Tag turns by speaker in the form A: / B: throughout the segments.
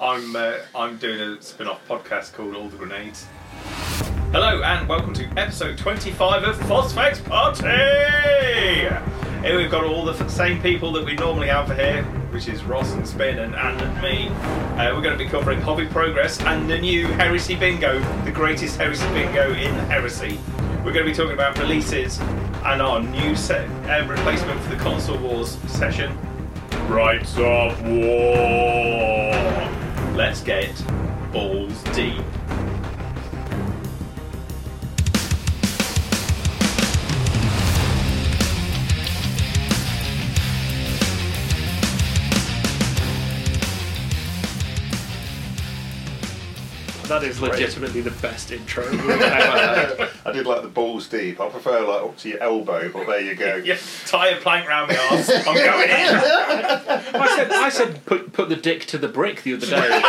A: I'm uh, I'm doing a spin-off podcast called All the Grenades. Hello and welcome to episode 25 of Phosphates Party. Here we've got all the f- same people that we normally have here, which is Ross and Spin and Anne and me. Uh, we're going to be covering hobby progress and the new Heresy Bingo, the greatest Heresy Bingo in Heresy. We're going to be talking about releases and our new se- uh, replacement for the console wars session, Rights of War. Let's get balls deep.
B: That is legitimately the best intro we've ever had.
C: I did like the balls deep. I prefer like up to your elbow, but there you go.
A: Yeah, tie a plank round my arse. I'm going in.
B: I said, I said put, put the dick to the brick the other day,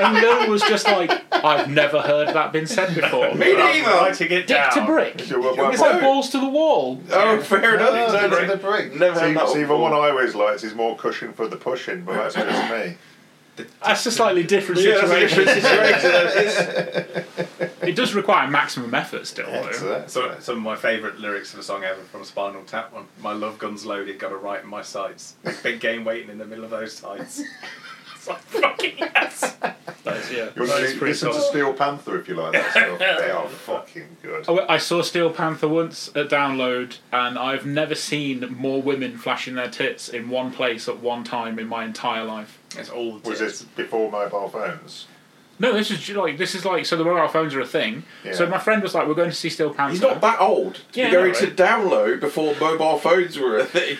B: and Lil was just like, I've never heard that been said before.
C: Me neither.
A: Writing it
B: Dick
A: down.
B: to brick.
C: Sure, well, well,
B: It's like balls to the wall.
C: Oh, fair enough.
A: the
C: No,
A: brick.
C: no,
A: the
C: no.
D: Never
C: See,
D: had that
C: see, the
D: before.
C: one I always liked is more cushion for the pushing, but that's just me.
B: That's a slightly different situation. It does require maximum effort still, though.
C: Excellent.
A: So, some of my favourite lyrics of a song ever from Spinal Tap. One, my love gun's loaded, got a right in my sights. Big, big game waiting in the middle of those sights. It's like, fucking yes.
B: That is, yeah.
C: You want
B: That
C: to
B: is
C: li-
B: pretty
C: listen to
B: solid.
C: Steel Panther if you like that stuff. they are fucking good.
B: Oh, I saw Steel Panther once at Download, and I've never seen more women flashing their tits in one place at one time in my entire life.
A: It's all tits.
C: Was this before mobile phones?
B: No, this is like this is like so the mobile phones are a thing. So
C: Yeah.
B: my friend was like, "We're going to see Steel Panther."
D: He's not that old to
B: Yeah,
D: be going
C: no,
D: to
C: right.
D: download before mobile phones were a thing.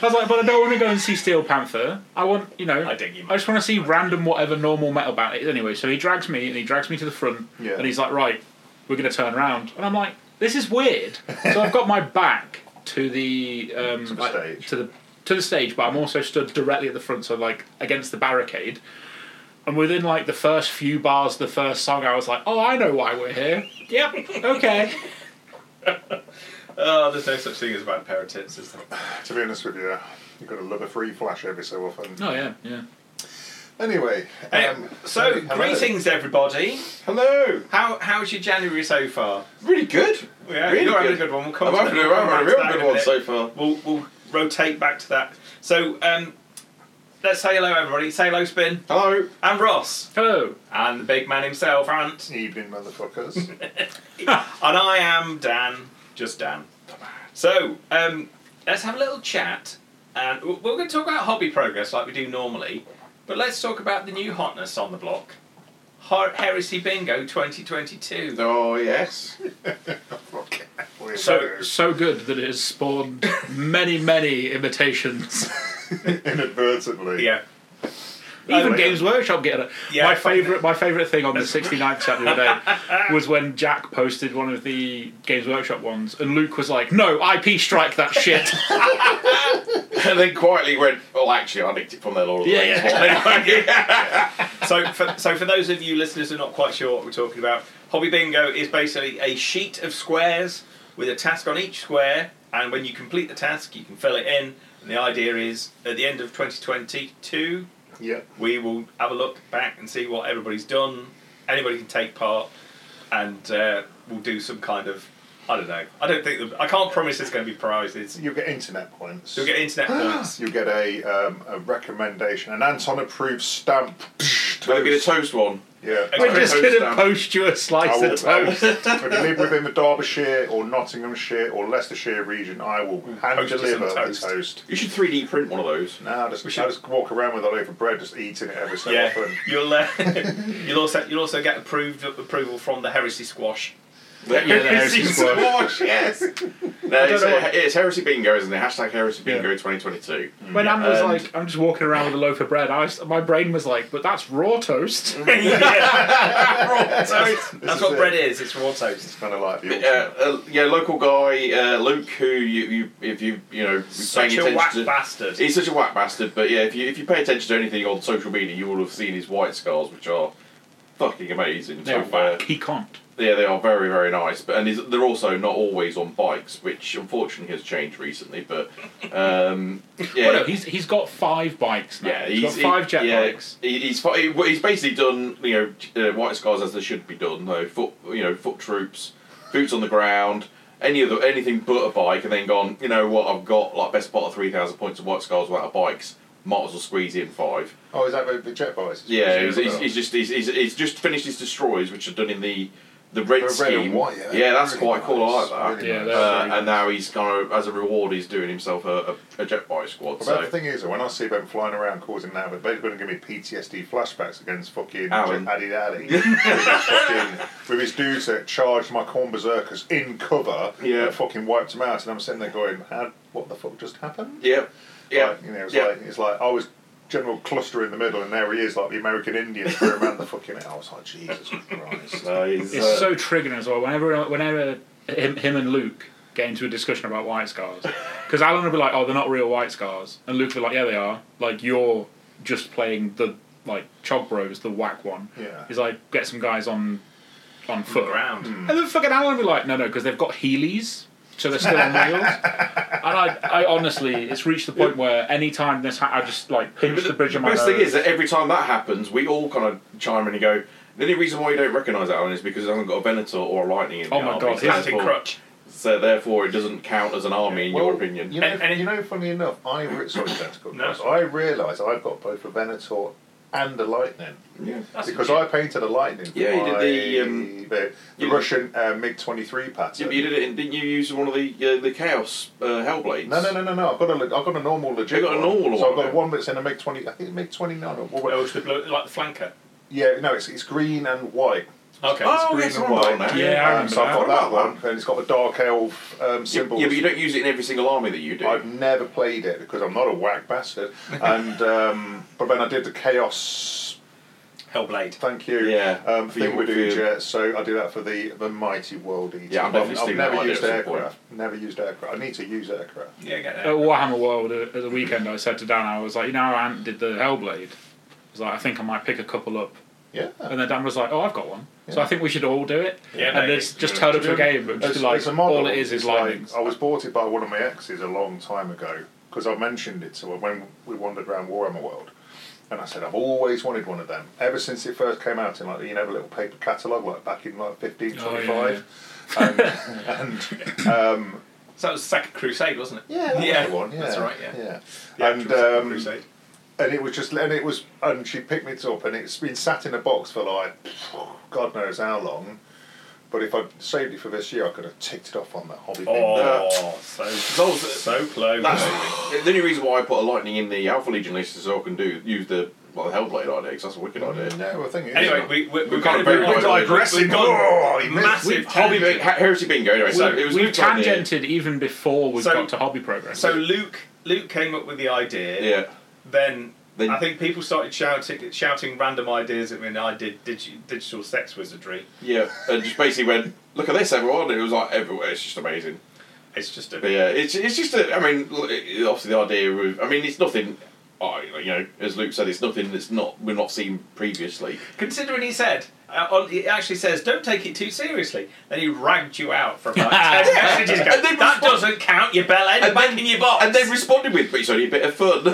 B: I was like, "But I don't want to go and see Steel Panther. I want, you know,
A: I dig you,
B: I just want to see random whatever normal metal band it is anyway." So he drags me and he drags me to the front,
C: Yeah.
B: and he's like, "Right, we're going to turn around," and I'm like, "This is weird." so I've got my back to the um,
C: the
B: like,
C: stage.
B: to the to the stage, but I'm also stood directly at the front, so like against the barricade. And within like the first few bars of the first song, I was like, "Oh, I know why we're here." Yep. Okay.
A: Oh, there's no such thing as a bad pair of tits, is there?
C: To be honest with you, you've got to love a free flash every so often.
B: oh yeah, yeah.
C: Anyway,
A: Um,
C: um,
A: so,
C: hello.
A: greetings, everybody.
D: Hello.
A: How How's your January so far?
D: Really good.
A: Yeah,
D: really
A: you're having a good one. We'll come
D: I'm
A: to
D: having
A: that-
D: a,
A: we'll
D: I'm
A: come
D: having a
A: back to that in
D: real good
A: a
D: one
A: minute.
D: so far.
A: We'll, we'll rotate back to that. So um, let's say hello, everybody. Say hello, Spin
D: Hello.
A: and Ross
B: Hello.
A: and the big man himself, Ant.
C: Evening, motherfuckers.
A: And I am Dan, just Dan. So um, let's have a little chat, and w- we're going to talk about hobby progress like we do normally, but let's talk about the new hotness on the block. Her- Heresy Bingo 2022.
D: Oh yes.
C: Fucking hell.
B: So so good that it has spawned many many imitations.
C: inadvertently.
A: Yeah.
B: Even
A: Oh, yeah.
B: Games Workshop get it.
A: Yeah,
B: my
A: fuck
B: favorite my favorite thing on the 69th chat the other day was when Jack posted one of the Games Workshop ones, and Luke was like, "No, IP strike that shit."
D: and then quietly went. Well, actually, I nicked it from their Lord of the
B: Yeah,
D: Rings
B: yeah.
D: one."
A: so, for, so for those of you listeners who are not quite sure what we're talking about, Hobby Bingo is basically a sheet of squares with a task on each square, and when you complete the task, you can fill it in. And the idea is, at the end of 2022,
C: Yeah.
A: we will have a look back and see what everybody's done. Anybody can take part, and uh, we'll do some kind of. I don't know. I don't think. I can't promise there's going to be prizes.
C: You'll get internet points.
A: You'll get internet points.
C: You get a, um, a recommendation, an Anton approved stamp.
D: Better be a toast one.
C: Yeah.
B: We're just
D: Toast
B: gonna
D: down.
B: post you a
C: I
B: slice
C: will,
B: of
C: I will,
B: toast.
C: if you live within the Derbyshire or Nottinghamshire or Leicestershire region, I will hand
A: Toast you some
C: deliver the
A: toast.
C: toast.
D: You should 3D print one of those.
C: Now, just,
A: We
C: I
A: should-
C: just walk around with a loaf of bread, just eating it every so
A: Yeah,
C: often.
A: you'll uh, you'll also you'll also get approved approval from the Heresy Squash.
D: Yeah,
B: there's
A: Heresy's
B: the squad.
D: Squash, yes. No, it's,
A: know
D: uh,
A: what-
D: it's heresy bingo, isn't it? Hashtag heresy
B: Yeah.
D: bingo 2022.
B: When Anne was
D: And-
B: like, "I'm just walking around with a loaf of bread," I was, my brain was like, "But that's raw toast."
A: Yeah.
C: This
A: That's, that's
C: is
A: what
C: it.
A: bread is. It's raw toast.
C: It's kind of like the
D: Uh, uh, yeah, local guy uh, Luke, who you, you if you you know
A: Such
D: paying
A: a
D: attention
A: whack
D: to,
A: bastard.
D: he's such a whack bastard. But yeah, if you if you pay attention to anything on social media, you will have seen his white scars, which are fucking amazing.
B: They're
D: so far.
B: whack. He can't.
D: Yeah, they are very, very nice, but and is- they're also not always on bikes, which unfortunately has changed recently. But um, yeah,
B: Well, no, he's he's got five bikes now.
D: yeah,
B: he's got
D: he-
B: five jet
D: yeah,
B: bikes.
D: he- he's fi- he- he's basically done you know uh, white scars as they should be done though. Foot you know foot troops, boots on the ground, any other anything but a bike, and then gone. You know what? I've got like best part of three thousand points of white scars without a bikes. Might as well squeeze in five.
C: Oh, is that the, the jet bikes?
D: Yeah, he's, he's, he's just he's, he's, he's just finished his destroyers, which are done in the the red,
C: The red
D: scheme.
C: and white, yeah,
D: that's
C: really
D: quite cool. I
C: nice,
D: like that.
C: really
B: Yeah,
C: nice.
B: they're
D: Uh,
B: very
D: and now he's kind of, as a reward, he's doing himself a, a, a jet bike squad.
C: But
D: So
C: the thing is, when I see them flying around causing that, but they're going to give me PTSD flashbacks against fucking
D: Alan.
C: Addy Daddy. with, his fucking- with his dudes that charged my corn berserkers in cover
D: Yeah.
C: and fucking wiped them out. And I'm sitting there going, How, what the fuck just happened?
D: yeah, yeah,
C: Like, you know, it's,
D: yeah.
C: like, it's like I was General Cluster in the middle, and there he is, like the American Indian, throwing around the fucking. I was like, Jesus Christ.
D: No, he's,
B: It's
D: uh,
B: so triggering as well. Whenever whenever him, him and Luke get into a discussion about white scars, because Alan will be like, "Oh, they're not real white scars," and Luke will be like, "Yeah, they are. Like you're just playing the like Chog Bros, the whack one."
C: Yeah.
B: He's like, "Get some guys on on
A: Foot
B: foot."
A: around.
B: And then fucking Alan will be like, "No, no, because they've got Heelys." So they're still on wheels, and I, I honestly, it's reached the point where any time this, ha- I just like pinch
D: But
B: the bridge of my
D: best
B: nose.
D: thing is that every time that happens, we all kind of chime in and go. The only reason why you don't recognise Alan is because he hasn't got a Venator or a Lightning in the
B: Oh my
D: army,
B: God,
D: so
B: his-
A: Captain
D: therefore-
A: Crutch.
D: So therefore, it doesn't count as an army in your
C: Well,
D: opinion.
C: You know,
A: And- and-
C: you know funny enough, I re- sorry, that's good.
A: No.
C: I realise I've got both a Venator and a Lightning
D: yeah.
A: That's
C: because
A: legit.
C: I painted a Lightning. for
D: Yeah, you did the,
C: my-
D: um,
C: the, the
D: you-
C: Russian uh, MiG twenty three
D: Yeah,
C: pattern.
D: but you did it. And didn't you use one of the uh, the Chaos uh, Hellblades?
C: no, no, no, no, no. I've got a, le- I've got a normal legit.
D: You got a normal
C: one. So I've got
D: one, yeah.
C: one that's in a MiG twenty. I think MiG twenty nine.
A: Well, it's the blue- like the flanker.
C: Yeah, no, it's it's green and white.
A: Okay.
D: Oh,
C: green
D: yes, I
C: and
D: remember
C: white.
D: that now.
B: Yeah, I
C: Um,
B: remember
C: so I've
B: that.
C: got
D: What
C: that
D: about
C: one, and it's got the dark elf um,
D: Yeah,
C: symbols.
D: yeah, but you don't use it in every single army that you do.
C: I've never played it because I'm not a whack bastard. and um, but then I did the chaos
A: Hellblade.
C: Thank you.
D: Yeah,
C: Um,
D: for
C: thing
D: your-
C: we
D: for
C: do,
D: your-
C: jet. So I do that for the, the mighty world eater.
D: Yeah, I'm
C: Well,
D: definitely
C: I've
D: sticking that
C: never
D: idea
C: used
D: at some point.
C: aircraft. Never used aircraft. I need to use aircraft.
A: Yeah, get
B: at
A: there.
B: Warhammer World uh, at at the weekend, I said to Dan, I was like, you know, how Ant did the Hellblade. I was like, I think I might pick a couple up.
C: Yeah.
B: And then Dan was like, oh, I've got one. So I think we should all do it.
A: Yeah,
B: and
A: maybe.
B: it's just turn up to a game, but just be like,
C: It's a model.
B: all it is is
C: It's like,
B: lightnings.
C: I was bought it by one of my exes a long time ago because I mentioned it to her when we wandered around Warhammer World. And I said, I've always wanted one of them. Ever since it first came out in like you know the little paper catalogue, like back in like fifteen
B: Oh,
C: twenty
B: yeah,
C: five. And, and
A: So that was Second Crusade, wasn't it?
C: yeah, that
A: yeah.
C: was the one, yeah,
A: That's right. Yeah. The
C: yeah.
A: actual
C: And
A: Second
C: um,
A: Crusade.
C: and it was just and it was and she picked me up and it's been sat in a box for like god knows how long but if i'd saved it for this year i could have ticked it off on that hobby thing
A: Oh, so so, so close.
D: That's, the only reason why I put a lightning in the Alpha Legion list is so I can do use the well the Hellblade idea because that's a wicked idea.
C: no well, the thing is
A: Anyway, we, we,
D: We've
A: we've
D: got
A: got
D: a very wide
A: we're
C: digressing. Oh, he
A: gone
C: missed.
A: massive
D: Hobby
A: tangent.
D: Bing- Her- uh, Heresy Bingo. Anyway, so
A: We-
D: it was
B: We've
D: Luke's idea.
B: tangented even before we
A: So-
B: got to hobby progress.
A: So Luke, Luke came up with the idea.
D: Yeah,
A: Then,
D: Then-
A: I think people started shouting, shouting random ideas at me, and I did digi- digital sex wizardry.
D: yeah, and just basically went look at this everyone. It was like everywhere. It's just amazing.
A: It's just a
D: But yeah, it's it's just a, I mean l- it- obviously the idea of I mean it's nothing. I you know as Luke said it's nothing that's not we've not seen previously.
A: Considering he said, uh, on, he actually says, "Don't take it too seriously." Then he ragged you out for about ten
D: Yeah.
A: messages. Ago.
D: And then
A: that
D: respond-
A: doesn't count, you bellend.
D: And
A: And
D: then-
A: back in your box.
D: And they've responded with, but it's only a bit of fun.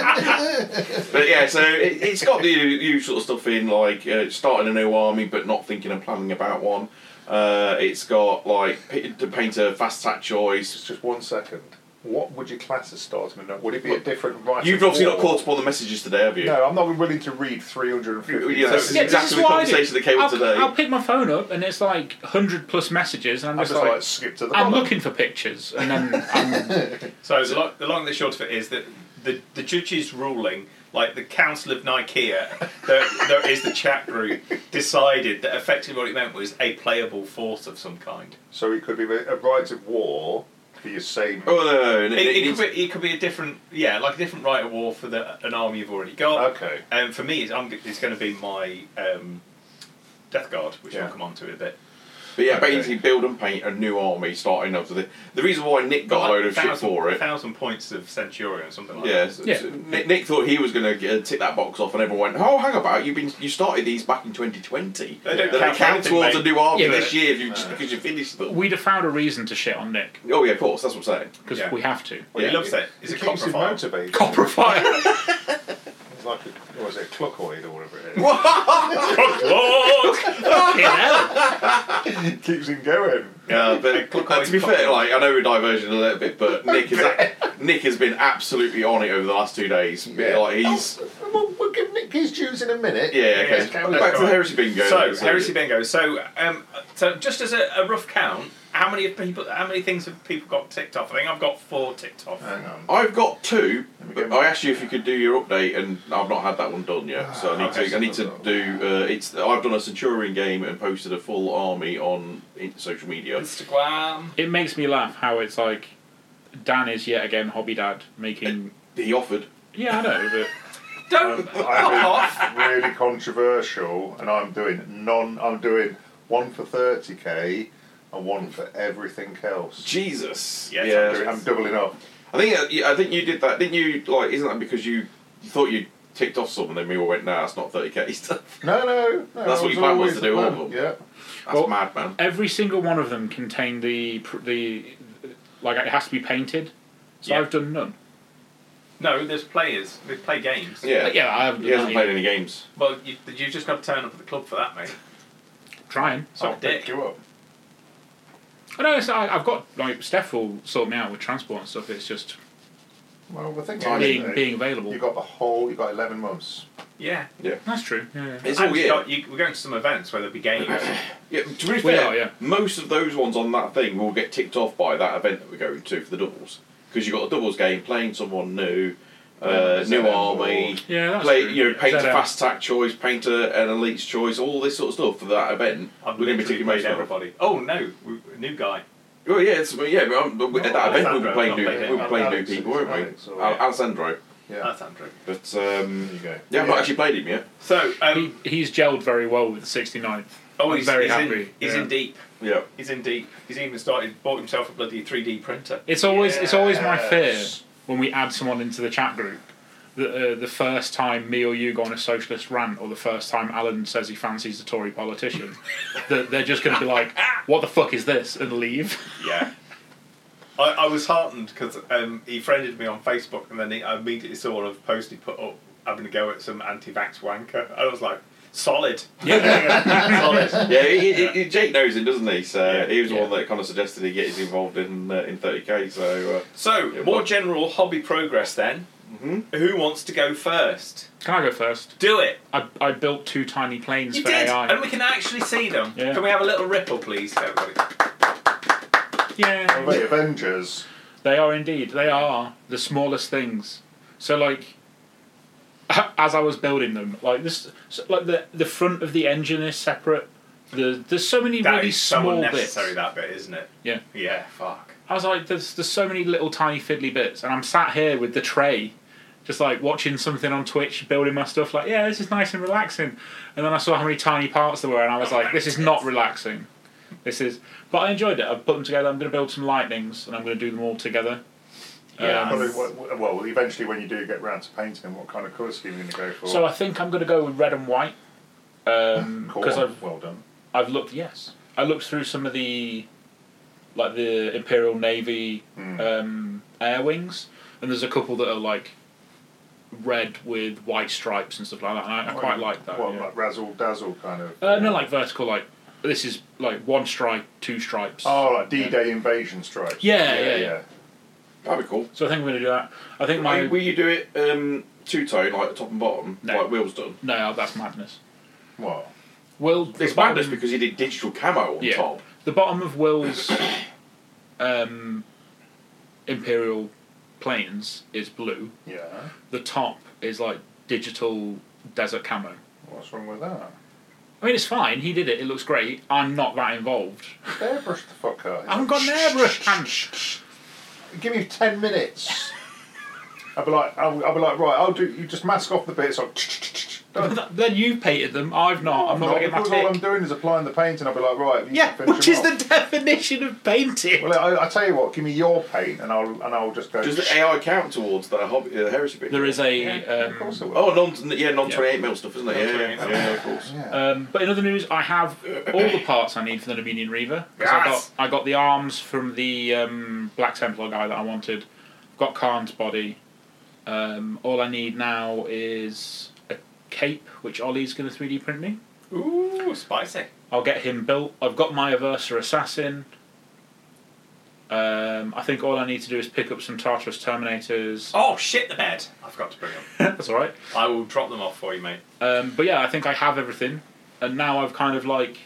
D: but yeah, so it, it's got the usual stuff in, like uh, starting a new army but not thinking and planning about one. Uh, it's got like p- to paint a fast attack choice.
C: just, just one second what would your class as starting and would it be a different right
D: You've obviously not caught up on the messages today, have you?
C: no i'm not willing to read 350
D: Yeah, that's-
C: sentences.
D: exactly the
B: what I
D: conversation
B: do.
D: that came up
B: I'll,
D: today.
B: I'll pick my phone up and it's like 100 plus messages, and I'm
C: i
B: just,
C: just like,
B: like,
C: skip to the
B: I'm
C: bottom.
B: looking for pictures, and then um, I'm,
A: so the, lo- the long and the short of it is that the the judge's ruling, like the Council of Nicaea, there, there is the chat group decided that effectively what it meant was a playable force of some kind.
C: so it could be a right of war for your same
D: Oh no, no, no,
A: It, it,
D: needs-
A: could be, it could be a different, yeah, like a different right of war for the, an army you've already got.
C: okay
A: And for me, it's, I'm, g- it's going to be my um, Death Guard, which
C: Yeah.
A: I'll come on to in a bit.
D: but But yeah,
A: Okay.
D: basically build and paint a new army starting off with it. The reason why Nick got a load of shit
A: thousand,
D: for it.
A: thousand points of Centurion, something like
D: Yeah,
A: that.
D: so-
B: Yeah.
D: so Nick, Nick thought he was going to tick that box off, and everyone went, "Oh, hang about! You've been you started these back in 2020.
A: They don't
D: Then
A: count for
D: count
A: anything,
D: towards a
A: mate. Uh.
D: new army
B: Yeah, but-
D: this year if you, just because you finished them."
B: We'd have found a reason to shit on Nick
D: oh yeah, of course. That's what I'm saying.
B: because
A: Yeah.
B: we have to.
A: Well,
D: Yeah.
A: he loves it. He's a
C: it keeps him
A: coprophile.
C: motivated.
B: Copper fire.
C: It's like a, what is it, a clockoid or whatever it is.
A: Look!
C: It keeps him going.
D: Yeah, but
A: Click
D: uh, to be
A: on-
D: fair, like I know we're diverging a little bit, but Nick is Nick has been absolutely on it over the last two days.
C: Yeah.
D: Like he's
C: We'll, Oh, we'll give Nick his dues in a minute.
D: yeah. Okay,
A: Oh. Yeah,
D: back to
A: okay.
D: the heresy bingo.
A: So,
D: then,
A: heresy bingo. So, um, so just as a, a rough count, how many of people? How many things have people got ticked off? I think I've got four ticked off.
C: Hang on.
D: I've got two.
C: me
D: But
C: go.
D: I asked you if you could do your update, and I've not had that one done yet. Ah, So I need
A: Okay,
D: to. I need to do. Uh, it's. I've done a Centurion game and posted a full army on in- social media. Um,
A: Instagram.
B: It makes me laugh how it's like Dan is yet again hobby dad making.
D: He offered.
B: Yeah, I know, but
A: Don't fuck off.
C: I've been really controversial, and I'm doing non. I'm doing one for thirty k, and one for everything else.
D: Jesus.
A: Yes,
D: yeah.
A: I'm doing-
C: I'm doubling up.
D: I think uh, yeah, I think you did that, didn't you? Like, isn't that because you, you thought you ticked off some, and then we all went, "Nah, it's not thirty k stuff."
C: No, no, no. I was
D: That's what your plan was
C: always
D: to do
C: the
D: all
C: man.
D: of them.
C: Yeah.
D: That's
B: Well-
D: mad, man.
B: every single one of them contained the pr- the like it has to be painted. So
A: Yeah.
B: I've done none.
A: No, there's players. They play games.
D: Yeah,
B: Like, yeah, I haven't
D: He
B: done
D: hasn't
B: none
D: played
B: either.
D: any games.
A: Well, you, you've just got to turn up at the club for that, mate.
B: Trying.
A: Suck
C: I'll
A: a dick.
C: pick you up.
B: I know. It's, I, I've got like Steph will sort me out with transport and stuff. It's just
C: Well, the thing
B: being
C: is,
B: being available.
C: you got the whole. You got eleven months.
A: Yeah.
B: That's true. Yeah.
D: It's
A: And
D: all
A: you
D: year.
A: got- you- we're going to some events where there'll be games.
D: Yeah, to be
B: We
D: fair,
B: are, yeah.
D: most of those ones on that thing will get ticked off by that event that we're going to for the doubles because you've got a doubles game playing someone new, uh,
C: Yeah,
D: new
C: ZM
D: army,
B: Yeah, that's
D: play
B: true.
D: you know paint a
B: ZM.
D: fast attack choice, paint a, an elite's choice, all this sort of stuff for that event.
A: I've
D: we're going to be
A: literally
D: ticking most
A: played
D: of them.
A: everybody. Oh no, we, new guy.
D: Well, yeah, it's, well, yeah, but, um, but at that event we'll be
A: Alessandro,
D: playing new,
A: not
D: we'll be playing new
C: Alex,
D: people, won't
C: Alex,
D: we?
C: or-
D: Al- Alessandro,
C: Yeah.
A: That's Andrew.
D: but
C: There you
D: um,
C: go.
D: yeah, I've not actually played him yet.
A: So,
B: He,
A: um,
B: he's gelled very well with the 69th.
A: oh,
B: I'm
A: he's
B: very
A: he's In,
B: happy,
A: he's
B: yeah.
A: in deep.
D: Yeah,
A: He's in deep. He's even started bought himself a bloody three D printer.
B: It's always it's always my fear
C: Yes.
B: when we add someone into the chat group that uh, the first time me or you go on a socialist rant or the first time Alan says he fancies a Tory politician, that they're just going to be like, "What the fuck is this?" and leave.
A: Yeah. I, I was heartened because um, he friended me on Facebook, and then he, I immediately saw a post he put up having a go at some anti-vax wanker. I was like, solid. solid.
D: yeah. He, he, he- Jake knows him, doesn't he? So
A: Yeah.
D: he was the
B: Yeah.
D: one that kind of suggested he gets involved in uh, in 30k. So. Uh,
A: So,
D: Yeah,
A: more
D: well-
A: general hobby progress then. Mm-hmm. Who wants to go first?
B: Can I go first?
A: Do it.
B: I, I built two tiny planes
A: You
B: for
A: did,
B: AI.
A: and we can actually see them.
B: Yeah.
A: Can we have a little ripple, please, everybody? "Oh,
C: Well, the
B: yeah,
C: Avengers.
B: they are indeed. They are the smallest things. So like. As I was building them, like this, so, like the the front of the engine is separate. The there's so many
A: That
B: really
A: is so
B: small bits.
A: unnecessary, that bit, isn't it?
B: Yeah.
A: Yeah, fuck.
B: I was like, there's, there's so many little tiny fiddly bits, and I'm sat here with the tray, just like watching something on Twitch, building my stuff, like, yeah, this is nice and relaxing. And then I saw how many tiny parts there were, and I was like, this is not relaxing. This is, but I enjoyed it. I've put them together. I'm going to build some lightnings, and I'm going to do them all together.
A: Yeah.
B: Um,
C: Probably, what- what- well, eventually, when you do get round to painting, what kind of colour scheme are you going to go for?
B: so I think I'm going to go with red and white, because
C: Cool.
B: I've
C: well done.
B: I've looked. Yes, I looked through some of the, like the Imperial Navy um, air wings, and there's a couple that are like red with white stripes and stuff like that. And I, I quite like that.
C: Well,
B: yeah.
C: like razzle dazzle kind of.
B: uh, no, like vertical, like this is like one stripe, two stripes.
C: Oh, like D-Day invasion strike.
B: Yeah, yeah, yeah.
D: That'd be cool.
B: So I think I'm gonna do that. I think my
D: will you do it um, two tone, like top and bottom,
B: No.
D: like Will's done?
B: no, that's madness.
C: What?
B: Will
D: It's
B: the bottom-
D: madness because he did digital camo on
B: Yeah.
D: top.
B: the bottom of Will's um, Imperial planes is blue.
C: Yeah.
B: the top is like digital desert camo.
C: What's wrong with that?
B: I mean, it's fine. He did it. It looks great. I'm not that involved.
C: Airbrush the fuck out.
B: I haven't got an airbrush. hand.
C: Give me ten minutes. I'll be like, I'll, I'll be like, right. I'll do. You just mask off the bits. I'll
B: then you've painted them. I've not. I'm not going to
C: because
B: get
C: all
B: my
C: I'm
B: pick.
C: doing is applying the paint, and I'll be like, right, you
B: Yeah,
C: can finish
B: which
C: them
B: is
C: off.
B: the definition of painting.
C: Well, I, I tell you what, give me your paint, and I'll and I'll just go.
D: Does the AI count towards the hobby, uh, heresy bit?
B: there is a.
C: Yeah, of course
B: Um,
C: it will.
D: Oh, non, yeah, non twenty eight mil stuff, isn't it? Yeah, yeah,
A: 28
D: yeah,
A: mil.
D: of course.
C: yeah.
B: um, but in other news, I have all the parts I need for the Dominion Reaver. 'cause I, got,
A: Yes.
B: I got the arms from the um, Black Templar guy that I wanted. Got Khan's body. Um, all I need now is a cape, which Ollie's going to 3D print me.
A: Ooh, spicy.
B: I'll get him built. I've got my Aversa Assassin. Um, I think all I need to do is pick up some Tartarus Terminators.
A: Oh shit, the bed. I forgot to bring them.
B: That's alright.
A: I will drop them off for you, mate.
B: Um, but yeah, I think I have everything. And now I've kind of like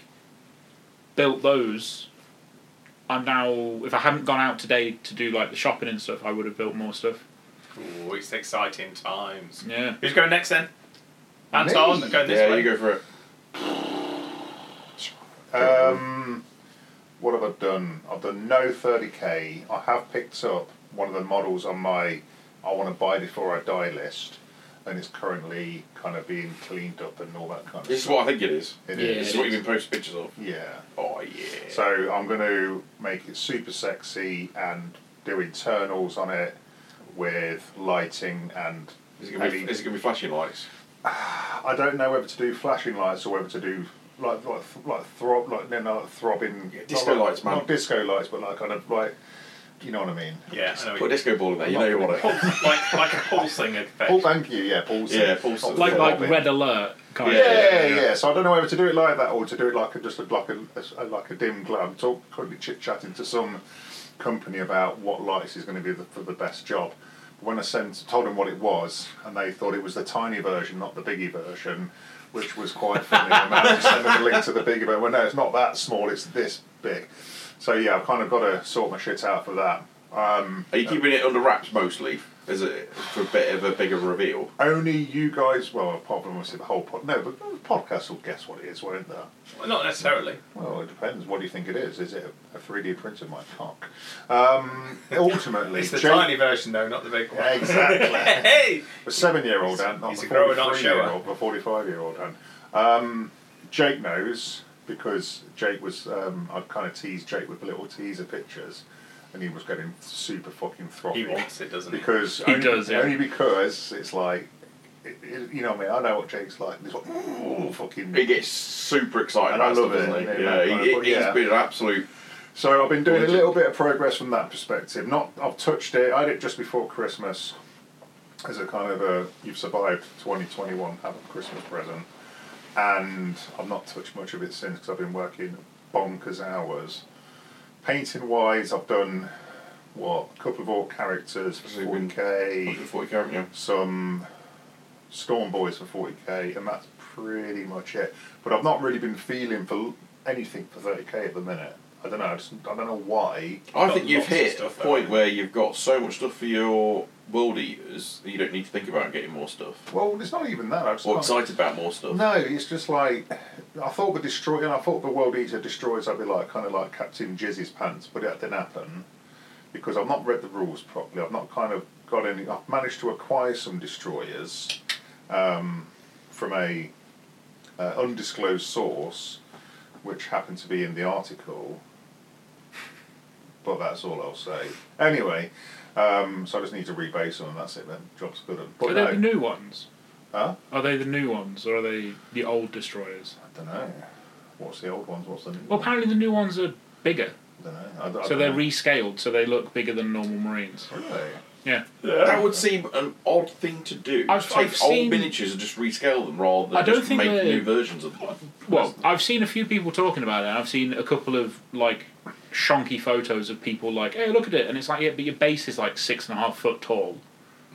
B: built those. I'm now, if I hadn't gone out today to do like the shopping and stuff, I would have built more stuff.
A: Ooh, it's exciting times.
B: Yeah.
A: Who's going next then? Anton,
C: Me.
A: going this
D: yeah,
A: way.
D: you go for it.
C: Um, what have I done? I've done no 30k. I have picked up one of the models on my I want to buy before I die list, and it's currently kind of being cleaned up and all that kind of
D: This is
C: stuff.
D: what I think it is.
C: It
B: Yeah.
D: This
C: is.
D: is what you've been posting pictures of.
C: Yeah.
D: Oh yeah.
C: So I'm going to make it super sexy and do internals on it with lighting and.
D: is it gonna be?
C: LED.
D: Is it gonna be flashing lights?
C: I don't know whether to do flashing lights or whether to do like like like throb like no, no, throbbing
D: Yeah, disco
C: not like-
D: lights, man.
C: Not disco lights, but like kind of like you know what I mean.
A: Yeah, I know.
D: Put a disco ball in there. You know you want it.
A: Pulse- like like a pulsing effect.
C: Paul, thank you. Yeah, Paul.
D: Yeah, Paul Sim.
B: Like, like
C: throbbing.
B: Red Alert kind
C: Oh, Yeah,
B: of.
C: yeah,
A: yeah.
C: So I don't know whether to do it like that or to do it like a, just a, like a, a- like a dim glow. I'm talk, currently chit chatting to some company about what lights is going to be the, for the best job. When I sent, told them what it was, and they thought it was the tiny version, not the biggie version, which was quite funny. I managed to send them a link to the biggie version. Well, no, it's not that small. It's this big. So yeah, I've kind of got to sort my shit out for that. Um,
D: Are you keeping it under wraps mostly? Is it for a bit of a bigger reveal?
C: only you guys, well, apart from obviously the whole pod, no, but the podcast will guess what it is, won't they?
A: Well, not necessarily.
C: Well, it depends. What do you think it is? Is it a three D print of my cock? Um, ultimately,
A: It's the
C: Jake-
A: tiny version though, not the big one.
C: Exactly.
A: hey!
C: a seven-year-old and not
A: He's
C: a
A: a grower, not a
C: forty-three-year-old, a forty-five-year-old and. Um, Jake knows because Jake was. Um, I kind of teased Jake with little teaser pictures, and he was getting super fucking throbbing.
A: He wants it, doesn't he?
C: Because
B: He
C: only,
B: does, yeah.
C: only because it's like, it, it, you know what I mean. I know what Jake's like. He's like, ooh, fucking.
D: He gets super excited
C: And I
D: about
C: love
D: stuff,
C: it,
D: doesn't he?
C: yeah,
D: Yeah,
C: man,
D: he,
C: but
D: he,
C: yeah.
D: has been an absolute.
C: So I've been doing a little bit of progress from that perspective. Not I've touched it. I had it just before Christmas as a kind of a you've survived 2021 have a Christmas present, and I've not touched much of it since because I've been working bonkers hours. Painting wise, I've done what a couple of orc characters for
D: So we've
C: 40k,
D: 140 count, yeah.
C: some Storm Boys for 40k, and that's pretty much it. But I've not really been feeling for l- anything for 30k at the minute. I don't know. I, just, I don't know why.
D: I
A: got
D: think you've
A: lots of
D: hit a
A: stuff,
D: point
A: though.
D: where you've got so much stuff for your world eaters that you don't need to think about getting more stuff.
C: Well, it's not even that. I just
D: Or
C: can't-
D: excited about more stuff.
C: No, it's just like I thought the destroy. And I thought the World Eater destroys. I'd be like kind of like Captain Jizzy's pants, but that didn't happen because I've not read the rules properly. I've not kind of got any. I've managed to acquire some destroyers um, from a uh, undisclosed source, which happened to be in the article. But that's all I'll say. Anyway, um, so I just need to rebase them, and that's it. Then job's good. But
B: Are
C: no,
B: they the new ones?
C: huh?
B: Are they the new ones or are they the old destroyers?
C: I don't know. What's the old ones? What's the new?
B: Well, apparently the new ones are bigger.
C: I don't know. I don't- I
B: So
C: don't
B: they're
C: know.
B: rescaled, so they look bigger than normal Marines.
C: Really?
B: Yeah.
D: That would seem an odd thing to do.
B: I've-
D: take
B: I've
D: old
B: seen-
D: miniatures and just rescale them rather than
B: I don't
D: just
B: think
D: make
B: they're-
D: new versions of them.
B: Well, I've seen a few people talking about it. and I've seen a couple of like shonky photos of people like, "Hey, look at it," and it's like, "Yeah, but your base is like six and a half foot tall."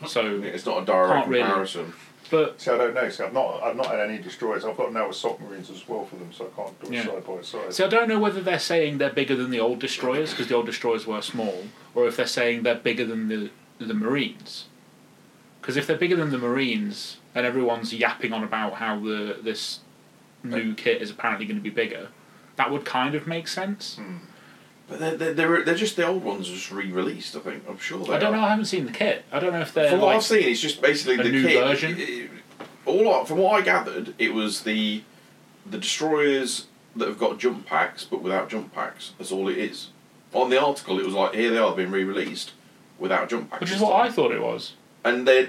B: So,
D: It's not a direct
B: Can't really.
D: comparison.
B: but
C: See, I don't know. See, I've not, I've not had any destroyers. I've got now assault marines as well for them, so I can't do it
B: Yeah.
C: side by side.
B: see, I don't know whether they're saying they're bigger than the old destroyers because the old destroyers were small, or if they're saying they're bigger than the the Marines. Because if they're bigger than the Marines, and everyone's yapping on about how the this new kit is apparently going to be bigger, that would kind of make sense.
D: Hmm. But they're, they're, they're, they're just the old ones just re released, I think. I'm sure they
B: I don't
D: are.
B: know. I haven't seen the kit. I don't know if they're
D: From what
B: like
D: I've seen, it's just basically
B: a
D: the
B: new
D: kit.
B: version?
D: it- all I, from what I gathered, it was the the destroyers that have got jump packs but without jump packs. That's all it is. On the article, it was like here they are being re-released without jump packs.
B: Which is what I thought it was.
D: and they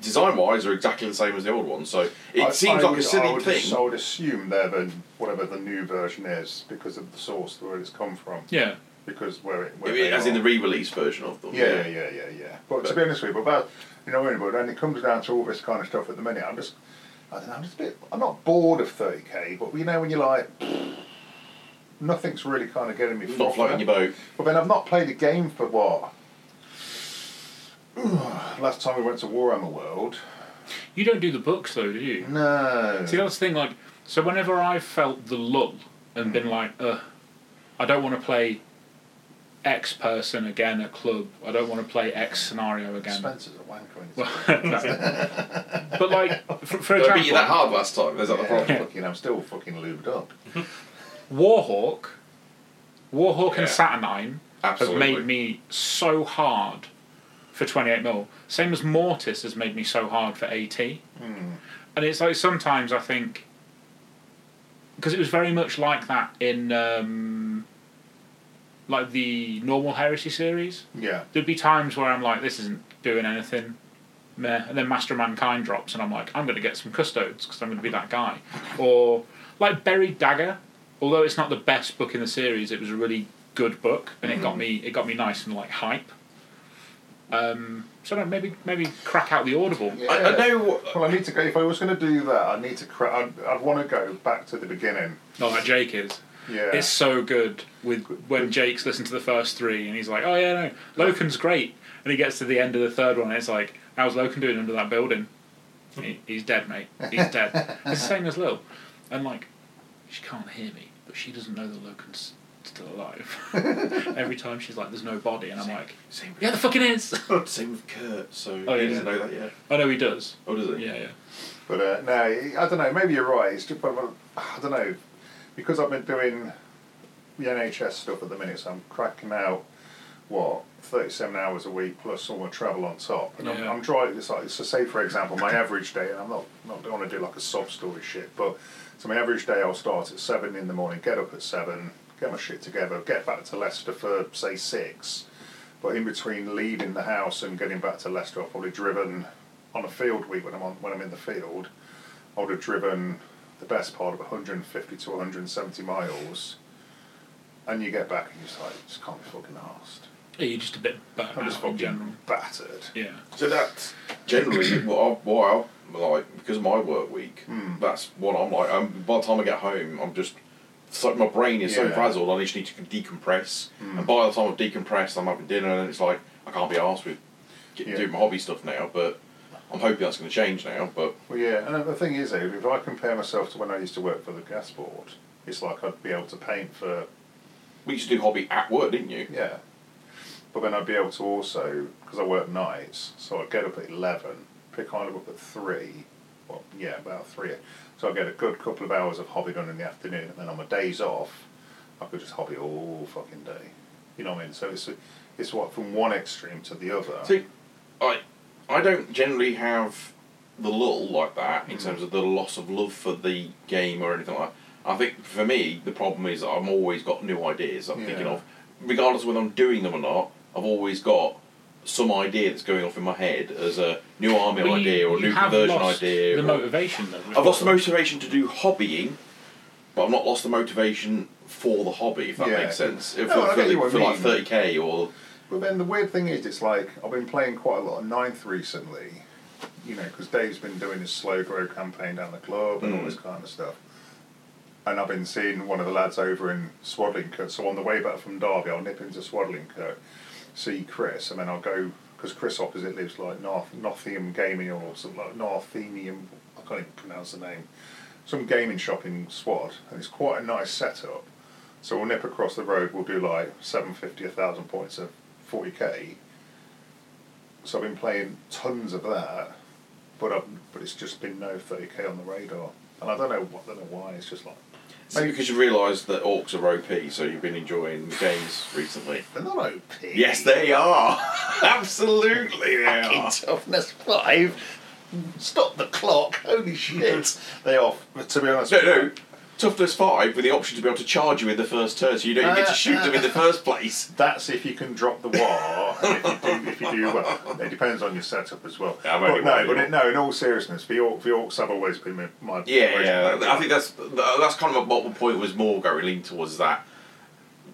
D: design wise are exactly the same as the old one. So it
C: I- I
D: seems like
C: would- I
D: a silly
C: would,
D: thing.
C: ass- I would assume they're the whatever the new version is because of the source where it's come from.
B: Yeah.
C: Because where it where
D: I
C: they
D: mean, as in
C: are.
D: the re-release version of them.
C: yeah, yeah, yeah, yeah, yeah. But, to be honest with you, but about you know what I mean, but when it comes down to all this kind of stuff at the minute, I'm just I don't know, I'm just a bit I'm not bored of thirty K, but you know when you're like nothing's really kind of getting me
D: Not
C: frothing.
D: floating your boat.
C: But then I've not played a game for what? Last time we went to Warhammer World.
B: You don't do the books though, do you?
C: No.
B: See, that's the thing. Like, so whenever I felt the lull and been like, "Ugh, I don't want to play X person again at club. I don't want to play X scenario again."
C: Spencer's a wanker. isn't he?
B: Well, but like, for, for
D: Did I beat you that
B: example,
D: hard last time. There's that the
C: Yeah,
D: problem.
C: fucking, I'm still fucking lubed up.
B: Warhawk, Warhawk
D: Yeah.
B: and Saturnine
D: Absolutely.
B: have made me so hard for 28 mil. Same as Mortis has made me so hard for 80.
D: Hmm.
B: And it's like sometimes I think because it was very much like that in um, like the normal Heresy series.
C: Yeah.
B: There'd be times where I'm like, this isn't doing anything. Meh. And then Master of Mankind drops, and I'm like, I'm going to get some custodes because I'm going to be that guy. Or like Buried Dagger, although it's not the best book in the series, it was a really good book, and it got me it got me nice and like hype. Um, so no, maybe maybe crack out the Audible.
C: yeah.
D: I, I know. what-
C: Well, I need to go. If I was going to do that, I need to. Cra- I'd, I'd want to go back to the beginning.
B: Oh, that Jake is.
C: Yeah.
B: It's so good with when Jake's listened to the first three and he's like, "Oh yeah, no, Loken's great," and he gets to the end of the third one and it's like, "How's Loken doing under that building?" He, he's dead, mate. He's dead. it's the same as Lil, and like, she can't hear me, but she doesn't know that Loken's still alive. Every time she's like, "There's no body," and I'm like,
D: Same,
B: "Yeah, the fucking is."
D: with, same with Kurt. So
B: Oh,
D: he
B: yeah.
D: doesn't know that yet.
B: I know he does.
D: Oh, does he?
B: Yeah, yeah.
C: But uh, no, I don't know. Maybe you're right. It's just, but, but, I don't know because I've been doing the NHS stuff at the minute, so I'm cracking out what thirty-seven hours a week plus all my travel on top, and I'm,
B: Yeah.
C: I'm trying. It's like so. Say for example, my average day, and I'm not not going to do like a sob story shit, but so my average day, I'll start at seven in the morning, get up at seven, get my shit together, get back to Leicester for say six. But in between leaving the house and getting back to Leicester, I've probably driven on a field week when I'm on, when I'm in the field. I would have driven the best part of 150 to 170 miles, and you get back and you're just like, just can't be fucking asked.
B: Yeah, you're just a bit burnt
C: I'm just
B: out Ah, in general.
C: fucking battered.
B: Yeah.
D: So that's generally what I, why I like because of my work week. That's what I'm like. i by the time I get home, I'm just it's like my brain is so
C: Yeah.
D: frazzled. I just need to decompress. And by the time I've decompressed, I'm having dinner, and it's like I can't be arsed with get,
C: Yeah.
D: doing my hobby stuff now. But I'm hoping that's going to change now. But
C: Well, yeah, and the thing is, though, if I compare myself to when I used to work for the gas board, it's like I'd be able to paint for
D: we used to do hobby at work, didn't you?
C: Yeah. But then I'd be able to also, because I work nights, so I'd get up at 11, pick Island up at 3, well, yeah, about 3. So I'd get a good couple of hours of hobby done in the afternoon, and then on my days off, I could just hobby all fucking day. You know what I mean? So it's, it's what, from one extreme to the other.
D: See, I I don't generally have the lull like that
C: Mm-hmm.
D: in terms of the loss of love for the game or anything like. that. I think for me the problem is that I'm always got new ideas. I'm thinking
C: Yeah.
D: of, regardless of whether I'm doing them or not, I've always got some idea that's going off in my head as a new army
B: Well, you-
D: idea or a
B: you
D: new
B: have
D: conversion
B: lost
D: idea.
B: The
D: or-
B: motivation though.
D: I've lost the motivation to do hobbying, but I've not lost the motivation for the hobby. If that
C: Yeah.
D: makes sense,
C: No,
D: for,
C: I
D: for
C: get
D: the-
C: you what I
D: for like
C: mean.
D: thirty k or
C: But then the weird thing is, it's like I've been playing quite a lot of ninth recently, you know, because Dave's been doing his slow grow campaign down the club and all this kind of stuff. And I've been seeing one of the lads over in Swadlingcote. So on the way back from Derby, I'll nip into Swadlingcote, see Chris, and then I'll go because Chris opposite lives like North Nottingham Gaming or something like Northingium. I can't even pronounce the name. Some gaming shop in Swad, and it's quite a nice setup. So we'll nip across the road. We'll do like seven fifty, a thousand points of forty k. So I've been playing tons of that, but I've, but it's just been no thirty k on the radar, and I don't know what, don't know why. It's just like
D: Maybe because you realised that orcs are OP, so you've been enjoying the games recently.
C: they're not OP.
D: Yes, they are. Absolutely, they are.
C: toughness five. Stop the clock! Holy shit! they are. To be honest,
D: No,
C: with you,
D: no. Toughness five with the option to be able to charge you in the first turn, so you don't even get to shoot them in the first place.
C: That's if you can drop the war, and if you do, if you do well. It depends on your setup as well.
D: Yeah, I'm only
C: but no,
D: worried
C: but
D: about-
C: it, no. In all seriousness, the orcs, the orcs have always been my. my
D: Yeah,
C: my-
D: yeah. I think that's that's kind of what my point was more going lean towards that.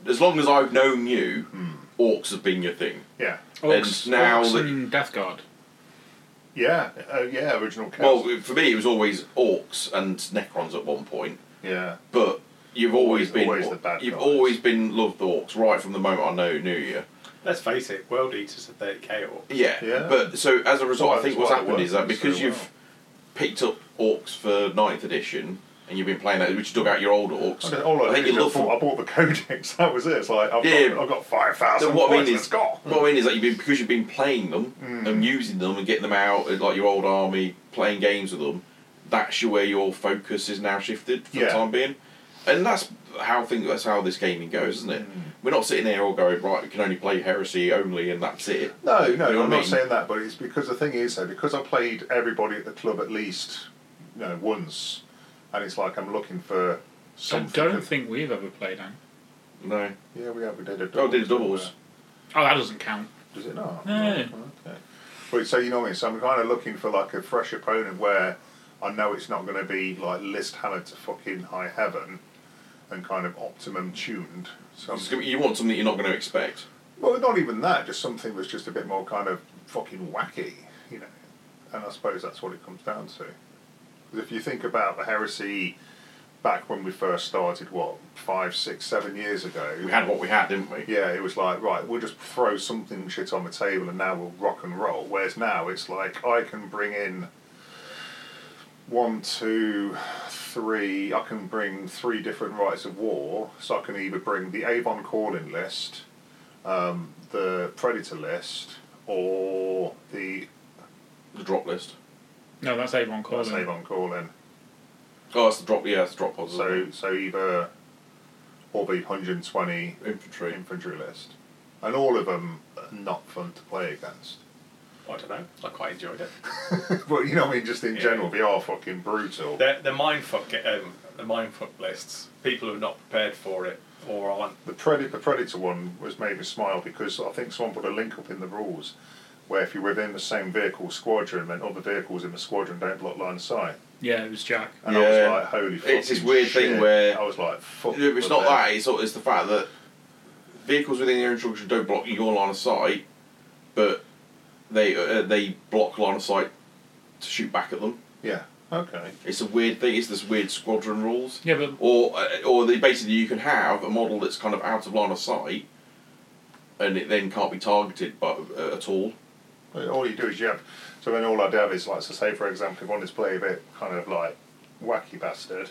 D: As long as I've known you, orcs have been your thing.
C: yeah,
B: Orcs,
D: And now
B: orcs
D: that-
B: and Death Guard.
C: yeah, uh, yeah. Original
D: Well,
C: chaos.
D: for me, it was always orcs and necrons at one point,
C: yeah,
D: but you've
C: Always-
D: always, been
C: always the bad
D: you've
C: guys.
D: always been loved the orcs right from the moment I know knew you.
A: Let's face it, World Eaters are 30k orcs.
D: Yeah.
C: Yeah.
D: But so as a result,
C: Well,
D: I think
C: that's
D: what's
C: why it
D: happened is that
C: works
D: because
C: so
D: you've
C: well.
D: picked up orcs for 9th edition and you've been playing that, which dug out your old orcs.
C: So all I,
D: I think
C: did
D: you
C: is I
D: love
C: bought, I bought the codex. That was it. It's like I've
D: Yeah,
C: got,
D: yeah.
C: I've got five thousand.
D: So what I mean
C: points, Hmm.
D: is,
C: let's go.
D: what I mean is that you've been because you've been playing them and using them and getting them out at, like your old army, playing games with them. That's your, where your focus is now shifted for the
C: Yeah.
D: time being, and that's how thing that's how this gaming goes, isn't it?
C: Hmm.
D: We're not sitting there all going right. We can only play heresy only, and that's it.
C: No, no,
D: know what I
C: I'm
D: mean?
C: not saying that, but it's because the thing is, though, because I played everybody at the club at least, you know, once, and it's like I'm looking for
B: I
C: something.
B: don't
C: of-
B: think we've ever played Anne.
D: No,
C: Yeah, we have. We did a
D: oh, did doubles.
B: Oh, that doesn't count.
C: Does it not?
B: No.
C: Okay. But so you know what I mean. So I'm kind of looking for like a fresh opponent where I know it's not going to be like list hammered to fucking high heaven, and kind of optimum tuned. So I'm-
D: It's gonna be- You want something you're not going to expect.
C: Well, not even that. Just something that's just a bit more kind of fucking wacky, you know. And I suppose that's what it comes down to. 'Cause if you think about the heresy back when we first started, what five, six, seven years ago,
D: We had what we had, didn't we?
C: yeah, it was like right, we'll just throw something shit on the table, and now we'll rock and roll. Whereas now it's like I can bring in one, two, three. I can bring three different rights of war, so I can either bring the Avon calling list, um, the Predator list, or the
D: The drop list.
B: No, that's Avon Calling.
C: that's Avon calling.
D: Oh, that's the drop. Yeah, that's the drop pods. isn't
C: So so either or the hundred and twenty
D: it? infantry.
C: infantry list, and all of them are not fun to play against.
A: I don't know. I quite enjoyed it.
C: well, you know what I mean, just in
A: Yeah.
C: general, they are fucking brutal.
A: They're, they're mindfuck, um, the mindfuck lists. People who are not prepared for it or aren't.
C: The, Pred- the Predator one was made me smile because I think someone put a link up in the rules where if you're within the same vehicle squadron, then other vehicles in the squadron don't block line of sight.
B: Yeah, it was Jack.
C: And I was
D: Yeah.
C: like, holy
D: It's
C: fucking
D: this weird thing
C: shit.
D: where-
C: I was like, fuck.
D: Yeah, but it's
C: but
D: not
C: then-
D: that. It's, it's the fact that vehicles within the instruction don't block your line of sight, but they uh, they block line of sight to shoot back at them.
C: Yeah, okay.
D: It's a weird thing. It's this weird squadron rules,
B: Yeah, but
D: or uh, or they basically you can have a model that's kind of out of line of sight, and it then can't be targeted by, uh, at all.
C: Well, All you do is you have. So then all I'd have is like, so say for example, if one is playing a bit kind of like wacky bastard,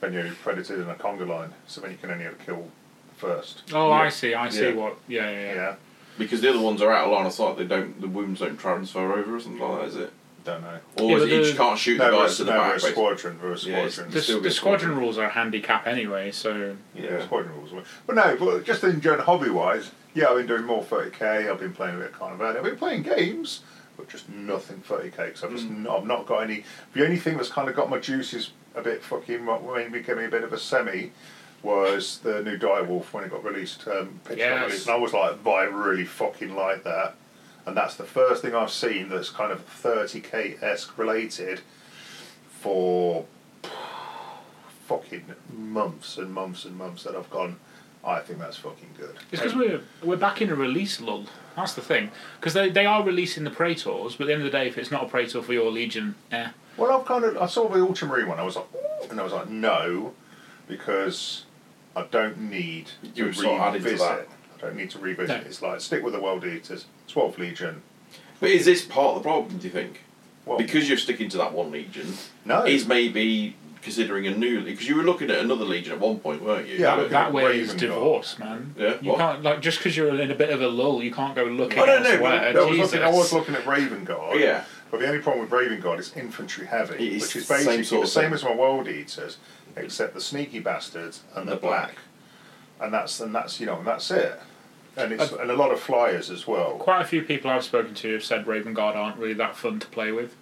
C: then you're predated in a conga line, so then you can only ever kill first.
B: oh,
D: Yeah.
B: I see. I see
D: Yeah.
B: what. Yeah, yeah, yeah.
C: Yeah,
D: Because the other ones are out of line of sight. They don't. The wounds don't transfer over or something like that. Is it?
C: don't know.
D: Or
B: Yeah,
D: is
B: but
D: it you
B: the-
D: just can't shoot
C: No,
D: the
C: we're,
D: guys to
C: a-
D: the
C: no, we're
D: back.
C: a
D: basically.
C: squadron. We're a
D: Yeah, it's-
C: squadron.
B: The,
D: Still
B: the
D: good
B: squadron
D: squadron.
B: rules are handicap anyway, so
C: Yeah,
D: Yeah.
C: squadron rules. But no, but just in general, hobby wise, yeah, I've been doing more 30k. I've been playing a bit of Carnival. I've been playing games, but just nothing 30k because I've just
D: Hmm.
C: n- I've not got any. The only thing that's kind of got my juices a bit fucking what made me give me a bit of a semi was the new Die Wolf when it got released. Um, pitch got
B: Yes.
C: released, and I was like, "But I really fucking like that. And that's the first thing I've seen that's kind of 30k esque related for fucking months and months and months that I've gone. I think that's fucking good.
B: it's because we're we're back in a release lull. That's the thing, because they, they are releasing the praetors, but at the end of the day, if it's not a praetor for your legion, eh?
C: Well, I've kind of I saw the Ultramarine one. I was like, "Ooh," and I was like, no, because I don't need
D: You
C: to
D: were sort of added to
C: revisit.
D: that.
C: I don't need to revisit.
B: No.
C: It's like stick with the World Eaters, Twelve Legion.
D: But is this part of the problem? Do you think?
C: Well,
D: because you're sticking to that one legion,
C: no,
D: is maybe considering a new because you were looking at another legion at one point, weren't you?
C: Yeah,
B: That,
C: look
B: that
C: at
B: way is
C: Raven
B: divorce, man.
D: Yeah,
B: you
D: what?
B: can't like just because you're in a bit of a lull, you can't go looking
D: I don't know,
B: elsewhere.
D: but
C: I was,
B: Jesus.
C: looking, I was looking at Raven Guard.
D: Yeah.
C: But the only problem with Raven Guard is infantry heavy,
D: It is
C: which is
D: the same
C: basically
D: sort
C: the
D: of
C: same
D: thing.
C: as my World Eaters, except the sneaky bastards and the, black. And that's and that's you know and that's it. And it's and a lot of flyers as well.
B: Quite a few people I've spoken to have said Raven Guard aren't really that fun to play with.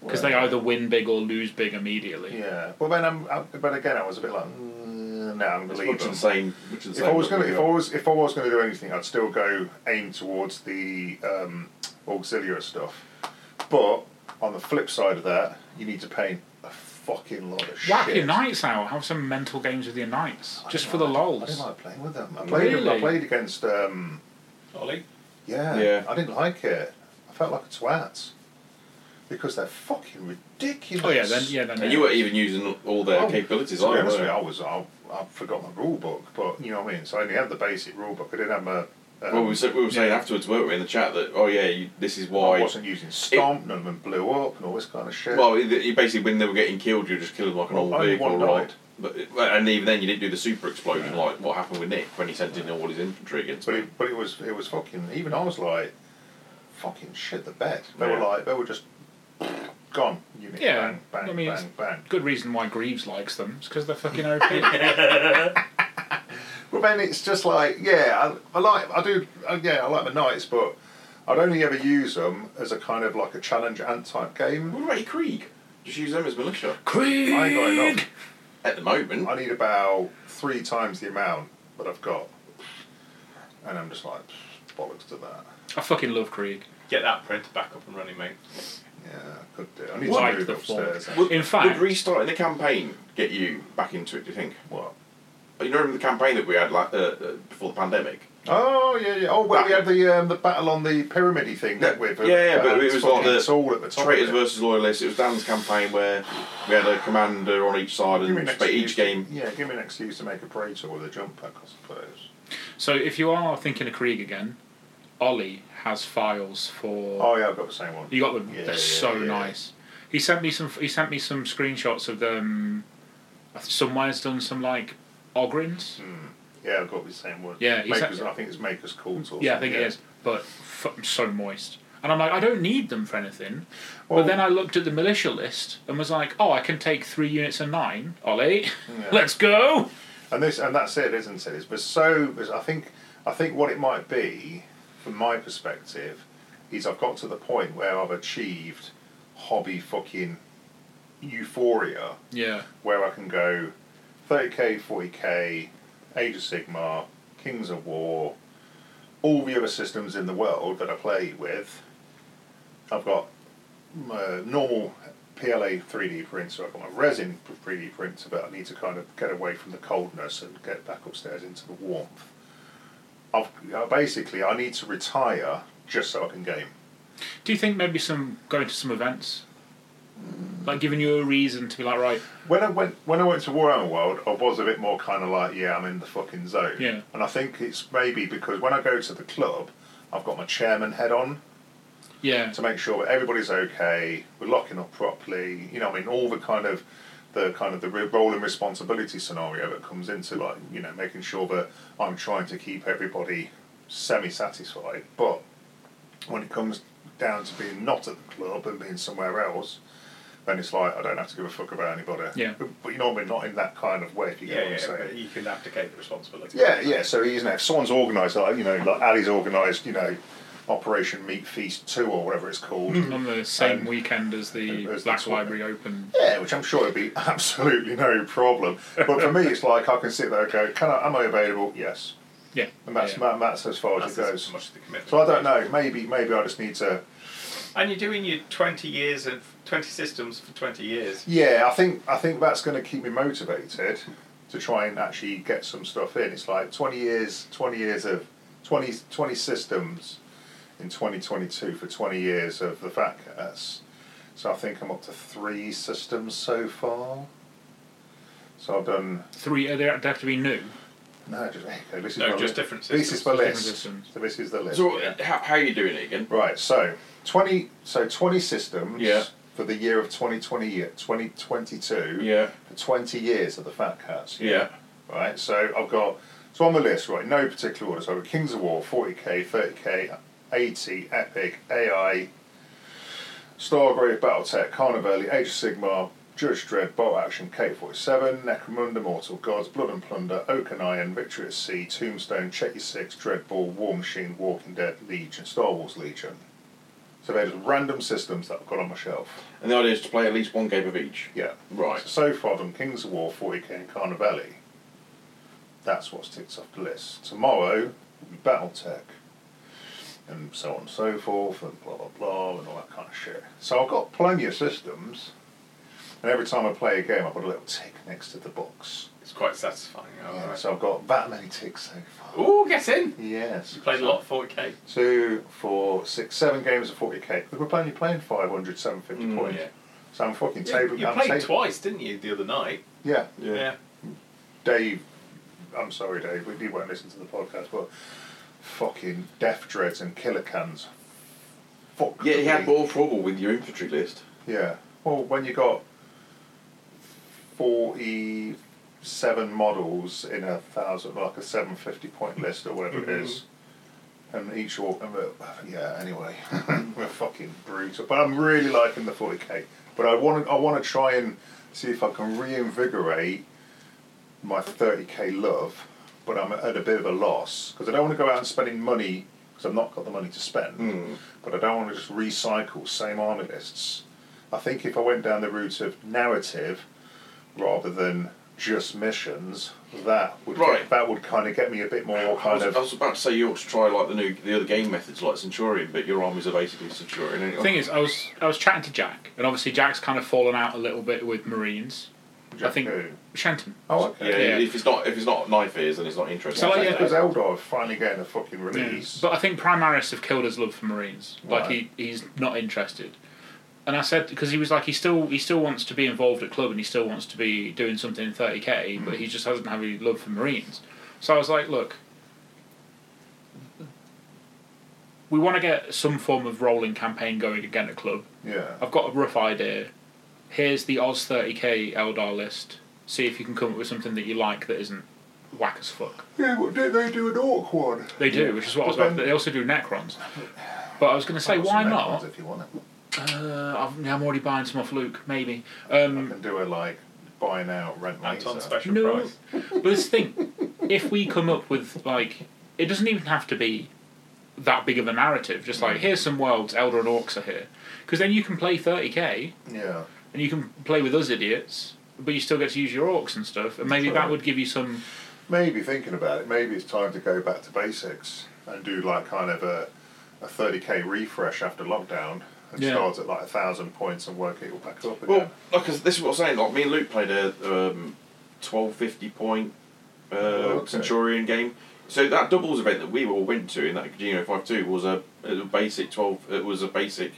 B: because they either win big or lose big immediately.
C: Yeah. Well, then I'm, I, but again, I was a bit like, mm, no, I'm going
D: It's much
C: to leave them.
D: insane. Much
C: If
D: insane
C: I was
D: but
C: going to,
D: we
C: if I
D: are-
C: was, if I was going to do anything, I'd still go aim towards the um, auxiliary stuff. But on the flip side of that, you need to paint a fucking lot of
B: Whack
C: shit.
B: your knights out. Have some mental games with your knights, just for the
C: I didn't
B: lols.
C: like playing with them. I played,
B: Really?
C: I played against. Um,
A: Ollie.
C: Yeah.
D: Yeah.
C: I didn't like it. I felt like a twat. Because they're fucking ridiculous.
B: Oh yeah, then yeah, then
D: And you weren't even using all their
C: Oh,
D: capabilities,
C: To be
D: either,
C: honest with you,
D: were
C: I was I, I forgot my rule book, but you know what I mean. So I only had the basic rule book. I didn't have my. Um,
D: you? Well, we, said, we were saying afterwards, weren't we, in the chat that oh yeah, you, this is
C: I
D: why.
C: wasn't using stomp, none of them blew up, and all this kind of shit.
D: Well, it- you basically when they were getting killed, you were just killing like an
C: Well,
D: old
C: only
D: vehicle,
C: one
D: right?
C: died.
D: But it- well, and even then, you didn't do the super explosion like what happened with Nick when he sent in all his infantry against.
C: but
D: me.
C: it, but it was it was fucking. Even I was like, fucking shit the bed. They were
D: Yeah.
C: like they were just gone. Unit
B: Yeah,
C: bang bang
B: I mean, it's-
C: bang bang.
B: Good reason why Greaves likes them. It's because they're fucking OP.
C: Well, then it's just like, yeah, I, I like, I do, uh, yeah, I like the knights, but I'd only ever use them as a kind of like a challenge ant type game.
D: What about your Krieg? Just use them as militia.
B: Krieg.
C: I ain't got enough.
D: At the moment,
C: I need about three times the amount that I've got, and I'm just like bollocks to that.
B: I fucking love Krieg.
A: Get that printer back up and running, mate.
C: Yeah, could do. I need
B: Like
C: to move
B: the
C: upstairs.
B: form.
D: would,
B: In fact-
D: would restarting the campaign get you back into it? Do you think?
C: What?
D: You remember the campaign that we had like, uh, uh, before the pandemic?
C: Oh yeah, yeah. Oh, well, we had the um, the battle on the pyramidy thing,
D: Yeah,
C: didn't we?
D: yeah, yeah, but
C: that's
D: it was like
C: fucking
D: the
C: Saul at the top. of
D: Traitors
C: it.
D: versus Loyalists. It was Dan's campaign where we had a commander on each side,
C: Give me an
D: and but
C: excuse
D: each
C: to-
D: game
C: yeah, give me an excuse to make a parade tour with a jump pack, I suppose.
B: So if you are thinking of Krieg again, Ollie has files for.
C: Oh yeah, I've got the same one.
B: You got them.
C: Yeah,
B: They're
C: yeah,
B: so
C: yeah.
B: nice. He sent me some. He sent me some screenshots of them. Somewhere's done some like ogrins.
C: Mm. Yeah, I've got the same one.
B: Yeah, he's-
C: Maker's, I think it's Maker's Calls. Or
B: Yeah, I think it
C: something,
B: is. But f- so moist. And I'm like, I don't need them for anything.
C: Well-
B: but then I looked at the militia list and was like, oh, I can take three units of nine, Ollie.
C: Yeah.
B: Let's go.
C: And this and that's it, isn't it? It's but so. but I think I think what it might be, from my perspective, is I've got to the point where I've achieved hobby fucking euphoria,
B: Yeah.
C: where I can go, thirty k, forty k, Age of Sigmar, Kings of War, all the other systems in the world that I play with. I've got my normal PLA 3D printer, I've got my resin 3D printer, but I need to kind of get away from the coldness and get back upstairs into the warmth. I've, uh, basically, I need to retire just so I can game.
B: Do you think maybe some going to some events? Like giving you a reason to be like, right,
C: When I went when I went to Warhammer World, I was a bit more kind of like, yeah, I'm in the fucking zone.
B: Yeah.
C: And I think it's maybe because when I go to the club, I've got my chairman head on,
B: yeah,
C: to make sure that everybody's okay, we're locking up properly. You know, I mean, all the kind of the kind of the re- role and responsibility scenario that comes into like you know making sure that I'm trying to keep everybody semi satisfied. But when it comes down to being not at the club and being somewhere else. Then it's like I don't have to give a fuck about anybody.
B: Yeah.
C: But, but you know what I mean, not in that kind of way. If you get
A: Yeah,
C: what
A: yeah,
C: I'm saying.
A: but you can abdicate the responsibility.
C: Yeah, yeah. So he's now if someone's organised, like you know, like Ali's organised, you know, Operation Meat Feast Two or whatever it's called.
B: on the same
C: Um, uh,
B: weekend as the
C: as the
B: Black
C: sort of-
B: Library open.
C: Yeah, which I'm sure would be absolutely no problem. But for me, it's like I can sit there and go, "Can I? Am I available? Yes."
B: Yeah,
C: And that's
B: yeah.
C: that, that's as far as
A: That's
C: it
A: as
C: goes.
A: much of the commitment.
C: So I don't know. Maybe maybe I just need to.
A: And you're doing your 20 years of 20 systems for 20 years.
C: Yeah, I think I think that's going to keep me motivated to try and actually get some stuff in. It's like twenty years, twenty years of 20, 20 systems in twenty twenty two for twenty years of the fat cats. So I think I'm up to three systems so far. So I've done
B: Three, uh, they have they have to be new.
C: no, just okay, this is
A: No,
C: my
A: just
C: li-
A: different
C: This is my
B: Different
C: list.
B: systems.
C: So this is the list.
D: So uh, how, how are you doing it again?
C: Right, so twenty, so twenty systems
D: Yeah.
C: for the year of 2020, year- 2022
D: Yeah,
C: for 20 years of the Fat Cats.
D: yeah.
C: Right, so I've got, so on the list, right, no particular order. So I've got Kings of War, 40k, 30k, 80, Epic, AI, Stargrave, Battletech, Carnivale, Age of Sigmar, Judge Dredd, Bolt Action, K47, Necromunda, Mortal Gods, Blood and Plunder, Oak and Iron, Victory at Sea, Tombstone, Check Your Six, Dreadball, War Machine, Walking Dead, Legion, Star Wars Legion. So they're just random systems that I've got on my shelf.
D: And the idea is to play at least one game of each.
C: Yeah.
D: Right.
C: So, so far, done Kings of War, 40k, and Carnavelli. That's what's ticked off the list. Tomorrow, will be Battletech, and so on and so forth, and blah blah blah, and all that kind of shit. So I've got plenty of systems, and every time I play a game, I put a little tick next to the box.
A: It's quite satisfying.
C: Yeah,
A: alright.
C: So I've got that many ticks so far.
A: Ooh, get in!
C: Yes.
A: You played a lot of 40k.
C: Two, four, six, seven games of 40k. Because we're only playing 500, 750
D: Mm,
C: points.
A: yeah.
C: So I'm fucking
A: Yeah,
C: table.
A: you
C: I'm
A: played
C: table-
A: twice, didn't you, the other night?
C: Yeah.
D: Yeah.
C: Dave, I'm sorry, Dave, but you won't listen to the podcast, but fucking death dreads and killer cans. Fuck.
D: Yeah,
C: me.
D: you had more trouble with your infantry list.
C: Yeah. Well, when you got 47 models in a thousand, like a 750 point list or whatever it is, and each all, and we're- yeah, anyway, we're fucking brutal. But I'm really liking the 40k. But I want to, I want to try and see if I can reinvigorate my 30k love, but I'm at a bit of a loss because I don't want to go out and spending money because I've not got the money to spend.
D: Hmm.
C: But I don't want to just recycle same army lists. I think if I went down the route of narrative rather than just missions, that would
D: Right.
C: that would kind of get me a bit more
D: I
C: kind
D: was, I
C: of
D: was about to say you ought to try like the new the other game methods like Centurion, but your armies are basically Centurion
B: The
D: anyway.
B: thing is, I was I was chatting to Jack, and obviously Jack's kind of fallen out a little bit with Marines. I think
C: Jakku.
B: Shenton.
C: Oh,
D: yeah,
C: okay.
B: Yeah.
D: if it's not if it's not knife ears, then it's not interesting.
B: So, like, yeah,
C: Because Eldar is finally getting a fucking release.
B: But I think Primaris have killed his love for Marines. Like he, he's not interested. And I said because he was like he still he still wants to be involved at club and he still wants to be doing something in 30k, but he just hasn't have any love for Marines. So I was like, look, we want to get some form of rolling campaign going again at club.
C: yeah.
B: I've got a rough idea. Here's the Oz 30k Eldar list. See if you can come up with something that you like that isn't whack as fuck.
C: Yeah, but did they do an orc one?
B: They do, which is what I was
C: But
B: about.
C: then-
B: They also do Necrons. But I was going to say,
C: I've got
B: why
C: some Necrons
B: not?
C: If you want it.
B: Uh, I've, I'm already buying some off Luke, maybe.
C: I
B: Um,
C: can do it like buy now, rent later.
A: Anton special
B: No.
A: prize.
B: but this thing, if we come up with, like, it doesn't even have to be that big of a narrative. Just
C: Mm.
B: like, here's some worlds, Elder and Orcs are here. Because then you can play 30k,
C: Yeah.
B: and you can play with us idiots, but you still get to use your Orcs and stuff, and maybe that would give you some.
C: Maybe thinking about it, maybe it's time to go back to basics and do like kind of a, a 30k refresh after lockdown and
B: Yeah.
C: start at like a thousand points and work it all back up again.
D: Well, like 'cause this is what I'm saying. Like me and Luke played a um, twelve fifty point uh,
C: Oh, okay.
D: Centurion game. So that doubles event that we all went to in that Geno five two was a, a basic twelve. It was a basic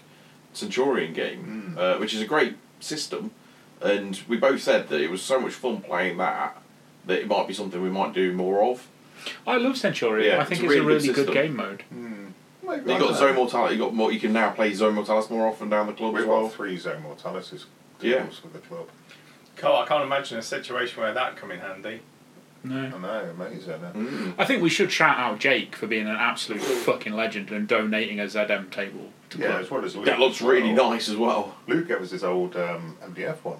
D: Centurion
C: Hmm.
D: game, uh, which is a great system. And we both said that it was so much fun playing that that it might be something we might do more of.
B: I love Centurion.
D: Yeah,
B: I think it's, a really good,
D: system.
B: game mode.
C: Maybe, I
D: You got
C: don't
D: zone
C: know.
D: mortality. You got more. You can now play zone mortalis more often down the club as
C: We've
D: well.
C: got three zone mortalities
D: Yeah.
C: deals with the club.
A: Carl, I can't imagine a situation where that come in handy.
B: No.
C: I know, amazing. eh?
D: Mm.
B: I think we should shout out Jake for being an absolute fucking legend and donating a ZM table to
C: Yeah,
B: Club.
C: as well as Luke.
D: That looks really
C: well.
D: nice as well.
C: Luke gave us his old um, MDF one.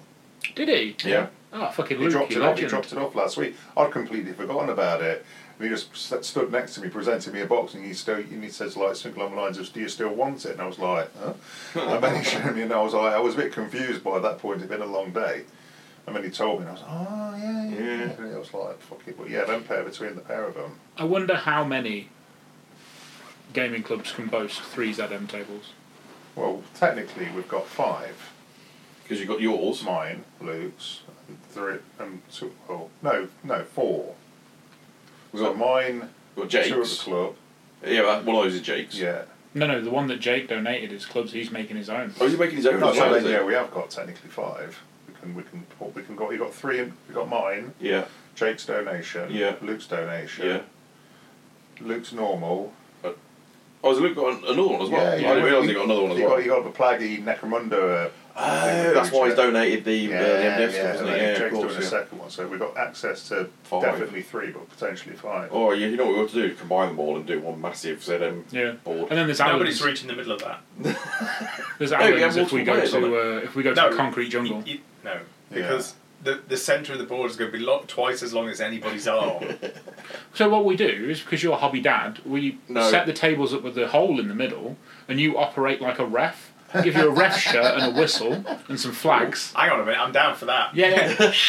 B: Did he?
D: Yeah.
B: Oh, fucking
C: He
B: Luke,
C: dropped
B: you
C: it off. He
B: legend.
C: dropped it off last week. I'd completely forgotten about it. And he just st- stood next to me, presented me a box, and he still and he says like something along the lines of, "Do you still want it?" And I was like, "Huh?" and then he showed me, and I was like, I was a bit confused by that point. It'd been a long day. And then he told me, and I was like, "Oh yeah, yeah."
D: Yeah.
C: yeah. And I was like, "Fuck it," but yeah, then pair between the pair of them.
B: I wonder how many gaming clubs can boast three ZM tables.
C: Well, technically, we've got five.
D: Because you got yours.
C: Mine, Luke's, and three, and two. Oh no, no, four.
D: We've
C: so
D: got-
C: mine,
D: Well,
C: two at the
D: Jake's.
C: club.
D: Yeah, that- one of those is Jake's.
C: Yeah.
B: No, no, the one that Jake donated is clubs. He's making his own.
D: Oh, is he making his own?
C: No,
D: as well,
C: so
D: is
C: then,
D: he?
C: yeah, we have got technically five. We can, we can, we can got. You got three. in- We got mine.
D: yeah.
C: Jake's donation.
D: Yeah.
C: Luke's donation.
D: Yeah.
C: Luke's normal.
D: Oh, has Luke got an- another one as well?
C: Yeah, yeah.
D: I didn't realise he got another one as
C: You
D: well.
C: got, you got the plaggy Necromunda. Uh,
D: Oh, that's why he's donated the,
C: yeah,
D: uh, the
C: yeah,
D: MDF stuff,
C: yeah.
D: isn't
C: and then
D: he? Yeah, of
C: Jake's doing a
D: course. Yeah.
C: second one, so we've got access to
D: Five.
C: definitely three, but potentially five.
D: Oh, yeah, you know what we ought to do? Combine them all and do one massive ZM
B: Yeah.
D: board.
B: And then there's Alan's.
A: Nobody's reaching the middle of that.
B: there's
D: yeah,
B: Alan's if we
D: multiple
B: go
D: players,
B: to uh, if we go to
A: No.
B: concrete jungle.
A: You- you- no,
C: Yeah.
A: because the, the centre of the board is going to be lo- twice as long as anybody's arm.
B: So what we do is because you're hobby dad, we
D: No.
B: set the tables up with the hole in the middle, and you operate like a ref. We give you a ref shirt and a whistle and some flags.
A: Hang on a minute, I'm down for that.
B: Yeah, yeah.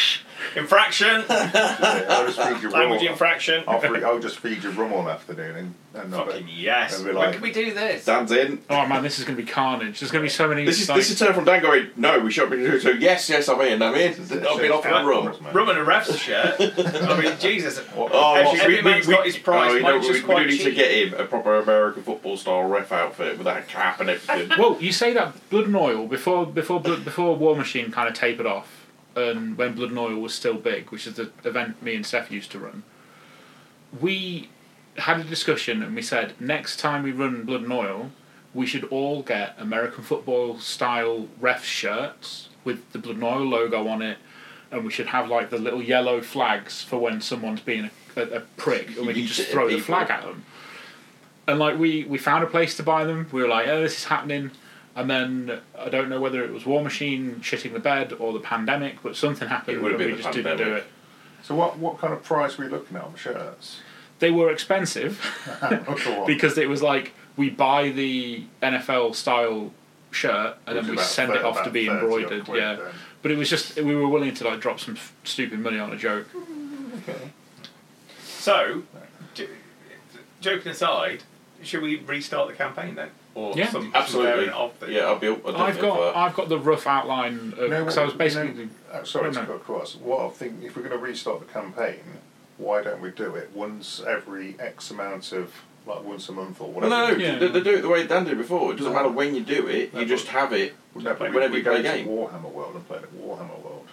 A: Infraction!
C: I'll just feed you rum.
A: Language
C: all-
A: infraction!
C: I'll, free, I'll just feed you rum all afternoon and, and uh, not
A: Fucking yes.
C: They'll be
A: when
C: like-
A: can we do this?
D: Dan's in.
B: oh man, this is going to be carnage. There's going to be so many.
D: This is
B: like-
D: this is turned from Dan going. No, we shouldn't be doing so. Yes, yes, I'm in. I'm in. I've been off that room.
A: Rum and a ref's shirt. I mean, Jesus.
D: Oh,
A: Every-
D: we-
A: every man's
D: we-
A: got his price.
D: oh, you know,
A: Mine's
D: we-
A: just
D: we,
A: quite
D: do need to
A: cheap.
D: get him a proper American football style ref outfit with that cap and everything.
B: Well, you say that Blood and Oil before before Blood- before War Machine kind of tapered off, and when Blood and Oil was still big, which is the event me and Steph used to run. We had a discussion and we said next time we run Blood and Oil, we should all get American football style ref shirts with the Blood and Oil logo on it, and we should have like the little yellow flags for when someone's being a, a, a prick, and we can
D: You
B: just
D: hit
B: throw the
D: people.
B: flag at them and like we we found a place to buy them. We were like, oh, this is happening. And then I don't know whether it was War Machine shitting the bed or the pandemic, but something happened
D: It would
B: and
D: have
B: we
D: been the
B: just didn't do
D: pandemic.
B: it.
C: So what, what kind of price were we looking at on the shirts?
B: They were expensive because it was like we buy the NFL style shirt and then we send it off to be embroidered. Yeah, but it was just we were willing to like drop some f- stupid money on a joke.
A: So, j- joking aside, should we restart the campaign then? Or
B: Yeah.
A: some,
D: Absolutely.
A: Some variant of the,
D: Yeah, I'll be. I'll definitely
B: I've got
D: have that.
B: I've got the rough outline of because I was basically
C: No, uh, sorry
B: No,
C: to
B: no.
C: cut across. What I think, if we're going to restart the campaign, why don't we do it once every X amount of, like once a month or
D: No,
C: whatever?
D: no, no.
B: Yeah.
D: They, they do it the way Dan did before. It doesn't matter when you do it. You just have it.
C: No, but
D: Whenever
C: we, we
D: you
C: go
D: play
C: to
D: a game.
C: Warhammer World and play at Warhammer World.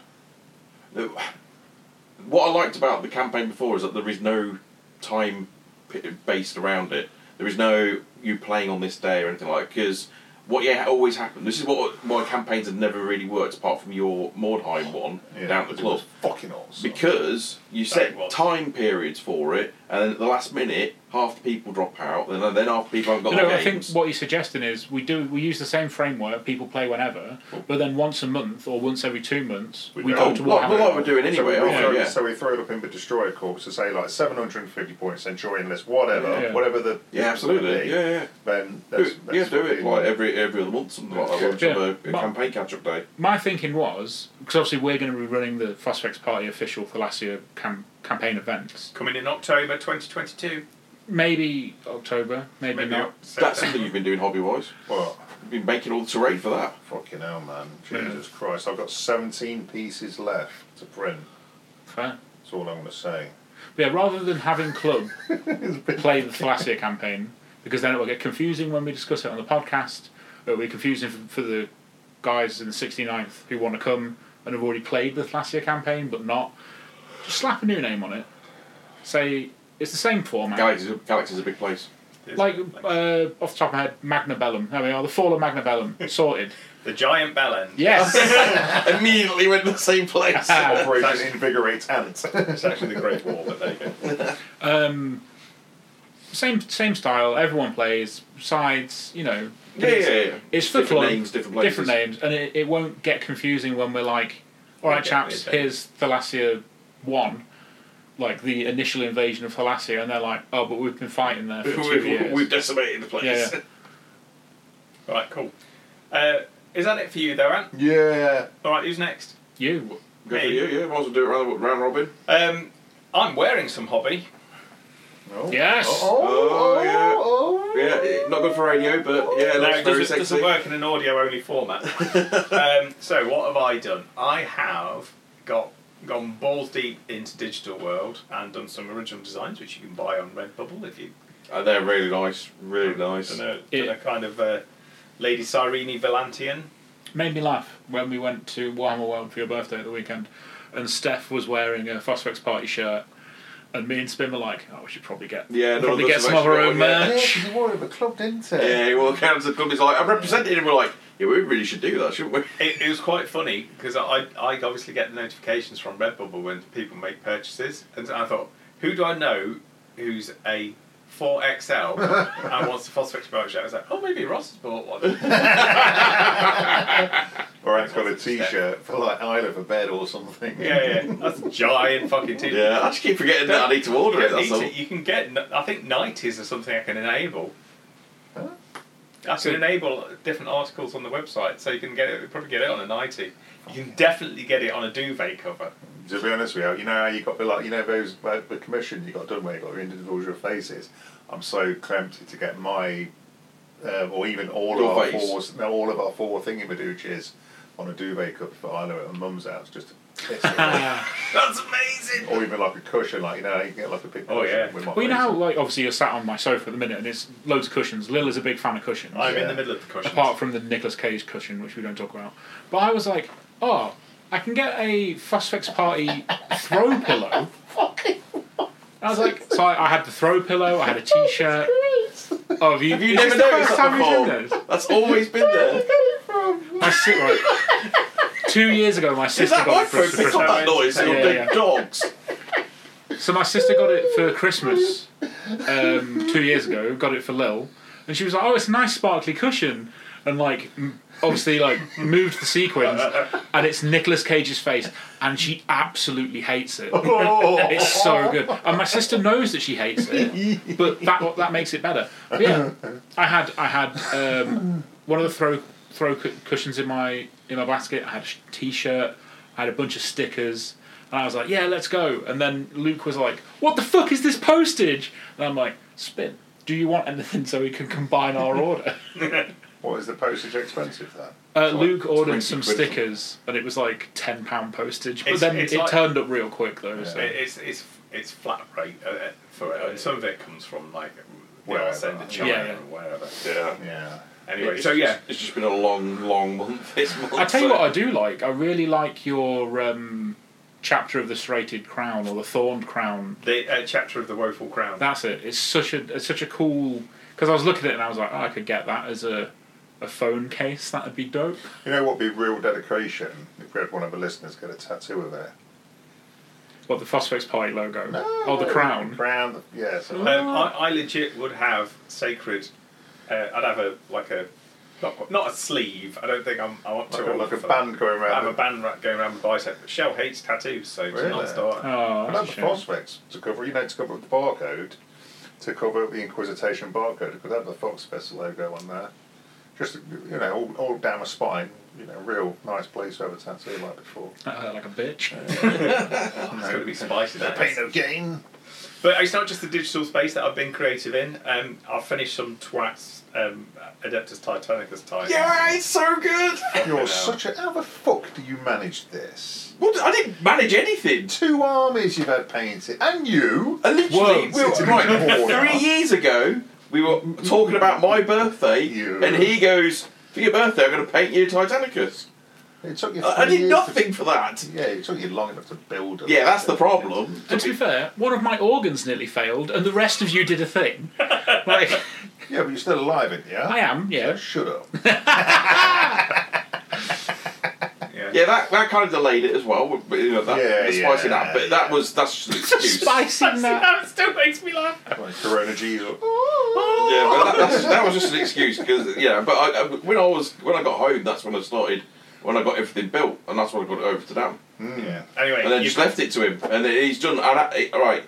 D: What I liked about the campaign before is that there is no time p- based around it. There is no you playing on this day or anything like. Because what yeah always happened. This is what my campaigns have never really worked apart from your Mordheim one down at the
C: it
D: club.
C: was fucking awesome.
D: Because you
A: That
D: set
A: was-
D: time periods for it, and then at the last minute, half the people drop out, and then- then half the people haven't got
B: No,
D: the
B: I think
D: games.
B: what he's suggesting is we do we use the same framework. People play whenever, but then once a month or once every two months we,
C: We
D: oh,
B: go to
D: like,
B: Warhammer.
D: like we're doing
C: so, we
D: anyway,
C: throw,
D: aren't we? Yeah.
C: so we throw it up in the Destroyer Corps to say like 750 point Centurion list, whatever,
B: Yeah.
C: whatever the
D: Yeah, absolutely. Yeah, yeah.
C: Then
D: Do
C: that's,
D: it-
C: that's
D: yeah, do
C: what
D: it
C: we-
D: like every every other month, something like that. Once
B: Yeah.
D: you have a, a
B: But-
D: campaign catch up day.
B: My thinking was because obviously we're going to be running the Phosphex Party official Thalassia cam- campaign events.
A: Coming in October 2022.
B: Maybe October, maybe,
A: Maybe
B: not.
D: That's
A: September.
D: something you've been doing hobby wise.
C: Well,
D: You've been making all the terrain for that.
C: fucking hell, man. Jesus Christ. I've got 17 pieces left to print.
B: Fair.
C: That's all I'm going to say.
B: But yeah, rather than having club play the Thalassia campaign because then it will get confusing when we discuss it on the podcast. It'll be confusing for, for the guys in the 69th who want to come and have already played the Thalassia campaign but not. Just slap a new name on it. Say it's the same format.
D: Galaxy's, Galaxy's a big place.
B: Like uh, off the top of my head, Magna Bellum. There we are, the fall of Magna Bellum. Sorted.
A: the giant bellend.
B: Yes.
D: Immediately went to the same place.
C: Operation Invigorate Ant.
A: It's actually the Great Wall, but there you go.
B: um, same same style. Everyone plays sides. You know.
D: yeah, yeah, yeah.
B: It's for
D: different
B: fun.
D: names, different places.
B: different names, and it, it won't get confusing when we're like, all right,
A: Okay,
B: chaps,
A: okay.
B: here's Thalassia one, like the initial invasion of Thalassia, and they're like, oh, but we've been fighting there for two
D: We've,
B: years.
D: we've decimated the place.
B: Yeah, yeah.
A: Right, cool. Uh, is that it for you, though, Ant?
C: yeah.
A: All right, who's next?
B: you.
D: Go for you, yeah. Might as well do it round, round robin.
A: Um, I'm wearing some hobby.
C: Oh.
B: Yes.
D: Oh, yeah.
C: oh,
D: Yeah, eh, not good for radio, but yeah,
A: no,
D: that's
A: it
D: very
A: doesn't,
D: sexy.
A: doesn't work in an audio-only format. um, so what have I done? I have got gone balls deep into digital world and done some original designs, which you can buy on Redbubble if you
D: Uh, they're really nice, really nice.
A: done a, done
B: Yeah.
A: a kind of uh, Lady Cyrene Valantian.
B: Made me laugh when we went to Warhammer World for your birthday at the weekend, and Steph was wearing a Phosphex Party shirt, and me and Spin were like, "Oh, we should probably get
D: Yeah, no,
B: probably get
D: there's some
B: some of our
D: extra
B: own
D: one, yeah.
C: Yeah, 'cause
B: merch."
C: you wore it with a club, didn't you?
D: Yeah, he walked out to the club. He's like, I'm representing, and we're like, yeah, we really should do that, shouldn't we?
A: It, it was quite funny because I, I obviously get the notifications from Redbubble when people make purchases, and I thought, who do I know who's a 4XL and wants the Phosphex promotion? I was like, oh, maybe Ross has bought one.
C: Or Ant's got a
A: Lots of
C: t shirt for like I live a bed or something.
A: Yeah, yeah. That's a giant fucking t
D: Yeah, I just keep forgetting that I need to order
A: you
D: it.
A: don't
D: That's
A: need
D: all.
A: to- you can get, n- I think, 90s or something I can enable.
C: Huh?
A: I can enable different articles on the website, so you can get it. Probably get it on a 90. You can definitely get it on a duvet cover.
C: To be honest with you, you know how you got the like you know those like, the commission you got done where you got your individual faces. I'm so tempted to get my, uh, or even all
D: Your
C: of our
D: face.
C: four, no, all of our four thingy badooches on a duvet cover for Isla at my mum's house just to piss her off.
A: That's amazing.
C: or even like a cushion, like you know how you can get like a big
A: Oh,
C: cushion
A: yeah.
C: with my
B: Well, you know
C: face
B: how,
C: on.
B: like, obviously you're sat on my sofa at the minute and it's loads of cushions. Lil is a big fan of cushions.
A: I'm in
C: Yeah.
A: the middle of the cushions.
B: apart from the Nicolas Cage cushion, which we don't talk about. But I was like, oh, I can get a Fosfex Party throw pillow. I was like, so I, I had the throw pillow, I had a t shirt. Oh, have you,
D: Have you
B: is this
D: never
B: the
D: noticed
B: first
D: that
B: time you've seen
D: before?
B: this?
D: That's always been there.
B: My si- right. Two years ago, my
D: Is
B: sister
D: that
B: got it for,
D: microphone
B: for
D: pick
B: Christmas.
D: up that noise? It'll
B: Yeah,
D: do
B: yeah.
D: dogs.
B: So my sister got it for Christmas um, two years ago. Got it for Lil, and she was like, "Oh, it's a nice sparkly cushion," and like m- obviously like moved the sequins, and it's Nicolas Cage's face, and she absolutely hates it.
C: Oh,
B: It's so good, and my sister knows that she hates it, but that what that makes it better. But yeah, I had I had um, one of the throw throw cu- cushions in my in my basket. I had a sh- t-shirt. I had a bunch of stickers, and I was like, "Yeah, let's go." And then Luke was like, "What the fuck is this postage?" And I'm like, "Spin. Do you want anything so we can combine our order?"
C: What is the postage expensive then?
B: Uh,
D: It's like
B: Luke
D: 20
B: ordered some
D: quid or
B: stickers, and it was like ten pound postage. But
A: It's-
B: then
A: it's
B: it
A: like-
B: turned up real quick though.
C: Yeah.
B: So.
A: It- It's it's it's flat rate uh, uh, for it, and some of it comes from like you know,
C: Wherever.
A: send to China
B: Yeah, yeah.
A: or wherever.
D: Yeah.
C: Yeah.
A: Anyway,
D: It's
A: so yeah,
D: just- it's just been a long, long month this month.
B: I tell you
D: so-
B: what, I do like. I really like your um, chapter of the serrated crown or the thorned crown.
A: the uh, chapter of the woeful crown.
B: That's it. It's such a it's such a cool. Because I was looking at it and I was like, oh, I could get that as a a phone case. That'd be dope.
C: You know what would be real dedication if we had one of the listeners get a tattoo of it?
B: What the Phosphex Party logo? oh, the crown.
C: Crown, the- yeah. So
A: Um, I, I legit would have sacred. Uh, I'd have a like a not, not a sleeve. I don't think I'm. I want to
C: like a, like a
A: for
C: band going
A: That. I have
C: around.
A: a band ra- going around my bicep. But Shell hates tattoos, so it's
C: Really?
A: not starter.
B: Oh,
C: I
B: that's
C: have
B: a
C: the
B: shame.
C: prospects to cover, you know, to cover the barcode, to cover the Inquisition barcode. It could have the Fox Fest logo on there. Just, you know, all, all down the spine. You know, real nice place to have a tattoo like before.
B: That hurt like a bitch.
A: it's going to be spicy. that is.
C: Pay no gain.
A: But it's not just the digital space that I've been creative in. Um, I've finished some twats um, Adeptus Titanicus time.
D: Yeah, it's so good.
C: You're
A: hell.
C: such a. How the fuck do you manage this?
D: What? I didn't manage anything.
C: Two armies you've had painted, and you.
D: And literally,
B: Whoa,
D: we were,
C: sitting in the
D: right,
C: corner.
D: three years ago, we were talking about my birthday,
C: You.
D: and he goes, "For your birthday, I'm going to paint you a Titanicus."
C: It took you.
D: I, I
C: three
D: did
C: years
D: nothing for that.
C: To, yeah, it took you long enough to build. a-
D: Yeah, that's the problem.
B: And to be fair, one of my organs nearly failed, and the rest of you did a thing. Like
C: Yeah, but you're still alive, aren't you?
B: I am, yeah.
C: Shut up.
A: Yeah.
D: Yeah, that, that kind of delayed it as well. But, you know, that,
C: Yeah,
D: the spicy
C: yeah,
D: that, but that
C: yeah.
D: was that's just an excuse. yeah,
B: Spicy nut.
A: That still makes me laugh.
C: like Corona Jesus.
D: but that, that's, that was just an excuse because yeah. But I, I- when I was when I got home, that's when I started. When I got everything built, and that's when I got it over to Dan.
C: Mm,
A: Yeah. Anyway,
D: and then
A: you-
D: just left it to him, and then he's done. And I, all right,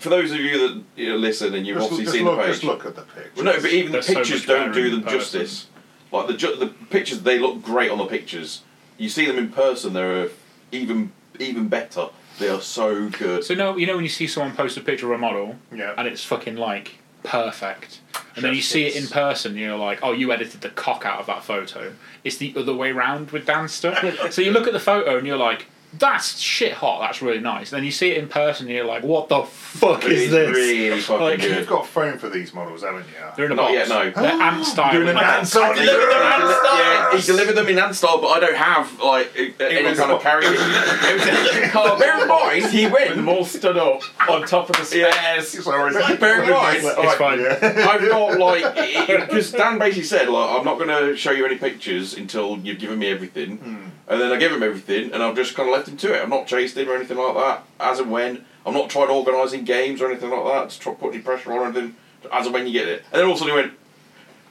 D: for those of you that you know, listen and you've
C: Just,
D: obviously
C: just
D: seen
C: look,
D: the
C: just
D: page,
C: look at the picture.
D: well, no, but even the
B: They're so
D: pictures
B: much
D: don't
B: better
D: do
B: in
D: them
B: person.
D: justice. Like the ju- the pictures, they look great on the pictures. You see them in person, they're uh, even even better. They are so good.
B: So no, you know when you see someone post a picture of a model,
C: Yeah.
B: and it's fucking like perfect, and then you
C: Just
B: see it in
C: it's-
B: person, and you're like, oh, you edited the cock out of that photo. It's the other way round with Dan's stuff. so you look at the photo and you're like, that's shit hot. That's really nice. Then you see it in person, and you're like, what the fuck
D: It
B: is
D: is
B: this?
D: really fucking
B: Like-
D: good.
C: You've got a phone for these models, haven't you?
B: They're in a
D: Not
B: box.
D: yet, no.
B: They're ant style.
C: Doing an
B: Like,
C: ant style.
A: I delivered them out of
D: Yeah, he
A: stars.
D: delivered them in Anstyle, but I don't have like a- a- any
C: was
D: kind of
C: a-
D: carry. it was a little car. Bear in mind, he
A: With
D: went.
A: them all stood up on top of the stairs.
C: Sorry,
D: like Barry White.
C: It's
D: It's
B: fine.
C: Yeah.
D: I've got like because Dan basically said like I'm not going to show you any pictures until you've given me everything,
C: Hmm.
D: and then I give him everything, and I've just kind of left him to it. I'm not chased him or anything like that. As and when I'm not trying organising games or anything like that to try put any pressure on or anything. As and when you get it, and then all of a sudden he went,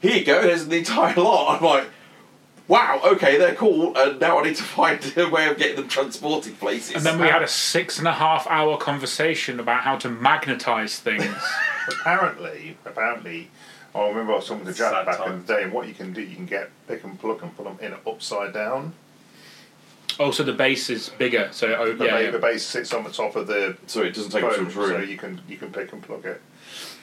D: "Here you go. There's the entire lot." I'm like, wow, okay, they're cool, and now I need to find a way of getting them transported places.
B: And then we had a six and a half hour conversation about how to magnetize things.
C: Apparently, apparently, I remember I was talking to Jack
A: Sad
C: back in
A: times.
C: the day, and what you can do, you can get pick and plug and put them in upside down.
B: also, the base is bigger, so it, oh,
C: The,
B: yeah,
C: ba-
B: yeah.
C: the base sits on the top of the
D: so it doesn't take up so
C: phone,
D: much
C: so
D: room.
C: you can you can pick and plug it.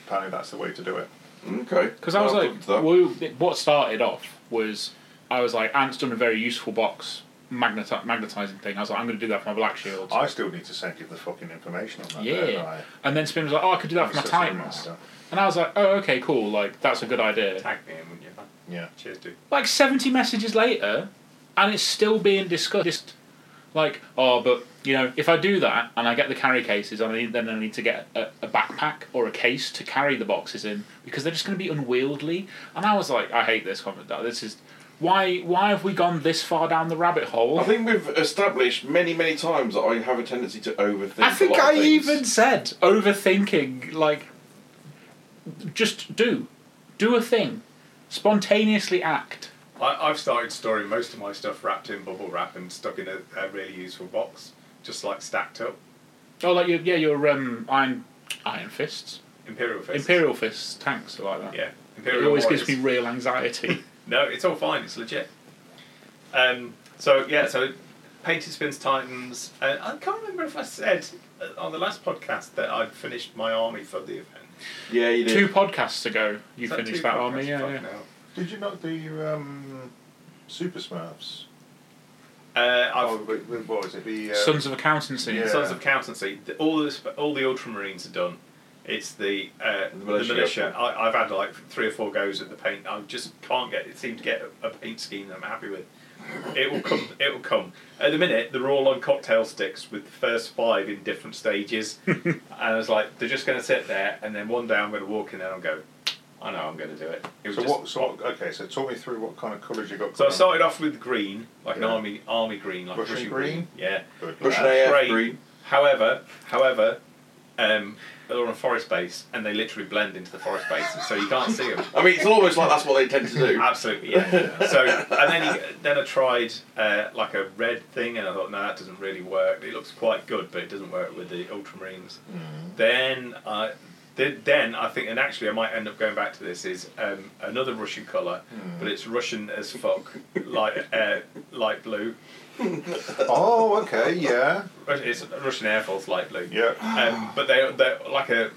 C: Apparently, that's the way to do it.
D: okay.
B: Because I was
D: I'll
B: like,
D: look into that.
B: well, what started off was I was like, Ant's done a very useful box magneti- magnetizing thing. I was like, I'm going to do that for my black shield.
C: I still need to send you the fucking information on that. don't
B: Oh, yeah.
C: I?
B: And then Spin was like, oh, I could do that for my
C: It's such a
B: Titans.
C: reminder.
B: And I was like, oh, okay, cool. Like, that's a good idea.
A: Tag me in, wouldn't you? man?
C: Yeah.
A: Cheers, dude.
B: Like, 70 messages later, and it's still being discussed. Like, oh, but, you know, if I do that and I get the carry cases, I need, then I need to get a, a backpack or a case to carry the boxes in because they're just going to be unwieldy. And I was like, I hate this comment. that- This is. Why, why have we gone this far down the rabbit hole?
D: I think we've established many, many times that I have a tendency to overthink.
B: I think
D: a lot
B: I
D: of things.
B: even said overthinking, like, just do. Do a thing. Spontaneously act.
A: I, I've started storing most of my stuff wrapped in bubble wrap and stuck in a, a really useful box, just like stacked up.
B: Oh, like, your, yeah, your um, iron, iron fists.
A: Imperial fists.
B: Imperial fists, tanks are like that.
A: Yeah.
B: It
A: Imperial
B: always
A: warriors.
B: gives me real anxiety.
A: No, it's all fine. It's legit. Um, so yeah, so painted spins Titans. Uh, I can't remember if I said uh, on the last podcast that I'd finished my army for the event.
D: Yeah, you did.
B: two podcasts ago, you
A: Is that two
B: finished that army,
A: podcasts?
B: yeah,
A: Fuck
B: yeah.
A: no.
C: Did you not do um, Super Smurfs?
A: Uh, I've,
C: Oh, but- but what was it? The uh,
B: Sons of Accountancy.
C: Yeah.
A: Sons of Accountancy. The, all the sp- all the Ultramarines are done. It's the uh, the
D: The
A: militia.
D: militia.
A: I, I've had like three or four goes at the paint. I just can't get it. Seem to get a, a paint scheme that I'm happy with. It will come. It will come. At the minute, they're all on cocktail sticks with the first five in different stages, and I was like, they're just going to sit there, and then one day I'm going to walk in there and go, I know I'm going to do it. it was
C: So
A: just-
C: what? So what, okay. So talk me through what kind of colours you got.
A: So I
C: going.
A: started off with green, like an
C: Yeah.
A: army army green, like
C: Russian
A: Russian
C: green?
A: green. Yeah.
C: Good
D: Russian
C: lad.
A: Yeah.
D: AF
A: Great.
D: green.
A: However, however, um, they're on a forest base, and they literally blend into the forest base, so you can't see them.
D: I mean, it's almost like that's what they tend to do.
A: Absolutely, yeah. So, and then you, then I tried uh, like a red thing, and I thought, no, that doesn't really work. It looks quite good, but it doesn't work with the ultramarines. Then I. th- Then I think, and actually, I might end up going back to this. Is um, another Russian color, but it's Russian as fuck, light uh, light blue.
C: Oh, okay. Yeah.
A: Russian- It's Russian Air Force light blue.
C: Yeah.
A: Um, but they they're like a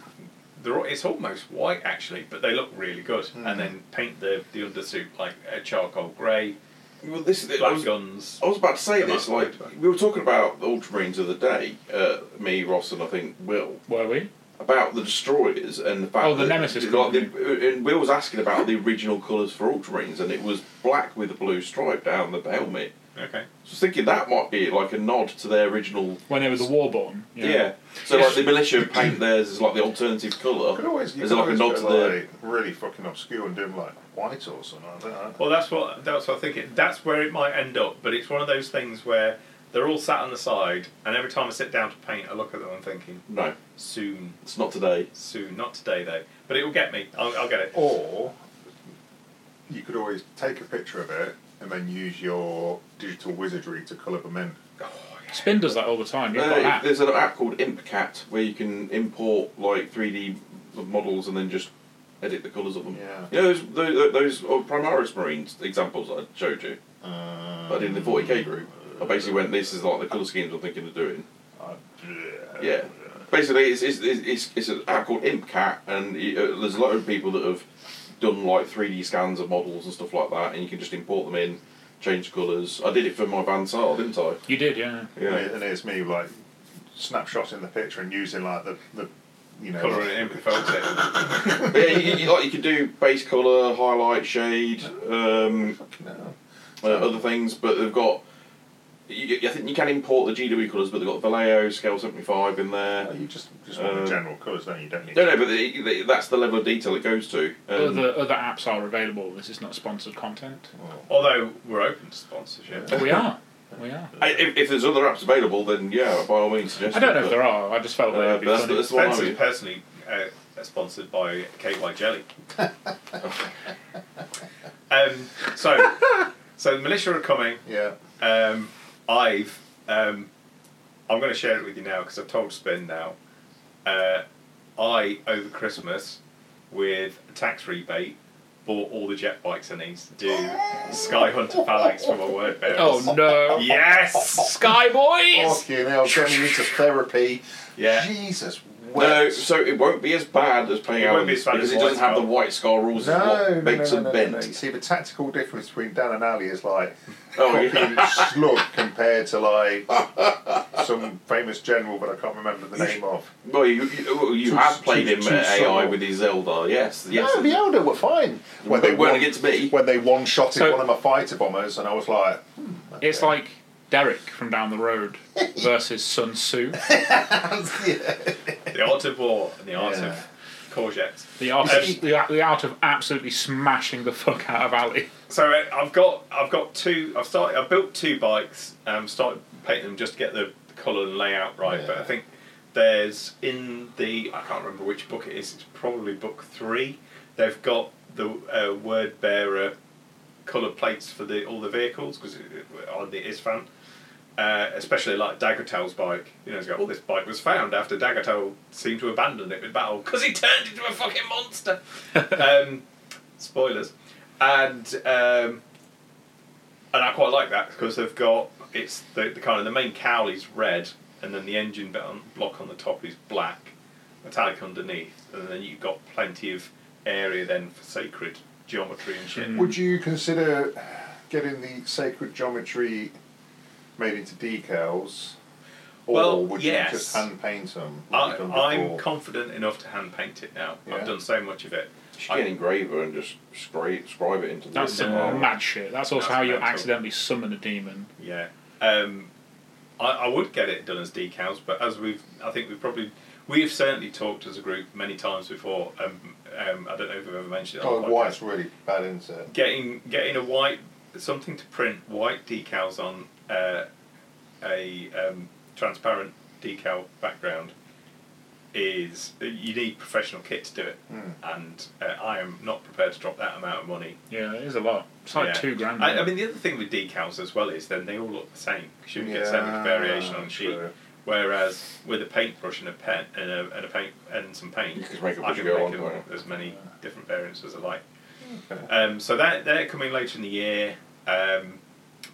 A: they're al- it's almost white actually, but they look really good. And then paint the the undersuit like a charcoal grey,
D: Well, this is, I
A: black
D: was,
A: guns.
D: I was about to say
A: Yeah,
D: this. Like
A: that's
D: we were talking about the Ultramarines of the day, uh, me, Ross, and I think Will
B: Were we?
D: about the destroyers and the fact
B: Oh, the
D: that
B: Nemesis
D: Like, the, uh, and Will was asking about the original colours for Ultramarines, and it was black with a blue stripe down the helmet.
A: Okay.
D: So I was thinking that might be like a nod to their original.
B: When they were the Warborn.
D: Yeah. So like the militia paint theirs is like the alternative colour.
C: Could always, you
D: Is
C: could
D: it like a
C: always
D: nod
C: go,
D: to the-
C: like, really fucking obscure and do 'em, like white or something. I don't know.
A: Well, that's what that's what I think. It, that's where it might end up. But it's one of those things where they're all sat on the side, and every time I sit down to paint, I look at them and thinking,
D: No,
A: soon,
D: it's not today.
A: soon, not today though. But it will get me. I'll, I'll get it.
C: Or you could always take a picture of it and then use your digital wizardry to colour them in.
A: Oh,
B: Spin does that all the time. You've got
D: Uh,
B: an app.
D: there's an app called ImpCat where you can import like 3D models and then just edit the colours of them.
C: Yeah.
D: You know those those, those uh, Primaris Marines examples that I showed you,
C: Um,
D: but in the 40k group, I basically went, "This is like the colour schemes I'm thinking of doing."
C: I-
D: Yeah. Basically, it's it's it's, it's, it's an app called ImpCat, and you, uh, there's a lot of people that have done like 3D scans of models and stuff like that, and you can just import them in, change colours. I did it for my Van Sar, didn't I?
B: You did, yeah.
A: Um,
C: And it- and it's me like snapshotting the picture and using like the, the you know
A: Colour it in with Photoshop.
D: But yeah, you, you, like you could do base color, highlight, shade, um,
C: No.
D: uh, other things. But they've got. You, I think you can import the GW colors, but they've got Vallejo scale seventy five in
C: No,
D: there.
C: You just just want
A: Um,
D: Uh,
C: the general colours, don't you? You Don't need.
D: No, no, but the, the, that's the level of detail it goes to. Um,
B: other, other apps are available. This is not sponsored content.
C: Well,
A: Although we're open to sponsorship.
B: But we are. We are.
D: I- if, if there's other apps available, then yeah, by all means suggest.
B: I don't know
D: it,
B: if
D: but-
B: there are. I just felt
D: Uh,
B: that it'd be
D: but that's
B: funny.
D: the- that's the one I
A: Spencer's
D: mean.
A: personally uh, sponsored by KY Jelly. um, so, So the militia are coming.
C: Yeah.
A: Um, I've um, I'm going to share it with you now because I've told Spin now. Uh, I over Christmas with a tax rebate bought all the jet bikes I need to do Sky Hunter phalanx for my word bearers.
B: Oh no.
A: yes.
B: Sky boys!
C: Fucking hell, getting into therapy.
A: Yeah.
C: Jesus.
D: No,
C: wept.
D: so it won't be as bad as playing
A: It won't
D: Alan
A: be as bad
D: because
A: as
D: it doesn't
A: White
D: have the
A: Scar.
D: white scar rules.
C: No,
D: as
C: no,
D: what makes
C: no, no, no,
D: a bent.
C: no. You see, the tactical difference between Dan and Ali is like
D: Oh,
C: fucking
D: yeah.
C: slug compared to like some famous general, but I can't remember the name of.
D: Well, you, you, you
C: Too-
D: have played
C: too-
D: him
C: too
D: at AI
C: subtle.
D: with his Zelda. Yes, yes.
C: No, the elder were fine. When
D: but
C: they
D: it won't
C: one,
D: against me.
C: when they one shotted
B: So-
C: one of my fighter bombers, and I was like, hmm,
B: It's like Derek from down the road versus Sun Tzu,
A: The art of war and the art
C: Yeah.
A: of courgettes.
B: the art of, the, the art of absolutely smashing the fuck out of Ali.
A: So uh, I've got I've got two. I've started. I've built two bikes. Um, started painting them just to get the colour and layout right. But I
C: Yeah.
A: think there's in the I can't remember which book it is. It's probably book three. They've got the uh, word bearer colour plates for the all the vehicles because on the ISFAN. Uh, especially like Daggertail's bike, you know, it's got, well, this bike was found after Daggertail seemed to abandon it in battle because he turned into a fucking monster. um, spoilers, and um, and I quite like that because they've got it's the, the kind of the main cowl is red, and then the engine bit on, block on the top is black, metallic underneath, and then you've got plenty of area then for sacred geometry and
D: Mm.
A: shit.
C: Would you consider getting the sacred geometry made into decals, or
A: Well,
C: would
A: yes.
C: you just hand paint them? like
A: I,
C: you've done
A: I'm
C: before?
A: confident enough to hand paint it now.
C: Yeah.
A: I've done so much of it.
D: You should get an engraver and just scribe, scribe it into the.
B: That's some
A: No.
B: mad shit. That's also
A: That's
B: how you
A: mental.
B: accidentally summon a demon.
A: Yeah. Um, I, I would get it done as decals, but as we've, I think we've probably, we've certainly talked as a group many times before. Um, um, I don't know if we've ever mentioned it.
C: Oh,
A: on the
C: white's
A: podcast.
C: really bad, isn't it?
A: Getting getting a white something to print white decals on uh, a um, transparent decal background is you need professional kit to do it,
C: Mm.
A: and uh, I am not prepared to drop that amount of money
B: Yeah, it is a lot. It's like
A: Yeah.
B: two grand.
A: I, I mean, the other thing with decals as well is then they all look the same. 'cause You get so much
C: Yeah,
A: variation on a sheet.
C: true.
A: Whereas with a paintbrush and a pen and a, and a paint and some paint,
D: You could make a
A: I
D: bunch
A: can
D: go
A: make
D: on, Hmm.
A: them
D: can't
A: as many different variants as I like.
C: Okay.
A: Um, so that they're coming later in the year. Um,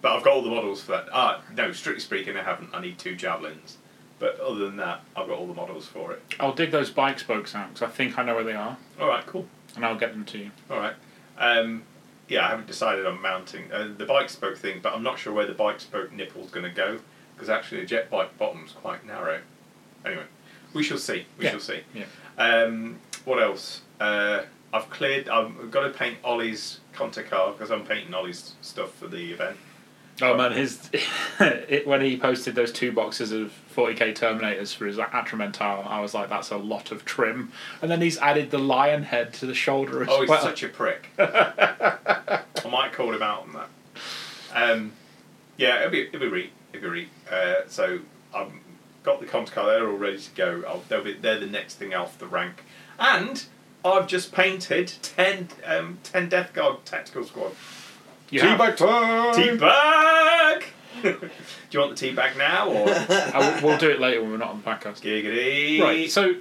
A: but I've got all the models for that. Ah, no, strictly speaking, I haven't. I need two javelins. But other than that, I've got all the models for it.
B: I'll dig those bike spokes out because I think I know where they are,
A: All right, cool.
B: and I'll get them to you.
A: All right. Um, yeah, I haven't decided on mounting uh, the bike spoke thing, but I'm not sure where the bike spoke nipple's going to go because actually a jet bike bottom's quite narrow. Anyway, we shall see. We
B: Yeah.
A: shall see.
B: Yeah.
A: Um, what else? Uh, I've cleared. I've got to paint Ollie's Conta car because I'm painting Ollie's stuff for the event.
B: Oh man, his it, when he posted those two boxes of 40k Terminators for his Atramental, I was like, that's a lot of trim. And then he's added the lion head to the shoulder as
A: Oh, he's
B: well.
A: such a prick. I might call him out on that. Um, yeah, it'll be it'll be re it'll be re. Uh, so I've got the contact card. They're all ready to go. I'll, they'll be they're the next thing off the rank. And I've just painted ten um, ten Death Guard tactical squad.
B: You have-
D: Teabag time.
A: Tea bag. Do you want the tea bag now or
B: I- we'll do it later when we're not on the podcast.
A: giggity?
B: Right, so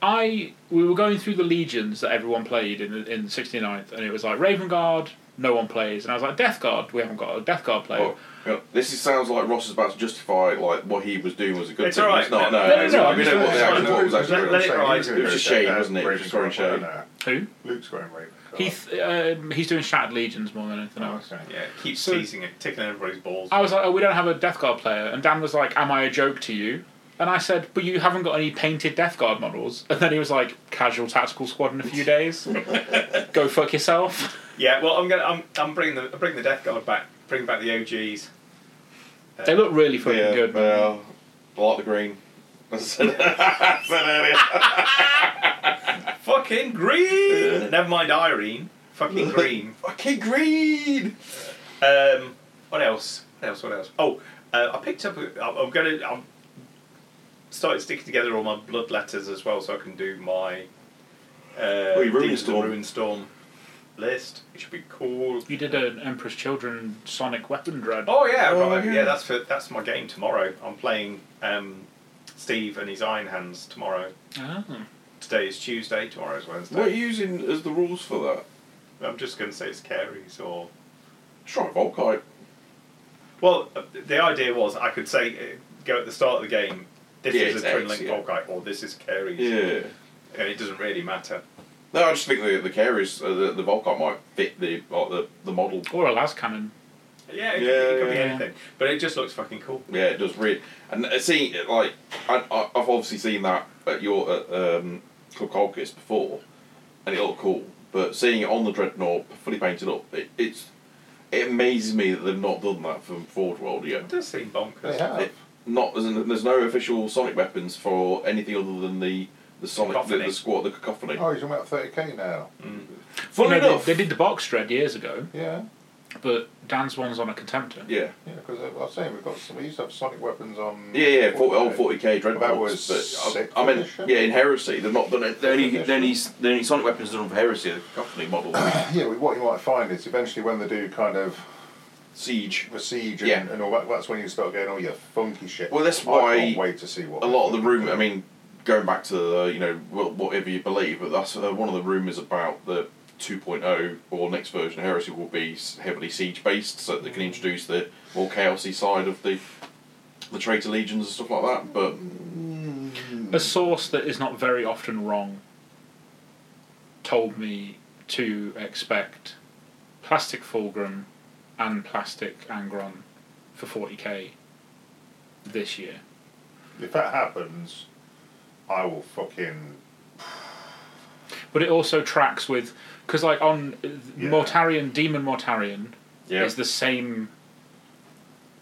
B: I we were going through the legions that everyone played in the, in the 69th, and it was like Raven Guard, no one plays, and I was like Death Guard, we haven't got a Death Guard player.
D: Oh, yeah, this is, sounds like Ross is about to justify like what he was doing was a good
A: It's
D: thing.
A: all
D: It's
A: right.
D: not.
A: No,
D: No,
B: no, no, no,
D: we know what,
A: it's
D: the
A: fine.
D: actual- what was actually
A: Let-
D: going
A: let
D: on.
A: it
C: He
A: ride.
C: gonna
D: It was
C: go
D: a
C: down
D: shame,
C: there.
D: wasn't it? It was
C: Raven's
D: just throwing
C: going
D: shade.
C: there.
B: Who?
C: Luke's going Raven.
D: Oh.
C: Guard.
B: He th- um, he's doing Shattered Legions more than anything
C: Oh,
B: else.
C: okay.
A: Yeah, keep
B: So-
A: teasing it, tickling everybody's balls.
B: I was like, oh, we don't have a Death Guard player. And Dan was like, am I a joke to you? And I said, but you haven't got any painted Death Guard models. And then he was like, casual tactical squad in a few days. Go fuck yourself.
A: Yeah, well, I'm gonna I'm, I'm bringing the I'm bringing the Death Guard back. Bring back the OGs. Uh,
B: They look really fucking
D: Yeah,
B: good. man.
D: Well, I like the green. I said I said earlier.
A: Fucking green.
D: Uh-huh.
A: Never mind Irene. Fucking green.
D: Fucking green.
A: Um, what else? What else? What else? Oh, uh, I picked up. a- I'm, I'm gonna. I'm started sticking together all my blood letters as well, so I can do my. Uh,
D: Oh, your Ruin
A: Demons of the
D: Storm.
A: Ruin Storm list. It should be cool.
B: You did an Emperor's Children Sonic Weapon Dread.
A: Oh yeah,
D: Oh,
A: right. yeah.
D: yeah.
A: That's for, that's my game tomorrow. I'm playing um, Steve and his Iron Hands tomorrow.
B: Ah.
A: Today is Tuesday. Tomorrow is Wednesday.
D: What are you using as the rules for that?
A: I'm just going to say it's Carey's or
D: Try Volkite.
A: well, uh, the idea was I could say uh, go at the start of the game. This
D: Yeah,
A: is a
D: it's
A: twin
D: X,
A: link
D: yeah.
A: Volkite, or this is Carey's.
D: Yeah.
A: And it doesn't really matter.
D: No, I just think the the carriers, uh, the, the Volkite might fit the like, the the model.
B: Or a las cannon.
A: Yeah, it,
D: Yeah,
A: it could be
B: yeah.
A: anything, but it just looks fucking cool.
D: Yeah, it does really. And uh, see, like I, I, I've obviously seen that at your at, um, Club Colchis before, and it looked cool. But seeing it on the Dreadnought fully painted up, it, it's it amazes me that they've not done that from Forge World yet.
A: It does seem bonkers.
C: They have.
D: It- not there's n- there's no official Sonic weapons for anything other than the the Sonic the,
A: Cacophony.
D: the squad the cacophony.
C: Oh, he's on about 30k now.
D: Funnily
B: You know,
D: enough,
B: they, they did the box dread years ago,
C: Yeah,
B: but Dan's one's on a contemptor.
D: yeah,
C: yeah, because I was saying we've got some, we used to have sonic weapons on.
D: yeah, yeah, 40, old
C: 40K.
D: forty k dreadnoughts.
C: That was
D: but
C: sixth
D: I, I mean,
C: edition?
D: yeah, in Heresy they've not done it. The only
C: Sixth
D: the only the only Sonic weapons done for Heresy are the cacophony model
C: Yeah, well, what you might find is eventually when they do kind of
D: siege.
C: the siege and,
D: Yeah.
C: and all that, that's when you start going, oh, yeah, funky shit.
D: Well, that's
C: I
D: why
C: can't wait to see what
D: A lot of the room. I mean, going back to the you know wh- whatever you believe, but that's uh, one of the rumors about the 2.0 or next version of Heresy will be s- heavily siege based, so they can introduce the more chaosy side of the the traitor legions and stuff like that. But
B: A source that is not very often wrong told me to expect plastic fulgrim and plastic angron for 40k this year.
C: If that happens, I will fucking.
B: But it also tracks with because like on uh,
C: Yeah.
B: Mortarian Demon Mortarian
D: yeah,
B: is the same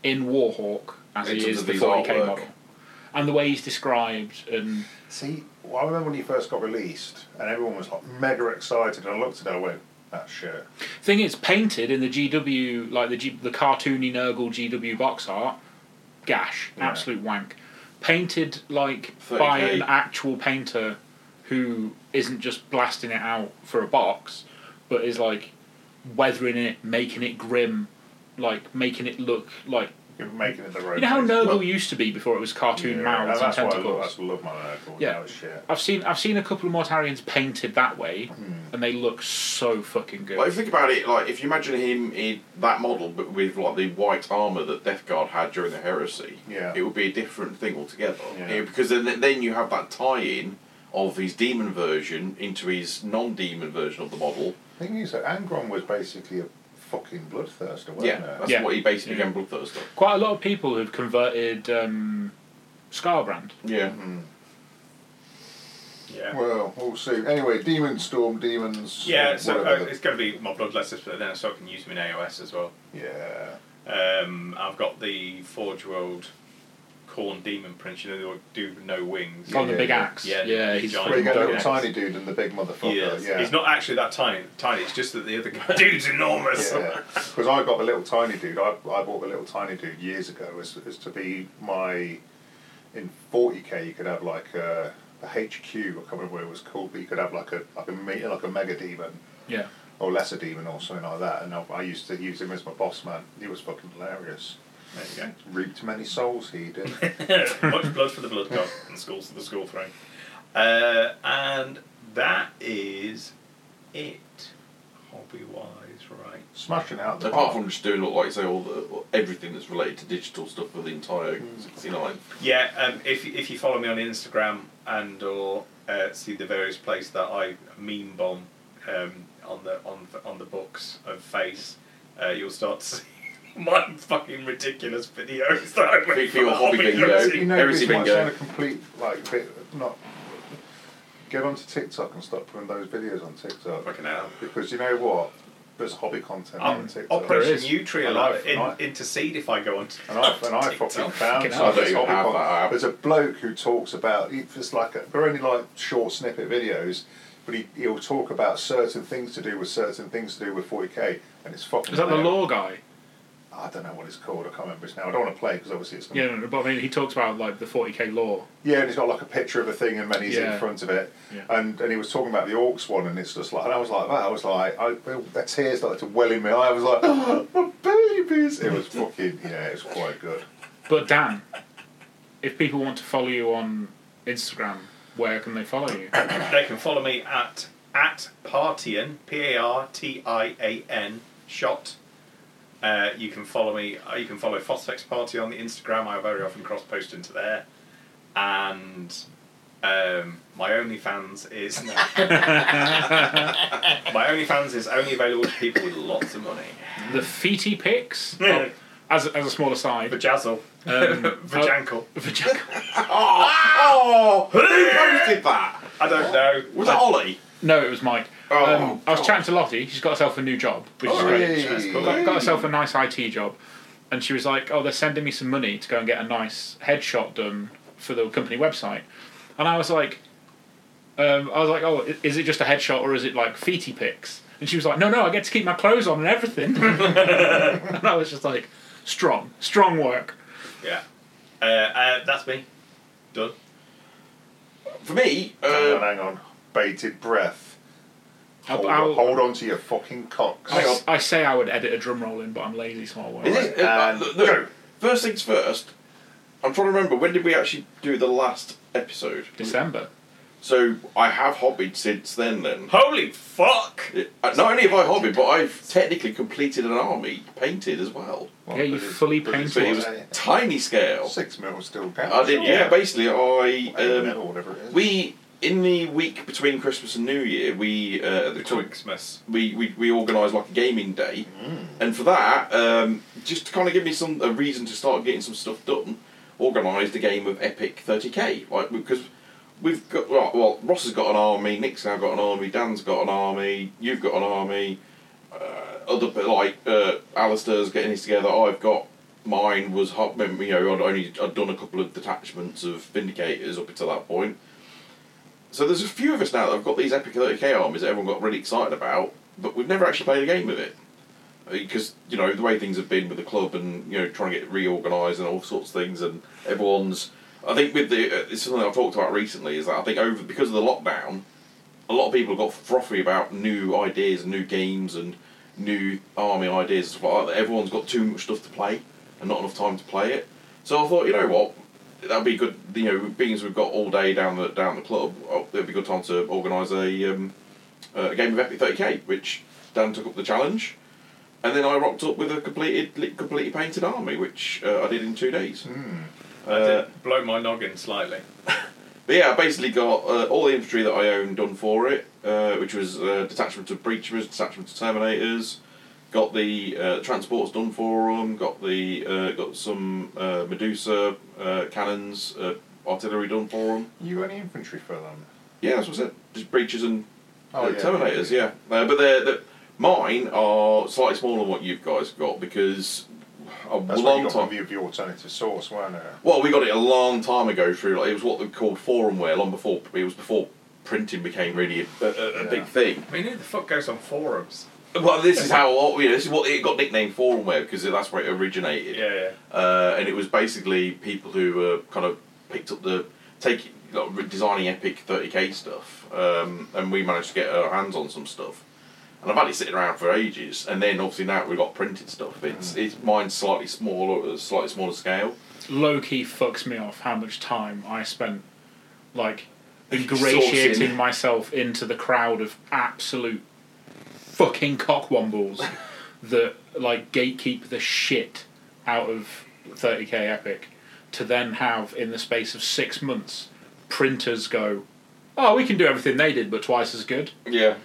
B: in Warhawk as
D: In
B: he
D: terms
B: is
D: of
B: the
D: his
B: 40k
D: artwork.
B: model. And the way he's described and
C: See, well, I remember when you first got released, and everyone was like mega excited, and I looked at it, I went, that shit.
B: thing is painted in the GW like the G, the cartoony Nurgle GW box art gash
C: Yeah.
B: absolute wank painted like
D: 30K.
B: by an actual painter who isn't just blasting it out for a box but is like weathering it making it grim like making it look like
C: You're making it the road.
B: you know how
C: face.
B: Nurgle
D: Well-
B: used to be before it was cartoon
C: Yeah,
B: mouths and
C: that's why I
B: tentacles
C: love, that's love my Nurgle.
B: Yeah.
C: Yeah. Now it's shit.
B: I've seen I've seen a couple of Mortarians painted that way,
C: Hmm.
B: and they look so fucking good.
D: Like, if you think about it, like if you imagine him in that model, but with like the white armor that Death Guard had during the Heresy,
C: Yeah.
D: it would be a different thing altogether.
C: Yeah.
D: Yeah, because then then you have that tie-in of his demon version into his non-demon version of the model.
C: thing is that Angron was basically a fucking bloodthirster, wasn't
D: yeah,
C: it?
D: that's
B: Yeah.
D: what he basically
B: Yeah.
D: became Bloodthirster.
B: Quite a lot of people have converted um, Scarbrand.
D: Yeah,
A: Yeah.
C: Well, we'll see. Anyway, Demon Storm, Demons.
A: Yeah, so
C: whatever
A: uh,
C: the-
A: it's going to be my bloodletters, but then so I can use them in AOS as well.
C: yeah.
A: Um, I've got the Forge World Corn Demon Prince, you know, they do no wings.
C: Yeah,
B: on the big
C: yeah.
B: axe.
A: Yeah,
B: yeah,
A: the
B: he's
A: giant
C: Where
B: fucking
C: you get a
A: dog
C: little
A: axe.
C: tiny dude and the big motherfucker.
A: He is.
C: Yeah.
A: He's not actually that tiny, tiny, it's just that the other guy, dude's enormous.
C: Because I got the little tiny dude. I, I bought the little tiny dude years ago as, as to be my. In 40k, you could have like a, a HQ. I can't remember what it was called, but you could have like a like a me- like a mega demon
B: Yeah,
C: or lesser demon or something like that. And I, I used to use him as my boss man. He was fucking hilarious.
A: There you
C: Reaped many souls he did.
A: go. Much blood for the blood god and schools for the school throne. Uh, and that is it, hobby wise, right?
C: Smashing out the
D: apart from just doing look like say all the everything that's related to digital stuff for the entire sixty nine.
A: Yeah, um, if if you follow me on Instagram and or uh, see the various places that I meme bomb um, on the on the, on the books of face, uh, you'll start to see my fucking ridiculous videos that I
D: For-
A: make
D: for your hobby video.
A: Heresy.
C: you know,
D: Everything
C: this might
D: bingo.
C: sound a complete like bit not. Get onto TikTok and stop putting those videos on TikTok
A: Fucking hell.
C: because you know what? There's hobby content on
A: Um,
C: TikTok.
A: Operation
B: oh, is.
A: Utria
C: And
A: like,
C: I've- and I-
A: in, intercede if I go on.
C: And I, and I fucking found
B: Fucking
C: some
B: hell.
C: of this
D: I don't even
C: hobby
D: have
C: con-
D: that app.
C: There's a bloke who talks about it's like a, they're only like short snippet videos, but he he'll talk about certain things to do with certain things to do with 40k, and it's fucking.
B: is that the
C: hilarious.
B: law guy?
C: I don't know what it's called. I can't remember it now. I don't want to play because obviously it's.
B: Yeah, no, no, but I mean, he talks about like the 40k law.
C: Yeah, and it's got like a picture of a thing and Menny's
B: Yeah.
C: in front of it.
B: Yeah.
C: And and he was talking about the Orcs one, and it's just like, and I was like that. I was like, I, the tears started to well in my eye. I was like, my babies. It was fucking yeah, it was quite good.
B: But Dan, if people want to follow you on Instagram, where can they follow you?
A: They can follow me at at Partian P A R T I A N shot. Uh, you can follow me. uh, You can follow Phosphex Party on the Instagram. I very often cross post into there, and um, my OnlyFans is no. my OnlyFans is only available to people with lots of money.
B: the Feety Pics.
A: Yeah.
B: Oh, as, as a small aside,
A: Vajazzle,
B: Um,
A: Vajankle.
D: Hmm. Oh, who posted that?
A: I don't know.
D: Was that Ollie?
B: no, it was Mike.
D: Oh,
B: um, I was chatting to Lottie. She's got herself a new job, which is
A: Oh,
B: great.
A: yeah, that's cool.
B: got, got herself a nice IT job, and she was like, "Oh, they're sending me some money to go and get a nice headshot done for the company website," and I was like, um, "I was like, oh, i- is it just a headshot or is it like feety pics?" And she was like, "No, no, I get to keep my clothes on and everything," and I was just like, "Strong, strong work."
A: Yeah, uh, uh, that's me. Done.
D: For me,
C: hang
D: uh,
C: on, hang on, bated breath.
B: I'll,
C: Hold, on,
B: I'll,
C: hold on to your fucking cocks.
B: I, s- I say I would edit a drum roll in, but I'm lazy, so I'll work.
D: Is it? Uh,
C: And
D: look, look,
C: go.
D: First things first. I'm trying to remember when did we actually do the last episode?
B: December.
D: So I have hobbied since then. Then
A: Holy fuck!
D: It- uh, not only have I hobbied, but I've technically completed an army painted as well.
C: Well,
B: yeah, you
C: but it's-
B: fully
C: but it's
D: But it
B: painted.
D: was
C: all-
D: tiny scale.
C: Six mil still counts.
D: I did. Yeah, basically,
C: Or eight
D: I
C: mil,
D: um,
C: whatever it is.
D: we in the week between Christmas and New Year we uh, at the club
A: Twixmas.
D: we, we, we organised like a gaming day, and for that, um, just to kind of give me some a reason to start getting some stuff done, organised a game of Epic 30k, like because we've got well, well Ross has got an army, Nick's now got an army, Dan's got an army, you've got an army, uh, other but like uh, Alistair's getting his together. I've got mine was hot, you know I'd only I'd done a couple of detachments of Vindicators up until that point. So there's a few of us now that have got these epic 30k armies that everyone got really excited about, but we've never actually played a game of it. Because, you know, the way things have been with the club and, you know, trying to get reorganised and all sorts of things, and everyone's. I think with the. uh, It's something I've talked about recently is that I think over because of the lockdown, a lot of people got frothy about new ideas and new games and new army ideas and stuff like that. Everyone's got too much stuff to play and not enough time to play it. So I thought, you know what, that'd be good. You know, being as we've got all day down the down the club, oh, it'd be good time to organise a um, a game of Epic Thirty K, which Dan took up the challenge, and then I rocked up with a completed li- completely painted army, which uh, I did in two days.
A: Hmm.
D: Uh,
A: I did blow my noggin slightly.
D: But yeah, I basically got uh, all the infantry that I own done for it, uh, which was uh, detachment of breachers, detachment of terminators. Got the uh, transports done for them. Got the uh, got some uh, Medusa uh, cannons, uh, artillery done for them.
C: You got any infantry for them?
D: Yeah, that's what I said. Just breaches and
C: Oh,
D: uh,
C: yeah.
D: terminators. Yeah, Uh, but they're, they mine are slightly smaller than what you guys got because a
C: That's what you
D: long
C: got
D: time.
C: from the, the alternative source, weren't it?
D: Well, we got it a long time ago through. Like, it was what they called forumware, long before it was before printing became really a, a, a a big
C: Yeah.
D: thing.
A: I mean, who the fuck goes on forums?
D: Well, this is how you know, this is what it got nicknamed forumware because that's where it originated.
A: yeah.
D: Uh, and it was basically people who uh, kind of picked up the take like, re- designing epic 30k stuff, um, and we managed to get our hands on some stuff. And I've had it sitting around for ages, and then obviously now we've got printed stuff. It's it's mine's slightly smaller, slightly smaller scale.
B: Low key fucks me off how much time I spent like
D: Sourcing.
B: ingratiating myself into the crowd of absolute fucking cockwombles that like gatekeep the shit out of 30k Epic to then have in the space of six months printers go, oh, we can do everything they did but twice as good.
D: Yeah.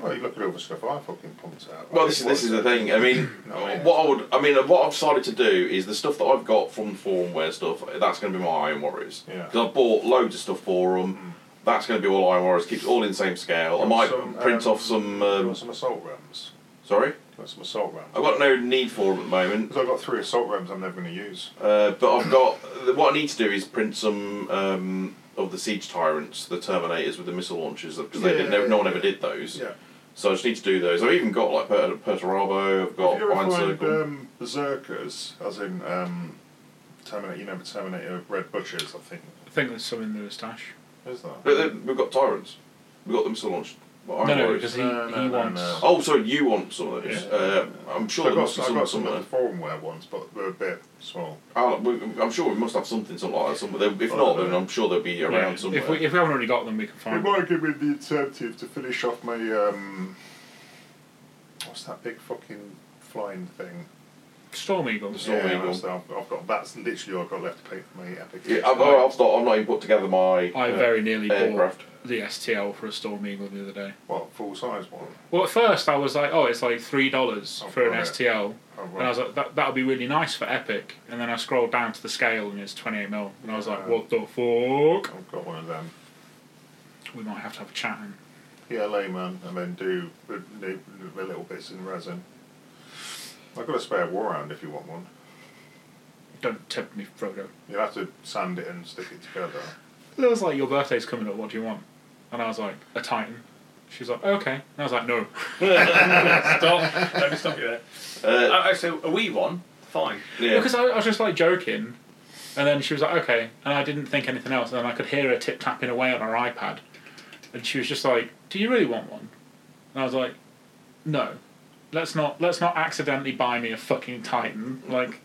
C: Well, you look at all the stuff I fucking pumped out.
D: Well, this is this is the thing. I mean,
C: No, Oh, yeah.
D: what I would, I mean, what I've decided to do is the stuff that I've got from Formware stuff. That's going to be my Iron Warriors.
C: Yeah. Mm.
D: Because I bought loads of stuff for them. That's going to be all Iron Warriors. Keeps all in the same scale. I
C: Got
D: might
C: some,
D: print
C: um,
D: off some.
C: You
D: Um,
C: want some assault rams?
D: sorry,
C: You want some assault rams?
D: I've got no need for them at the moment.
C: Because I've got three assault rams I'm never going to use.
D: Uh, but I've got what I need to do is print some um, of the siege tyrants, the Terminators with the missile launchers, because they
C: Yeah,
D: didn't. No one
C: yeah,
D: ever did those. So I just need to do those. I've even got like per- Perturabo. I've got
C: Did you ever
D: Iron
C: find
D: Circle.
C: um, berserkers, as in um, Terminator? You know, Terminator Red Butchers. I think
B: I think there's some in the stash.
C: is
D: But
C: that?
D: then we've got Tyrants. We've got them still launched. But Iron
B: No, no,
D: Warriors.
B: because he,
C: No, no,
B: he
C: no,
B: wants.
C: no.
D: Oh, sorry, you want some of those?
C: Yeah.
D: Uh, I'm
C: So
D: sure
C: I
D: there
C: got,
D: must be
C: some, I
D: some
C: got some of
D: somewhere.
C: the formware ones, but they're a bit small.
D: I'll, we, I'm sure we must have something, something like that somewhere. If
C: Oh,
D: not,
C: no.
D: then I'm sure they'll be around
B: Yeah, if, we,
D: somewhere.
B: if we haven't already got them, we can
C: It
B: find them.
C: might give me the incentive to finish off my um, what's that big fucking flying thing?
B: Storm Eagles.
D: Storm
C: yeah,
D: Eagle.
C: that's- I've, I've got that's literally all I've got left to pay for my epic.
D: yeah, I've, I've, not, I've not even put together my
B: I
D: uh,
B: very nearly
D: aircraft.
B: bought the STL for a Storm Eagle the other day.
C: what full size one?
B: Well, at first I was like, oh, it's like three dollars
C: Oh,
B: for an
C: right.
B: STL,
C: Oh,
B: and I was like, that that would be really nice for Epic. And then I scrolled down to the scale, and it's twenty eight mil, and I was like, what the fuck?
C: I've got one of them.
B: We might have to have a chat. And
C: PLA man, and then do the, the, the little bits in resin. I've got a spare war round if you want one.
B: don't tempt me, Frodo.
C: You'll have to sand it and stick it together.
B: It was like, your birthday's coming up. What do you want? And I was like, a Titan. She was like, okay. And I was like, no.
A: stop. Let me stop you there.
D: Uh,
A: Oh, oh, so a wee one? Fine.
D: yeah.
B: Because I, I was just like joking, and then she was like, okay, and I didn't think anything else, and then I could hear her tip tapping away on her iPad, and she was just like, do you really want one? And I was like, no, let's not let's not accidentally buy me a fucking Titan. Like,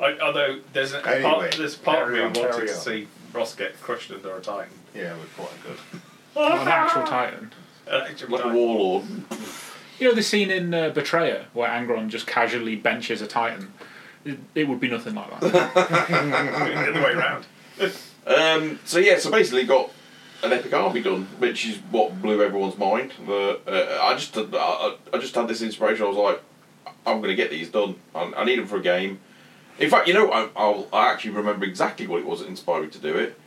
A: I, although there's a
C: Anyway,
A: part, there's part of me
C: carry on,
A: wanted
C: carry
A: to
C: on.
A: see Ross get crushed under a titan.
C: Yeah, we're quite good.
B: not an actual Titan.
A: An actual
D: like a
A: titan.
D: warlord.
B: You know the scene in uh, Betrayer where Angron just casually benches a Titan. It, it would be nothing like that.
A: the other way round.
D: Um, so yeah, so basically got an epic army done, which is what blew everyone's mind. The uh, I just I, I- I just had this inspiration. I was like, I'm gonna get these done. I, I need them for a game. In fact, you know, I, I'll, I actually remember exactly what it was that inspired me to do it.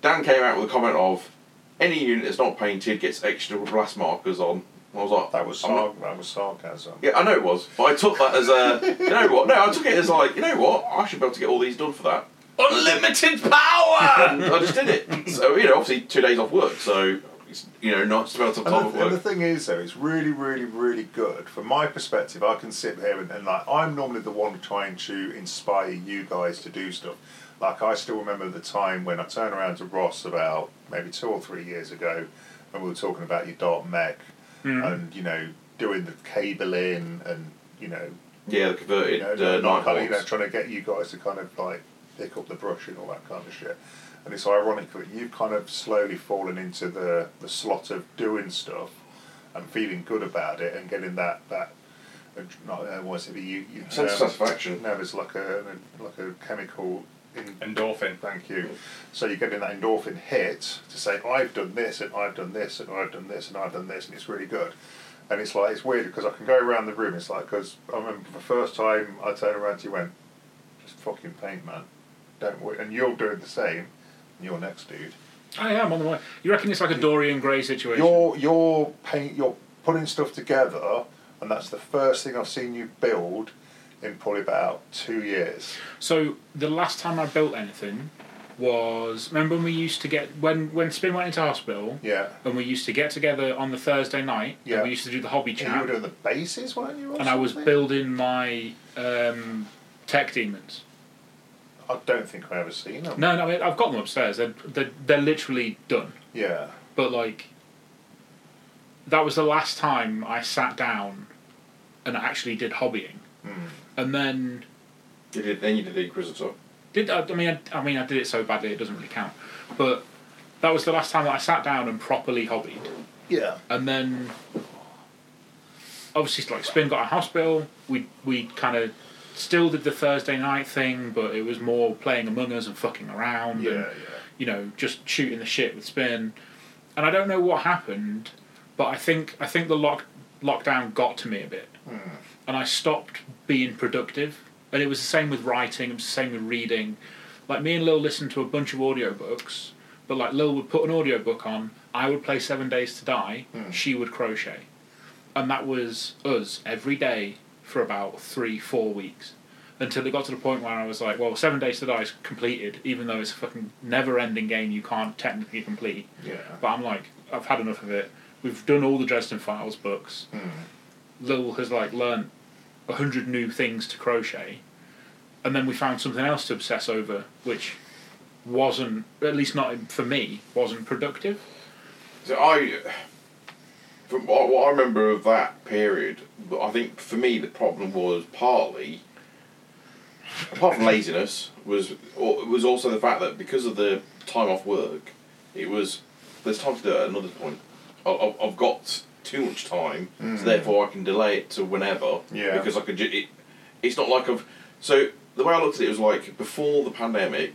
D: Dan came out with a comment of, "Any unit that's not painted gets extra blast markers on." I was like,
C: That was
D: "I'm not-
C: sar- that was sarcasm.
D: yeah, I know it was, but I took that as a, you know what? No, I took it as like, you know what? I should be able to get all these done for that. Unlimited power! and I just did it. So, you know, obviously two days off work, so, it's, you know, nice to be able to have time
C: And
D: off
C: the, and the
D: work.
C: thing is, though, it's really, really, really good. From my perspective, I can sit here and, and like I'm normally the one trying to inspire you guys to do stuff. Like I still remember the time when I turned around to Ross about maybe two or three years ago, and we were talking about your dark mech and you know doing the cabling and you know
D: Yeah, the
C: you
D: converted
C: know,
D: uh, night
C: like, you know,
D: hawks.
C: trying to get you guys to kind of like pick up the brush and all that kind of shit. And it's ironic that you've kind of slowly fallen into the, the slot of doing stuff and feeling good about it and getting that that uh, not uh, what is it? but You, you
D: Sense of satisfaction.
C: No, it's like a like a chemical. In,
A: Endorphin.
C: thank you. So you're getting that endorphin hit to say I've done this and I've done this and I've done this and I've done this and it's really good. And it's like it's weird because I can go around the room. It's like because I remember the first time I turned around to you went, just fucking paint, man. Don't worry. And you're doing the same. And you're next, dude.
B: I am on the way. You reckon it's like a Dorian Gray situation?
C: You're you're paint. You're putting stuff together, and that's the first thing I've seen you build in probably about two years.
B: So the last time I built anything was remember when we used to get when when Spin went into hospital
C: Yeah.
B: and we used to get together on the Thursday night
C: Yeah.
B: and we used to do the hobby
C: And you were
B: chat
C: doing the bases, weren't you? or
B: and I was
C: something?
B: building my um, tech demons.
C: I don't think I ever seen them.
B: No, no, I've got them upstairs. They're they're, they're literally done.
C: Yeah.
B: But like that was the last time I sat down and actually did hobbying.
C: Hmm.
B: And then
D: You did, then you did the Inquisitor.
B: Did I, I mean I, I mean I did it so badly it doesn't really count, but that was the last time that I sat down and properly hobbied,
C: Yeah.
B: and then obviously like Spin got a hospital. We we kind of still did the Thursday night thing, but it was more playing Among Us and fucking around,
C: Yeah.
B: and
C: Yeah.
B: you know just shooting the shit with Spin, and I don't know what happened, but I think I think the lock lockdown got to me a bit, and I stopped being productive. And it was the same with writing. It was the same with reading. Like me and Lil listened to a bunch of audiobooks, but like Lil would put an audiobook on. I would play Seven Days to Die. She would crochet, and that was us every day for about three, four weeks, until it got to the point where I was like, "Well, Seven Days to Die is completed, even though it's a fucking never-ending game you can't technically complete."
C: Yeah.
B: But I'm like, I've had enough of it. We've done all the Dresden Files books.
D: Hmm.
B: Lil has like learnt a hundred new things to crochet, and then we found something else to obsess over, which wasn't at least not in- for me wasn't productive.
D: So I, from what, what I remember of that period, I think for me the problem was partly, apart from laziness, was or- was also the fact that because of the time off work, it was there's time to do it at another point. I- I- I've got too much time, so therefore I can delay it to whenever.
C: Yeah.
D: Because I could. Ju- it, it's not like I've. So the way I looked at it was like before the pandemic,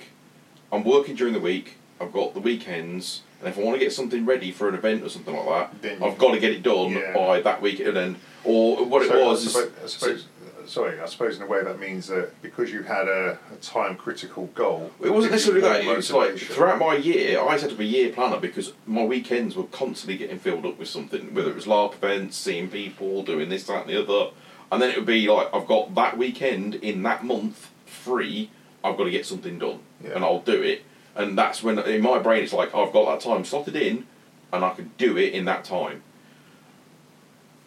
D: I'm working during the week. I've got the weekends, and if I want to get something ready for an event or something like that,
C: Then you-
D: I've got to get it done
C: Yeah.
D: by that weekend. And or what
C: So
D: it was
C: I
D: is
C: suppose, I suppose- sorry, I suppose in a way that means that because you had a, a time critical goal,
D: it wasn't
C: gives you
D: necessarily that.
C: more
D: It's like
C: motivation.
D: throughout my year, I set up a year planner because my weekends were constantly getting filled up with something, whether it was LARP events, seeing people, doing this, that, and the other. And then it would be like I've got that weekend in that month free. I've got to get something done,
C: Yeah.
D: and I'll do it. And that's when in my brain it's like I've got that time slotted in, and I can do it in that time.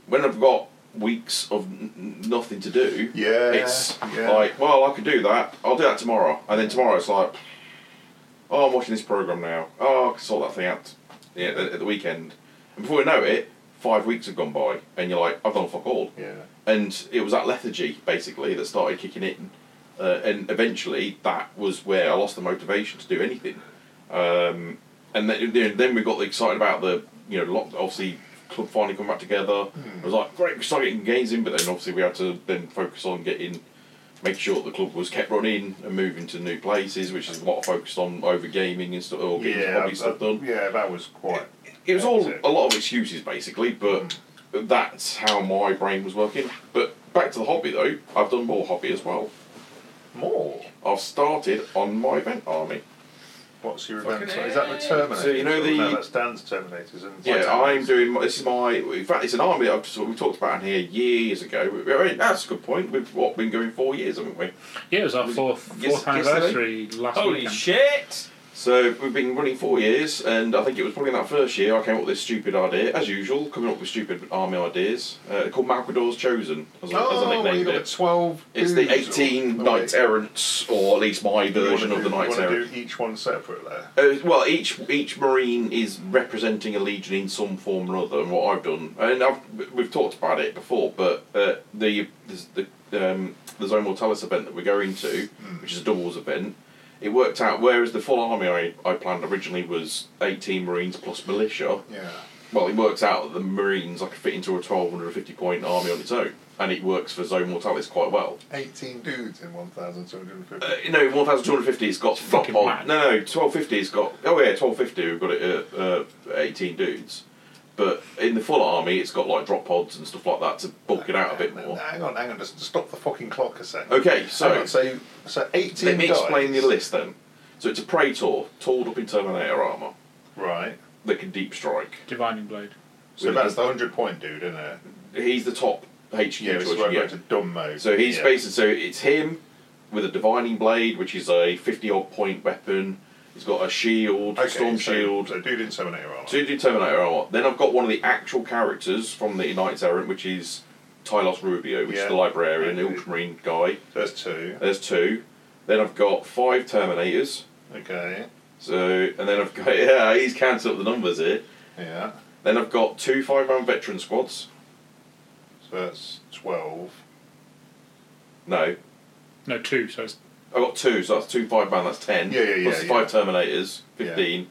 D: When I've got weeks of n- n- nothing to do,
C: Yeah,
D: it's
C: yeah.
D: like well I could do that. I'll do that tomorrow, and then tomorrow it's like oh, I'm watching this program now. Oh, I can sort that thing out yeah, at, at the weekend. And before you know it, five weeks have gone by, and you're like, I've done fuck all.
C: yeah,
D: And it was that lethargy, basically, that started kicking in. Uh, and eventually, that was where I lost the motivation to do anything. Um, and then, then- then we got excited about the, you know, lock, obviously, club finally coming back together. I was like, great, we started getting games in, but then obviously we had to then focus on getting, make sure the club was kept running and moving to new places, which is what I focused on over gaming and stuff, or getting
C: yeah,
D: hobby stuff
C: that-
D: done
C: yeah. That was quite.
D: it was all
C: That's it.
D: a lot of excuses basically, but that's how my brain was working. But back to the hobby though, I've done more hobby as well.
C: More.
D: I've started on my event army.
C: What's your
A: Fucking
C: event? Is that the Terminator?
D: So you know the-
C: no, that's Dan's Terminators and
D: Yeah, I'm doing. my- This is my. In fact, it's an army that I've just, we talked about in here years ago. We- I mean, that's a good point. We've what been going four years, haven't we?
B: Yeah, it was our
D: Was it
B: fourth
D: yes-
B: fourth
D: yesterday?
B: anniversary last
A: Holy
B: weekend.
A: shit!
D: So we've been running four years, and I think it was probably in that first year I came up with this stupid idea, as usual, coming up with stupid army ideas uh, called Malkador's Chosen, as I, as I
C: Oh,
D: nicknamed
C: you got
D: it.
C: the twelve.
D: It's the
C: dudes or-
D: 18
C: Oh,
D: Knights
C: wait.
D: Errants, or at least my
C: You wanna
D: version of
C: do-
D: the Knights
C: You want
D: Errant.
C: to do each one separate there.
D: Uh, well, each each Marine is representing a legion in some form or other, and what I've done, and I've, we've talked about it before, but uh, the there's the um, the Zone Mortalis event that we're going to,
C: Hmm.
D: which is a doubles event, it worked out. Whereas the full army I, I planned originally was 18 Marines plus militia,
C: Yeah.
D: well, it works out that the Marines I could fit into a 1250 point army on its own, and it works for Zone Mortalis quite well.
C: 18 dudes in 1,250.
D: Uh, no, one thousand two hundred fifty. It's got got
B: fucking
D: on-
B: mad.
D: No, no, twelve fifty. It's got. Oh yeah, twelve fifty. We've got it at uh, eighteen dudes. But in the full army, it's got like drop pods and stuff like that to bulk it out a bit more.
C: Hang on, hang on, just stop the fucking clock a second.
D: Okay,
C: Hang
D: so
C: on, so, so 18
D: let me
C: guys.
D: explain the list then. So it's a Praetor, tooled up in Terminator armor
C: Right.
D: that can deep strike.
B: Divining Blade.
C: So
D: With
C: that's the 100 point dude, isn't it?
D: He's the top HQ
C: Yeah, this
D: choice.
C: is where I
D: yeah.
C: go to dumb mode.
D: So he's
C: yeah.
D: basically so it's him with a divining blade, which is a fifty odd point weapon. He's got a shield,
C: Okay,
D: storm
C: so-
D: shield,
C: So dude in Terminator armor.
D: So you do Terminator armor. Then I've got one of the actual characters from the Knights Errant, which is Tylos Rubio, which is
C: Yeah.
D: the librarian, the
C: Okay.
D: Ultramarine guy.
C: There's two.
D: There's two. Then I've got five Terminators.
C: Okay.
D: So and then I've got yeah, he's counting up the numbers here.
C: Yeah.
D: Then I've got two five-man veteran squads.
C: So that's 12.
D: No,
B: No, two. So it's
D: I've got two, so that's two five-man. That's ten.
C: Yeah, yeah,
D: Plus
C: yeah,
D: five Terminators,
C: Yeah.
D: fifteen.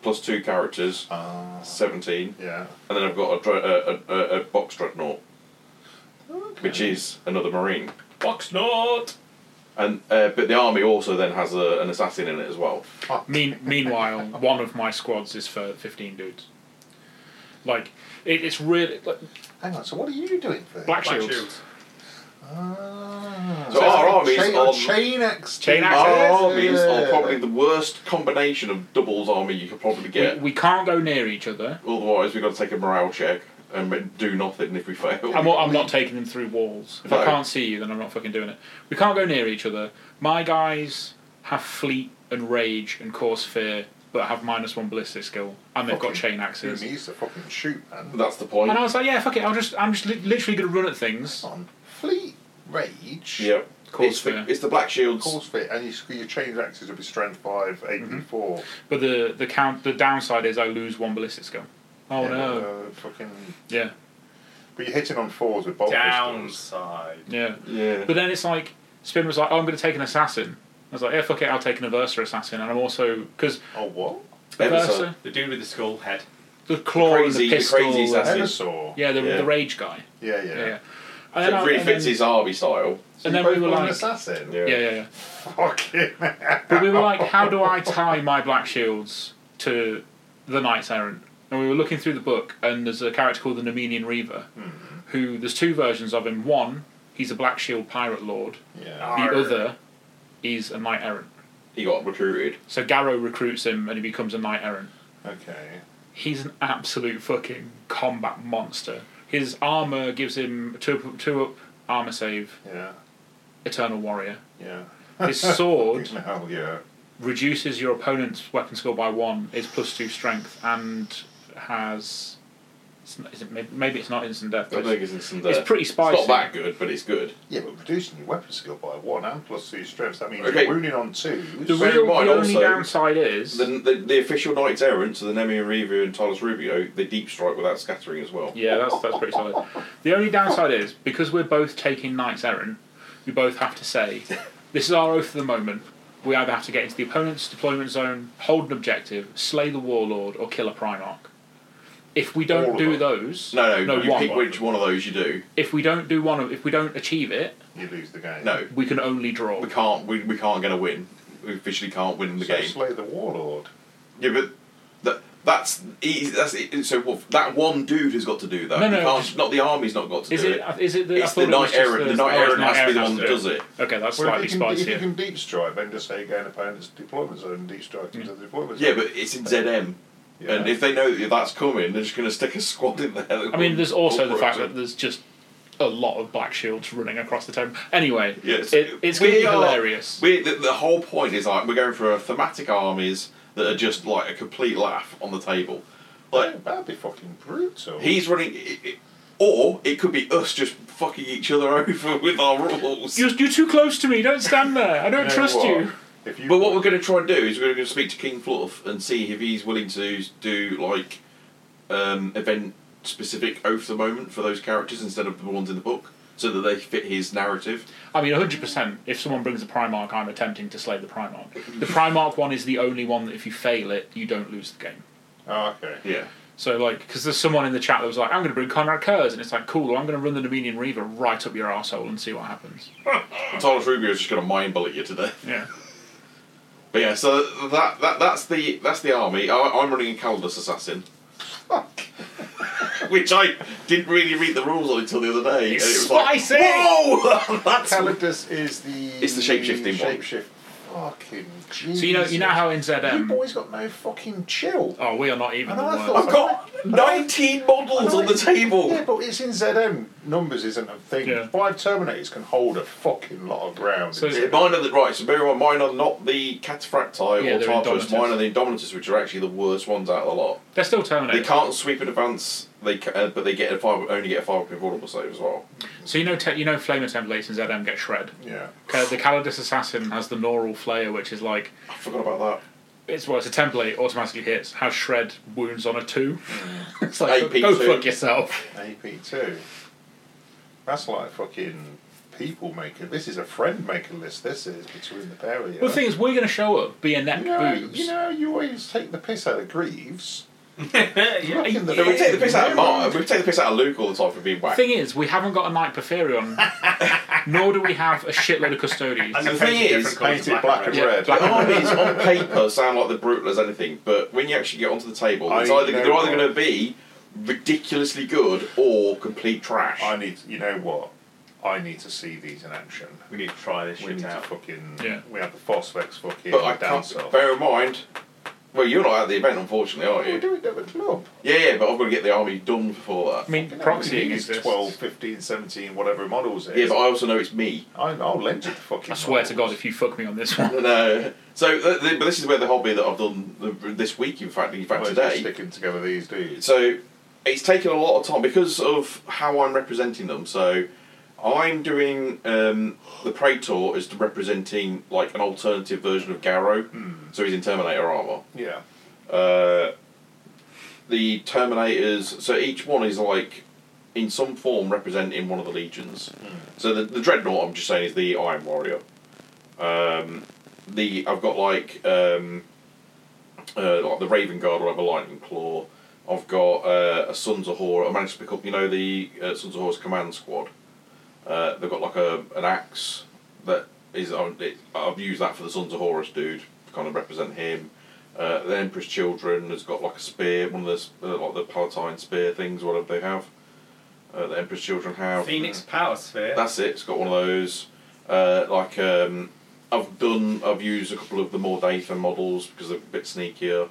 D: Plus two characters,
C: Ah.
D: seventeen.
C: Yeah.
D: And then I've got a, dre- a, a, a, a box dreadnought, which is another Marine.
A: Box not.
D: And uh, but the army also then has a, an assassin in it as well.
B: mean. Meanwhile, one of my squads is for fifteen dudes. Like it, it's really like,
C: Hang on, so what are you doing for this?
B: Black
A: Black
B: Shields.
A: shields.
C: Ah.
D: So our army's
C: chain,
D: on-
C: chain X.
B: Chain axes.
D: Our
B: Yes.
D: armies are probably the worst combination of doubles army you could probably get.
B: We, we can't go near each other.
D: Otherwise, we've got to take a morale check and do nothing if we fail.
B: I'm, I'm not taking them through walls. If
D: No.
B: I can't see you, then I'm not fucking doing it. We can't go near each other. My guys have fleet and rage and cause fear that have minus one ballistic skill and they've got
C: Fucking-
B: chain
C: Who
B: axes.
C: needs to fucking shoot, man?
D: That's the point.
B: And I was like, yeah, fuck it. I'll just, I'm just li- literally going to run at things.
C: on Fleet Rage.
D: Yep.
B: Course
D: it's, the,
B: fair.
D: it's the black shields.
C: Course fit, and you, you change axes to be strength 5,
B: Mm-hmm.
C: AP 4.
B: But the the count, the downside is I lose one ballistic skill. Oh
C: Yeah,
B: no.
C: uh, fucking.
B: Yeah,
C: But you're hitting on fours with bolt pistols.
A: Downside.
B: yeah.
D: Yeah.
B: But then it's like Spin was like, oh, I'm going to take an assassin. I was like, yeah, fuck it, I'll take an Aversa assassin, and I'm also because
C: Oh, what?
B: Aversa,
D: Eversa.
A: The dude with the skull head.
B: the claw and
D: Crazy- the
B: the pistol, uh,
D: crazy assassin.
C: Eversaw.
B: yeah, the,
D: Yeah.
B: the rage guy,
C: Yeah, yeah.
B: yeah, yeah.
D: So
B: And
D: it
B: I-
D: really
B: and
D: fits
B: then-
D: his Harvey style.
C: So
B: And
C: you
B: then we
C: both
B: were
C: want
B: like-
C: an assassin.
D: Yeah.
B: Yeah, yeah, yeah.
C: Fucking.
B: But we were like, how do I tie my black shields to the Knights Errant? And we were looking through the book, and there's a character called the Nemenian Reaver,
D: Mm-hmm.
B: who there's two versions of him. One, he's a black shield pirate lord.
C: yeah.
B: The
A: Arr.
B: other, is a knight errant.
D: He got recruited.
B: So Garrow recruits him, and he becomes a knight errant.
C: Okay.
B: he's an absolute fucking combat monster. His armor gives him two up, two up armor save,
C: Yeah.
B: eternal warrior.
C: Yeah.
B: His sword
C: Hell yeah.
B: reduces your opponent's weapon skill by one, is plus two strength, and has. it's not- Is it, may- maybe it's not instant death,
D: I don't
B: but
D: think
B: it's,
D: it's instant
B: it's
D: there.
B: pretty spicy.
D: It's not that good, but it's good.
C: Yeah, but reducing your weapon skill by one and plus two strengths, that means
D: Okay.
C: you're wounding on twos.
B: the
D: Bear in
B: real,
D: mind
B: the only
D: also-
B: downside is.
D: The, the, the official Knights Errant, so the Nemi and Reaver and Talos Rubio, they deep strike without scattering as well.
B: yeah, that's, that's pretty solid. The only downside is, because we're both taking Knights Errant, we both have to say, this is our oath for the moment. We either have to get into the opponent's deployment zone, hold an objective, slay the Warlord, or kill a Primarch. If we
C: All
B: don't
C: of
B: do
C: them.
B: those,
D: No, no,
B: no
D: you
B: one.
D: pick which one of those you do.
B: If we don't do one of, if we don't achieve it,
C: You lose the game.
D: No,
B: we can only draw.
D: we can't. We, we can't get a win. We officially can't win the
C: so
D: game.
C: slay the warlord.
D: Yeah, but that that's easy. That's e- so. What, that one dude has got to do that.
B: No,
D: You
B: no,
D: can't-
B: it's-
D: not the army's not got to
B: Is
D: do
B: it?
D: it.
B: Is it the? I
D: It's the
B: thought it was
D: knight
B: just
D: errant. The knight
B: oh, it's
D: errant has to be the
B: Errant
D: one that
B: has
D: does it.
B: it. Okay, that's
C: Well,
B: slightly
C: if you, can, if you
B: spicier.
C: can deep strike, then just say again opponent's deployment zone, deep strike
B: Mm.
C: into the deployment zone.
D: Yeah, but it's in ZM,
C: Yeah.
D: and if they know that that's coming, they're just going to stick a squad in there.
B: I mean, there's also the fact that there's just a lot of black shields running across the town. Anyway,
D: Yes.
B: it, it's going to
D: We
B: be
D: are-
B: hilarious.
D: we the, the whole point is like we're going for a thematic armies that are just like a complete laugh on the table. Like
C: Yeah, that'd be fucking brutal.
D: he's running, i i or it could be us just fucking each other over with our rules.
B: You're, you're too close to me. Don't stand there. I
C: You
B: don't
C: know
B: trust
C: what?
B: you.
C: If you
D: But what we're going to try and do is we're going to speak to King Fluff and see if he's willing to do like um, event specific oath the moment for those characters instead of the ones in the book, so that they fit his narrative.
B: I mean, 100%. If someone brings a Primarch, I'm attempting to slay the Primarch. The Primarch one is the only one that if you fail it, you don't lose the game.
C: Oh, okay.
D: Yeah,
B: So, like, because there's someone in the chat that was like, I'm going to bring Conrad Kurz, and it's like, cool, I'm going to run the Dominion Reaver right up your arsehole and see what happens.
D: Talos Rubio is just going to mind bullet you today.
B: Yeah.
D: But yeah, so that, that that's the that's the army. I, I'm running a Caldas assassin,
C: Fuck.
D: which I didn't really read the rules on until the other day. and it was like,
B: Spicy!
D: Whoa, that's
C: Calidus is the.
D: It's the shape-shifting one.
C: Shapeshift. Fucking Jesus.
B: So, you know, you know how in ZM.
C: You boys got no fucking chill.
B: Oh, we are not even.
C: And
B: the
C: I
B: worst.
C: thought-
D: I've got 19 models on the table.
C: Yeah, but it's in ZM. Numbers isn't a thing.
B: Yeah.
C: Five Terminators can hold a fucking lot of ground.
B: So is
D: Yeah,
B: it-
D: mine are the right. So bear in mind, mine are not the cataphracti
B: Yeah,
D: or
B: they're
D: tartarus.
B: Indomitus.
D: Mine are the indomitus, which are actually the worst ones out of the lot.
B: They're still Terminator.
D: They can't sweep in advance. They ca- uh, but they get a five, only get a five point vulnerable save as well.
B: So you know, te- you know, Flamer templates in ZM get shred.
C: yeah.
B: Ca- The Calidus Assassin has the Neural Flayer, which is like
D: I forgot about
B: it's well, it's a template automatically hits has shred wounds on a two. it's like
D: AP
B: go
D: two.
B: fuck yourself.
C: AP2. That's like fucking people making. This is a friend making list, this is, between the pair of you.
B: Well, the thing is, we're gonna show up, be a neck
C: you know,
B: boobs.
C: you know, you always take the piss out of Greaves.
A: yeah.
C: Fucking the
D: that. No, we take the piss out of
C: Yeah.
D: Mark. We take the piss out of Luke all the time for being whacked.
B: Thing is, we haven't got a Knight Perferion, nor do we have a shitload of custodies.
D: And the
A: Painted
D: thing is,
A: different colours,
C: Painted black and
B: Yeah,
C: red.
B: black
D: The armies on paper sound like they're brutal as anything, but when you actually get onto the table, it's
C: I know
D: either, they're either
C: what-
D: going to be ridiculously good or complete trash.
C: oh, I need. You know what? I need to see these in action.
A: We need to try this
C: We need
A: shit
C: to
A: out.
C: fucking.
B: Yeah.
C: We have the Phosphex fucking
D: But I
C: down
D: can't.
C: south.
D: Bear in mind, Well, you're not at the event, unfortunately, are
C: We
D: you?
C: do it at the club.
D: Yeah, yeah, but I've got to get the army done before that.
B: I mean,
C: You know,
B: proxying
C: we use
B: exists.
C: 12, 15, 17, whatever models it
D: Yeah,
C: is.
D: but I also know it's me.
C: I, I'll lend you the fucking
B: I swear to God,
C: models.
B: if you fuck me on this one,
D: No, so th- th- but this is where the hobby that I've done th- this week, in fact, in fact
C: Well, it's just
D: today.
C: sticking together these days.
D: So it's taken a lot of time because of how I'm representing them. So I'm doing um, the Praetor is representing like an alternative version of Garrow. So he's in Terminator armor.
C: Yeah.
D: Uh, the Terminators. So each one is like in some form representing one of the legions. So the, the Dreadnought, I'm just saying, is the Iron Warrior. Um, the I've got like um, uh, like the Raven Guard or whatever, Lightning Claw. I've got uh, a Sons of Horus. I managed to pick up, you know, the uh, Sons of Horus command squad. Uh, they've got like a an axe that is. I- it- I've used that for the Sons of Horus dude, to kind of represent him. Uh, the Emperor's Children has got like a spear, one of the s- uh, like the Palatine spear things, whatever they have. Uh, the Emperor's Children have
A: Phoenix Power Sphere.
D: that's it. It's got one of those. Uh, like um, I've done, I've used a couple of the more Dathan models because they're a bit sneakier.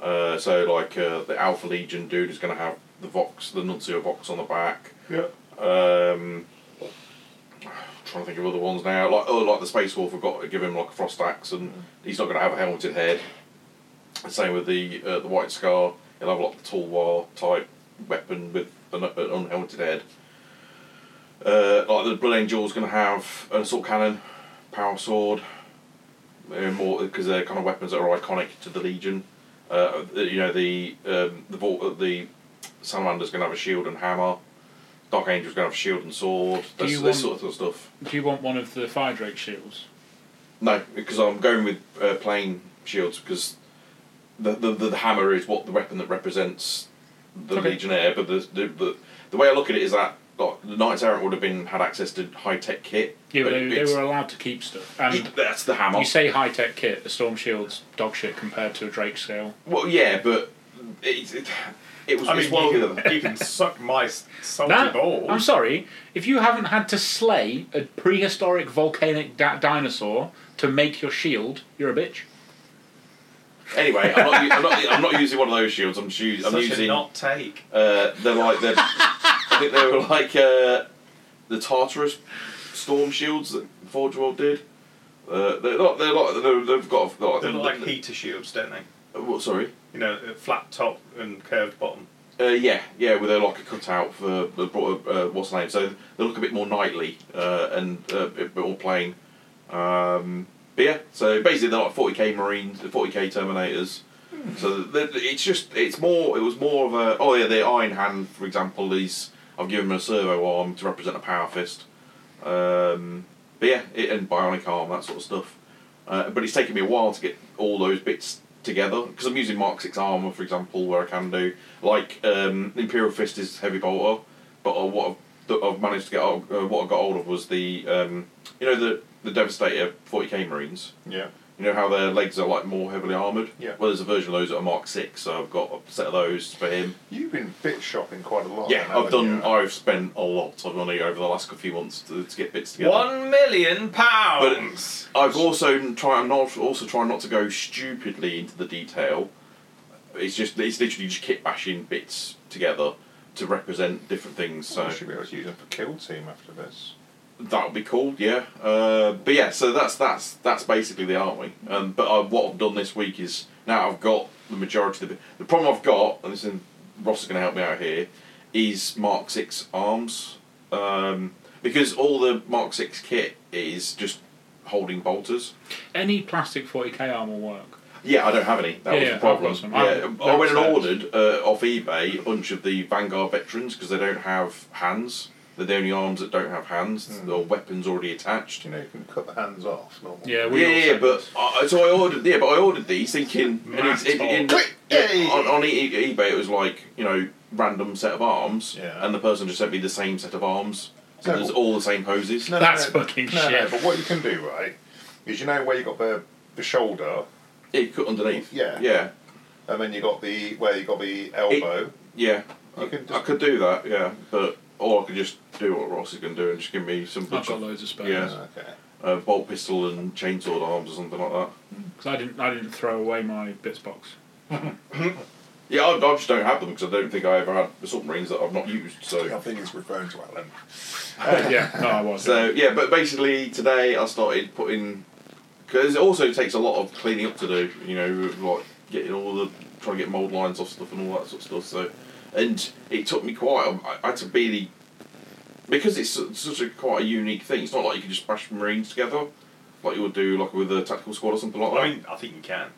D: Uh, so like uh, the Alpha Legion dude is going to have the Vox, the Nuncio Vox on the back.
C: Yeah.
D: Um, trying to think of other ones now. Like oh, like the Space Wolf, I've got to give him like a frost axe, and he's not going to have a helmeted head. Same with the uh, the White Scar. He'll have like the Tulwar type weapon with an, an unhelmeted head. Uh, like the Blood Angel's going to have an assault cannon, power sword, uh, more because they're kind of weapons that are iconic to the Legion. Uh, you know the um, the Vol- uh, the Salamander's going to have a shield and hammer. Dark Angel's going to have a shield and sword.
B: Do
D: This,
B: you
D: this
B: want-
D: sort of stuff.
B: do you want one of the Fire Drake shields?
D: No, because I'm going with uh, plain shields because the, the the the hammer is what the weapon that represents the
B: Okay.
D: Legionnaire. But the, the the the way I look at it is that like, the Knights Errant would have been had access to high tech kit.
B: Yeah, but they, they
D: it's-
B: were allowed to keep stuff. And
D: that's the hammer.
B: you say high tech kit, the Storm Shield's dog shit compared to a Drake scale.
D: Well, yeah, but it, it, it was
A: I
D: it's
A: mean,
D: one
A: you
D: of the.
A: can, you can suck my s- salty
B: That-
A: balls.
B: I'm sorry, if you haven't had to slay a prehistoric volcanic da- dinosaur to make your shield, you're a bitch.
D: Anyway, I'm not, u- I'm, not, I'm not using one of those shields. I'm, choos- I'm
A: Such
D: using.
A: a not take.
D: uh, they're like they're. I think they were like uh, the Tartarus storm shields that Forge World did. Uh, they're not. They're like they're, they've got. Like,
A: They look like heater shields, don't they?
D: uh, what, sorry.
A: You know, a flat top and curved bottom.
D: Uh, yeah, yeah, with a like a cutout for the brought uh, what's the name? So they look a bit more knightly uh, and uh, a bit more plain. Um, but yeah, so basically they're like forty k Marines, forty k Terminators. So th- th- it's just it's more. It was more of a oh yeah, the Iron Hand for example is I've given him a servo arm to represent a power fist. Um, but yeah, it, and bionic arm that sort of stuff. Uh, but it's taken me a while to get all those bits together because I'm using Mark Six armor, for example, where I can do like um, Imperial Fist is heavy bolter, but uh, what I've, that I've managed to get hold- uh, what I got hold of was the um, you know the the Devastator 40k Marines.
C: Yeah.
D: You know how their legs are like more heavily armored.
C: Yeah.
D: Well, there's a version of those that are Mark Six, so I've got a set of those for him.
C: You've been bit shopping quite a lot.
D: yeah,
C: then,
D: I've
C: haven't
D: done.
C: you?
D: I've spent a lot of money over the last few months to, to get bits together.
A: One million pounds.
D: I've also try. I'm not also trying not to go stupidly into the detail. It's just it's literally just kit bashing bits together to represent different things. So
C: I should be able to use them for kill team after this.
D: that would be cool, yeah. Uh, but yeah, so that's that's that's basically the army. Um, but uh, what I've done this week is now I've got the majority of the the problem I've got, and this is, Ross is going to help me out here, is Mark Six arms um, because all the Mark Six kit is just holding bolters.
B: Any plastic 40k arm will work.
D: Yeah, I don't have any. That
B: Yeah,
D: was
B: yeah,
D: the
B: I've
D: problem.
B: got some. I-
D: Yeah, I, went and
B: upstairs.
D: ordered uh, off eBay a bunch of the Vanguard veterans because they don't have hands. They're the only arms that don't have hands
B: Hmm.
D: or weapons already attached.
C: Do you know you can cut the hands off? Normal.
B: Yeah, we
D: Yeah,
B: all
D: yeah,
B: said
D: but
B: this.
D: I, so I ordered. Yeah, but I ordered these thinking and it's, in, in,
C: Quick,
D: yeah,
C: yay.
D: on, on e- e- eBay it was like you know random set of arms,
C: Yeah.
D: and the person just sent me the same set of arms. So
C: No.
D: there's all the same poses.
C: No, no,
B: That's
C: no,
B: fucking
C: no, no,
B: shit.
C: but what you can do, right, is you know where you got the, the shoulder,
D: Yeah, you cut underneath.
C: Yeah.
D: yeah,
C: and then you got the where you got the elbow.
D: yeah.
C: You
D: I,
C: can just-
D: I could do that. Yeah, but or I could just do what Ross is going to do and just give me some
B: I've
D: bunch
B: got
D: of
B: loads of spares.
D: Yeah.
C: Oh, Okay.
D: uh, bolt pistol and chainsaw arms or something like that.
B: Because I didn't, I didn't throw away my bits box.
D: Yeah, I, I just don't have them because I don't think I ever had submarines that I've not used.
C: I
D: So,
C: think he's referring to Alan.
B: Uh, yeah, no, I was.
D: so yeah. But basically, today I started putting because it also takes a lot of cleaning up to do. You know, like getting all the trying to get mold lines off stuff and all that sort of stuff. So, and it took me quite. a- I, I had to really because it's su- such a quite a unique thing. It's not like you can just bash marines together like you would do like with a tactical squad or something like that.
A: I mean, I think you can.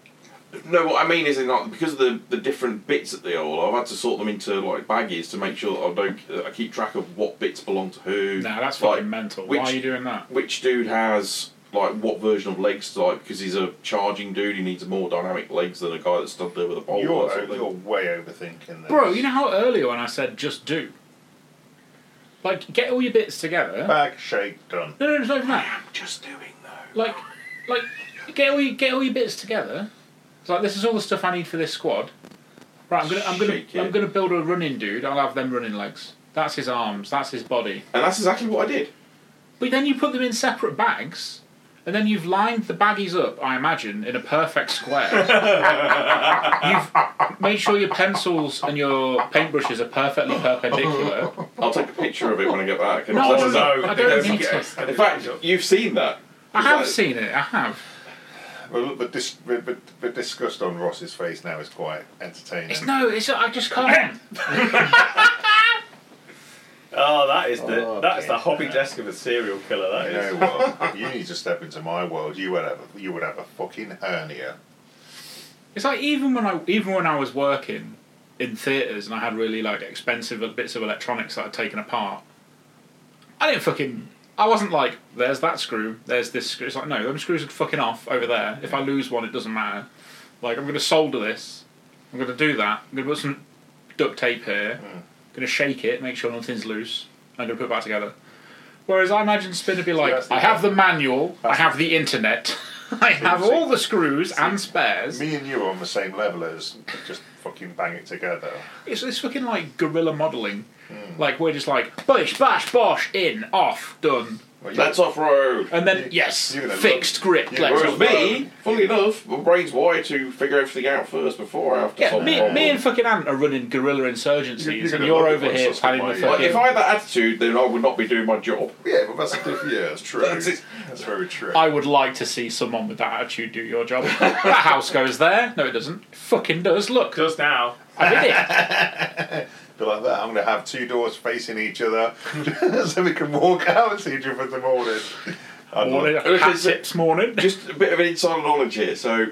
D: No, what I mean is, in like, because of the, the different bits that they all are, I've had to sort them into like baggies to make sure that I don't that I keep track of what bits belong to who.
B: Nah, that's
D: like,
B: fucking mental.
D: which-
B: Why are you doing that?
D: Which dude has like what version of legs? Like because he's a charging dude, he needs more dynamic legs than a guy that's stood there with a bowl. or
C: You're,
D: something.
C: you're way overthinking this.
B: Bro, you know how earlier when I said just do? Like, get all your bits
D: Uh,
B: together.
C: Bag, shake, done.
B: No, no, it's not even that.
D: I'm just doing though.
B: like like get all your, get all your bits together. It's like this is all the stuff I need for this squad. Right, I'm gonna I'm gonna
D: Shake it.
B: I'm gonna build a running dude. I'll have them running legs. That's his arms. That's his body.
D: And that's exactly what I did.
B: But then you put them in separate bags, and then you've lined the baggies up. I imagine in a perfect square. you've made sure your pencils and your paintbrushes are perfectly perpendicular.
D: I'll take a picture of it when I get back.
B: No, no,
D: That's- that's-
B: I don't
D: that's-
B: need to.
A: yes,
D: In fact, you've seen that.
B: I have
D: Like-
B: seen it. I have.
C: Well, look, the, dis- the, the, the disgust on Ross's face now is quite entertaining.
B: It's no. It's I just can't.
A: Oh, that is the
C: Oh,
A: that's
C: okay.
A: the hobby desk of a serial killer. That
C: You
A: is.
C: know what? you need to step into my world. You would have a, you would have a fucking hernia.
B: It's like even when I even when I was working in theatres and I had really like expensive bits of electronics that I'd taken apart, I didn't fucking. I wasn't like, there's that screw, there's this screw. It's like, no, them screws are fucking off over there. If I lose one, it doesn't matter. Like, I'm going to solder this. I'm going to do that. I'm going to put some duct tape here.
C: Hmm.
B: going to shake it, make sure nothing's loose. I'm going to put it back together. Whereas I imagine Spin would be like,
C: that's the-
B: I have the manual, I
C: that's
B: have the internet, I have
C: see-
B: all the screws and spares.
C: Me and you are on the same level as just fucking bang it together.
B: It's, it's fucking like guerrilla modelling. Like we're just like bosh, bash, bosh, in, off, done,
C: Well, you-
D: That's off road.
B: and then
C: You-
B: yes,
C: you're gonna
B: fixed grip.
C: you're
B: Let's
C: gonna
D: Whereas
B: go.
D: me, fully enough, my brain's wired to figure everything out first before I have to
B: Yeah,
D: solve
B: me,
D: the
B: me
D: problem.
B: and fucking Ant are running guerrilla insurgencies,
C: You're- you're
B: and
C: gonna
B: you're
C: look at
B: over
C: one
B: here
C: suspect,
B: planning the
C: aren't you?
B: fucking.
D: Like, if I had that attitude, then I would not be doing my job.
C: Yeah, but that's the- yeah, that's true.
D: That's it.
C: That's very true.
B: I would like to see someone with that attitude do your job. that house goes there. No, it doesn't. It fucking does. Look,
A: Does now.
B: I did it.
C: Be like that. I'm gonna have two doors facing each other, so we can walk out and see each other in the morning. I'd
B: Morning,
C: love-
D: Look,
B: hat
D: it's-
B: tips morning.
D: Just a bit of an insider knowledge here. So,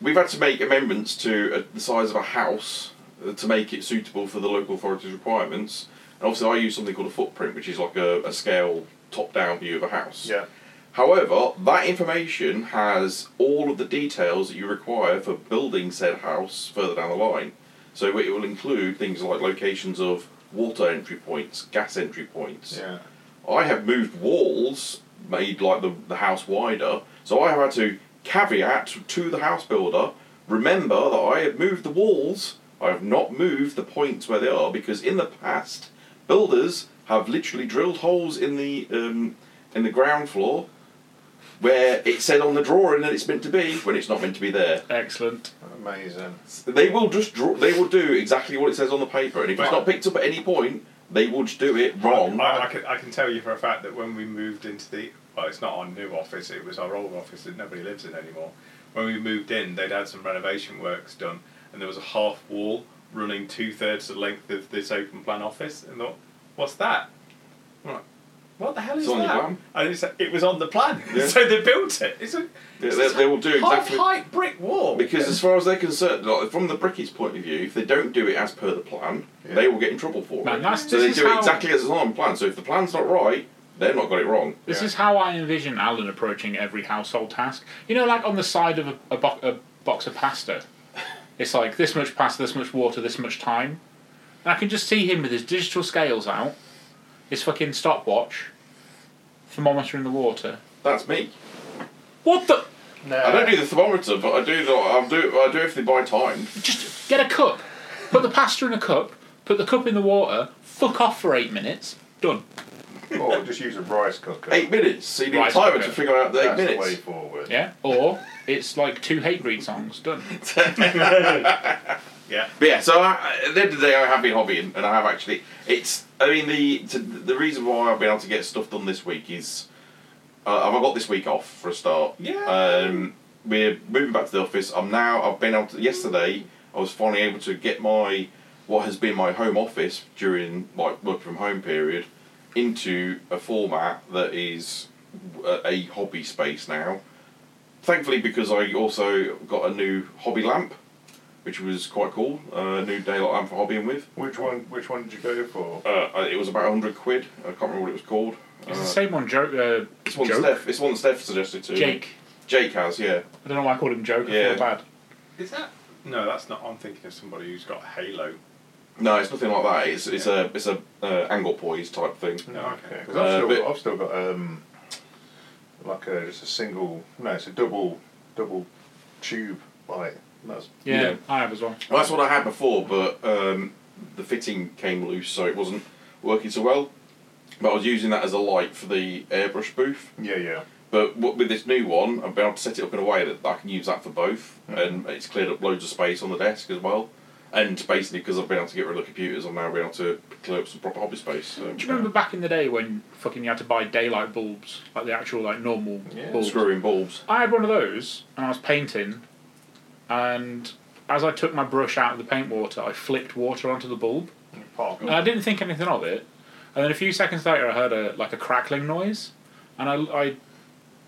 D: we've had to make amendments to uh the size of a house uh, to make it suitable for the local authority's requirements. And obviously, I use something called a footprint, which is like a, a scale top-down view of a house.
C: Yeah.
D: However, that information has all of the details that you require for building said house further down the line. So it will include things like locations of water entry points, gas entry points.
C: Yeah.
D: I have moved walls, made like the, the house wider, so I have had to caveat to the house builder remember that I have moved the walls, I have not moved the points where they are, because in the past, builders have literally drilled holes in the um, in the ground floor where it said on the drawing that it's meant to be when it's not meant to be there.
B: Excellent.
C: Amazing.
D: They will just draw, they will do exactly what it says on the paper, and if it's not picked up at any point, they will just do it wrong.
A: I, I, can, I can tell you for a fact that when we moved into the well, it's not our new office. It was our old office that nobody lives in anymore. When we moved in, they'd had some renovation works done, and there was a half wall running two thirds the length of this open plan office. And thought, what's that? I'm like, what the hell is
D: It's on your
A: that?
D: plan.
A: And it's like, it was on the plan,
D: Yeah.
A: so they built it. It's a
D: They- they- they will do
A: half
D: exactly-
A: height brick wall.
D: Because as far as they're concerned, like, from the brickies' point of view, if they don't do it as per the plan,
C: Yeah.
D: they will get in trouble for
B: Man,
D: it.
B: that's-
D: so
B: this
D: they
B: is
D: do it
B: how-
D: exactly as it's on the plan. So if the plan's not right, they've not got it wrong.
B: This
C: Yeah.
B: is how I envision Alan approaching every household task. You know, like on the side of a, a, bo- a box of pasta, it's like this much pasta, this much water, this much time. And I can just see him with his digital scales out, his fucking stopwatch, thermometer in the water.
D: That's me.
B: What the?
C: No.
D: I don't do the thermometer, but I do the I do I do it if they buy time.
B: Just get a cup. Put the pasta in a cup, put the cup in the water, fuck off for eight minutes, Done.
C: Or oh, just use a rice cooker.
D: Eight minutes. So you need
B: Right,
D: timer
B: okay.
D: to figure out the eight
C: That's the way
D: minutes.
C: forward.
B: Yeah. Or it's like two hate breed songs. Done.
A: yeah.
D: But yeah, so I, at the end of the day, I have been hobbying, and I have actually. It's. I mean, the to, the reason why I've been able to get stuff done this week is uh, I've got this week off for a start.
A: Yeah.
D: Um, we're moving back to the office. I'm now. I've been able to. Yesterday, I was finally able to get my what has been my home office during my work from home period into a format that is a, a hobby space now. Thankfully, because I also got a new hobby lamp, which was quite cool. Uh, A new daylight lamp for hobbying with.
C: Which one? Which one did you go for?
D: Uh, I- it was about hundred quid. I can't remember what it was called.
B: It's
D: Uh,
B: the same one, Joe. Uh,
D: it's one
B: Joke?
D: Steph. It's one Steph suggested to me.
B: Jake.
D: Jake has, yeah.
B: I don't know why I called him Joke. I
D: Yeah.
B: feel bad.
A: Is that? No, that's not. I'm thinking of somebody who's got Halo.
D: No, it's nothing like that. It's it's a it's a uh, angle poise type thing.
A: No, okay.
C: 'Cause
D: Uh,
C: I've,
D: but-
C: still, I've still got um, like a just a single. No, it's a double, double tube light. That's
B: Yeah,
D: Yeah.
B: I have as well.
D: Well, that's what I had before, but um, the fitting came loose, so it wasn't working so well. But I was using that as a light for the airbrush booth.
C: yeah, yeah.
D: But what, with this new one, I've been able to set it up in a way that I can use that for both, and it's cleared up loads of space on the desk as well. And basically, because I've been able to get rid of the computers, I'm now been able to clear up some proper hobby space. So.
B: Do you remember back in the day when fucking you had to buy daylight bulbs, like the actual like normal
C: Yeah.
B: bulbs?
D: Screwing bulbs.
B: I had one of those, and I was painting, and as I took my brush out of the paint water, I flicked water onto the bulb,
C: Park.
B: and I didn't think anything of it. And then a few seconds later, I heard a like a crackling noise, and I, I,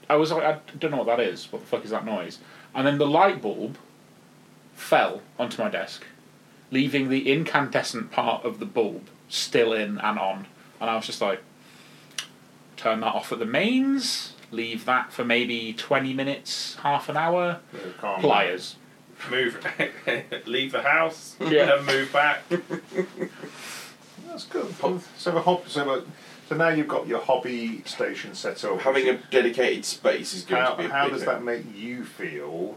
B: I was like, I don't know what that is. What the fuck is that noise? And then the light bulb fell onto my desk, leaving the incandescent part of the bulb still in and on. And I was just like, turn that off at the mains. Leave that for maybe twenty minutes, half an hour.
C: Yeah, calm.
B: Pliers.
A: Move, leave the house,
B: Yeah.
A: then move back.
C: That's good. So a hob- so, a, so now you've got your hobby station set up.
D: Having a dedicated space is going
C: how,
D: to be a
C: how
D: big
C: does
D: thing.
C: that make you feel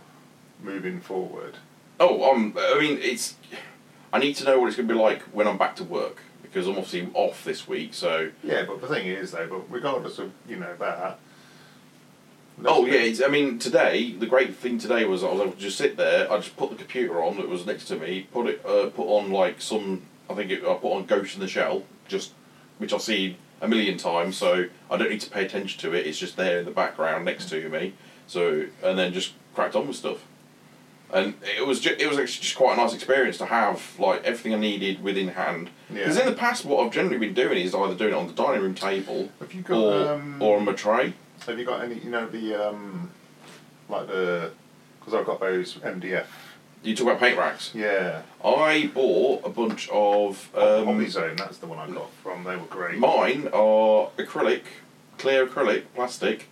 C: moving forward?
D: Oh, um, I mean, it's. I need to know what it's going to be like when I'm back to work because I'm obviously off this week. So.
C: Yeah, but the thing is though, but regardless of you know that.
D: oh yeah, it's, I mean today the great thing today was I was able to just sit there. I just put the computer on that was next to me. Put it, uh, put on like some. I think it, I put on Ghost in the Shell, just which I've seen a million times. So I don't need to pay attention to it. It's just there in the background next to me. So and then just cracked on with stuff. And it was ju- it was actually just quite a nice experience to have like everything I needed within hand. Because
C: Yeah.
D: in the past, what I've generally been doing is either doing it on the dining room table
C: Have you got,
D: or
C: um,
D: or on my tray.
C: Have you got any? You know the um, like the because I've got those MDF.
D: You talk about paint racks.
C: Yeah,
D: I bought a bunch of
C: Hobby
D: um,
C: Zone. That's the one I got from. They were great.
D: mine are acrylic, clear acrylic plastic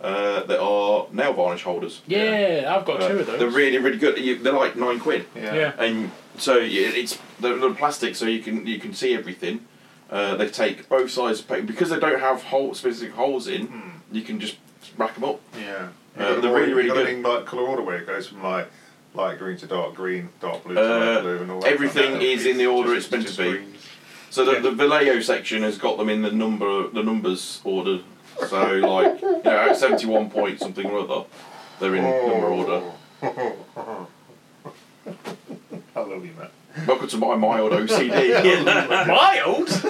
D: uh, that are nail varnish holders.
B: Yeah, I've got
D: Uh,
B: two of those.
D: They're really really good. You, they're like nine quid,
C: yeah.
B: yeah.
D: and so yeah, it's they're, they're plastic, so you can you can see everything. Uh, they take both sides of paint because they don't have hole, specific holes in. You can just rack them up.
C: Yeah.
D: Uh,
C: You've got
D: they're
C: all-
D: really,
C: you've
D: really
C: got
D: good.
C: anything like colour order where it goes from like light green to dark green, dark blue to
D: Uh,
C: light blue, and all that.
D: everything
C: kind of
D: is
C: stuff.
D: in the order
C: Just-
D: it's meant to
C: just
D: be.
C: greens.
D: So the,
B: Yeah.
D: the Vallejo section has got them in the number the numbers order. So like you know, at seventy one point something or other, they're in
C: Oh.
D: number order.
C: I love you, man.
D: Welcome to my mild OCD.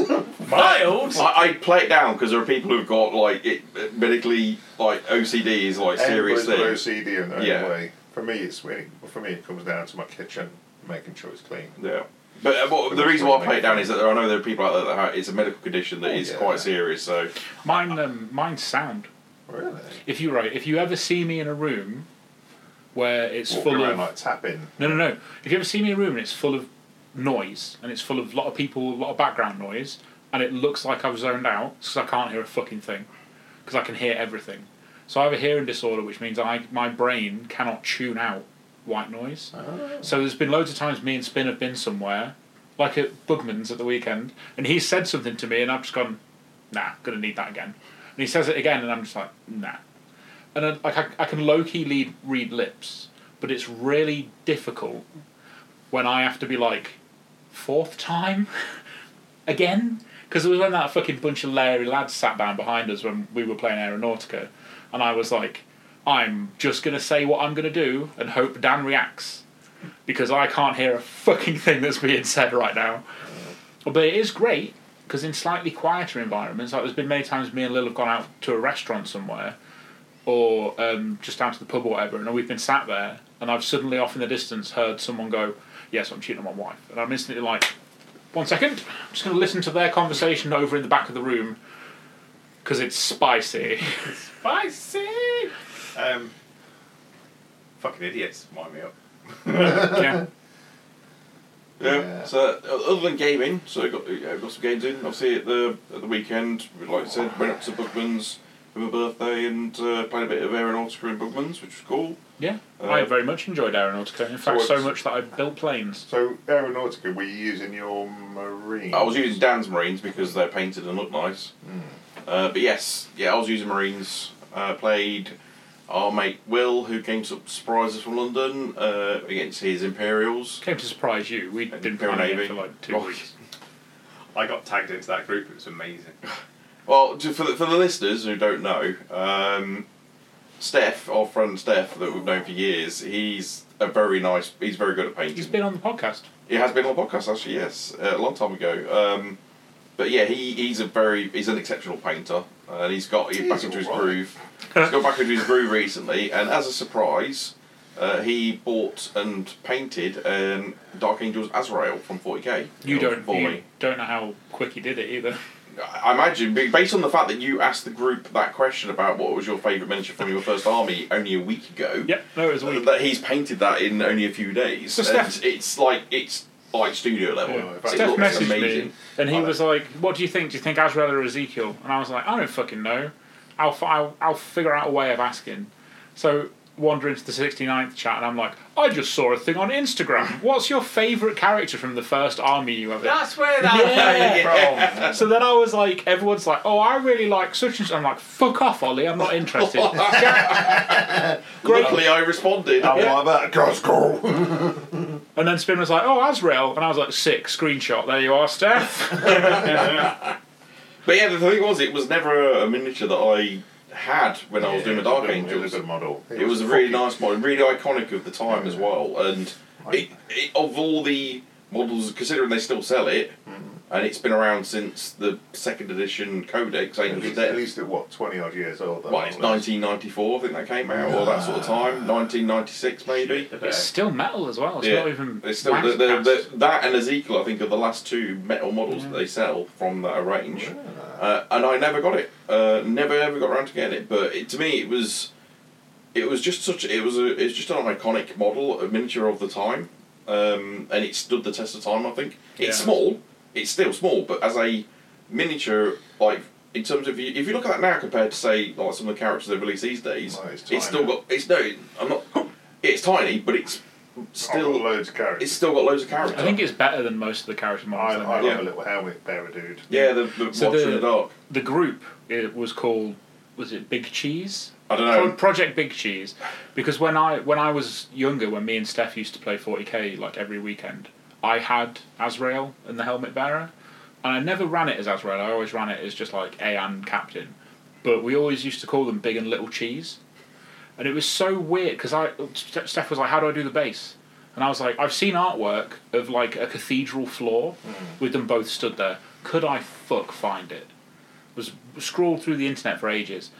A: Mild, mild.
D: I, I play it down because there are people who've got like it medically like OCD is like serious
C: Everybody's
D: thing.
C: got OCD in their own
D: Yeah.
C: way. For me, it's when it, for me it comes down to my kitchen, making sure it's clean.
D: Yeah. But uh, what, the reason why I play it down is that there, I know there are people out there that have, it's a medical condition that is
C: yeah.
D: quite serious. So
B: Mine, um, mine's sound.
C: Really?
B: If you right, if you ever see me in a room where it's
C: Walking
B: full
C: around
B: of
C: like tapping.
B: no, no, no. If you ever see me in a room and it's full of noise and it's full of a lot of people, a lot of background noise, and it looks like I've zoned out because I can't hear a fucking thing because I can hear everything. So I have a hearing disorder, which means I my brain cannot tune out white noise.
C: Oh.
B: So there's been loads of times me and Spin have been somewhere, like at Bugman's at the weekend, and he said something to me, and I've just gone, nah, gonna need that again. And he says it again, and I'm just like, nah. And I, like I, I can low key lead, read lips, but it's really difficult when I have to be like, fourth time, again, Because it was when that fucking bunch of Larry lads sat down behind us when we were playing Aeronautica, and I was like, I'm just gonna say what I'm gonna do and hope Dan reacts, because I can't hear a fucking thing that's being said right now. But it is great because in slightly quieter environments, like there's been many times me and Lil have gone out to a restaurant somewhere, or um, just down to the pub or whatever, and we've been sat there, and I've suddenly off in the distance heard someone go, "Yes, I'm cheating on my wife," and I'm instantly like, "One second, I'm just going to listen to their conversation over in the back of the room because it's spicy."
A: Spicy! Um, fucking idiots, wind me up.
B: yeah,
D: Yeah.
C: Yeah.
D: So uh, other than gaming, so got yeah, got some games in. Obviously at the at the weekend, like I said, went up to Bugman's for my birthday and uh, played a bit of Aeronautica in Bugman's, which was cool.
B: yeah.
D: Uh,
B: I very much enjoyed Aeronautica. In fact,
D: what's-
B: so much that I built planes.
C: So, Aeronautica, were you using your marine?
D: I was using Dan's Marines because they're painted and look nice. Uh, but yes, yeah, I was using Marines. Uh, played our mate Will, who came to surprise us from London uh, against his Imperials.
B: Came to surprise you. We
D: And
B: didn't
D: Imperial
B: plan it
D: Navy.
B: for like two
D: Right.
B: weeks.
A: I got tagged into that group, it was amazing.
D: Well, to, for, the, for the listeners who don't know, um, Steph, our friend Steph that we've known for years, he's a very nice. He's very good at painting.
B: He's been on the podcast.
D: It has been on the podcast actually, yes, uh, a long time ago. Um, but yeah, he, he's a very he's an exceptional painter, and he's got he's back
C: He's
D: into his
C: all right.
D: groove. he's got back into his groove recently, and as a surprise, uh, he bought and painted um, Dark Angels Azrael from Forty K.
B: You don't.
D: for
B: You
D: me.
B: don't know how quick he did it either.
D: I imagine b- based on the fact that you asked the group that question about what was your favourite miniature from your first army only a week ago.
B: Yep. No, it was weird.
D: That he's painted that in only a few days.
B: So
D: and
B: Steph-
D: it's like it's like studio level.
C: Yeah.
D: It
B: Steph
D: looks
B: messaged
D: amazing.
B: me, and he
D: Like
B: was like, "What do you think? Do you think Azrael or Ezekiel?" And I was like, "I don't fucking know. I'll fi- I'll, I'll figure out a way of asking." So wander into the 69th chat, and I'm like, "I just saw a thing on Instagram. What's your favourite character from the first army you ever?"
A: That's where that
B: Yeah.
A: came
B: So then I was like, everyone's like, "Oh, I really like such and such." I'm like, "Fuck off, Ollie. I'm not interested." Great.
D: Luckily, I responded.
C: I'm
B: Yeah.
C: like Oh, that, that's cool.
B: And then Spin was like, "Oh, Azrael," and I was like, "Sick screenshot. There you are, Steph."
D: But yeah, the thing was, it was never a miniature that I had when I was doing the Dark
C: It
D: Angels.
C: was a good model.
D: It was a really nice model, really iconic of the time as well. And it, it, of all the models, considering they still sell it,
C: Mm-hmm.
D: and it's been around since the second edition Codex,
C: At
D: Angels of
C: least,
D: Death.
C: at least at what, 20 odd years old? that
D: Well, it's
C: model is?
D: 1994, I think that came out, or that sort of time. 1996, maybe.
B: it's still metal as well. It's
D: Yeah.
B: not even.
D: It's still
B: wax
D: the, the,
B: cast.
D: the, that and Ezekiel. I think are the last two metal models that they sell from that range, uh, and I never got it. Uh, never ever got around to getting it. But it, to me, it was, it was just such. It was a. It's just an iconic model, a miniature of the time, um, and it stood the test of time. I think it's
B: Yeah.
D: small. It's still small, but as a miniature, like in terms of you, if you look at that now compared to say like some of the characters they release these days,
C: Well, it's
D: it's still
C: tiny.
D: got. It's no. I'm not. It's tiny, but it's
C: I've got
D: still
C: loads of characters.
D: it's still got loads of character.
B: I think it's better than most of the character
C: I,
B: models.
C: I
B: I,
C: love
D: Yeah.
C: a little helmet bearer dude.
D: yeah, the, the
B: So
D: Watcher
B: the-
D: in the Dark.
B: the group it was called was it Big Cheese?
D: I don't
B: Pro-
D: know.
B: Project Big Cheese, because when I when I was younger, when me and Steph used to play 40k like every weekend, I had Azrael and the Helmet Bearer, and I never ran it as Azrael. I always ran it as just like A and Captain, but we always used to call them Big and Little Cheese, and it was so weird because I Ste- Steph was like, "How do I do the bass?" And I was like, "I've seen artwork of like a cathedral floor
D: Mm.
B: with them both stood there. Could I fuck find it?" Was scrolled through the internet for ages,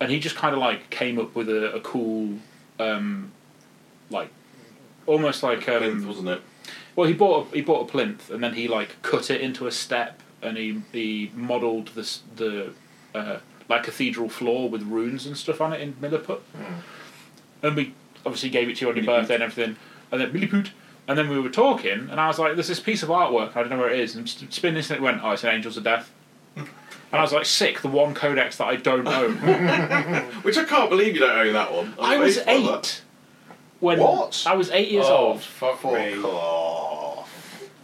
B: and he just kind of like came up with a, a cool, um, like almost like
D: Plinth,
B: um,
D: wasn't it?
B: well he bought a, he bought a plinth and then he like cut it into a step and he he modelled the s- the uh, like cathedral floor with runes and stuff on it in Milliput, and we obviously gave it to you on your
D: Milliput.
B: birthday and everything, and then Milliput. And then we were talking, and I was like, "There's this piece of artwork. I don't know where it is." And Sp- Spin instantly went, "Oh, it's an Angels of Death." And I was like, "Sick! The one codex that I don't own."
D: Which I can't believe you don't own that one.
B: I was
D: amazed by
B: eight.
D: that.
B: When
C: What?
B: I was eight years
A: Oh,
B: old.
A: fuck
C: Fuck
A: me.
C: off.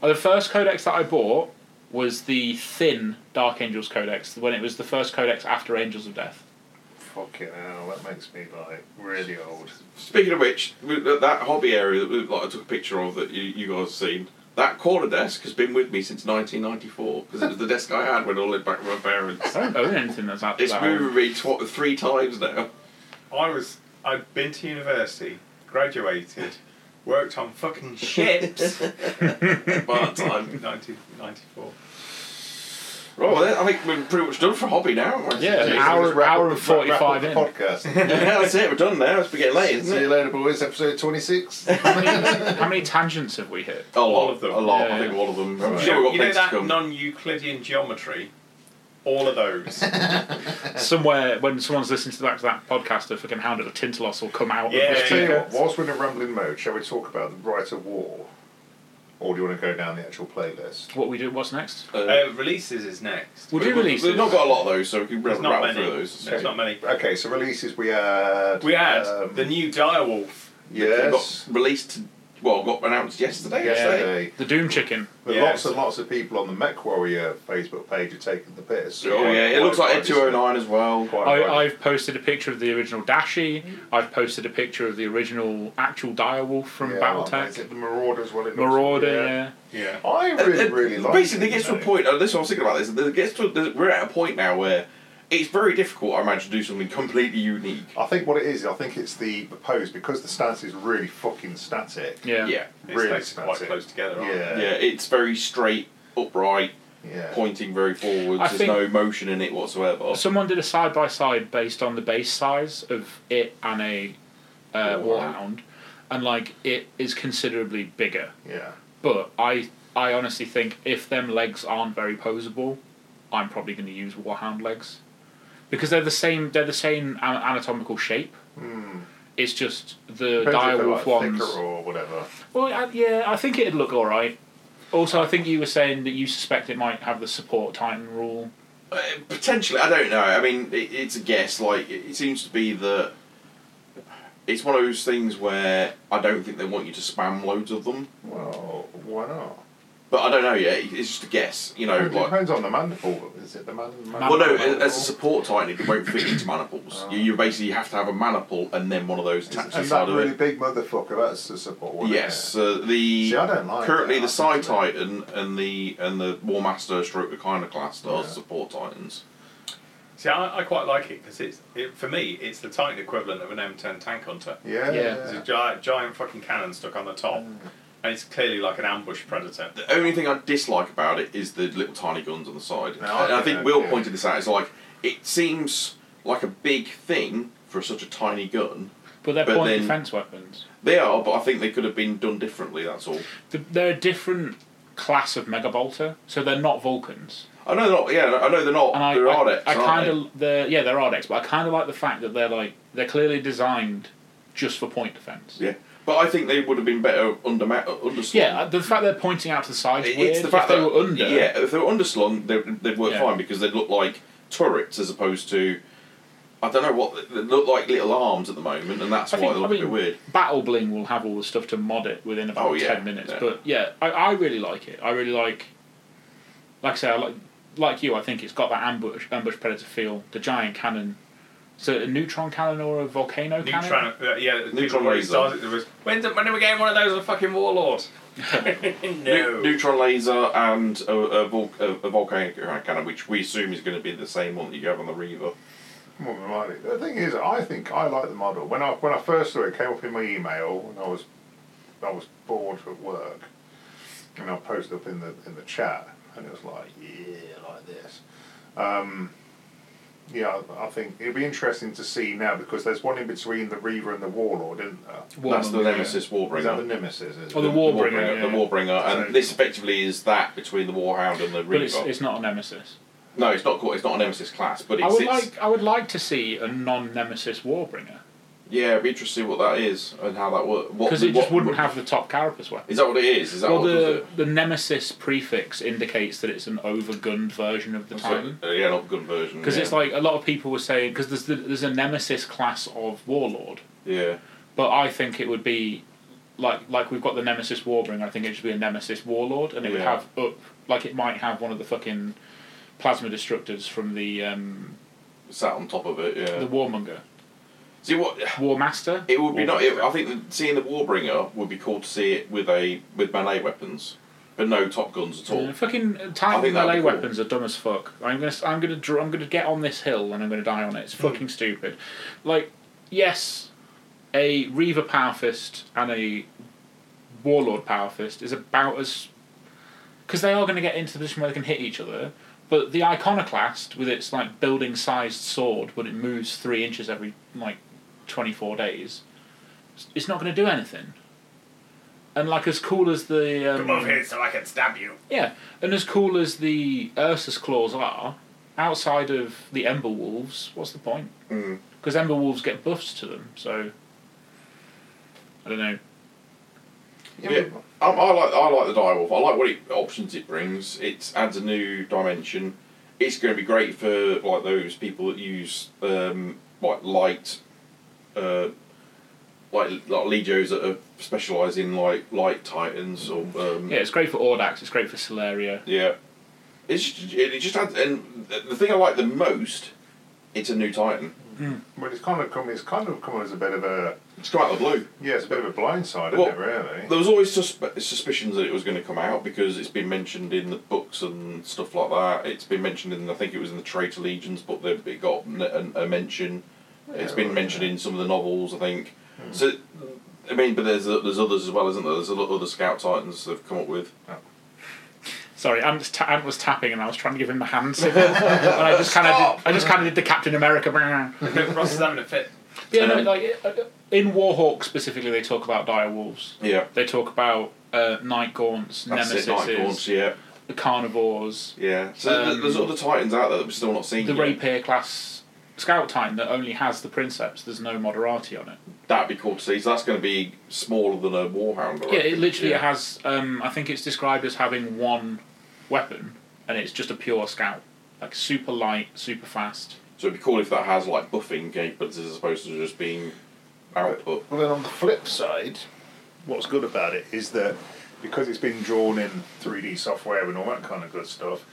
B: Uh, The first codex that I bought was the thin Dark Angels codex when it was the first codex after Angels of Death.
C: Fucking hell, that makes me like really old.
D: Speaking of which, with- that that hobby area that we, like, I took a picture of that you, you guys have seen. That corner desk has been with me since 1994 because it was the desk I had when I lived back with my parents.
B: I don't own anything that's out
D: It's
B: that
D: moved
B: old.
D: with me tw- three times now.
A: I was. I'd been to university, graduated, worked on fucking ships.
D: Part time.
A: 1994.
D: Right, well, then, I think we're pretty much done for hobby now. aren't we?
B: Yeah, an
C: So just
B: hour,
C: wrap
B: hour
C: up
B: and
C: the- wrap up
B: 45
C: the
B: in.
C: podcast.
D: yeah, that's it. We're done now. It's getting late,
C: See
D: isn't
C: you
D: it?
C: later, boys. Episode 26.
B: How many tangents have we hit?
D: A lot,
A: All of them.
D: A lot.
B: Yeah,
D: I think
B: yeah.
D: all of them.
C: Right.
D: I'm
A: You
D: sure
A: know,
D: we've
A: you know
D: got plenty to
A: that
D: come.
A: non-Euclidean geometry. All of those.
B: Somewhere when someone's listening to the back to that podcast, a fucking hound at a Tintalos will come out.
A: Yeah.
B: Of the
C: Tell you
B: speaker.
C: what, whilst we're in a rambling mode, shall we talk about the right of war? Or do you want to go down the actual playlist?
B: What we do? What's next?
D: Uh,
A: uh, releases is next.
B: We'll do releases.
D: We've not got a lot of those, so we can
A: There's
D: rattle
A: not
D: rattle
A: many.
D: through those.
A: There's not many.
C: Okay, so releases we had.
A: We had
C: um,
A: the new Direwolf.
D: They
C: Yes.
D: Got released. To, well, got announced yesterday.
B: Yeah.
D: I'd say.
C: Yesterday.
B: the Doom Chicken.
C: But
A: Yeah.
C: lots and lots of people on the Mech Warrior Facebook page are taking the piss.
D: Oh yeah, it looks like
C: Quite
D: Ed 209 as well.
C: Quite
B: I,
C: right.
B: I've posted a picture of the original Dashi. I've posted a picture of the original actual Direwolf from
C: Yeah, Is
B: Battletech.
C: it the Marauder as well? It looks-
B: Marauder.
C: yeah.
B: Yeah.
A: Yeah.
C: I really, really like
D: Uh, Basically,
C: it,
D: it gets
C: you
D: to a
C: know.
D: point. And this, I was thinking about this. It gets to a- we're at a point now where it's very difficult, I imagine, to do something completely unique.
C: I think what it is, I think it's the, the pose because the stance is really fucking static.
B: Yeah.
D: Yeah,
A: It's
C: Really
A: stacked quite
C: static.
A: close together. aren't
D: yeah.
C: Yeah.
D: it's very straight, upright,
C: Yeah.
D: pointing very forwards.
B: I
D: There's
B: think-
D: no motion in it whatsoever.
B: Someone did a side by side based on the base size of it and a
C: Oh,
B: uh, Warhound, and like it is considerably bigger.
C: Yeah.
B: But I I honestly think if them legs aren't very posable, I'm probably going to use Warhound legs because they're the same they're the same ana- anatomical shape. It's just the
C: Hmm. Depends if they're,
B: direwolf
C: like,
B: ones.
C: thicker or whatever.
B: Well, I, yeah, I think it'd look all right. Also, I think you were saying that you suspect it might have the support Titan rule.
D: Uh, potentially, I don't know. I mean, it, it's a guess. Like, it, it seems to be that it's one of those things where I don't think they want you to spam loads of them.
C: Well, why not?
D: But I don't know yet. It- It's just a guess. You know,
C: it
D: like
C: depends on the mandible. Is it the man?
D: Oh, Well,
C: mandible?
D: no,
B: Maniple.
D: as a support titan, it won't fit into maniples. You, you basically have to have a maniple and then one of those attached to the
C: and
D: side
C: Oh. that
D: of
C: really
D: it.
C: big motherfucker. That's the support. wasn't
D: Yes,
C: it?
D: uh, the
C: See, I don't like
D: currently
C: that,
D: the Psy
C: actually.
D: Titan and the and the War Master stroke Echinoblast are
C: Yeah.
D: support titans.
A: they? See, I, I quite like it because it's it, for me, it's the Titan equivalent of an M10 tank hunter.
C: Yeah.
B: Yeah.
A: There's a giant, giant fucking cannon stuck on the top, and it's clearly like an ambush predator.
D: The only thing I dislike about it is the little tiny guns on the side.
C: No, I
D: and I
C: don't
D: think
C: know,
D: Will
C: yeah.
D: pointed this out. It's like it seems like a big thing for such a tiny gun.
B: But they're
D: But
B: point
D: then-
B: defense weapons.
D: They are, but I think they could have been done differently. That's all.
B: Th- They're a different class of Mega Bolter, so they're not Vulcans.
D: I know they're not. Yeah, I know they're not.
B: And I,
D: they're
B: I,
D: Ardex,
B: I
D: aren't
B: kind
D: they?
B: of they're yeah they're Ardex, but I kind of like the fact that they're like they're clearly designed just for point defense.
D: Yeah, but I think they would have been better under ma- uh, underslung.
B: Yeah, uh, the fact they're pointing out to the sides
D: It-
B: weird.
D: it's the fact
B: if they
D: that
B: were under,
D: Yeah, if they were underslung, they, they'd work
B: Yeah.
D: fine because they'd look like turrets as opposed to. I don't know what they look like little arms at the moment, and that's
B: I
D: why
B: think-
D: they look
B: I
D: a bit
B: mean-
D: weird.
B: Battle Bling will have all the stuff to mod it within about
D: Oh, yeah,
B: ten minutes.
D: yeah.
B: But yeah, I, I really like it. I really like, like I say, I like like you. I think it's got that ambush ambush predator feel. The giant cannon, is it a neutron cannon or a volcano cannon?
A: Neutron, uh, yeah, people
D: Neutron
A: already
D: laser.
A: started- there was, when, did- when are we getting one of those on fucking Warlord? no.
D: Ne- neutron laser and a, a, vul- a, a volcanic cannon, which we assume is going to be the same one that you have on the Reaver.
C: More than likely. The thing is, I think I like the model. When I when I first saw it, it came up in my email, and I was I was bored at work, and I posted up in the in the chat, and it was like, yeah, like this. Um, yeah, I think it'd be interesting to see now because there's one in between the Reaver and the Warlord, isn't there?
D: that's the
B: Warmonger, yeah.
D: Nemesis Warbringer.
C: Is that the Nemesis? Is
B: Oh,
C: it?
B: the Warbringer,
D: The
B: yeah.
D: Warbringer,
C: So-
D: and this effectively is that between the Warhound and the
B: But
D: Reaver.
B: it's, it's not a nemesis.
D: No, it's not. called- It's not an Nemesis class, but it's.
B: I would
D: it's-
B: like I would like to see a non nemesis warbringer
D: Yeah, it'd be interesting to see what that is and how that works.
B: because it just wouldn't have the top carapace weapon.
D: Is that what it is? Is that
B: Well,
D: what does
B: the
D: it?
B: the nemesis prefix indicates that it's an overgunned version of the Titan.
D: So, uh, yeah, not good version.
B: Because
D: yeah.
B: it's like a lot of people were saying because there's the, there's a nemesis class of warlord,
D: yeah,
B: but I think it would be like like we've got the nemesis warbringer. I think it should be a nemesis warlord, and it would
D: Yeah.
B: have up like it might have one of the fucking plasma destructors from the um,
D: sat on top of it. Yeah.
B: the warmonger,
D: see what
B: warmaster.
D: it would be. Not. It,
B: Warmaster.
D: I think that seeing the Warbringer would be cool to see it with a with melee weapons. but no Top Guns at all.
B: Yeah, fucking
D: I
B: Titan
D: think that'd
B: melee
D: be cool.
B: weapons are dumb as fuck. I'm gonna, I'm gonna, dr- I'm gonna get on this hill and I'm gonna die on it. It's
D: Hmm.
B: fucking stupid. Like, yes, a Reaver power fist and a Warlord power fist is about as, because they are gonna get into the position where they can hit each other. But the iconoclast with its like building-sized sword, but it moves three inches every like twenty-four days. It's not gonna do anything. And like as cool as the um,
A: Come over here so I can stab you.
B: yeah, and as cool as the Ursus claws are, outside of the Ember Wolves, what's the point?
C: Mm.
B: Because Ember Wolves get buffs to them, so I don't know.
D: Yeah, I, Um, I like I like the direwolf. I like what it, options it brings. It adds a new dimension. It's going to be great for like those people that use um, like light, uh, like like legios that are specialised in like light titans or um,
B: Yeah, it's great for Ordax. It's great for Solaria.
D: yeah. It's just, it it just adds and the- the thing I like the most, it's a new titan.
C: But it's kind of come. It's kind of come as a bit of a
D: It's come out of the blue.
C: yeah, it's a bit of a blindside, isn't
D: Well,
C: it? Really.
D: There was always susp- suspicions that it was going to come out because it's been mentioned in the books and stuff like that. It's been mentioned in I think it was in the Traitor Legions, but they, it got n- a, a mention. it's been
C: well,
D: mentioned in some of the novels, I think. So, I mean, but there's there's others as well, isn't there? There's a lot of other Scout Titans they've come up with.
B: Sorry, Ant, ta- Ant was tapping, and I was trying to give him the hand signal, and I just kind of, I just kind of did the Captain America. brah.
A: Ross is having a fit.
B: yeah, no, like uh, in Warhawk specifically, they talk about dire wolves.
D: Yeah,
B: They talk about uh, night gaunts,
D: that's it. Night Gaunts,
B: nemesises,
D: yeah,
B: the carnivores.
D: yeah. So th-
B: Um,
D: there's other Titans out there that we're still not seeing.
B: the
D: yet.
B: rapier class scout time that only has the princeps. There's no moderati on it.
D: That'd be cool to see. So that's going to be smaller than a Warhound. I
B: yeah, it
D: reckon.
B: literally
D: Yeah.
B: has. Um, I think it's described as having one weapon, and it's just a pure scout, like super light, super fast.
D: So it'd be cool if that has like buffing capabilities as opposed to just being output.
C: Well, then on the flip side, what's good about it is that because it's been drawn in 3D software and all that kind of good stuff,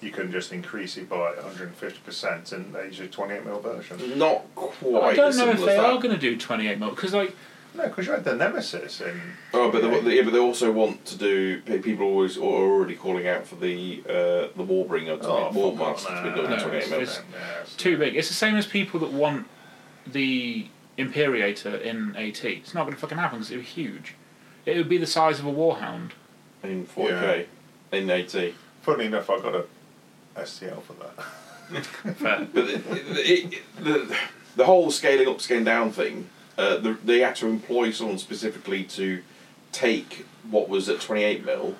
C: you can just increase it by 150% and they use a 28mm version. No, 'cause
D: Not quite.
B: I don't
D: as
B: know if
D: simple as
B: they
D: that.
B: are going to do 28 mil because like
C: No, because you had the Nemesis and.
D: Oh, but they, yeah, but they also want to do. pe- People always are already calling out for the uh, the Warbringer to
C: Oh,
D: be War
C: fuck
D: Master
C: off,
D: to be
C: no,
D: done in
B: no,
D: 28
B: it's-
D: minutes.
B: it's- too big. It's the same as people that want the Imperiator in AT. It's not going to fucking happen because it would be huge. It would be the size of a warhound.
D: in 40k in 80.
C: Funny enough, I got a STL for that.
B: Fair.
D: But it, it, it, the the whole scaling up, scaling down thing. Uh, the, they had to employ someone specifically to take what was at 28 mil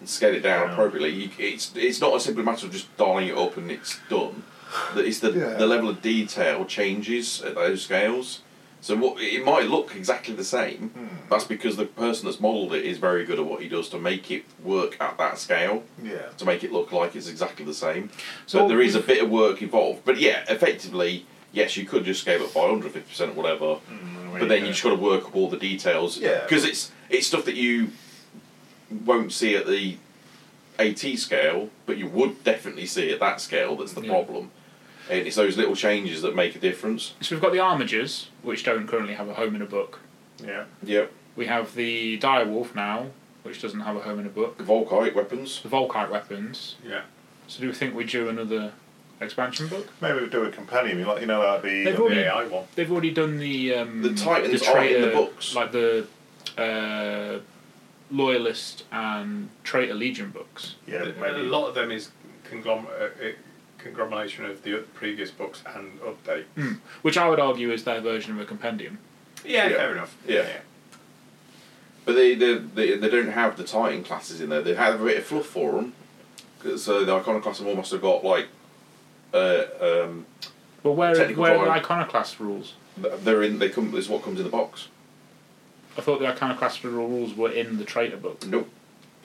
D: and scale it down
C: Yeah.
D: appropriately. You, it's it's not a simple matter of just dialing it up and it's done. The- It's the
C: Yeah.
D: the level of detail changes at those scales. So what it might look exactly the same. That's because the person that's modelled it is very good at what he does to make it work at that scale
C: Yeah.
D: to make it look like it's exactly the same.
B: So
D: but there is a bit of work involved. But yeah, effectively, yes, you could just scale up by 150% or whatever.
C: Mm,
D: but then you just got to work up all the details.
C: Yeah.
D: Because it's, it's stuff that you won't see at the AT scale, but you would definitely see at that scale that's the
B: Yeah.
D: problem. And it's those little changes that make a difference.
B: So we've got the armagers, which don't currently have a home in a book.
C: Yeah.
D: Yeah.
B: We have the direwolf now, which doesn't have a home in a book.
D: Volkite weapons.
B: The Volkite weapons.
A: Yeah.
B: So do we think we do another expansion book?
C: Maybe we'll do a companion, like, you know, like the.
B: They've
A: The
B: already-
A: AI one.
B: They've already done the um,
D: The Titans aren't in the books.
B: like the uh, loyalist and traitor legion books.
C: yeah,
A: a
C: maybe.
A: lot of them is conglom- uh, uh, conglomeration of the previous books and update.
B: Which I would argue is their version of a compendium.
A: Yeah,
D: Yeah.
A: fair enough.
D: Yeah. But they, they, they, they don't have the Titan classes in there. They have a bit of fluff for them. So the Iconoclast and War must have got like. Uh, um,
B: Well, where
D: Technical
B: where are the
D: drawing.
B: iconoclast rules?
D: th- they're in. They come. This is what comes in the box.
B: I thought the iconoclast rules were in the traitor book.
D: Nope.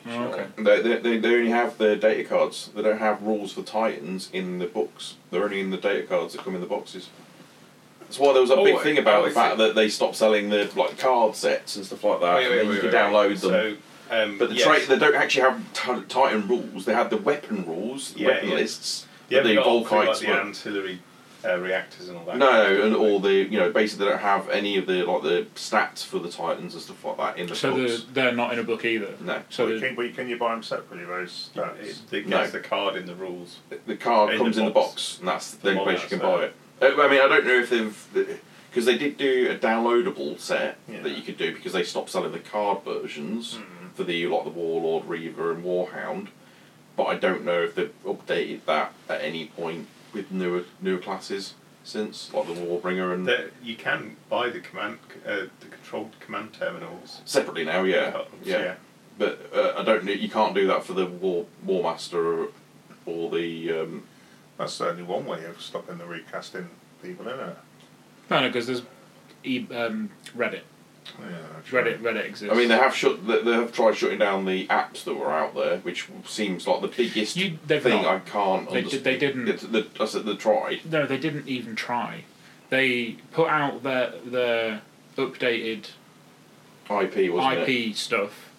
B: Oh, okay.
D: They, they, they, they only have the data cards. They don't have rules for Titans in the books. They're only in the data cards that come in the boxes. That's why there was a
A: Oh,
D: big
A: I-
D: thing about
A: oh, I
D: the fact
A: see.
D: that they stopped selling the like card sets and stuff like that.
A: Wait,
D: and
A: wait,
D: then
A: wait,
D: you
A: wait,
D: could
A: wait.
D: download them.
A: So, um,
D: But the
A: yes.
D: tra- they don't actually have t- Titan rules. They have the weapon rules, the
A: Yeah,
D: weapon
A: yeah.
D: lists.
A: Yeah,
D: but
A: we
D: the
A: got through, like,
D: Volkites
A: the
D: were.
A: ancillary uh, reactors and all that.
D: No, and all the you know basically they don't have any of the like the stats for the Titans and stuff like that in the
B: So the,
D: books.
B: they're not in a book either.
D: no,
B: So
C: but,
B: the,
C: can, but can you buy them separately, those
A: It,
C: stats?
A: it
D: No.
A: gets the card in the rules.
D: the card
A: In the
D: comes in the
A: box.
D: box, and that's
A: The
D: the only
A: one
D: place you can
A: that's
D: buy it. Uh, I mean, I don't know if they've because they did do a downloadable set
C: Yeah.
D: that you could do because they stopped selling the card versions for the like the Warlord, Reaver, and Warhound. But I don't know if they've updated that at any point with newer newer classes since, like the Warbringer and
A: That you can buy the command, uh, the controlled command terminals.
D: separately now. Yeah,
A: Cards,
D: yeah. But uh, I don't. know- You can't do that for the war war master or, or the. Um,
C: That's certainly one way of stopping the recasting people, isn't it?
B: no, no, because there's e- um, Reddit.
C: Yeah, true.
B: Reddit, Reddit exists.
D: I mean, they have shut. They they have tried shutting down the apps that were out there, which seems like the biggest
B: You- they've
D: thing
B: not.
D: I can't.
B: They did- they didn't.
D: The, the, I said they tried.
B: No, they didn't even try. They put out their their updated
D: IP wasn't it?
B: IP stuff,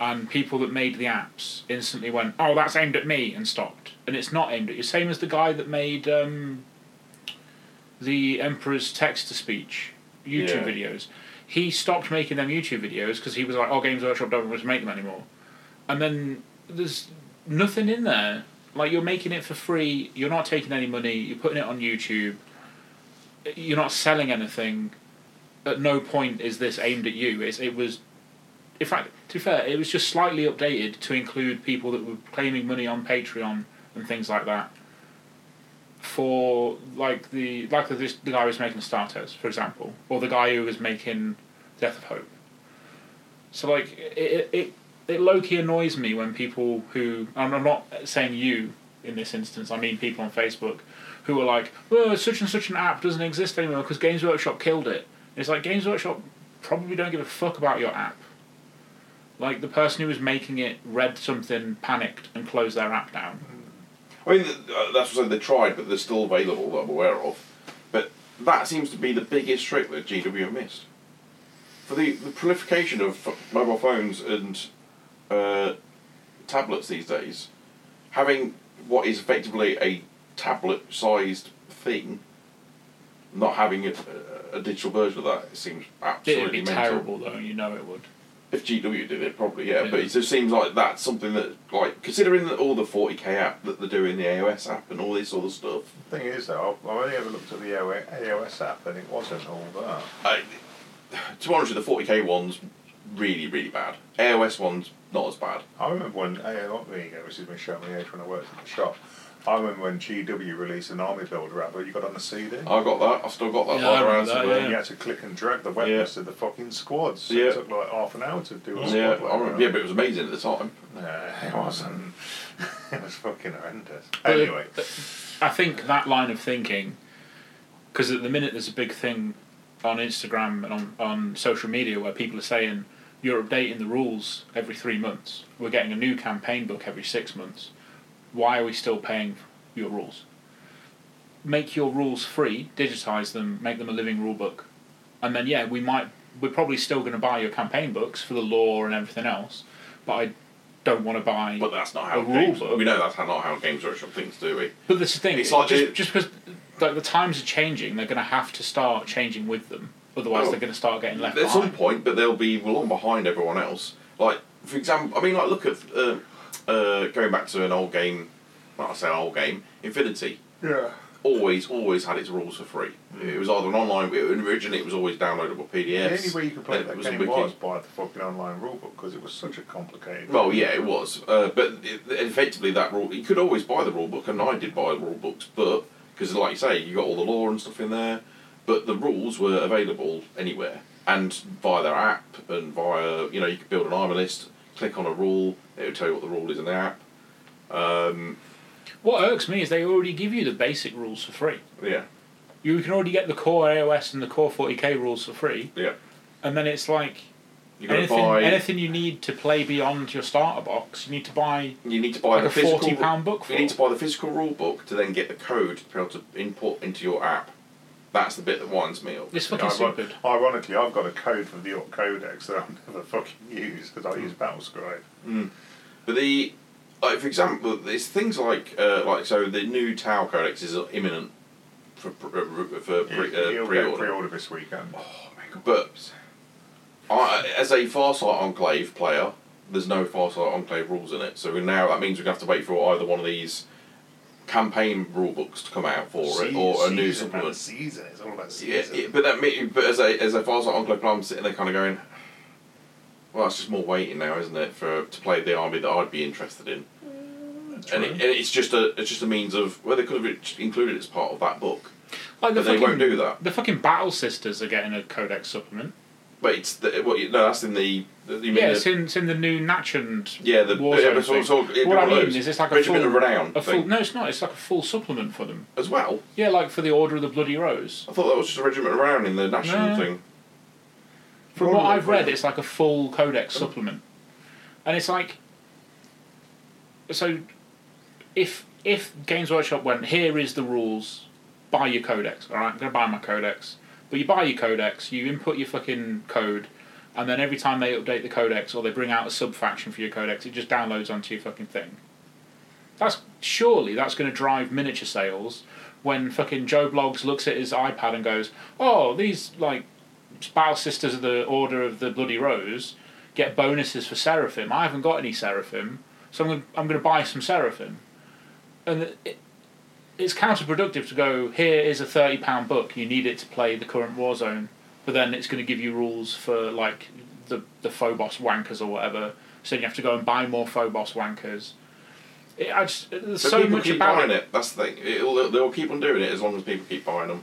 B: and people that made the apps instantly went, "Oh, that's aimed at me," and stopped. And it's not aimed at you. Same as the guy that made um, the Emperor's text to speech YouTube
D: Yeah.
B: videos. He stopped making them YouTube videos because he was like, "Oh, Games Workshop don't want us to make them anymore." And then there's nothing in there. Like you're making it for free. You're not taking any money. You're putting it on YouTube. You're not selling anything. At no point is this aimed at you. It's, it was, in fact, to be fair, it was just slightly updated to include people that were claiming money on Patreon and things like that. For like the like the, this, the guy who was making Star Test, for example, or the guy who was making Death of Hope. So like it it, it it low key annoys me when people who and I'm not saying you in this instance. I mean people on Facebook who are like, "Well, such and such an app doesn't exist anymore because Games Workshop killed it." And it's like Games Workshop probably don't give a fuck about your app. Like the person who was making it read something, panicked, and closed their app down.
D: I mean, th- uh, that's what I said. They tried, but they're still available that I'm aware of. But that seems to be the biggest trick that GW have missed. For the, the proliferation of f- mobile phones and uh, tablets these days, having what is effectively a tablet-sized thing, not having a, a digital version of that seems
B: It would
D: absolutely
B: be
D: mental.
B: terrible though, you know it would.
D: If GW did it, probably yeah.
B: Yeah.
D: But it just seems like that's something that, like, considering that all the forty k app that they're doing, the AOS app, and all this other stuff,
C: The thing is, though, I've I've only ever looked at the AO- AOS app and it wasn't all that.
D: I, to be honest, with you, the forty k ones really really bad. AOS ones not as bad.
C: I remember when AO, there you go, this is me showing my age when I worked at the shop. I remember when GW released an army builder app, but you got on the CD.
D: I got that. I still got that
B: Yeah, I
D: lying around
B: remember that,
D: somewhere.
C: And you had to click and drag the weapons
D: Yeah.
C: to the fucking squads. So
D: Yeah.
C: It took like half an hour to do a
D: Yeah,
C: squad.
D: I remember,
C: layout.
D: yeah, but it was amazing at the time.
C: Nah, it wasn't. it was fucking horrendous.
B: But-
C: Anyway,
B: but I think that line of thinking, because at the minute there's a big thing on Instagram and on, on social media where people are saying you're updating the rules every three months. We're getting a new campaign book every six months. Why are we still paying your rules? Make your rules free, digitize them, make them a living rule book, and then yeah, we might we're probably still going to buy your campaign books for the law and everything else, but I don't want to buy.
D: But that's not how
B: A rule
D: games.
B: book.
D: We know that's how, not how Games Workshop thinks, do we?
B: But this is the thing.
D: It's like
B: just,
D: the-
B: just because like the times are changing, they're going to have to start changing with them. Otherwise,
D: Oh.
B: they're going to start getting left
D: At some
B: behind.
D: point, but they'll be long behind everyone else. Like, for example, I mean, like, look at uh, uh, going back to an old game, well, I say an old game, Infinity.
C: yeah.
D: Always, always had its rules for free.
B: Mm.
D: It was either an online, originally it was always downloadable PDFs.
C: the only way you could play that
D: then a
C: game
D: wiki.
C: was by the fucking online rulebook because it was such a complicated.
D: Well, yeah, it was. Uh, but it, effectively, that rule you could always buy the rule book, and I did buy the rule books, but because, like you say, you got all the law and stuff in there. But the rules were available anywhere, and via their app, and via you know you could build an armor list, click on a rule, it would tell you what the rule is in the app. Um,
B: What irks me is they already give you the basic rules for free.
D: yeah,
B: You can already get the core AOS and the core 40k rules for free,
D: yeah.
B: and then it's like
D: You got to
B: anything,
D: buy.
B: anything you need to play beyond your starter box, you need to buy
D: you need to buy
B: like
D: the
B: a
D: physical.
B: forty pound book for.
D: You need to buy the physical rule book to then get the code to be able to input into your app. That's the bit that winds me up.
B: it's
C: You know,
B: fucking
C: iron-
B: stupid.
C: Ironically, I've got a code for the Orc Codex that I'll never fucking use because I use
D: Hmm.
C: Battlescribe.
D: But the like for example, it's things like uh, like so the new Tau Codex is imminent for pr- uh, for
C: You,
D: pre, uh,
C: you'll get
D: pre-order.
C: pre-order this weekend.
A: Oh my god.
D: But I, as a Farsight Enclave player, there's no Farsight Enclave rules in it. So we now that means we're gonna have to wait for either one of these campaign rule books to come out for it,
C: Se-
D: or a new
C: season, man,
D: supplement.
C: Season. It's all about
D: Yeah,
C: season.
D: yeah, but that me, but as a as a Farsight Enclave player, I'm sitting there kind of going, well, it's just more waiting now, isn't it, for to play the army that I'd be interested in.
B: Mm.
D: And, it, and it's just a it's just a means of well they could have included it as part of that book,
B: Like
D: but they won't do that.
B: The fucking Battle Sisters are getting a codex supplement.
D: But it's the, what you, no, that's in the, the you mean
B: yeah,
D: the-
B: it's in, it's in the new Natchand.
D: Yeah, the
B: Warzone
D: yeah, but it's all-
B: thing.
D: it's all- it's
B: what I
D: one of
B: mean
D: those.
B: is, it's like a full,
D: Regiment of Renown
B: a full.
D: thing.
B: No, it's not. It's like a full supplement for them.
D: as well.
B: Yeah, like for the Order of the Bloody Rose.
D: I thought that was just a regiment of Renown in the national
B: No.
D: thing.
B: From
C: Order
B: what
C: of
B: I've
C: the
B: read,
C: Bloody-
B: it's like a full codex supplement, and it's like. So, if if Games Workshop went here is the rules, buy your codex. All right, I'm gonna buy my codex. But you buy your codex, you input your fucking code, and then every time they update the codex or they bring out a sub faction for your codex, it just downloads onto your fucking thing. That's surely that's going to drive miniature sales when fucking Joe Blogs looks at his iPad and goes, "Oh, these like Battle Sisters of the Order of the Bloody Rose get bonuses for Seraphim. I haven't got any Seraphim, so I'm gonna, I'm going to buy some Seraphim." And it, it's counterproductive to go, "Here is a thirty pound book. You need it to play the current Warzone," but then it's going to give you rules for like the the Phobos wankers or whatever. So you have to go and buy more Phobos wankers. It, I just, there's
D: But
B: so
D: people
B: much
D: keep
B: about
D: buying it. That's the thing. It'll, they'll keep on doing it as long as people keep buying them.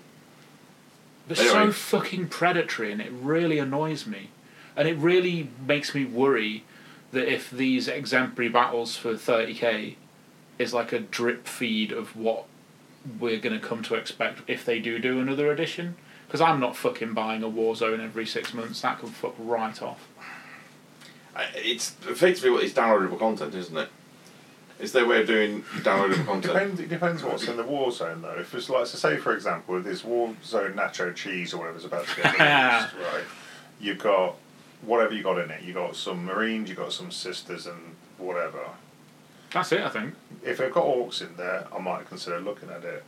B: They're
D: They
B: so
D: don't-
B: fucking predatory, and it really annoys me, and it really makes me worry that if these exemplary battles for thirty k is like a drip feed of what we're gonna come to expect if they do do another edition, because I'm not fucking buying a Warzone every six months. That can fuck right off.
D: I- It's effectively what it's downloadable content, isn't it? It's their way of doing downloadable content.
C: Depends, it depends what's in the war zone though. If it's like, so say for example, if this war zone nacho cheese or whatever's about to get released, right? You've got whatever you got in it. You got some marines, you got some sisters, and whatever.
B: That's it, I think.
C: If they've got orcs in there, I might consider looking at it.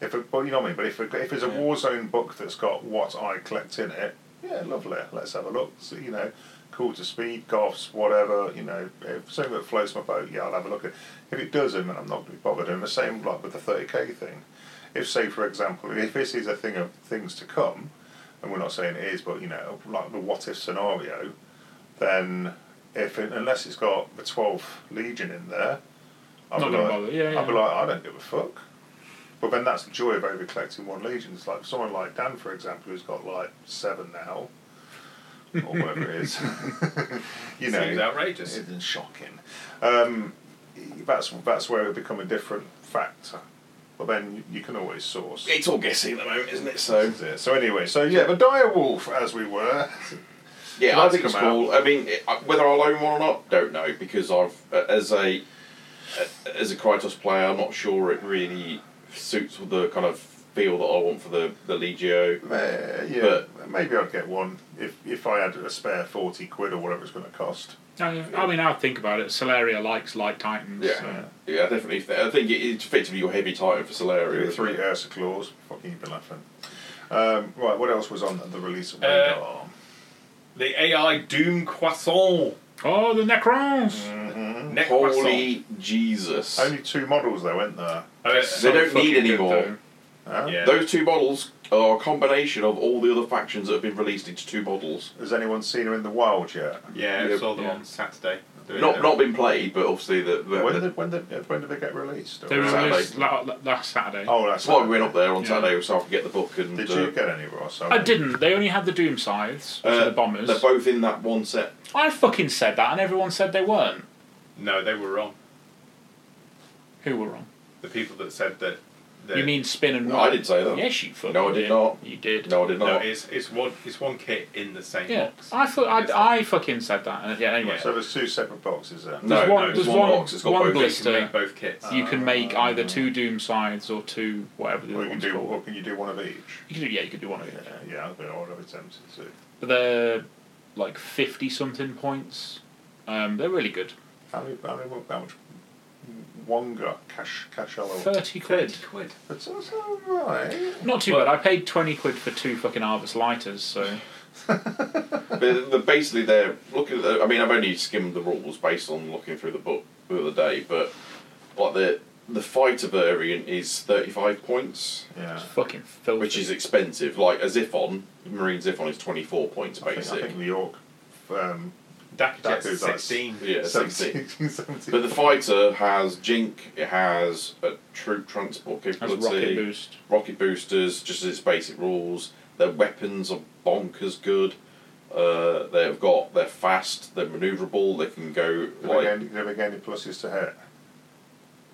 C: If it, but you know what I mean. But if it, if it's a
D: Yeah.
C: war zone book that's got what I collect in it, yeah, lovely. Let's have a look. So, you know, cool to speed, goths, whatever. You know, if something that floats my boat, yeah, I'll have a look at. it. If it doesn't, then I'm not going to be bothered. And the same like with the thirty k thing. If say for example, if this is a thing of things to come, and we're not saying it is, but you know, like the what if scenario, then if it, unless it's got the 12th Legion in there, I'll
B: Not
C: be
B: gonna
C: like,
B: bother, yeah,
C: I'll be
B: yeah.
C: like, I don't give a fuck. But then that's the joy of over collecting one Legion. It's like someone like Dan, for example, who's got like seven now, or whatever it is. you know,
A: Seems outrageous.
C: It's shocking. Um, that's that's where it become a different factor. But then you, you can always source.
D: It's all guessing at the moment, isn't it? So
C: That's it. So anyway, so yeah, the dire wolf as we were.
D: yeah, I
C: That's
D: think it's
C: come
D: cool. I mean, it- I- whether I'll own one or not, don't know because I've uh, as a uh, as a Kratos player, I'm not sure it really suits with the kind of feel that I want for the the Legio.
C: Uh, yeah, maybe I'd get one if if I had a spare forty quid or whatever it's going to cost.
B: I I mean, I'll think about it. Solaria likes light titans.
D: Yeah.
B: so-
D: Yeah, I definitely. th- I think it, it's effectively your heavy titan for Solari.
C: Three Ursa claws. Fucking you've been laughing. Um, right, what else was on the release of
A: Uh,
C: Radar?
A: The AI Doom Croissant.
B: Oh, the Necrons.
D: Mm.
A: Neck croissant.
D: Holy Jesus!
C: Mm-hmm. Only two models though, weren't there?
A: Oh, yeah.
D: They don't
B: fucking
D: need
B: good,
D: any more.
B: though.
C: Huh?
A: Yeah.
D: Those two models are a combination of all the other factions that have been released into two models.
C: Has anyone seen her in the wild yet?
A: Yeah,
D: Yeah.
A: I saw them
B: Yeah.
A: on Saturday. Doing
D: Not
A: their-
D: not been played, but obviously the, the,
C: When
D: the-
C: did when did when did they get released? Or-
B: They were
D: Saturday.
B: released la- la- last Saturday.
C: oh, that's
D: that's why we went up there on
B: Yeah.
D: Saturday so I could get the book and.
C: Did
D: uh,
C: you get any, Ross?
B: I didn't. They only had the Doom Scythes, which
D: uh,
B: are the bombers.
D: They're both in that one set.
B: I fucking said that, and everyone said they weren't.
A: No, they were wrong.
B: Who were wrong?
A: The people that said that. that
B: You mean spin and
D: No,
B: roll?
D: I didn't say that.
B: Yes, you fucking
D: No, I did not.
B: You did.
D: No, I did
A: No,
D: not.
A: it's it's one it's one kit in the same
B: Oh. Yeah,
A: box.
B: I thought I, I fucking said that. and- Yeah, anyway.
C: So there's two separate boxes there.
D: No,
B: there's one,
A: no,
B: there's
D: it's one
B: one,
D: box, it's got
B: one
D: both. Uh,
A: They can
B: blister.
A: make both kits.
B: uh, You can make either two Doom Scythes or two whatever the
C: Or
B: other
C: you can
B: one's
C: do,
B: called.
C: or can you do one of each?
B: You could do, yeah, you could do one of each.
C: Yeah, I'd be I'd have attempted to.
B: But they're like fifty something points. Um, they're really good.
C: How many, how many, how much Wonga Cash Cashello.
B: Thirty quid.
A: quid.
C: It's also right.
B: Not too bad. I paid twenty quid for two fucking Arvis lighters. So
D: But the, basically, they're looking. At the, I mean, I've only skimmed the rules based on looking through the book the other day, but like the the fighter variant is thirty five points,
C: Yeah.
B: it's fucking filthy.
D: which is expensive. Like a Ziphon, Marine Ziphon is twenty four points
C: I think, I
D: basic.
C: think New York. Um,
A: Daku
C: Daku
A: Jet's
C: dice.
A: 16.
D: yeah, 60.
C: 1770.
D: But the fighter has Jink, it has a troop transport
B: That's
D: capability,
B: rocket boost.
D: rocket boosters, just as its basic rules. Their weapons are bonkers good. Uh, they've got they're fast, they're manoeuvrable, they can go
C: Do they
D: like
C: gain- do they gain any pluses to hit?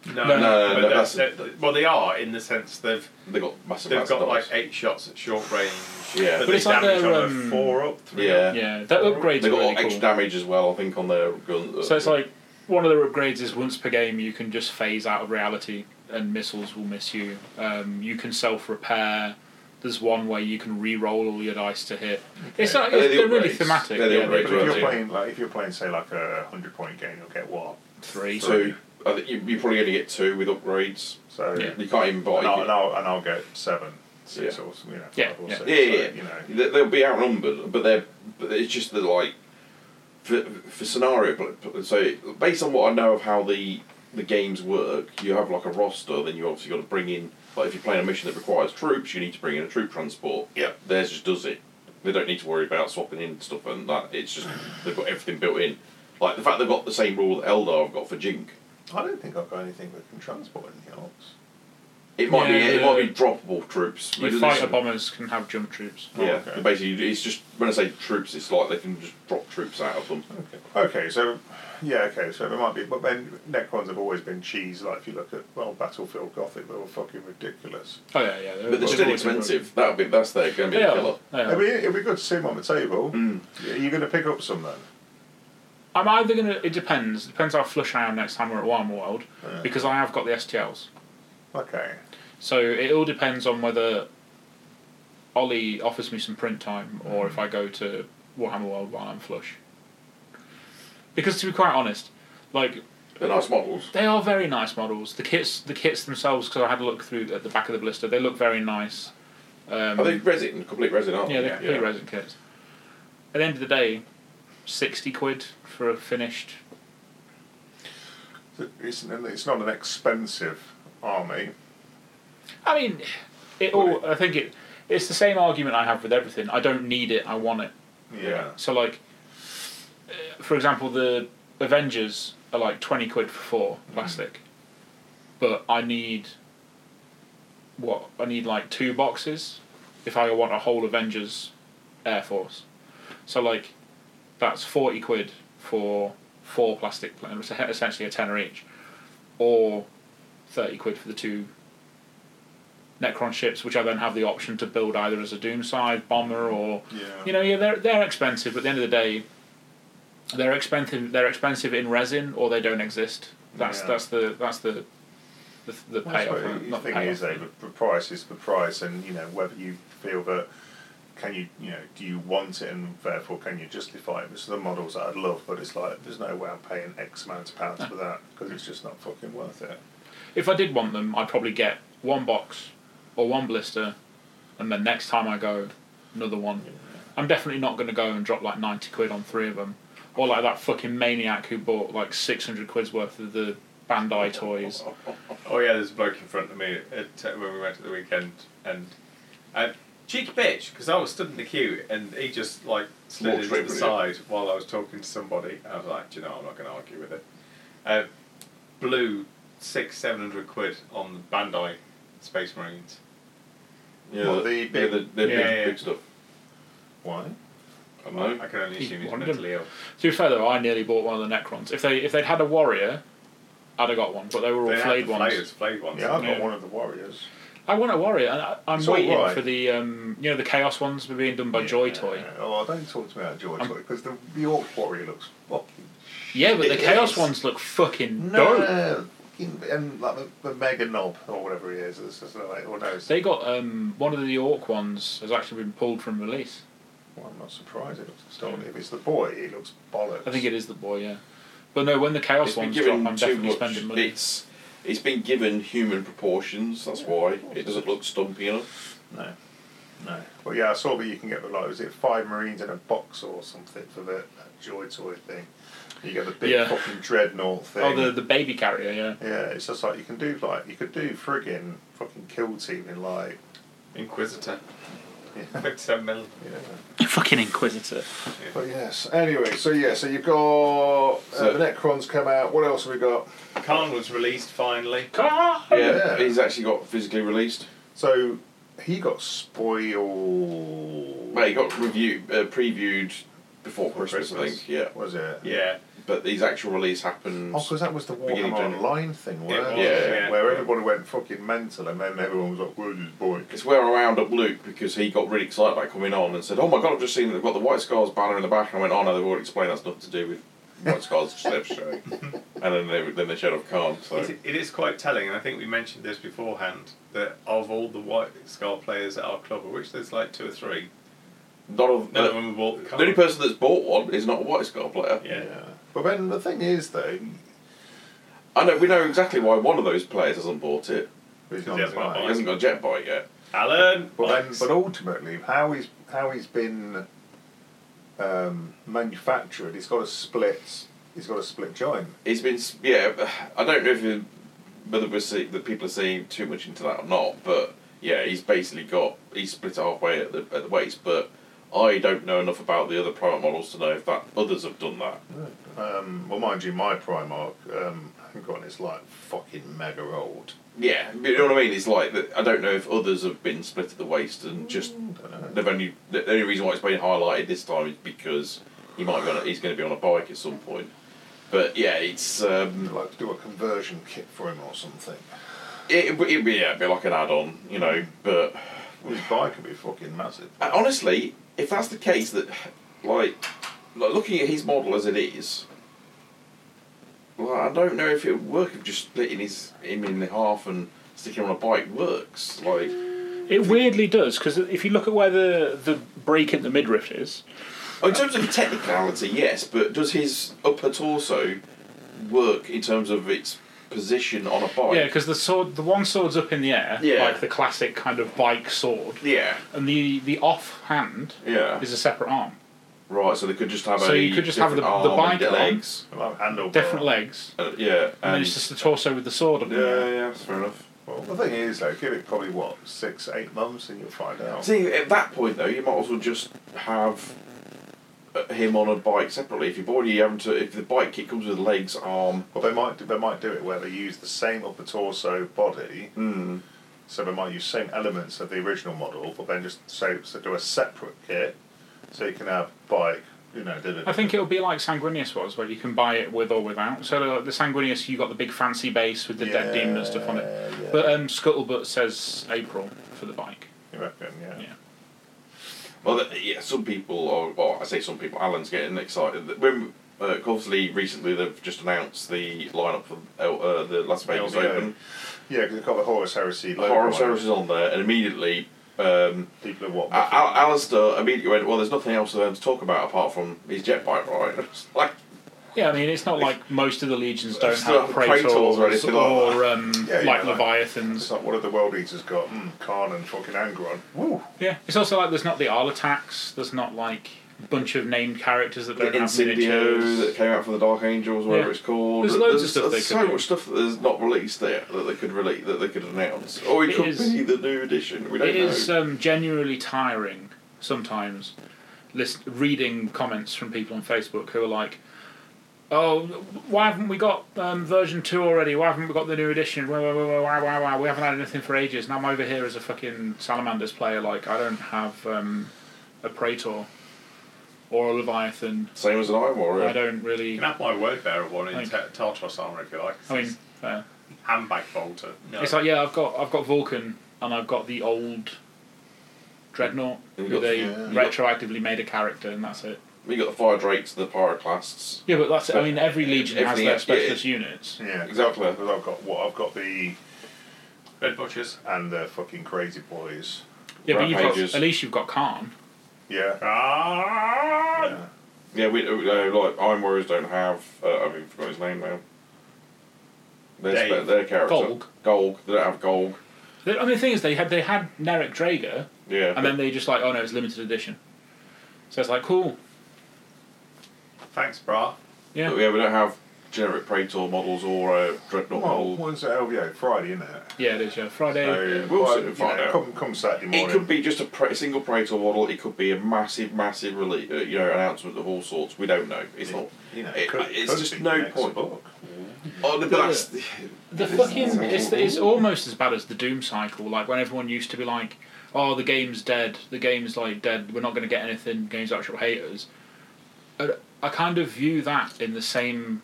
A: No,
B: No,
D: no,
A: but
D: no,
A: they're-
D: that's-
A: they're- well, they are in the sense they've
D: they've got massive.
A: they've
D: amounts
A: got
D: of
A: like
D: dice.
A: eight shots at short range. but,
D: Yeah.
B: But
A: they
B: it's like
A: damage
B: their,
A: on a
B: um,
A: four up, three
D: Yeah.
A: up.
B: Yeah, that upgrade's
D: They got
B: really
D: extra
B: cool.
D: damage as well, I think, on their gun. uh,
B: So it's like one of their upgrades is once per game you can just phase out of reality and missiles will miss you. Um, you can self repair. There's one way you can re-roll all your dice to hit. It's
D: Okay.
B: like,
D: They're
B: it's,
D: the
B: they're really
D: upgrades.
B: thematic.
D: They're the
B: yeah,
D: upgrades,
C: But if
D: aren't
C: you're
D: they?
C: playing, like, if you're playing, say, like a hundred point game, you'll get what?
B: Three.
D: two. I think you, you're probably going to get two with upgrades.
C: So
B: Yeah.
D: You can't even buy.
C: and, I'll, and, I'll, and I'll get seven, six,
D: Yeah.
C: or you know, five
B: Yeah,
C: or
B: yeah.
C: six.
D: Yeah,
C: so,
D: yeah, yeah.
C: You know,
D: They- They'll be outnumbered, but they're. But it's just that like, for, for scenario. pl- pl- So based on what I know of how the the games work, you have like a roster. Then you obviously got to bring in. Like if you're playing a mission that requires troops, you need to bring in a troop transport.
C: Yeah.
D: Theirs just does it. They don't need to worry about swapping in stuff and that. It's just they've got everything built in. Like the fact they've got the same rule that Eldar have got for Jink.
C: I don't think I've got anything that can transport in the Alps.
D: It might
B: Yeah,
D: be it
B: yeah.
D: might be droppable troops.
B: Your
D: Maybe
B: fighter
D: there's-
B: bombers can have jump troops.
C: Oh,
D: Yeah,
C: okay.
D: basically, it's just when I say troops, it's like they can just drop troops out of them.
C: Okay, so yeah, okay, so there might be, but then Necrons have always been cheese. Like if you look at well, Battlefield Gothic, they were fucking ridiculous.
B: Oh yeah, yeah.
D: But they're
B: they're
D: still
B: always-
D: expensive. That'll be that's their going to be
B: They
D: a
B: are.
D: killer.
B: They
C: It'd
B: are.
C: be, it'd be good to see them on the table.
D: Mm.
C: Yeah, You're going to pick up some then.
B: I'm either gonna. It depends. Depends how flush I am next time we're at Warm World,
C: Yeah.
B: because I have got the STLs.
C: Okay.
B: So it all depends on whether Ollie offers me some print time or if I go to Warhammer World while I'm flush. Because to be quite honest, like
D: They're nice models.
B: they are very nice models. The kits, the kits themselves, because I had a look through at the back of the blister, they look very nice. Um,
D: Are they resin? Complete resin, aren't
B: yeah,
D: they?
B: they're complete resin kits. At the end of the day, sixty quid for a finished.
C: So It's, an- it's not an expensive army.
B: I mean, it all. I think it. It's the same argument I have with everything. I don't need it. I want it.
C: Yeah.
B: So like, uh, for example, the Avengers are like twenty quid for four plastic, but I need what I need like two boxes if I want a whole Avengers Air Force. So like, that's forty quid for four plastic, pla- it's essentially a tenner each, or thirty quid for the two. Necron ships, which I then have the option to build either as a Doomside bomber or
C: Yeah.
B: you know, yeah, they're they're expensive, but at the end of the day, they're expensive. They're expensive in resin, or they don't exist. That's
C: Yeah.
B: that's the that's the the, the
C: Well, I
B: payoff.
C: suppose
B: right?
C: the
B: Not
C: thing
B: payoff.
C: is, though, the, the price is the price, and you know whether you feel that can you you know do you want it, and therefore can you justify it? This is the models that I'd love, but it's like there's no way I'm paying X amount of pounds for that because it's just not fucking worth it.
B: if I did want them, I'd probably get one box or one blister, and then next time I go, another one. I'm definitely not going to go and drop like ninety quid on three of them, or like that fucking maniac who bought like six hundred quid's worth of the Bandai toys.
A: Oh yeah, there's a bloke in front of me at, uh, when we went to the weekend, and uh, cheeky bitch, because I was stood in the queue, and he just like slid
D: Walked
A: into
D: straight
A: the
D: for you.
A: side while I was talking to somebody. I was like, Do you know, I'm not going to argue with it. Uh, blew six, seven hundred quid on the Bandai Space Marines.
D: Yeah,
C: Well,
D: the,
C: the
D: yeah,
C: big-
D: the, the
A: Yeah,
D: big,
A: yeah.
D: big stuff.
C: Why?
D: I know.
C: Oh.
A: I can only
B: He
A: assume he's
B: wanted
A: mentally ill.
B: To be fair though, I nearly bought one of the Necrons. If they if they'd had a warrior, I'd have got one. But they were all
A: They had
B: flayed
A: the
B: ones.
A: Flayers, flayed ones.
C: Yeah, I've got
B: Yeah.
C: one of the warriors.
B: I want a warrior, and I, I'm
C: It's all
B: waiting
C: right.
B: for the um, you know the chaos ones were being done by
C: Yeah.
B: Joy Toy.
C: Oh, don't talk to me about Joy
B: I'm-
C: Toy because the the Orc warrior looks fucking.
B: Yeah, but the
C: It
B: chaos
C: is.
B: ones look fucking dope.
C: No. fucking- And like the, the mega knob or whatever he is, it's just like, oh no, it's-
B: They got um, one of the Orc ones has actually been pulled from release.
C: well, I'm not surprised it looks extorted. If it's the boy, he looks bollocks.
B: I think it is the boy, yeah. But no, when the chaos
D: It's been
B: ones drop,
D: given
B: I'm
D: too
B: definitely
D: much.
B: spending money.
D: It's It's been given human proportions. That's why it doesn't look stumpy enough.
C: No. No. But yeah, I saw that you can get the like, was it five Marines in a box or something for the that joy toy thing? You get the big
B: Yeah.
C: fucking dreadnought thing.
B: Oh, the, the baby carrier, yeah.
C: yeah, it's just like you can do like you could do friggin' fucking kill team in like
A: Inquisitor.
C: yeah,
A: 57 mil.
C: yeah.
B: Fucking Inquisitor.
C: But yes. Anyway, so yeah, so you've got uh,
D: So-
C: the Necrons come out. What else have we got?
A: Khan was released finally.
D: Yeah,
C: Oh, Yeah.
D: he's actually got physically released.
C: So he got spoiled.
D: Well, he got review uh, previewed before Christmas, I
A: Christmas.
D: think. Yeah,
C: Was it?
A: Yeah.
D: but his actual release happens.
C: Oh, because that was the
D: Beginning
C: Warhammer
D: January.
C: Online thing,
A: It
C: wasn't
A: was,
C: it?
D: yeah.
C: Where everybody went fucking mental and then everyone was like, where's his boy?
D: It's where I wound up Luke because he got really excited about coming on and said, "Oh my god, I've just seen that they've got the White Scars banner in the back." And I went, "Oh no, they've already explained that's nothing to do with White Scars, it's just their show." And then they then they showed off Khan. So
A: It, it is quite telling, and I think we mentioned this beforehand, that of all the White Scar players at our club, of which there's like two or three,
D: none of
A: none
D: the,
A: of them have bought the
D: the
A: Khan.
D: only person that's bought one is not a White Scar player.
A: yeah.
C: But then the thing is, though,
D: I know we know exactly why one of those players hasn't bought it.
C: he's
A: he hasn't got
D: He
A: Right.
D: hasn't got a jet bike yet.
A: Alan!
C: But, then,
A: likes-
C: but ultimately, how he's, how he's been um, manufactured, he's got a split. He's got a split joint.
D: He's been s- yeah. I don't know if it- whether we're see, that people are seeing too much into that or not, but yeah, he's basically got he's split halfway at the at the waist, but. I don't know enough about the other private models to know if that others have done that.
C: Um, well, mind you, my Primarch, um, hang on, it's like fucking mega old.
D: Yeah, you know what I mean. It's like that. I don't know if others have been split at the waist and just they've only the only reason why it's been highlighted this time is because he might be on a, he's going to be on a bike at some point. But yeah, it's um,
C: I'd like to do a conversion kit for him or something.
D: it it'd be, yeah, it'd be like an add-on, you know. But
C: His bike could be fucking massive.
D: And honestly, if that's the case, that like, like looking at his model as it is, well, I don't know if it would work if just splitting his him in half and sticking him on a bike works. Like,
B: It weirdly does, because if you look at where the, the break at the midriff is,
D: oh, in terms of technicality, yes, but does his upper torso work in terms of its position on a bike?
B: yeah, because the sword, the one sword's up in the air,
D: Yeah.
B: like the classic kind of bike sword,
D: Yeah.
B: and the the off hand
D: Yeah.
B: is a separate arm,
D: Right. So they could just have
B: So
D: a
B: you could just have
D: different
B: the- the
D: arm and
B: bike on.
D: legs.
C: Well, handle
B: different legs,
D: Uh, yeah.
B: and, then it's just the torso with the sword. Up in
D: yeah,
B: the air.
D: yeah. That's fair enough.
C: Well, the thing is, though, give it probably what six, eight months, and you'll find out.
D: See, at that point though, you might as well just have uh, him on a bike separately. If you've already having to, if the bike kit comes with legs, um, arm,
C: Well, they might do, they might do it where they use the same upper torso body,
D: mm,
C: so they might use same elements of the original model, but then just so, so do a separate kit, so you can have bike, you know. da- da- da-
B: I think it'll be like Sanguinius was, where you can buy it with or without. So like, the Sanguinius, you got the big fancy base with the dead demon and stuff on it.
C: Yeah,
B: But um, Scuttlebutt says April for the bike.
C: you reckon? Yeah.
B: Yeah.
D: Well, th- yeah, some people are. Well, I say some people. Alan's getting excited. that When uh, obviously recently they've just announced the lineup for uh, uh, the Las Vegas
C: LVO.
D: Open.
C: Yeah, because they've got the Horus Heresy. logo on
D: Horror
C: it.
D: Service is on there, and immediately. Um,
C: People are what?
D: Al- Al- Alistair immediately went, Well, there's nothing else for them to talk about apart from his jet bike ride. It's like,
B: Yeah, I mean, it's not like most of the legions don't
D: It's not
B: have
D: Praetors
B: praetors
D: or
B: or,
D: anything like
B: um,
C: Yeah, yeah,
B: like
C: like-
B: leviathans.
C: It's like what have the World Eaters got? Mm, Khan and fucking Angron. Woo!
B: Yeah, it's also like there's not the Arlatax. There's not like a bunch of named characters that
D: the
B: don't have
D: Incendio that
B: miniatures.
D: came out for the Dark Angels, whatever
B: Yeah.
D: it's called.
B: There's loads of stuff
D: there's
B: they
D: so
B: could do.
D: much stuff that is not released there that they could relate that they could announce, or it,
B: It
D: could
B: is-
D: be the new edition. We don't
B: It
D: know.
B: is um, genuinely tiring sometimes. List, reading comments from people on Facebook who are like, "Oh, why haven't we got um, version two already? Why haven't we got the new edition? Why, why, why, why, why, why? We haven't had anything for ages, and I'm over here as a fucking salamanders player. Like, I don't have um, a praetor or a leviathan.
D: Same as an Iron Warrior.
B: I don't really.
A: You can have my word bearer one in
B: Thank
A: ta- Tartarus armor if you like.
B: I mean, uh,
A: handbag bolter. No.
B: it's like yeah, I've got I've got Vulcan and I've got the old dreadnought
D: And
B: who
D: you've got-
B: they
C: yeah.
B: retroactively made a character, and that's it.
D: We got the Fire Drakes, the Pyroclasts.
B: Yeah, but that's it. I mean, every legion has
D: Everything
B: their
D: else, yeah,
B: specialist units.
C: Yeah,
D: Exactly.
C: Because I've got what I've got the
A: Red Butchers.
C: and the fucking crazy boys.
B: Yeah, but you've got,
D: Rampages.
B: at least you've got Khan.
C: Yeah.
A: Ah!
C: Yeah.
D: Yeah, we uh, like Iron Warriors don't have. Uh, I mean, forgot his name now. Their,
A: Dave.
D: spe- their character.
B: Golg.
D: Golg. They don't have Golg.
B: They- I mean, the thing is, they had they had Narek Drager,
D: Yeah.
B: and then they just like, oh no, it's limited edition. So it's like cool,
A: Thanks, brah.
B: yeah.
D: But Oh, yeah, we don't have generic Praetor models or uh,
C: Well,
D: Dreadnought models.
C: when's the LVO? Friday, isn't it?
B: Yeah, it is. Yeah, Friday.
C: So,
D: we'll
C: well,
D: soon
C: you
D: find
C: know,
D: out.
C: come, come Saturday morning.
D: It could be just a pre- single Praetor model. It could be a massive, massive release, uh, you know, announcement of all sorts. We don't know. It's not.
C: You know,
D: It-
C: could,
D: it's
C: could
D: just
C: be
D: no
C: next
D: point.
C: Book.
D: Oh, the, but that's
B: The fucking it's, it's almost as bad as the Doom cycle. Like when everyone used to be like, "Oh, the game's dead. The game's like dead. We're not going to get anything. Games are actual haters." I, I kind of view that in the same,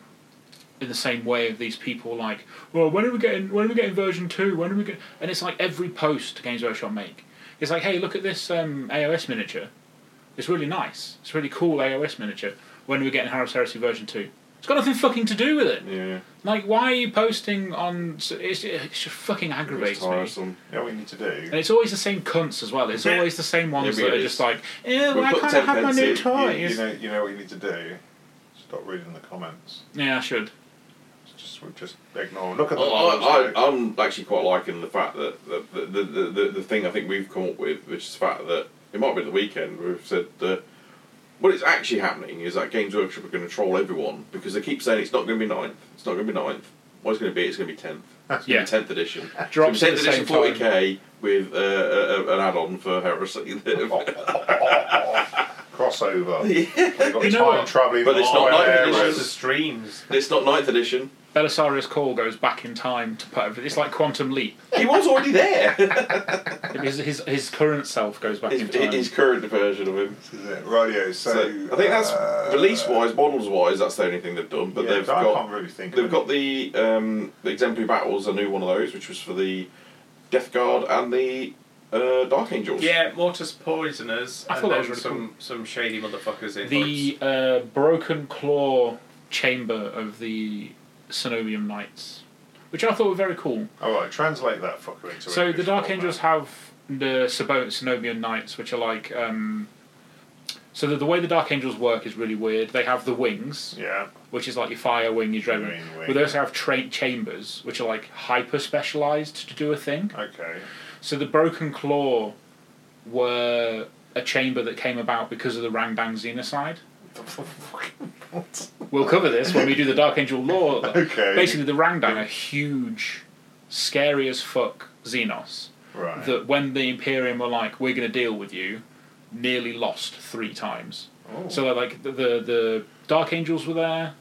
B: in the same way of these people like, "Well, when are we getting? When are we getting version two? When are we getting?" And it's like every post Games Workshop make, it's like, "Hey, look at this um, AOS miniature. It's really nice. It's a really cool AOS miniature. When are we getting Harris Heresy version 2? It's got nothing fucking to do with it."
D: yeah.
B: Like, why are you posting on? It's, it's just fucking
D: It's
B: aggravates me.
D: tiresome.
C: You know what you need to do?
B: And it's always the same cunts as well. It's
A: Yeah.
B: always the same ones
D: Yeah, but
B: that
D: it
B: are just
D: is.
B: like, "Yeah,
D: We
B: why
D: put
B: can't I
D: 10
B: have my
D: pence
B: new
D: in, you-
B: toys?"
C: You know, you know what you need to do? Stop reading the comments.
B: yeah, I should.
C: Just, just ignore. Look at the models.
D: Oh, I,
C: though.
D: I, I'm actually quite liking the fact that the the, the, the, the the thing I think we've come up with, which is the fact that it might have been the weekend, we've said uh, what is actually happening is that Games Workshop are going to troll everyone because they keep saying it's not going to be ninth, it's not going to be ninth. What it's going to be, it's going to be 10th. It's going
B: Yeah.
D: to be 10th edition.
B: Drops at
D: Tenth
B: the
D: edition
B: same
D: 40k
B: time.
D: with uh, a, a- an add-on for heresy.
C: Crossover. We've got
B: You know
C: time
B: what?
C: travelling.
D: But it's not
C: high
D: like
C: air
D: it's
A: There's
D: Whereas-
A: the
C: races.
A: uh, streams.
D: it's not ninth edition.
B: Belisarius Call goes back in time to put everything. It's like Quantum Leap.
D: He was already there.
B: his, his his current self goes back in
D: his,
B: time.
D: his current version of him.
C: This is it. Rightio, So,
D: So, I think that's
C: uh,
D: release-wise, models-wise. That's the only thing they've done. But
C: yeah,
D: they've
C: I
D: got
C: can't really think.
D: They've
C: of
D: got the um, the exemplary battles, a new one of those, which was for the Death Guard and the uh, Dark Angels.
A: Yeah, Mortis Poisoners,
B: I
A: and
B: thought that
A: then
B: was really
A: some, some shady motherfuckers in
B: the uh, broken claw chamber of the Cenobium Knights, which I thought were very cool.
C: All right, translate that fucker into.
B: So the
C: English
B: Dark
C: format.
B: Angels have the Sabo- Cenobian Knights, which are like. Um, so the, the way the Dark Angels work is really weird. They have the wings,
C: Yeah.
B: which is like your fire wing, your dragon wing.
C: Green wing.
B: But they also have tra- chambers, which are like hyper specialized to do a thing.
C: Okay.
B: So the Broken Claw were a chamber that came about because of the Rangdang Xenocide. We'll cover this when we do the Dark Angel lore.
C: Okay.
B: Basically, the Rangdang are huge, scary as fuck Xenos
C: Right.
B: that when the Imperium were like, "We're going to deal with you," nearly lost three times.
C: Oh.
B: So they're like the, the the Dark Angels were there.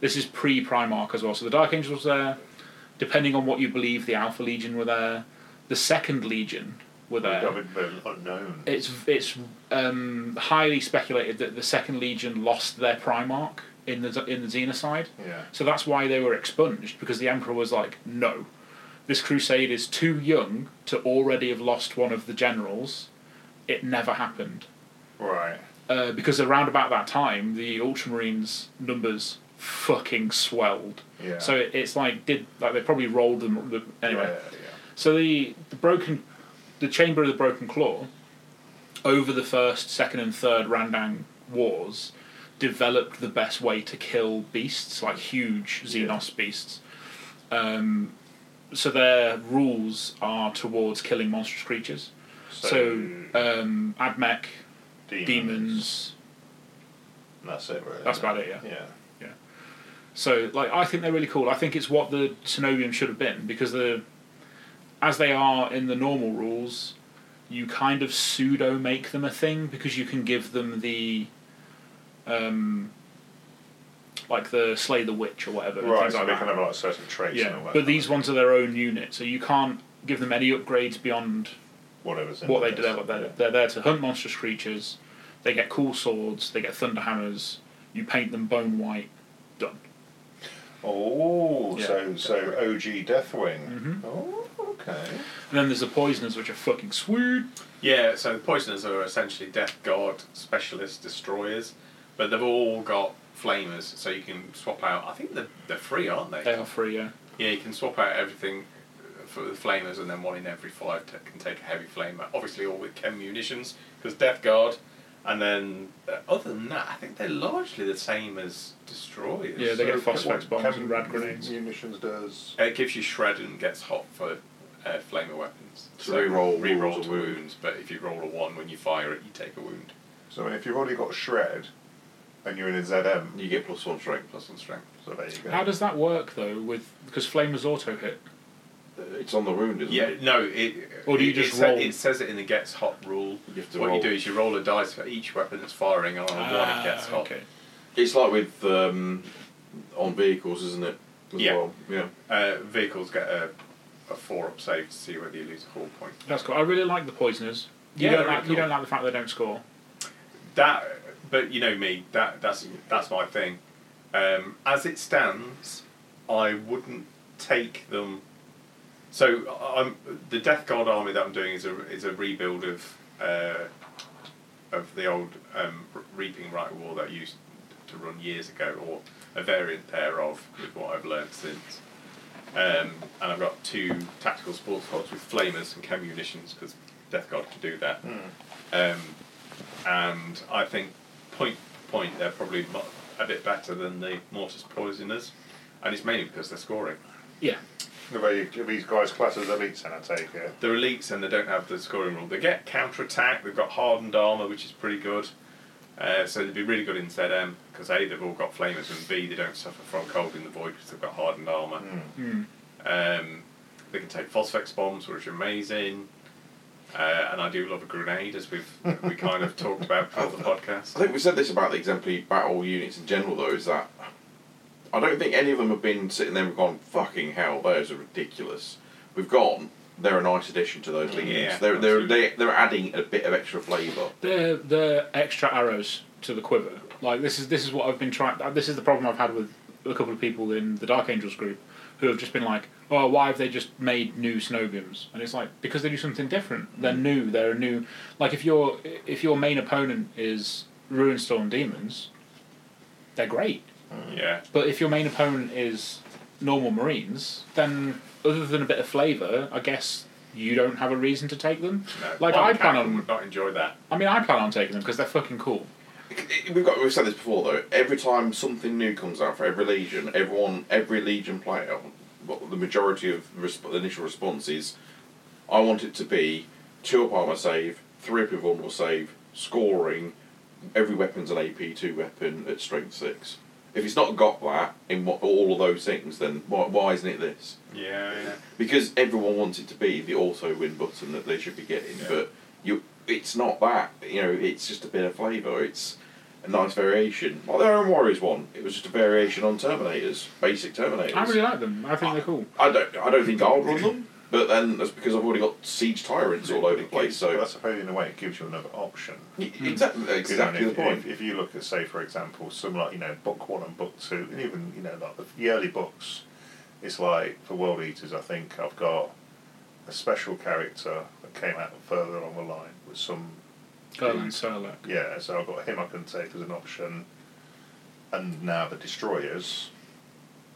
B: This is pre Primarch as well. So the Dark Angels were there. Depending on what you believe, the Alpha Legion were there. The Second Legion were there.
C: David Bell, unknown.
B: It's it's um, highly speculated that the Second Legion lost their Primarch in the in the Xenocide.
C: Yeah.
B: So that's why they were expunged because the emperor was like, no, this crusade is too young to already have lost one of the generals. It never happened.
C: Right.
B: Uh, because around about that time, the Ultramarines numbers fucking swelled.
C: Yeah.
B: So it- it's like did like they probably rolled them the- anyway.
C: Yeah, yeah.
B: So the the broken, the chamber of the broken claw, over the first, second, and third Randang wars, developed the best way to kill beasts like huge Xenos beasts. Um, so their rules are towards killing monstrous creatures. So, um, Admech,
C: demons.
B: demons.
C: That's it, really.
B: That's about it, yeah.
C: Yeah.
B: So, like, I think they're really cool. I think it's what the Cenobium should have been because the, as they are in the normal rules, you kind of pseudo make them a thing because you can give them the, um, like the slay the witch or whatever. and
C: Right.
B: things
C: So
B: like
C: they
B: that.
C: can have like certain traits.
B: yeah,
C: and all that,
B: but these ones are their own unit, so you can't give them any upgrades beyond
C: whatever's in
B: what they do.
C: this.
B: They're, they're, they're there to hunt monstrous creatures. They get cool swords. They get thunder hammers. You paint them bone white. Done.
C: Oh,
B: Yeah.
C: so so OG Deathwing.
B: Mhm.
C: Oh, okay.
B: And then there's the poisoners, which are fucking sweet.
A: Yeah, so the Poisoners are essentially Death Guard specialist destroyers, but they've all got flamers, so you can swap out. I think they're, they're free, aren't they?
B: They are free, yeah.
A: Yeah, you can swap out everything for the flamers, and then one in every five t- can take a heavy flamer. Obviously, all with chem munitions, because Death Guard And then, uh, other than that, I think they're largely the same as destroyers.
B: Yeah, they get
C: So,
B: phosphex
C: what
B: bombs
C: chem-
B: and rad grenades.
C: Munitions does.
A: It gives you shred and gets hot for uh, flamer weapons.
D: So re-roll
A: re-roll
D: wounds
A: to
D: or wound.
A: wounds, but if you roll a one when you fire it, you take a wound.
C: So if you've already got shred, and you're in a ZM,
D: You get plus one strength.
A: Plus one strength.
C: so there you go.
B: How does that work though? With because flamers auto hit.
D: Uh, It's on the wound, isn't
A: Yeah,
D: it?
A: no. It,
B: Or do you
A: it-
B: just
A: it, sa-
B: roll?
A: it says it in the gets hot rule.
D: You have to
A: what
D: roll.
A: you do is you roll a dice for each weapon that's firing, and on a one Oh, it gets
B: Ah,
A: hot.
B: okay.
D: It's like with um, on vehicles, isn't it? As
A: Yeah.
D: Well. Yeah.
A: Uh, vehicles get a, a four up save to see whether you lose a whole point.
B: That's cool. I really like the poisoners. You
A: Yeah,
B: don't
A: they're
B: like,
A: really
B: you
A: cool.
B: don't like the fact they don't score.
A: That, but you know me. That that's that's my thing. Um, as it stands, I wouldn't take them. So I- I'm the Death Guard army that I'm doing is a is a rebuild of uh, of the old um, Reaping Right War that I used to run years ago, or a variant thereof, with what I've learned since. Um, and I've got two tactical sports pods with flamers and chem munitions because Death Guard can do that. Um, and I think point for point they're probably mo- a bit better than the Mortis Poisoners, and it's mainly because they're scoring.
B: Yeah.
C: The way you, if these guys class as elites, and I take it.
A: They're elites and they don't have the scoring rule. They get counter attack. They've got hardened armor, which is pretty good. Uh, so they'd be really good in ZM because a they've all got flamers and b they don't suffer from cold in the void because they've got hardened armor.
B: Mm.
A: Um, they can take phosphex bombs, which are amazing. Uh, and I do love a grenade, as we've we kind of talked about before the
D: I
A: podcast.
D: think we said this about the exemplary battle units in general, though, is that I don't think any of them have been sitting there and gone, fucking hell, those are ridiculous. We've gone, they're a nice addition to those lead units.
A: Mm. Yeah,
D: They're, they're,
A: absolutely.
D: they, they're adding a bit of extra flavour.
B: They're they're extra arrows to the quiver. Like this is this is what I've been trying. This is the problem I've had with a couple of people in the Dark Angels group who have just been like, oh, why have they just made new snow booms? And it's like because they do something different.
A: Mm.
B: They're new. They're a new. Like if your if your main opponent is Ruinstorm demons, they're great.
A: Yeah.
B: But if your main opponent is normal Marines, then other than a bit of flavour, I guess you don't have a reason to take them.
A: No,
B: Like,
A: Modern
B: I plan
A: Capcom
B: on-
A: would not enjoy that.
B: I mean, I plan on taking them because they're fucking cool.
D: We've got we've said this before though. Every time something new comes out for every legion, everyone, every legion player, well, the majority of resp- the initial response is, I want it to be two up armor save, three up invulnerable save, scoring. Every weapon's an AP two weapon at strength six. If it's not got that in what, all of those things, then why, why isn't it this?
A: Yeah, yeah.
D: Because everyone wants it to be the auto win button that they should be getting,
A: Yeah.
D: but you, it's not that. You know, it's just a bit of flavour. It's a nice variation. Like the Iron Warriors one, it was just a variation on Terminators, basic Terminators.
B: I really like them. I think they're cool.
D: I don't, I don't think I'll run them, but then that's because I've already got siege tyrants all over the place.
C: Well,
D: So
C: I suppose in a way it gives you another option.
D: Y- exactly,
C: Because,
D: exactly
C: you know,
D: the
C: if,
D: point.
C: If, if you look at, say, for example, some like you know book one and book two, and even you know like the yearly books, it's like for World Eaters. I think I've got a special character that came out further along the line with some
B: Erland Serlak.
C: yeah. So I've got him I can take as an option, and now the destroyers.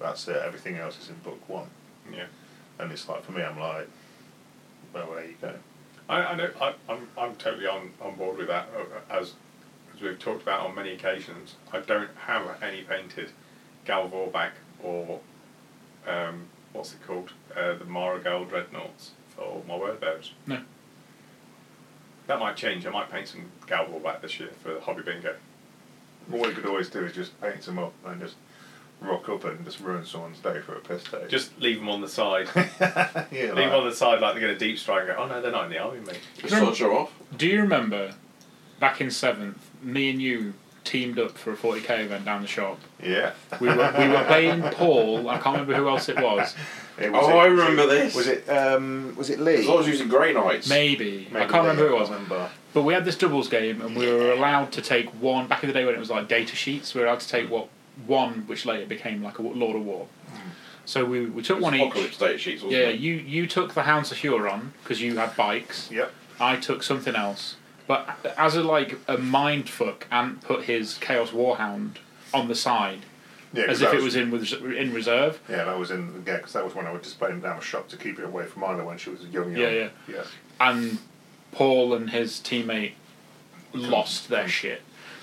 C: That's it. Everything else is in book one,
A: yeah.
C: and it's like for me, I'm like, well, there you go.
A: I, I know, I, I'm, I'm totally on, on board with that. uh, As, as we've talked about on many occasions, I don't have any painted Gal Vorback or um, what's it called? Uh, the Marigal Dreadnoughts for my whereabouts.
B: No.
A: That might change. I might paint some Gal Vorback this year for Hobby Bingo.
C: What we could always do is just paint them up and just rock up and just ruin someone's day for a piss take.
A: Just leave them on the side.
C: yeah,
A: leave
C: like,
A: them on the side like they're going to deep strike and go, oh no, they're not in the army, mate.
D: Just sort of show off.
B: Do you remember back in seventh, me and you teamed up for a 40k event down the shop?
C: yeah.
B: We were, we were playing Paul, I can't remember who else it was.
C: It
D: Oh, I remember
C: was it,
D: this.
C: Was it um, was it Lee?
D: As long as using grey knights.
B: Maybe. I
C: Maybe
B: can't remember
C: Lee,
B: who it was.
C: I remember.
B: But we had this doubles game, and we were allowed to take one. Back in the day when it was like data sheets, we were allowed to take what one, which later became like a wa- Lord of War. So we, we took
D: It was
B: one
D: apocalypse
B: each.
D: data sheets, wasn't
B: Yeah,
D: it?
B: you you took the Hounds of Huron because you had bikes.
C: Yep.
B: I took something else. But a- as a like a mind fuck, Ant put his Chaos Warhound on the side
C: Yeah, 'cause
B: as
C: that
B: if it was in res- in reserve.
C: Yeah, that was in yeah, 'cause that was when I was just playing down the shop to keep it away from Milo when she was young. young.
B: Yeah, yeah.
C: yeah.
B: and Paul and his teammate lost their shit.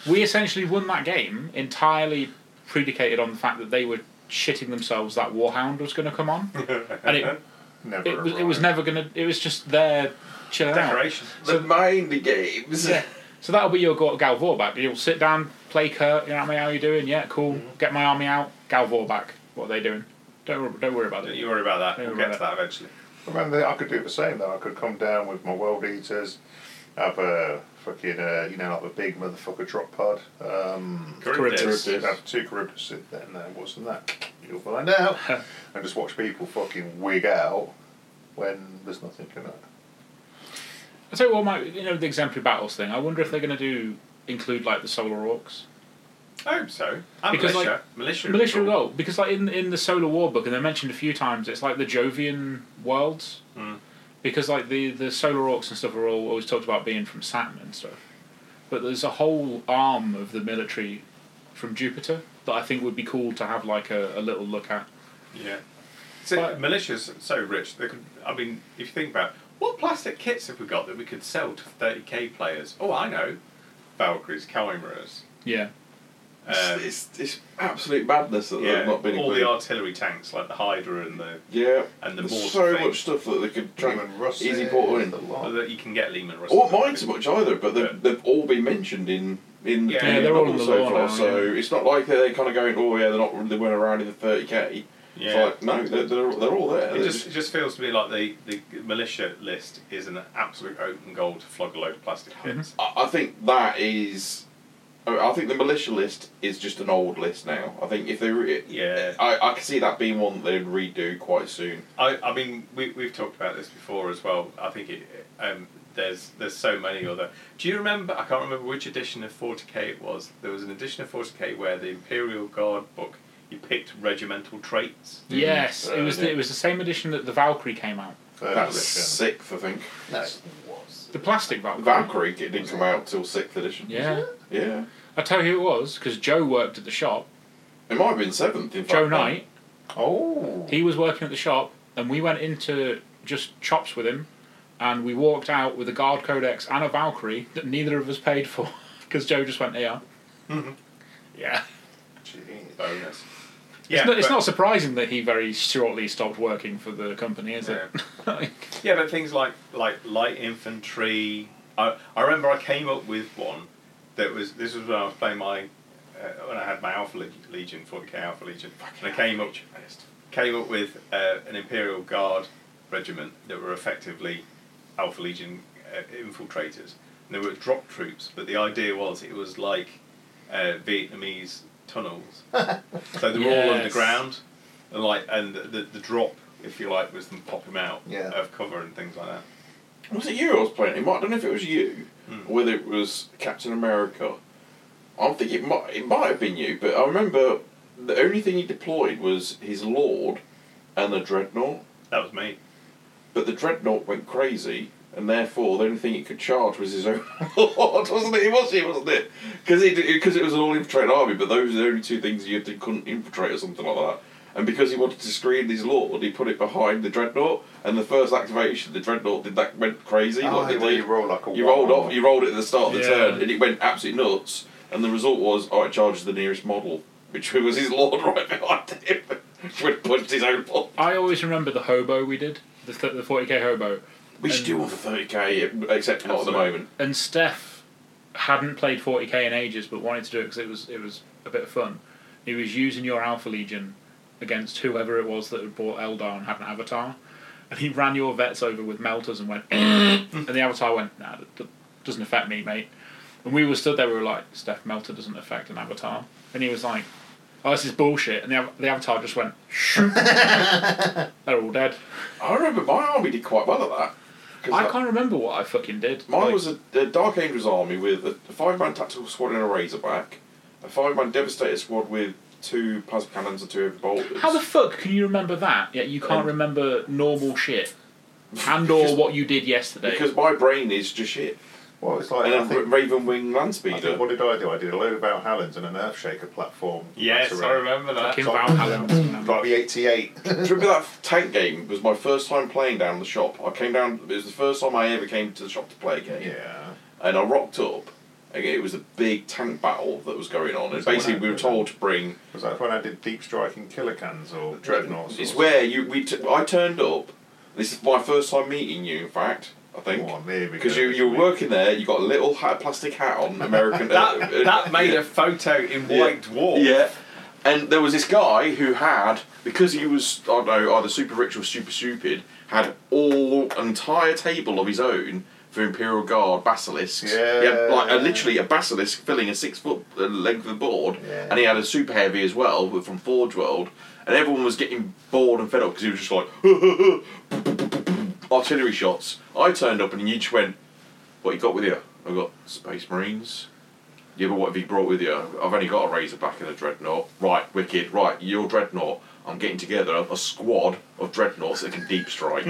B: We essentially won that game entirely predicated on the fact that they were shitting themselves that Warhound was going to come on, and it
C: Never.
B: it was, it
C: arrived.
B: was never going to. It was just their chill out.
A: Decoration.
D: The mind games.
B: Yeah. So that'll be your go- Galvor back. You'll sit down, play Kurt. You know what I mean? How you doing? Yeah, cool. Get my army out. Galvor back. What are they doing? Don't worry, don't worry about
A: Don't
B: it.
A: you worry about that.
B: Don't
A: We'll
B: worry
A: get to
B: about
A: that eventually.
C: Remember, I could do the same though. I could come down with my world eaters, have a fucking, uh, you know, like a big motherfucker drop pod. Um,
A: Charybdis.
D: Charybdis.
C: have two Charybdis in there, and then wasn't that? You'll find out. and just watch people fucking wig out when there's nothing in it.
B: I tell you what, my you know the exemplary battles thing. I wonder if they're going to do include like the solar orcs.
A: I hope Oh, so. And
B: Because,
A: militia.
B: like,
A: militia.
B: Militia role because like in in the Solar War book, and they mentioned a few times, it's like the Jovian worlds.
A: Mm.
B: Because like the the Solar Orcs and stuff are all always talked about being from Saturn and stuff, but there's a whole arm of the military from Jupiter that I think would be cool to have like a, a little look at.
A: Yeah. So
B: But-
A: militia's so rich. They could. I mean, if you think about it, what plastic kits have we got that we could sell to thirty k players? Oh, I know. Valkyries, Calmeras.
B: Yeah,
A: Um,
D: it's, it's, it's absolute madness that
A: yeah,
D: they've not been
A: all the
D: included.
A: artillery tanks like the Hydra and the
D: yeah,
A: and the
D: there's
A: Morse
D: so
A: thing.
D: much stuff that they could try
C: Dragon
D: and
C: Russ,
D: easy portal in.
C: the
A: or
C: lot.
A: that you can get Lehman. Russell.
D: Or mine so much either, but they've, they've all been mentioned in in
A: Yeah,
D: the
A: yeah,
B: they're all
D: novel
B: in the
D: so
B: lore
D: far.
B: now,
D: so it's not like they're, kind of going, oh yeah, they're not they weren't around in the thirty k.
A: Yeah.
D: It's like no, they're, they're, they're all there.
A: It
D: They're
A: just, it just feels to me like the, the militia list is an absolute open goal to flog a load of plastic
B: Mm-hmm.
A: kits.
D: I I think that is. I I think the militia list is just an old list now. I think if they, re-
A: Yeah.
D: I, I can see that being one that they'd redo quite soon.
A: I, I mean, we, we've talked about this before as well. I think it, um, there's there's so many other. Do you remember? I can't remember which edition of 40k it was. There was an edition of 40k where the Imperial Guard book you picked regimental traits.
B: yes, it
D: Uh,
B: was
D: yeah.
B: the, it was the same edition that the Valkyrie came out,
C: Third
D: That's
C: edition.
D: sixth, I think.
C: No,
B: the plastic Valkyrie.
D: Valkyrie it didn't come out till sixth edition.
B: yeah,
D: yeah.
B: I tell you who it was because Joe worked at the shop.
D: It might have been seventh. In fact,
B: Joe
D: then.
B: Knight.
C: Oh.
B: He was working at the shop, and we went into just chops with him, and we walked out with a guard codex and a Valkyrie that neither of us paid for because Joe just went here.
A: Mm-hmm.
B: Yeah,
C: Jeez.
A: Bonus. Yeah,
B: it's, not, it's
A: but-
B: not surprising that he very shortly stopped working for the company, is it? Like,
A: Yeah, but things like like light infantry. I, I remember I came up with one that was this was when I was playing my uh, when I had my Alpha Leg- Legion, forty K Alpha Legion, and I came up came up with uh, an Imperial Guard regiment that were effectively Alpha Legion uh, infiltrators. And they were drop troops, but the idea was it was like uh, Vietnamese tunnels. so they were all
B: Yes.
A: underground, and like and the, the, the drop, if you like, was them popping out
C: Yeah.
A: of cover and things like that.
D: Was it you I was playing? It might, I don't know if it was you,
A: Hmm.
D: or whether it was Captain America. I'm thinking it might, it might have been you, but I remember the only thing he deployed was his Lord and the Dreadnought.
A: That was me.
D: But the Dreadnought went crazy, and therefore the only thing it could charge was his own Lord, wasn't it? It was you, wasn't it? Because it, because it was an all infiltrate army, but those are the only two things you did, couldn't infiltrate or something like that. And because he wanted to screen his Lord, he put it behind the Dreadnought, and the first activation, the Dreadnought did that went crazy.
C: Oh,
D: like it
C: well,
D: did.
C: you roll like a
D: You rolled
C: one.
D: off. You rolled it at the start of the
B: Yeah.
D: turn, and it went absolutely nuts. And the result was, oh, it charges the nearest model, which was his lord right behind him, which punched his own lord.
B: I always remember the hobo we did, the th- the forty k hobo,
D: We should do one for thirty k, except not at the
A: Absolutely.
D: moment.
B: and Steph hadn't played forty k in ages, but wanted to do it because it was it was a bit of fun. He was using your Alpha Legion against whoever it was that had bought Eldar and had an avatar, and he ran your vets over with melters and went, and the avatar went, nah, that, that doesn't affect me, mate. And we were stood there, we were like, Steph, melter doesn't affect an avatar, and he was like, oh, this is bullshit, and the, av- the avatar just went, shoo. they're all dead.
D: I remember my army did quite well at that. 'Cause
B: I
D: that-
B: can't remember what I fucking did.
D: Mine
B: Like,
D: was a, a Dark Angels army with a, a five man tactical squad in a Razorback, a five man Devastator squad with two plasma cannons and two heavy bolters.
B: How the fuck can you remember that? Yet you can't
D: Um,
B: remember normal shit, and or
D: Because-
B: what you did yesterday.
D: because my brain is just shit.
C: Well, it's like
D: And
C: I
D: a
C: think-
D: Raven Wing land
C: I think,
D: speeder.
C: what did I do? I did a load of Valhallans and an Earthshaker platform. lateral.
A: remember
B: Fucking
C: Sorry.
B: Valhalla.
C: Like the 88.
D: Do you remember that tank game was my first time playing down the shop. I came down. It was the first time I ever came to the shop to play a game.
C: yeah.
D: And I rocked up, It was a big tank battle that was going on, and
C: Was that when
D: basically
C: I-
D: we were told to bring.
C: Was that when I did deep striking killer cans or dreadnoughts?
D: It's
C: or
D: where you we t- I turned up. This is my first time meeting you, in fact. I think.
C: something? Oh, there we
D: Because
C: go.
D: you, you were working there, you got a little hat, plastic hat on, American.
A: That,
D: uh,
A: that made
D: yeah.
A: a photo in
D: Yeah.
A: White Dwarf.
D: Yeah. And there was this guy who had, because he was, I don't know, either super rich or super stupid, had all an entire table of his own for Imperial Guard basilisks. He had, like a,
C: Yeah.
D: literally a basilisk filling a six foot uh, length of the board,
C: Yeah.
D: and he had a super heavy as well with- from Forge World, and everyone was getting bored and fed up because he was just like artillery shots. I turned up and you just went, "What you got with you?" I got Space Marines. Yeah, but what have you brought with you? I've only got a Razorback and a Dreadnought. Right, wicked. Right, you're Dreadnought. I'm getting together a squad of Dreadnoughts that can deep strike.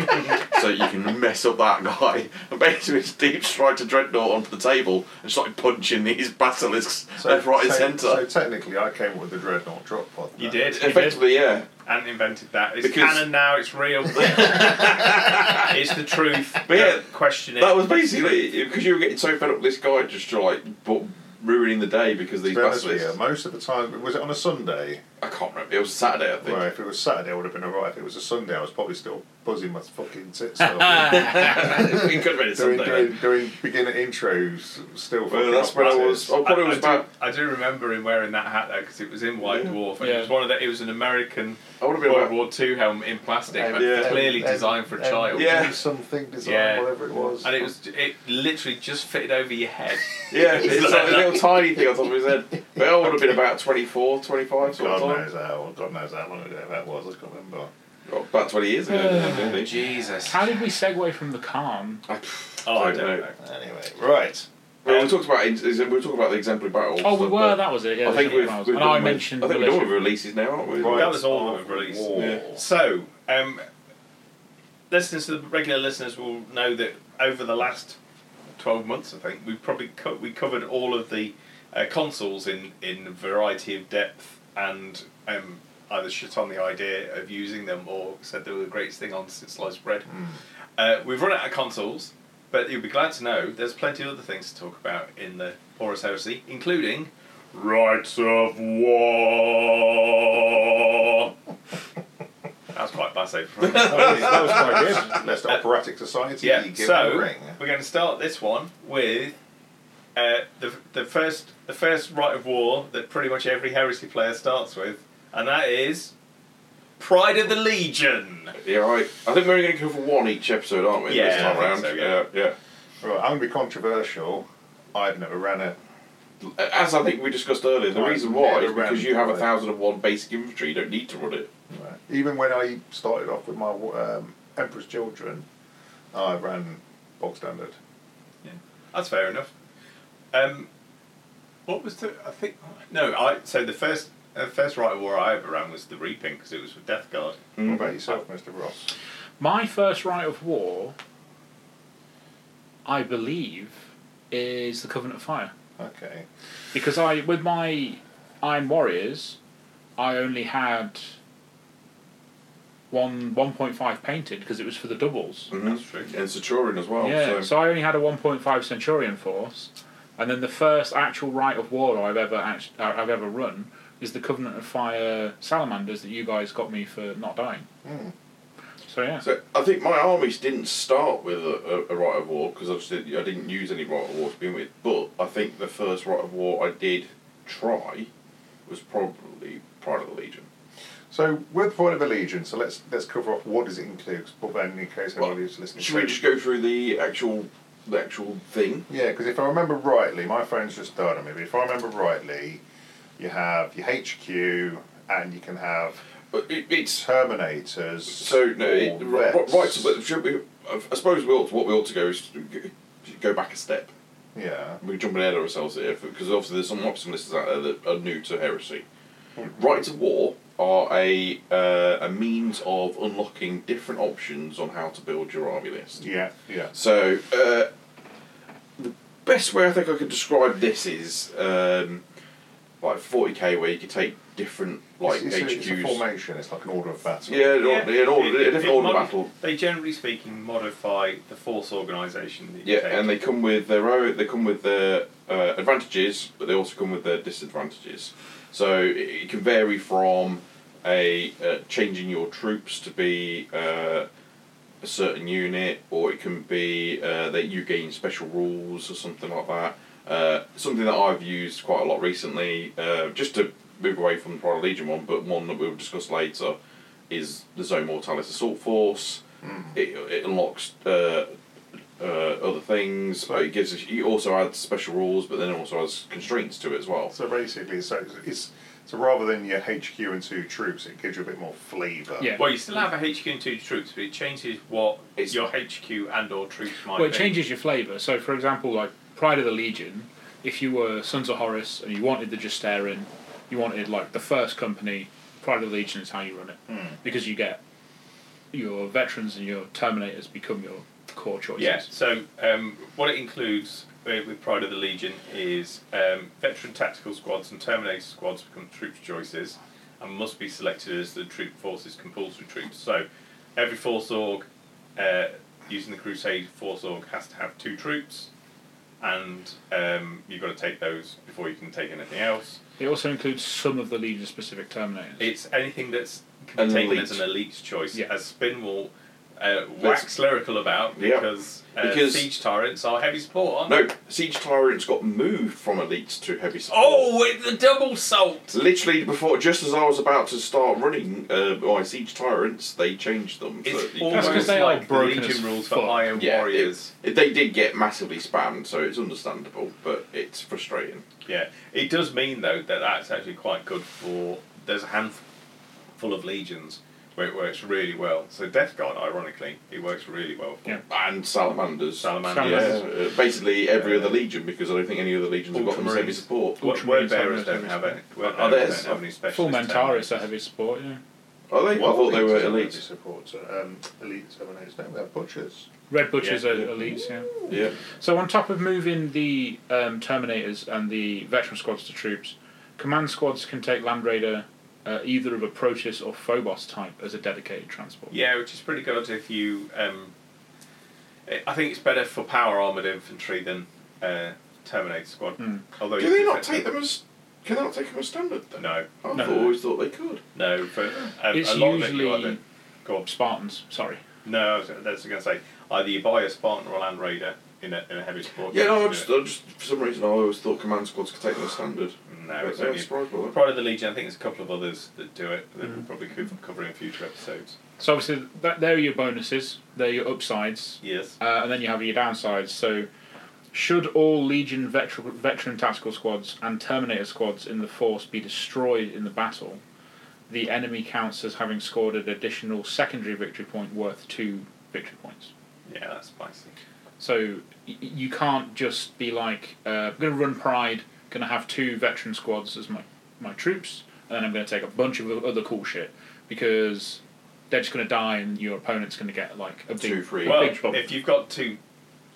D: so you can mess up that guy. And basically just deep strike a Dreadnought onto the table and start punching these basilisks left, right, and
C: so-
D: centre.
C: So technically, I came up with the dreadnought drop pod.
A: You
C: then.
A: did.
D: Effectively, yeah.
A: and invented that. It's
D: Because-
A: canon now. It's real. it's the truth.
D: But yeah,
A: Don't question it.
D: That was basically because you were getting so fed up with this guy just like bu- ruining the day because
C: To
D: these
C: be honest with you,
D: basilisks.
C: most of the time, was it on a Sunday?
D: I can't remember. It was Saturday, I think.
C: Well, if it was Saturday, I would have been alright. If it was a Sunday, I was probably still buzzing my fucking tits off.
D: it could have been a
C: doing,
D: Sunday.
C: doing, doing beginner intros, still fucking
D: Well, that's
C: off
D: when
C: my
D: I was.
C: tits.
D: oh, I
A: I,
D: probably was
A: I
D: about.
A: do, I do remember him wearing that hat though, because it was in White
D: Yeah.
A: Dwarf, and
B: Yeah.
A: it was one of the. It was an American
D: I would have been
A: World
D: about.
A: War II helm in plastic,
C: Um,
A: but
D: yeah.
A: clearly
C: Um,
A: designed for a
C: um,
A: child.
D: Yeah.
C: something design,
A: Yeah.
C: whatever it was.
A: And it was it literally just fitted over your head.
D: Yeah, it's like a little tiny thing on top of his head. But I would have been about 24, 25 sort
C: God
D: of time.
C: knows how. God knows how long ago that was. I can't remember.
D: Well, About 20 years ago. I think.
A: Jesus.
B: How did we segue from the Khan?
D: I-
A: Oh, I don't know.
C: Anyway, right.
D: Well, we talked about ex- ex- we were talking about the exemplary battle.
B: Oh, we
D: stuff,
B: were.
D: but
B: That was it. Yeah,
D: I think
B: the
D: we've,
B: Khan's.
D: we've
B: And I
D: done with-
B: mentioned.
D: I think we're
B: religion.
D: done with releases now, aren't we?
C: Right.
A: That was all that
C: of
A: we've released.
C: war.
D: Yeah.
A: So, um, listeners to the regular listeners will know that over the last twelve months, I think we probably co- we covered all of the uh, consoles in in a variety of depth and um, either shit on the idea of using them or said they were the greatest thing on since sliced bread. Uh, we've run out of consoles, but you'll be glad to know there's plenty of other things to talk about in the Horus Heresy, including rights of war. That was quite passe.
C: that was quite good. Let's the operatic society.
A: yeah.
C: Give them a
A: So
C: ring.
A: we're going to start this one with uh, the the first the first right of war that pretty much every heresy player starts with, and that is Pride of the Legion.
D: Yeah, right. I think we're only going to cover one each episode, aren't we? this
A: Yeah,
D: time
A: I think
D: around.
A: so, yeah.
D: yeah,
C: Right, I'm going to be controversial. I've never ran a.
D: yeah. As I think we discussed earlier, the
C: Right,
D: reason why
C: yeah,
D: is
C: the
D: because
C: round,
D: you have a
C: right.
D: thousand and one basic infantry. You don't need to run it.
C: Even when I started off with my um, Emperor's Children, I ran bog standard.
A: That's fair enough. Um, what was the? I think no. I so the first uh, first right of war I ever ran was the Reaping because it was with Death Guard.
C: What about yourself, Mr. Ross?
B: My first right of war, I believe, is the Covenant of Fire.
C: Okay.
B: Because I, with my Iron Warriors, I only had one 1.5 painted because it was for the doubles.
D: Mm-hmm.
A: That's true.
D: And Centurion as well.
B: yeah,
D: so.
B: so. I only had a 1.5 Centurion force, and then the first actual right of war I've ever act- uh, I've ever run is the Covenant of Fire Salamanders that you guys got me for not dying.
D: Hmm.
B: So yeah,
D: So I think my armies didn't start with a, a, a right of war because obviously I didn't use any right of war to begin with. But I think the first right of war I did try was probably Pride of the Legion.
C: So with the point of allegiance, so let's let's cover off what does it include, but then in case
D: Well,
C: anybody's listening.
D: Should we
C: to-
D: just go through the actual the actual thing?
C: Yeah, because if I remember rightly, my phone's just died on me. But if I remember rightly, you have your HQ and you can have
D: But it, it's
C: Terminators.
D: So no, it,
C: or
D: right,
C: vets.
D: right. But should we? I I suppose we ought to, what we ought to go is to g- go back a step.
C: Yeah.
D: We're jumping ahead of ourselves here because obviously there's some some listeners out there that are new to heresy.
C: Hmm.
D: Rights of war are a uh, a means of unlocking different options on how to build your army list.
C: Yeah. Yeah.
D: So, uh, the best way I think I could describe this is um, like forty k where you could take different like
C: it's, it's, a, it's a
D: HQs.
C: formation. It's like an order of battle.
D: yeah, an order, an order,
A: it-
D: a different
A: it
D: order
A: mod-
D: battle.
A: They generally speaking modify the force organisation. that you
D: Yeah,
A: take.
D: and they come with their own. They come with their uh, advantages, but they also come with their disadvantages. So it, it can vary from a uh, changing your troops to be uh, a certain unit, or it can be uh, that you gain special rules or something like that. Uh, something that I've used quite a lot recently, uh, just to move away from the Royal Legion one, but one that we'll discuss later, is the Zone Mortalis Assault Force. It, it unlocks uh, uh, other things, but it gives us, it also adds special rules, but then it also adds constraints to it as well.
C: So basically, so it's, it's so rather than your HQ and two troops, it gives you a bit more flavour.
B: Yeah.
A: Well, you still have a HQ and two troops, but it changes what
D: It's-
A: your HQ and or troops might
B: Well, it
A: be.
B: changes your flavour. So, for example, like Pride of the Legion, if you were Sons of Horus and you wanted the Justerin, you wanted like the first company, Pride of the Legion is how you run it.
D: Hmm.
B: Because you get your veterans and your Terminators become your core choices.
A: Yeah, so um, what it includes uh, with Pride of the Legion is um, veteran tactical squads and Terminator squads become troop choices and must be selected as the troop forces compulsory troops. So every force org uh, using the Crusade force org has to have two troops, and um, you've got to take those before you can take anything else.
B: It also includes some of the Legion specific Terminators.
A: It's anything that's can be
D: An
A: taken
D: elite.
A: as an elite's choice,
B: Yeah.
A: as Spin will uh, wax lyrical about
D: Yeah.
A: because, uh,
D: Because-
A: siege turrets are heavy support, aren't
D: No, Siege Tyrants got moved from elites to heavy support.
A: Oh, with the double salt.
D: Literally before, just as I was about to start running uh, my Siege Tyrants, they changed them. so that
A: It's
D: you can-
B: That's 'cause
A: almost
B: they are
A: like the
B: broken
A: Legion
B: as
A: rules
B: fuck.
A: for Iron
D: Yeah,
A: Warriors.
D: it- they did get massively spammed, so it's understandable, but it's frustrating.
A: yeah, it does mean though that that's actually quite good for. There's a handful of legions where it works really well. So Death Guard, ironically, it works really well for
B: Yeah.
D: And Salamanders.
A: Salamanders.
D: Yeah,
B: Salamanders.
D: uh, basically every
A: Yeah.
D: other legion because I don't think any other legions have got them as heavy
A: Ultramarines.
D: support.
A: What
B: Ultramarines
A: word bearers
B: don't
A: don't
B: really
A: have
B: respect.
A: it. Word
D: Are
A: bearers
D: they-
A: don't have any specialist
B: Full Mentaurus are
A: terminators.
B: heavy support, yeah.
D: Are they? I thought they were elites.
C: Support um, elite seven eights. No, they're butchers.
B: Red Butchers
A: Yeah.
B: are elites, yeah.
D: Yeah.
B: So on top of moving the um, Terminators and the veteran squads to troops, command squads can take Land Raider uh, either of a Proteus or Phobos type as a dedicated transport.
A: Yeah, which is pretty good if you. Um, I- I think it's better for power armored infantry than uh, Terminator squad.
B: Mm.
A: Although
D: Can
A: Oh, you
D: they
A: can
D: not
A: set
D: take them as? Can they not take them as standard then?
A: No,
D: I
B: No.
D: thought- always thought they could.
A: no, but um,
B: It's
A: a lot of it
B: usually-
A: you either go on.
B: Spartans, sorry.
A: No, I was, that's going to say either you buy a Spartan or a Land Raider in a, in a heavy support.
D: Yeah, no, I
A: unit.
D: just, I just for some reason I always thought command squads could take them as standard.
A: no, it's
D: Yeah,
A: only
D: surprised by that.
A: Pride of the Legion. I think there's a couple of others that do it that
B: Mm.
A: we'll probably could cover in future episodes.
B: So obviously, that, there are your bonuses, they're your upsides,
A: Yes.
B: uh, and then you have your downsides. So, should all Legion veteran, veteran tactical squads and Terminator squads in the force be destroyed in the battle, the enemy counts as having scored an additional secondary victory point worth two victory points.
A: Yeah, that's spicy.
B: So y- you can't just be like, uh, I'm going to run Pride, going to have two veteran squads as my, my troops, and then I'm going to take a bunch of other cool shit because they're just going to die and your opponent's going to get like a big
D: Two free.
B: a
A: Well,
B: big bump.
A: if you've got two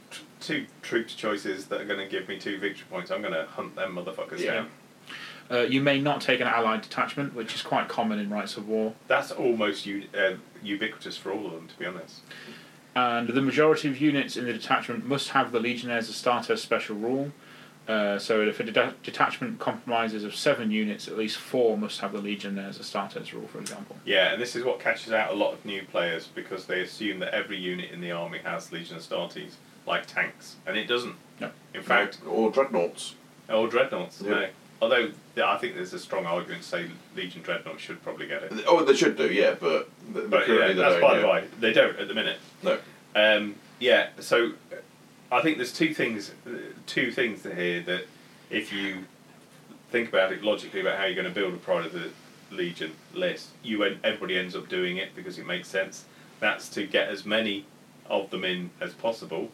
A: t- two troops choices that are going to give me two victory points, I'm going to hunt them motherfuckers
D: Yeah.
A: down.
B: Uh, you may not take an allied detachment, which is quite common in rights of war,
A: That's almost u- uh, ubiquitous for all of them, to be honest.
B: and the majority of units in the detachment must have the Legionnaires Astartes special rule. Uh, so if a deta- detachment compromises of seven units, at least four must have the Legionnaires Astartes rule, for example.
A: Yeah, and this is what catches out a lot of new players because they assume that every unit in the army has Legion Astartes, like tanks, and it doesn't.
B: No.
A: In fact,
D: or dreadnoughts.
A: or dreadnoughts. No.
D: Yeah.
A: Although th- I think there's a strong argument to say Legion dreadnoughts should probably get it.
D: Oh, they should do, yeah, but, th-
A: But
D: currently
A: yeah,
D: they
A: that's
D: don't,
A: by the
D: yeah.
A: way. They don't at the minute.
D: No,
A: Um, yeah, so uh, I think there's two things, uh, two things here that if you think about it logically about how you're going to build a Pride of the Legion list, you en- everybody ends up doing it because it makes sense. That's to get as many of them in as possible,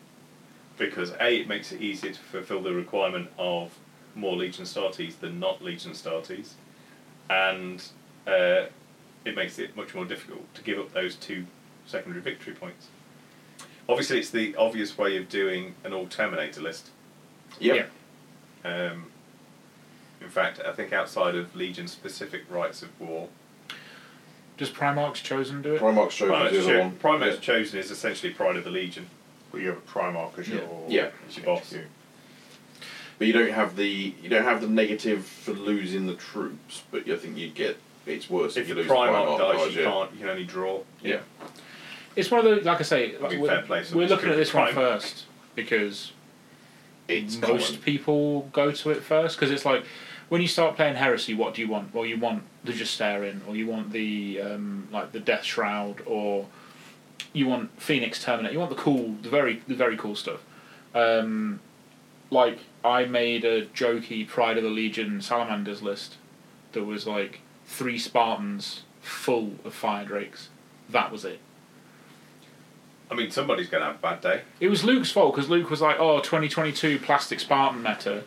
A: because a it makes it easier to fulfil the requirement of more Legion Starties than not Legion Starties, and uh, it makes it much more difficult to give up those two secondary victory points. Obviously, it's the obvious way of doing an all Terminator list.
D: yeah.
B: Yeah.
A: Um, In fact, I think outside of Legion specific rights of war,
B: Does Primarch's Chosen do it?
D: Primarch's Chosen
A: Primate's,
D: is the other
A: Cho-
D: one.
A: Primate's Chosen is essentially Pride of the Legion.
C: But you have a Primarch as
D: Yeah.
C: your
D: Yeah.
A: As your boss.
C: HQ.
D: Yeah. But you don't have the you don't have the negative for losing the troops. But I think you get it's worse
A: If
D: you
A: the
D: lose
A: Primarch
D: Primarch
A: dies, you
D: yeah.
A: can't. You can only draw.
D: Yeah.
B: It's one of those, like I say, like
A: be
B: we're,
A: fair play, so
B: we're
A: it's
B: looking
A: good
B: at this one
A: crime.
B: first because
D: It's
B: most
D: common.
B: people go to it first because it's like when you start playing Heresy, what do you want? Well, you want the Justarin, or you want the um, like the Death Shroud, or you want Phoenix Terminator. You want the cool, the very, the very cool stuff. Um, like I made a jokey Pride of the Legion Salamanders list that was like three Spartans full of fire drakes. That was it.
A: I mean, somebody's going to have a bad day.
B: It was Luke's fault because Luke was like, "Oh, 2022 plastic Spartan meta.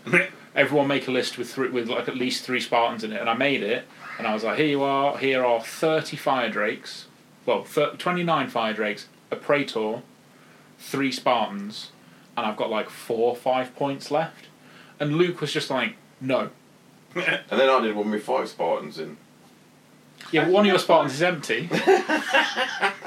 B: Everyone make a list with three, with like at least three Spartans in it." And I made it, and I was like, "Here you are. Here are 30 fire drakes. Well, thir 29 fire drakes, a praetor, three Spartans, and I've got like four, or five points left." And Luke was just like, "No,
D: And then I did one with five Spartans in.
B: yeah, one of your Spartans is empty."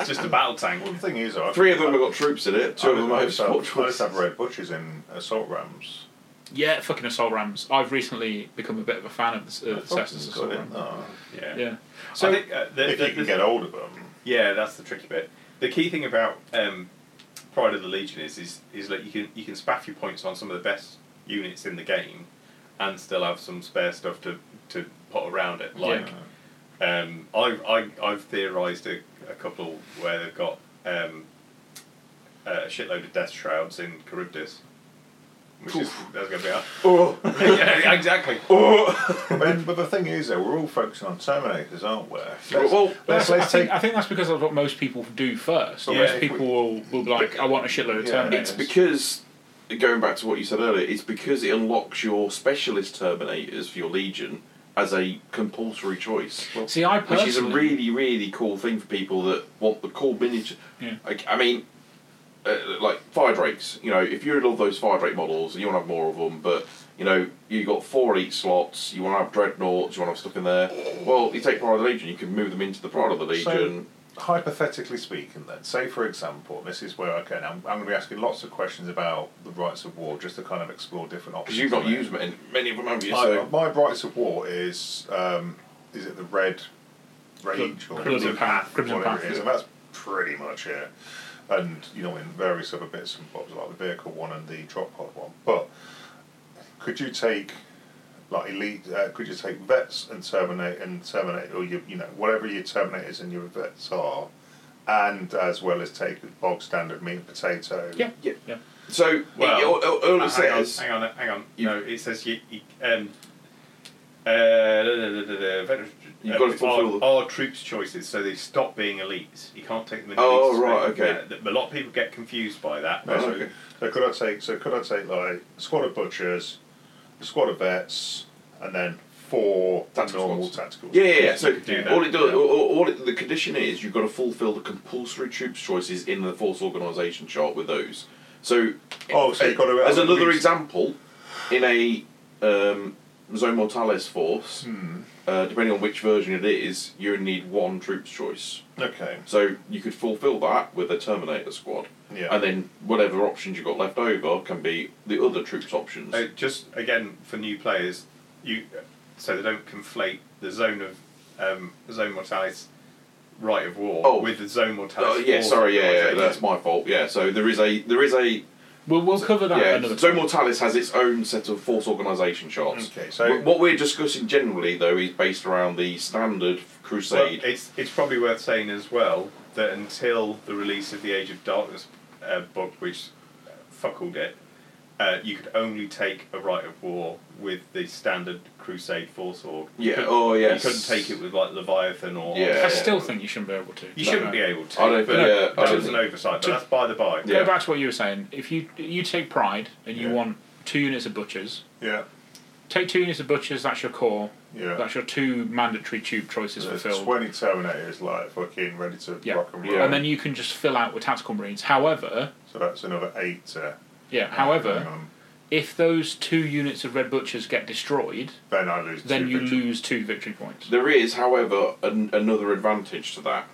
A: It's just a battle tank.
C: Well, the thing is, I've,
D: Three of them have got troops in it. Two
C: I
D: of them
C: I
D: have
C: used to have-
D: sport
C: I used
D: troops.
C: to have red butchers in assault rams.
B: yeah, fucking assault rams. I've recently become a bit of a fan of the uh,
C: I thought it
B: Cestus
C: was
B: assault
C: good,
B: ram.
C: uh,
A: Yeah.
B: Yeah.
A: So
B: So-
A: I think uh, the,
C: If
A: the-
C: you can
A: the-
C: get hold of them,
A: Yeah, that's the tricky bit. The key thing about um, Pride of the Legion is is is that you can you can spaff your points on some of the best units in the game, and still have some spare stuff to to put around it. Like um, I've I, I've theorised a, a couple where they've got um, a shitload of death shrouds in Charybdis, which is that's going to be hard.
D: Oh,
A: yeah, exactly.
D: oh.
C: But then- but the thing is, though, we're all focusing on Terminators, aren't we? Let's,
D: Well,
C: let's,
B: I
C: let's
B: think,
C: take.
B: I think that's because of what most people do first.
A: Yeah,
B: most
C: if
B: people
C: we-
B: will, will be like, I want a shitload of
C: Yeah.
B: Terminators.
D: It's because going back to what you said earlier, it's because it unlocks your specialist terminators for your legion as a compulsory choice.
B: See, I
D: which
B: personally,
D: is a really, really cool thing for people that want the cool miniature.
B: Yeah.
D: Like, I mean, uh, like fire drakes. You know, if you love those fire drake models, you want to have more of them. But you know, you got four each slots. You want to have dreadnoughts. You want to have stuff in there. Well, you take Pride of the Legion. You can move them into the Pride of the
C: So-
D: Legion.
C: Hypothetically speaking, then, say for example, and this is where okay, now I'm, I'm going to be asking lots of questions about the rights of war, just to kind of explore different options.
D: Because you've not
C: on it.
D: used many, many of them, have you?
C: My,
D: So
C: my rights of war is um, is it the red rage or
B: Crimson Path. Crimson
C: whatever
B: Path.
C: it is, and that's pretty much it. And you know, in various other bits and bobs like the vehicle one and the drop pod one. But could you take like elite? Uh, could you take vets and terminate and terminate or you you know whatever your terminators and your vets are, and as well as take bog standard meat and potato.
B: Yeah.
D: So
A: Well,
D: it- all, all- all
A: Uh,
D: it
A: hang, on,
D: says.
A: hang on, hang on.
D: You-
A: no, it says you. you um, uh, da, da, da, da, da, veteran-
D: You've
A: uh,
D: got to fulfill-
A: our, our troops' choices, so they stop being elites. You can't take them. In
D: Oh,
A: elites,
D: right,
A: but,
D: okay.
A: yeah, th- a lot of people get confused by that.
C: No, so,
D: okay.
C: so could I take so could I take like a squad of butchers, a squad of vets, and then four
D: Tactical
C: normal
D: squads.
C: tactical?
D: Yeah, yeah, yeah.
A: You
D: So
A: could do that,
D: all it does,
A: yeah.
D: all, all it, the condition is you've got to fulfil the compulsory troops choices in the force organisation chart with those. So,
C: Oh, so you've got to
D: as
C: at
D: another
C: least-
D: example, in a um, Zone Mortalis force, uh, depending on which version it is, you need one troops choice.
C: Okay.
D: So you could fulfil that with a Terminator squad,
C: Yeah.
D: and then whatever options you've got left over can be the other troops options.
A: Uh, just again for new players, you so they don't conflate the zone of um, zone mortalis right of war
D: Oh.
A: with the zone mortalis.
D: Oh, yeah,
A: force
D: sorry, yeah, yeah,
A: organisation.
D: that's my fault. Yeah, so there is a there is a
B: We'll, we'll cover that
D: yeah,
B: another
D: Zone
B: time.
D: Mortalis has its own set of force organisation charts.
C: Okay, so-
D: Wh- what we're discussing generally, though, is based around the standard Crusade.
A: Well, it's it's probably worth saying as well that until the release of the Age of Darkness uh, book, which uh, fuckled it, uh, you could only take a right of war with the standard Crusade force org. You
D: yeah,
A: couldn't-
D: oh
A: you
D: yes.
A: couldn't take it with like Leviathan or.
D: Yeah.
B: I still think you shouldn't be able to.
A: You shouldn't be able to.
D: I don't
A: but
D: think- yeah, I
A: that
D: don't
A: was an
D: think-
A: oversight, but
B: to-
A: that's by the by.
D: Yeah.
B: Go back to what you were saying. If you you take Pride and you
C: Yeah.
B: want two units of butchers,
C: Yeah.
B: take two units of butchers. That's your core.
C: Yeah.
B: That's your two mandatory tube choices
C: There's
B: fulfilled.
C: Twenty Terminators, like fucking ready to
B: Yeah.
C: rock and roll.
D: Yeah.
B: And then you can just fill out with tactical marines. However,
C: So that's another eight. Uh,
B: yeah. However,
C: um,
B: if those two units of Red Butchers get destroyed,
C: Then I lose.
B: then
C: two
B: you
C: victories.
B: lose two victory points.
D: There is, however, an, another advantage to that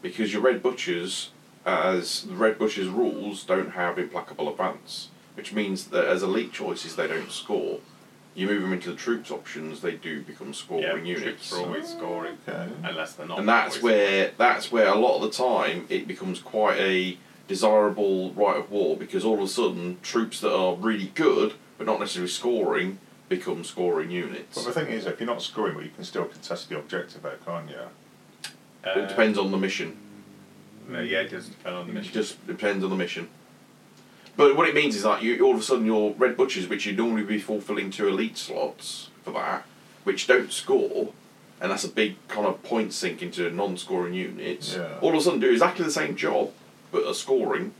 D: because your red butchers, as the red butchers' rules, don't have implacable advance, which means that as elite choices they don't score. You move them into the troops options; they do become
A: Yeah,
D: scoring units,
A: troops are always scoring,
C: Okay.
A: unless they're not.
D: and that's
A: always.
D: where that's where a lot of the time it becomes quite a desirable right of war because all of a sudden troops that are really good but not necessarily scoring become scoring units.
C: Well, the thing is, if you're not scoring, well, you can still contest the objective, there, can't you?
A: Uh,
D: it depends on the mission.
A: no, yeah, it does depend on the
D: It
A: mission.
D: just depends on the mission. But what it means is that you all of a sudden your red butchers, which you'd normally be fulfilling two elite slots for that, which don't score, and that's a big kind of point sink into non-scoring units.
C: Yeah.
D: All of a sudden, do exactly the same job but are scoring.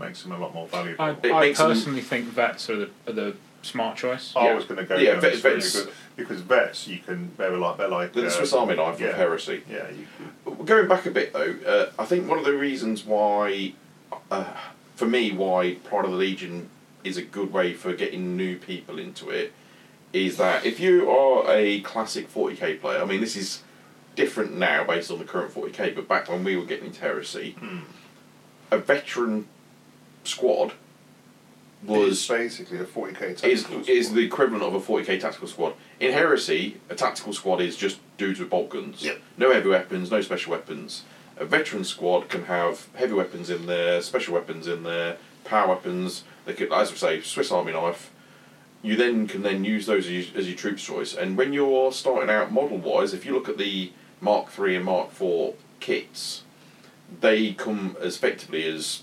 C: Makes them a lot more valuable.
B: I,
C: I,
D: It
B: I
D: makes them- Oh,
B: personally think vets are the, are the smart choice.
C: was going to go.
D: Yeah,
C: down
D: vet-
C: this route
D: vets-
C: because, because vets, you can they're like they're like
D: The
C: uh,
D: Swiss Army knife
C: yeah.
D: of heresy.
C: Yeah, you,
D: Going back a bit though, uh, I think one of the reasons why, uh, for me, why Pride of the Legion is a good way for getting new people into it is that if you are a classic 40k player, I mean, this is different now based on the current 40k, but back when we were getting into heresy,
C: Hmm.
D: a veteran squad was
C: it's basically a 40k.
D: is
C: tactical
D: is
C: squad.
D: the equivalent of a 40k tactical squad. In Heresy, a tactical squad is just dudes with bolt guns.
C: Yep.
D: No heavy weapons, no special weapons. A veteran squad can have heavy weapons in there, special weapons in there, power weapons. They could, as I say, Swiss Army knife. You then can then use those as, your- as your troops choice. And when you're starting out model wise, if you look at the Mark III and Mark IV kits, they come as effectively as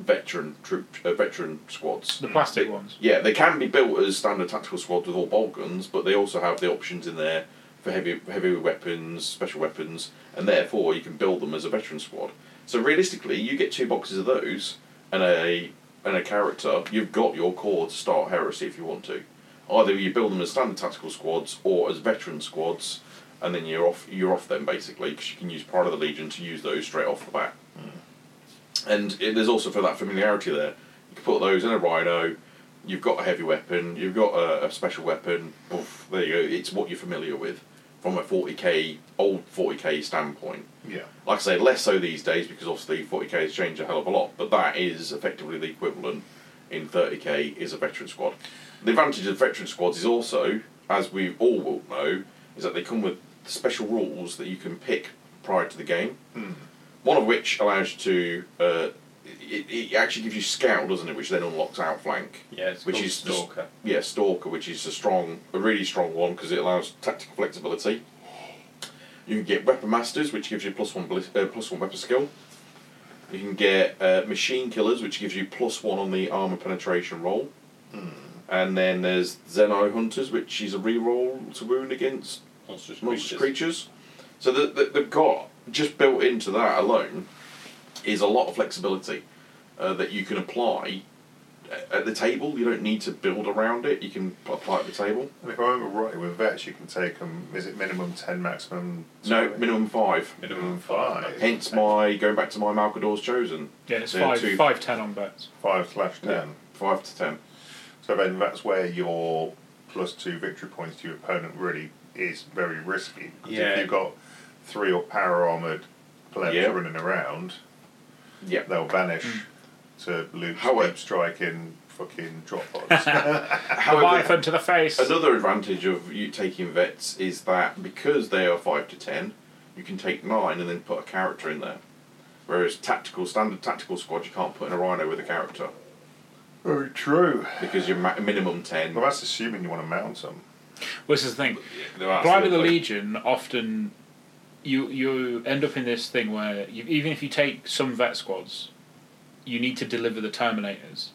D: veteran troop, uh, veteran squads.
B: The plastic ones.
D: Yeah, they can be built as standard tactical squads with all bolt guns, but they also have the options in there for heavy heavy weapons, special weapons, and therefore you can build them as a veteran squad. So realistically, you get two boxes of those and a and a character, you've got your core to start heresy if you want to. Either you build them as standard tactical squads or as veteran squads, and then you're off you're off them basically because you can use Pride of the Legion to use those straight off the bat. And it, there's also for that familiarity there. You can put those in a rhino. You've got a heavy weapon. You've got a, a special weapon. Poof, there you go. It's what you're familiar with from a 40k old 40k standpoint.
C: yeah.
D: Like I say, less so these days because obviously 40k has changed a hell of a lot. But that is effectively the equivalent in 30k is a veteran squad. The advantage of veteran squads is also, as we all will know, is that they come with special rules that you can pick prior to the game.
A: Hmm.
D: One of which allows you to. Uh, it, it actually gives you scout, doesn't it? Which then unlocks outflank.
A: Yeah, it's
D: Which
A: called
D: is just-
A: stalker.
D: Yeah, stalker, which is a strong, a really strong one because it allows tactical flexibility. You can get weapon masters, which gives you plus one ballis- uh, plus one weapon skill. You can get uh, machine killers, which gives you plus one on the armor penetration roll. And then there's Zeno hunters, which is a reroll to wound against
A: monstrous
D: monstrous
A: creatures.
D: creatures. So the, the, they've got just built into that alone is a lot of flexibility uh, that you can apply a- at the table. You don't need to build around it. You can apply it at the table.
C: And if I remember rightly, with vets, you can take them. Is it minimum ten, maximum?
D: No,
C: 20?
D: minimum five.
A: Minimum five.
D: Hence my going back to my Malcador's chosen
B: Yeah, it's
D: Yeah,
B: five,
D: two.
B: five ten on vets.
C: Five slash ten.
D: Yeah. five to ten.
C: So then that's where your plus two victory points to your opponent really is very risky. 'Cause
A: Yeah.
C: if you've got three or power armoured plebs
D: Yeah.
C: running around,
D: Yeah.
C: they'll vanish to loot,
D: How-
C: deep strike in fucking drop pods.
B: Leviathan to the face.
D: Another advantage of you taking vets is that because they are five to ten, you can take nine and then put a character in there. Whereas tactical standard tactical squad, you can't put in a rhino with a character
C: very true.
D: because you're ma- minimum ten.
C: Well, that's assuming you want to mount them.
B: Well, this is the thing.
D: They're absolutely-
B: Pride of the Legion often you you end up in this thing where you, even if you take some vet squads, you need to deliver the Terminators,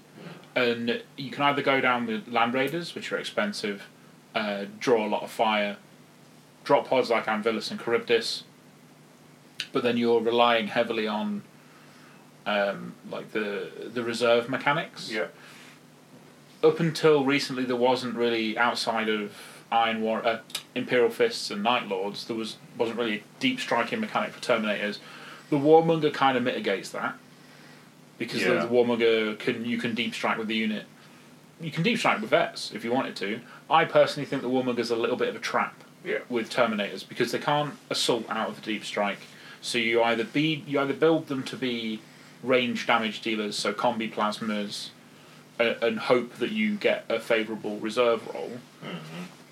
B: and you can either go down with Land Raiders, which are expensive, uh, draw a lot of fire, drop pods like Anvilus and Charybdis, but then you're relying heavily on um, like the the reserve mechanics
C: Yeah.
B: up until recently, there wasn't really outside of Iron War, uh, Imperial Fists and Night Lords. There was wasn't really a deep striking mechanic for Terminators. The Warmonger kind of mitigates that because the,
C: Yeah.
B: the Warmonger can you can deep strike with the unit, you can deep strike with vets if you wanted to. I personally think the Warmongers are a little bit of a trap
D: Yeah.
B: with Terminators because they can't assault out of the deep strike. So you either be you either build them to be range damage dealers, so combi plasmas, uh, and hope that you get a favourable reserve roll,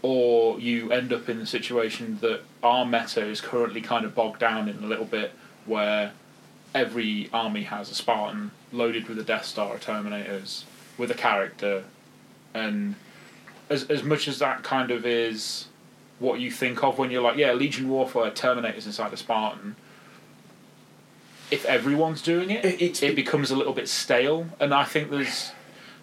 B: or you end up in the situation that our meta is currently kind of bogged down in a little bit where every army has a Spartan loaded with a Death Star or Terminators with a character, and as as much as that kind of is what you think of when you're like, yeah, Legion Warfare, Terminators inside a Spartan. If everyone's doing it,
D: It- it's-
B: it becomes a little bit stale, and I think there's.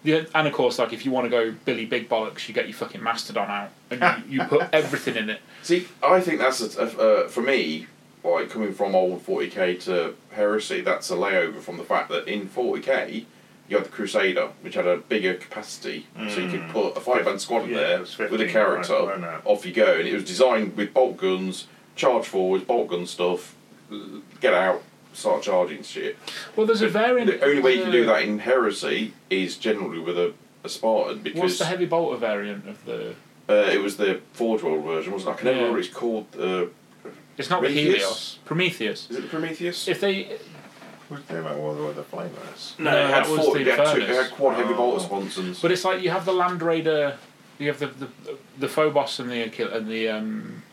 B: Yeah, and of course, like if you want to go Billy Big Bollocks, you get your fucking Mastodon out and you, you put everything in it.
D: See, I think that's a, a, uh, for me. Like coming from old forty k to heresy, that's a layover from the fact that in forty k you had the Crusader, which had a bigger capacity, so you could put a five man squad in
C: Mm. Yeah,
D: there
C: it was 15,
D: with a character.
C: right, right now.
D: off you go, and it was designed with bolt guns, charge forwards, bolt gun stuff. l- Get out, start charging shit.
B: Well, there's a variant.
D: The only way you can
B: Uh.
D: do that in heresy is generally with a, a Spartan
B: What's
D: because
B: the heavy bolter variant of the?
D: uh, it was the Forge World version, wasn't it? I can never
B: Yeah.
D: remember what it's called. Uh,
B: It's not the
D: Prometheus?
B: Helios. Prometheus.
D: is it the Prometheus?
B: If they
C: Was they about what were the flamers?
D: No,
B: No,
D: it had
B: that was
D: four.
B: the
D: It had, two, it
B: Infernus.
D: had quad heavy
C: Oh.
D: bolter sponsons.
B: But it's like you have the Land Raider, you have the the, the Phobos and the Achille, and the um,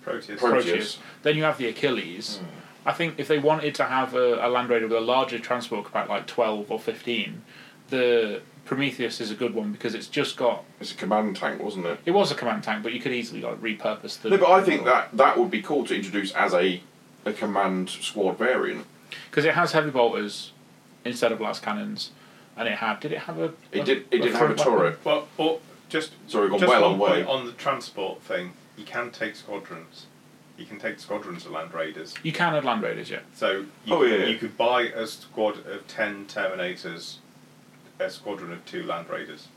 A: Proteus.
D: Pro-
B: Proteus.
D: Proteus. Hmm.
B: Then you have the Achilles. I think if they wanted to have a, a Land Raider with a larger transport about like twelve or fifteen, the Prometheus is a good one because it's just got.
D: it's a command tank, wasn't it?
B: It was a command tank, but you could easily like repurpose the.
D: No, but I think that that would be cool to introduce as a a command squad variant.
B: because it has heavy bolters instead of blast cannons, and it had. Did it have a?
D: It did. It did have a
B: front weapon?
D: turret.
A: Well, or just
D: Sorry, we've gone
A: just
D: well
A: one
D: on way.
A: point on the transport thing. You can take squadrons. You can take squadrons of land raiders.
B: You can have Land Raiders, yeah.
A: So you,
D: Oh, yeah, yeah.
A: you could buy a squad of ten Terminators, a squadron of two Land Raiders,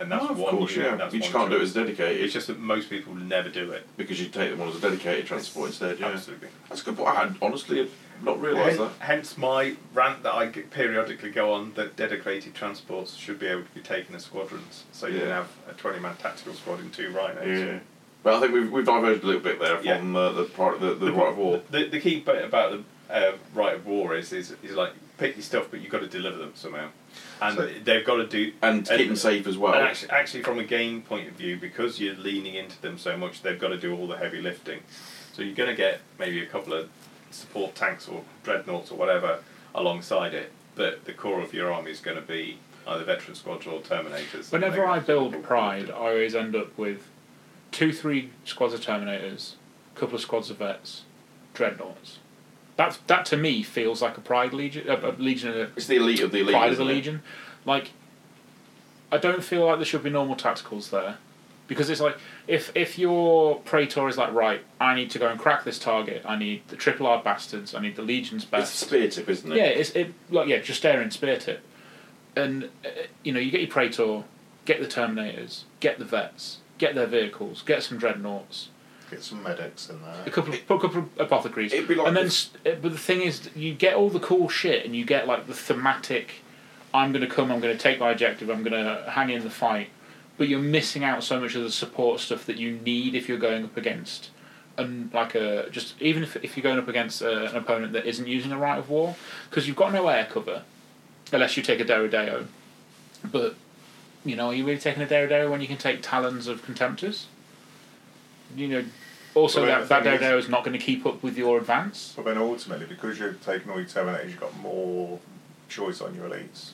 A: and that's
D: Oh,
A: one.
D: of course,
A: unit,
D: yeah.
A: That's
D: you
A: one
D: just can't do it
A: turret.
D: as dedicated.
A: It's just that most people never do it.
D: because you take them on as a dedicated transport instead. Yeah,
A: Absolutely.
D: that's a good point. I had honestly not realised that.
A: Hen- Hence my rant that I get- periodically go on that dedicated transports should be able to be taken as squadrons, so you can
D: Yeah.
A: have a twenty-man tactical squad and two rhinos.
D: But I think we've, we've diverged a little bit there
A: Yeah.
D: from uh, the, part, the the
A: The-
D: right of war.
A: The, the key bit about the uh, right of war is, is is like pick your stuff, but you've got to deliver them somehow, and
C: So-
A: they've got to do
D: And to
A: and-
D: keep them safe as well.
A: And actually, actually, from a game point of view, because you're leaning into them so much, they've got to do all the heavy lifting. So you're going to get maybe a couple of support tanks or dreadnoughts or whatever alongside it, but the core of your army is going to be either veteran squads or terminators.
B: Whenever I build Pride, I always end up with two, three squads of Terminators, a couple of squads of Vets, Dreadnoughts. That that to me feels like a Pride Legion, uh, a, a Legion, a
D: it's the elite of the elite.
B: Pride of
D: isn't
B: the
D: it?
B: Legion. Like, I don't feel like there should be normal tacticals there, because it's like if if your Praetor is like right, I need to go and crack this target. I need the triple R bastards. I need the Legion's
D: It's
B: best.
D: the spear tip, isn't it?
B: Yeah, it's it like yeah, just staring spear tip, and uh, you know you get your Praetor, get the Terminators, get the vets, get their vehicles, get some dreadnoughts,
C: Get some medics in there.
B: a couple of, a couple of apothecaries,
D: it'd be like
B: and then
D: if-
B: s- uh, but the thing is that you get all the cool shit and you get like the thematic, I'm gonna come, I'm gonna take my objective, I'm gonna hang in the fight, but you're missing out so much of the support stuff that you need if you're going up against. And like a just even if, if you're going up against uh, an opponent that isn't using a right of war, because you've got no air cover, unless you take a Derrideo. But you know, are you really taking a Derrideo when you can take Talons of Contemptors? You know, also
C: Well,
B: that that
C: the thing
B: Derrideo is not going to keep up with your advance.
C: But then ultimately, because you've taken all your terminators, you've got more choice on your elites.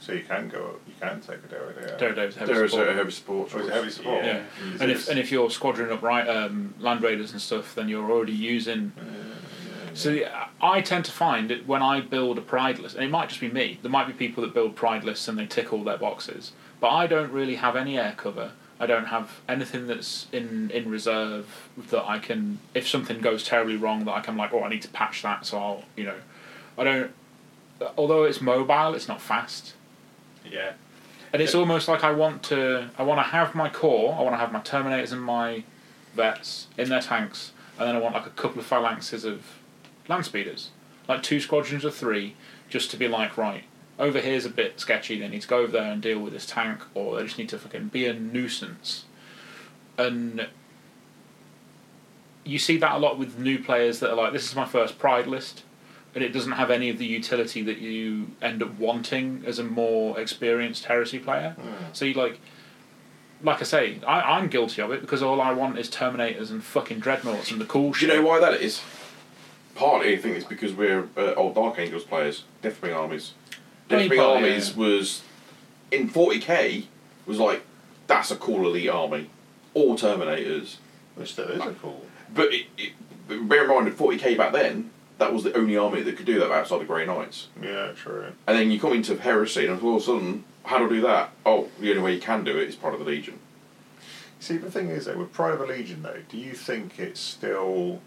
C: So you can go up, you can take a Derrida.
B: Derrideo's heavy
D: There is
B: support.
D: a heavy support.
C: Oh, it's
D: choice.
C: heavy support.
B: yeah. And if and if you're squadron upright um, land raiders and stuff, then you're already using. So yeah, I tend to find that when I build a pride list, and it might just be me. There might be people that build pride lists and they tick all their boxes, but I don't really have any air cover. I don't have anything that's in in reserve that I can. If something goes terribly wrong, that I can like, oh, I need to patch that. So I'll, you know, I don't. Although it's mobile, it's not fast
A: yeah,
B: and it's almost like I want to I want to have my core, I want to have my terminators and my vets in their tanks, and then I want like a couple of phalanxes of land speeders, like two squadrons or three, just to be like right, over here's a bit sketchy. They need to go over there and deal with this tank, or they just need to fucking be a nuisance. And you see that a lot with new players that are like, this is my first pride list, and it doesn't have any of the utility that you end up wanting as a more experienced heresy player.
D: Hmm.
B: So you like, like I say, I, I'm guilty of it because all I want is Terminators and fucking Dreadnoughts and the cool
D: Do
B: shit.
D: you know why that is? Partly, I think it's because we're uh, old Dark Angels players, Deathwing armies.
B: I mean,
D: Deathwing
B: partly,
D: armies
B: yeah.
D: was in 40k was like that's a cool elite army, all Terminators.
C: Which there is a cool.
D: But it, it, but bear in mind, at 40k back then, that was the only army that could do that outside the Grey Knights.
C: Yeah, true.
D: And then you come into heresy, and all of a sudden, how do I do that? Oh, the only way you can do it is part of the Legion.
C: See, the thing is, though, with Pride of the Legion, though, do you think it still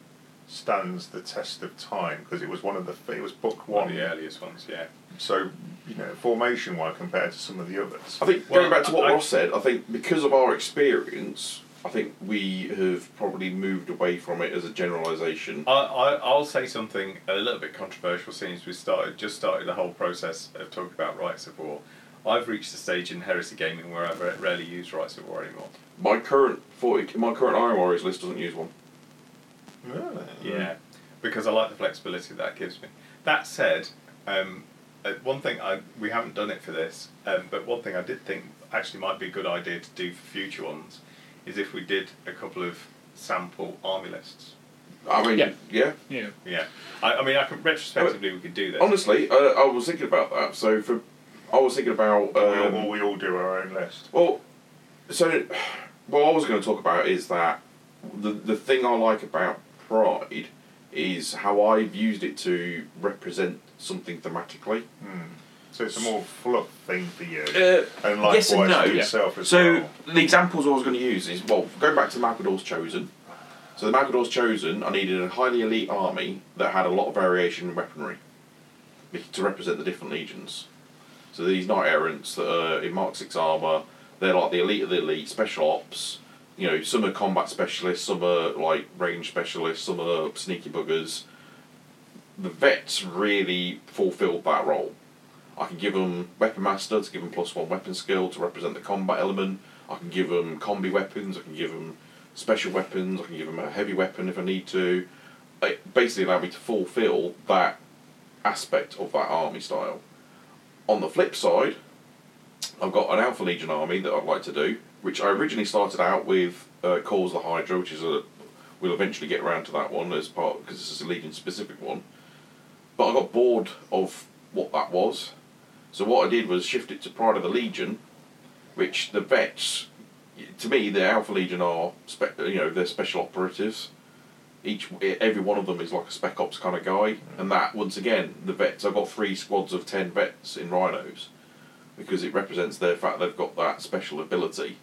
C: stands the test of time? Because it was one of the f- it was book
A: One
C: one.
A: of the earliest ones, yeah.
C: So you know, formation wise compared to some of the others.
D: I think
A: Well,
D: going back to what
A: I-
D: Ross said, I think because of our experience, I think we have probably moved away from it as a generalisation.
A: I, I, I'll say something a little bit controversial since we started just started the whole process of talking about rights of war. I've reached a stage in heresy gaming where I re- rarely use rights of war anymore.
D: My current forty, my current Iron Warriors list doesn't use one.
C: Really?
B: Mm-hmm.
A: Yeah, because I like the flexibility that gives me. That said, um, uh, one thing I we haven't done it for this, um, but one thing I did think actually might be a good idea to do for future ones is if we did a couple of sample army lists.
D: I mean,
B: Yeah.
D: yeah.
B: Yeah.
A: Yeah, I, I mean, I can retrospectively we could do this.
D: Honestly, uh, I was thinking about that. So for, I was thinking about.
C: We all,
D: Um,
C: we all do our own list.
D: well, so what I was going to talk about is that the the thing I like about Pride is how I've used it to represent something thematically.
C: So it's a more fluff thing for you.
D: Uh,
C: and likewise
D: yes and no.
C: for
D: Yeah.
C: yourself as
D: So
C: well.
D: the examples I was going to use is well, going back to the Macador's Chosen. So the Macador's Chosen, I needed a highly elite army that had a lot of variation in weaponry be- to represent the different legions. So these knight errants that are in Mark Six armor, they're like the elite of the elite, special ops. You know, some are combat specialists, some are like range specialists, some are sneaky buggers. The vets really fulfilled that role. I can give them Weapon Master to give them plus one weapon skill to represent the combat element. I can give them combi weapons. I can give them special weapons. I can give them a heavy weapon if I need to. It basically allowed me to fulfill that aspect of that army style. On the flip side, I've got an Alpha Legion army that I'd like to do, which I originally started out with uh, Calls the Hydra, which is a we'll eventually get around to that one as part because this is a Legion specific one. But I got bored of what that was, so what I did was shift it to Pride of the Legion, which the vets, to me, the Alpha Legion are spe- you know they're special operatives. Each every one of them is like a spec ops kind of
B: Mm.
D: guy, and that once again the vets. I've got three squads of ten vets in rhinos, because it represents their fact they've got that special ability.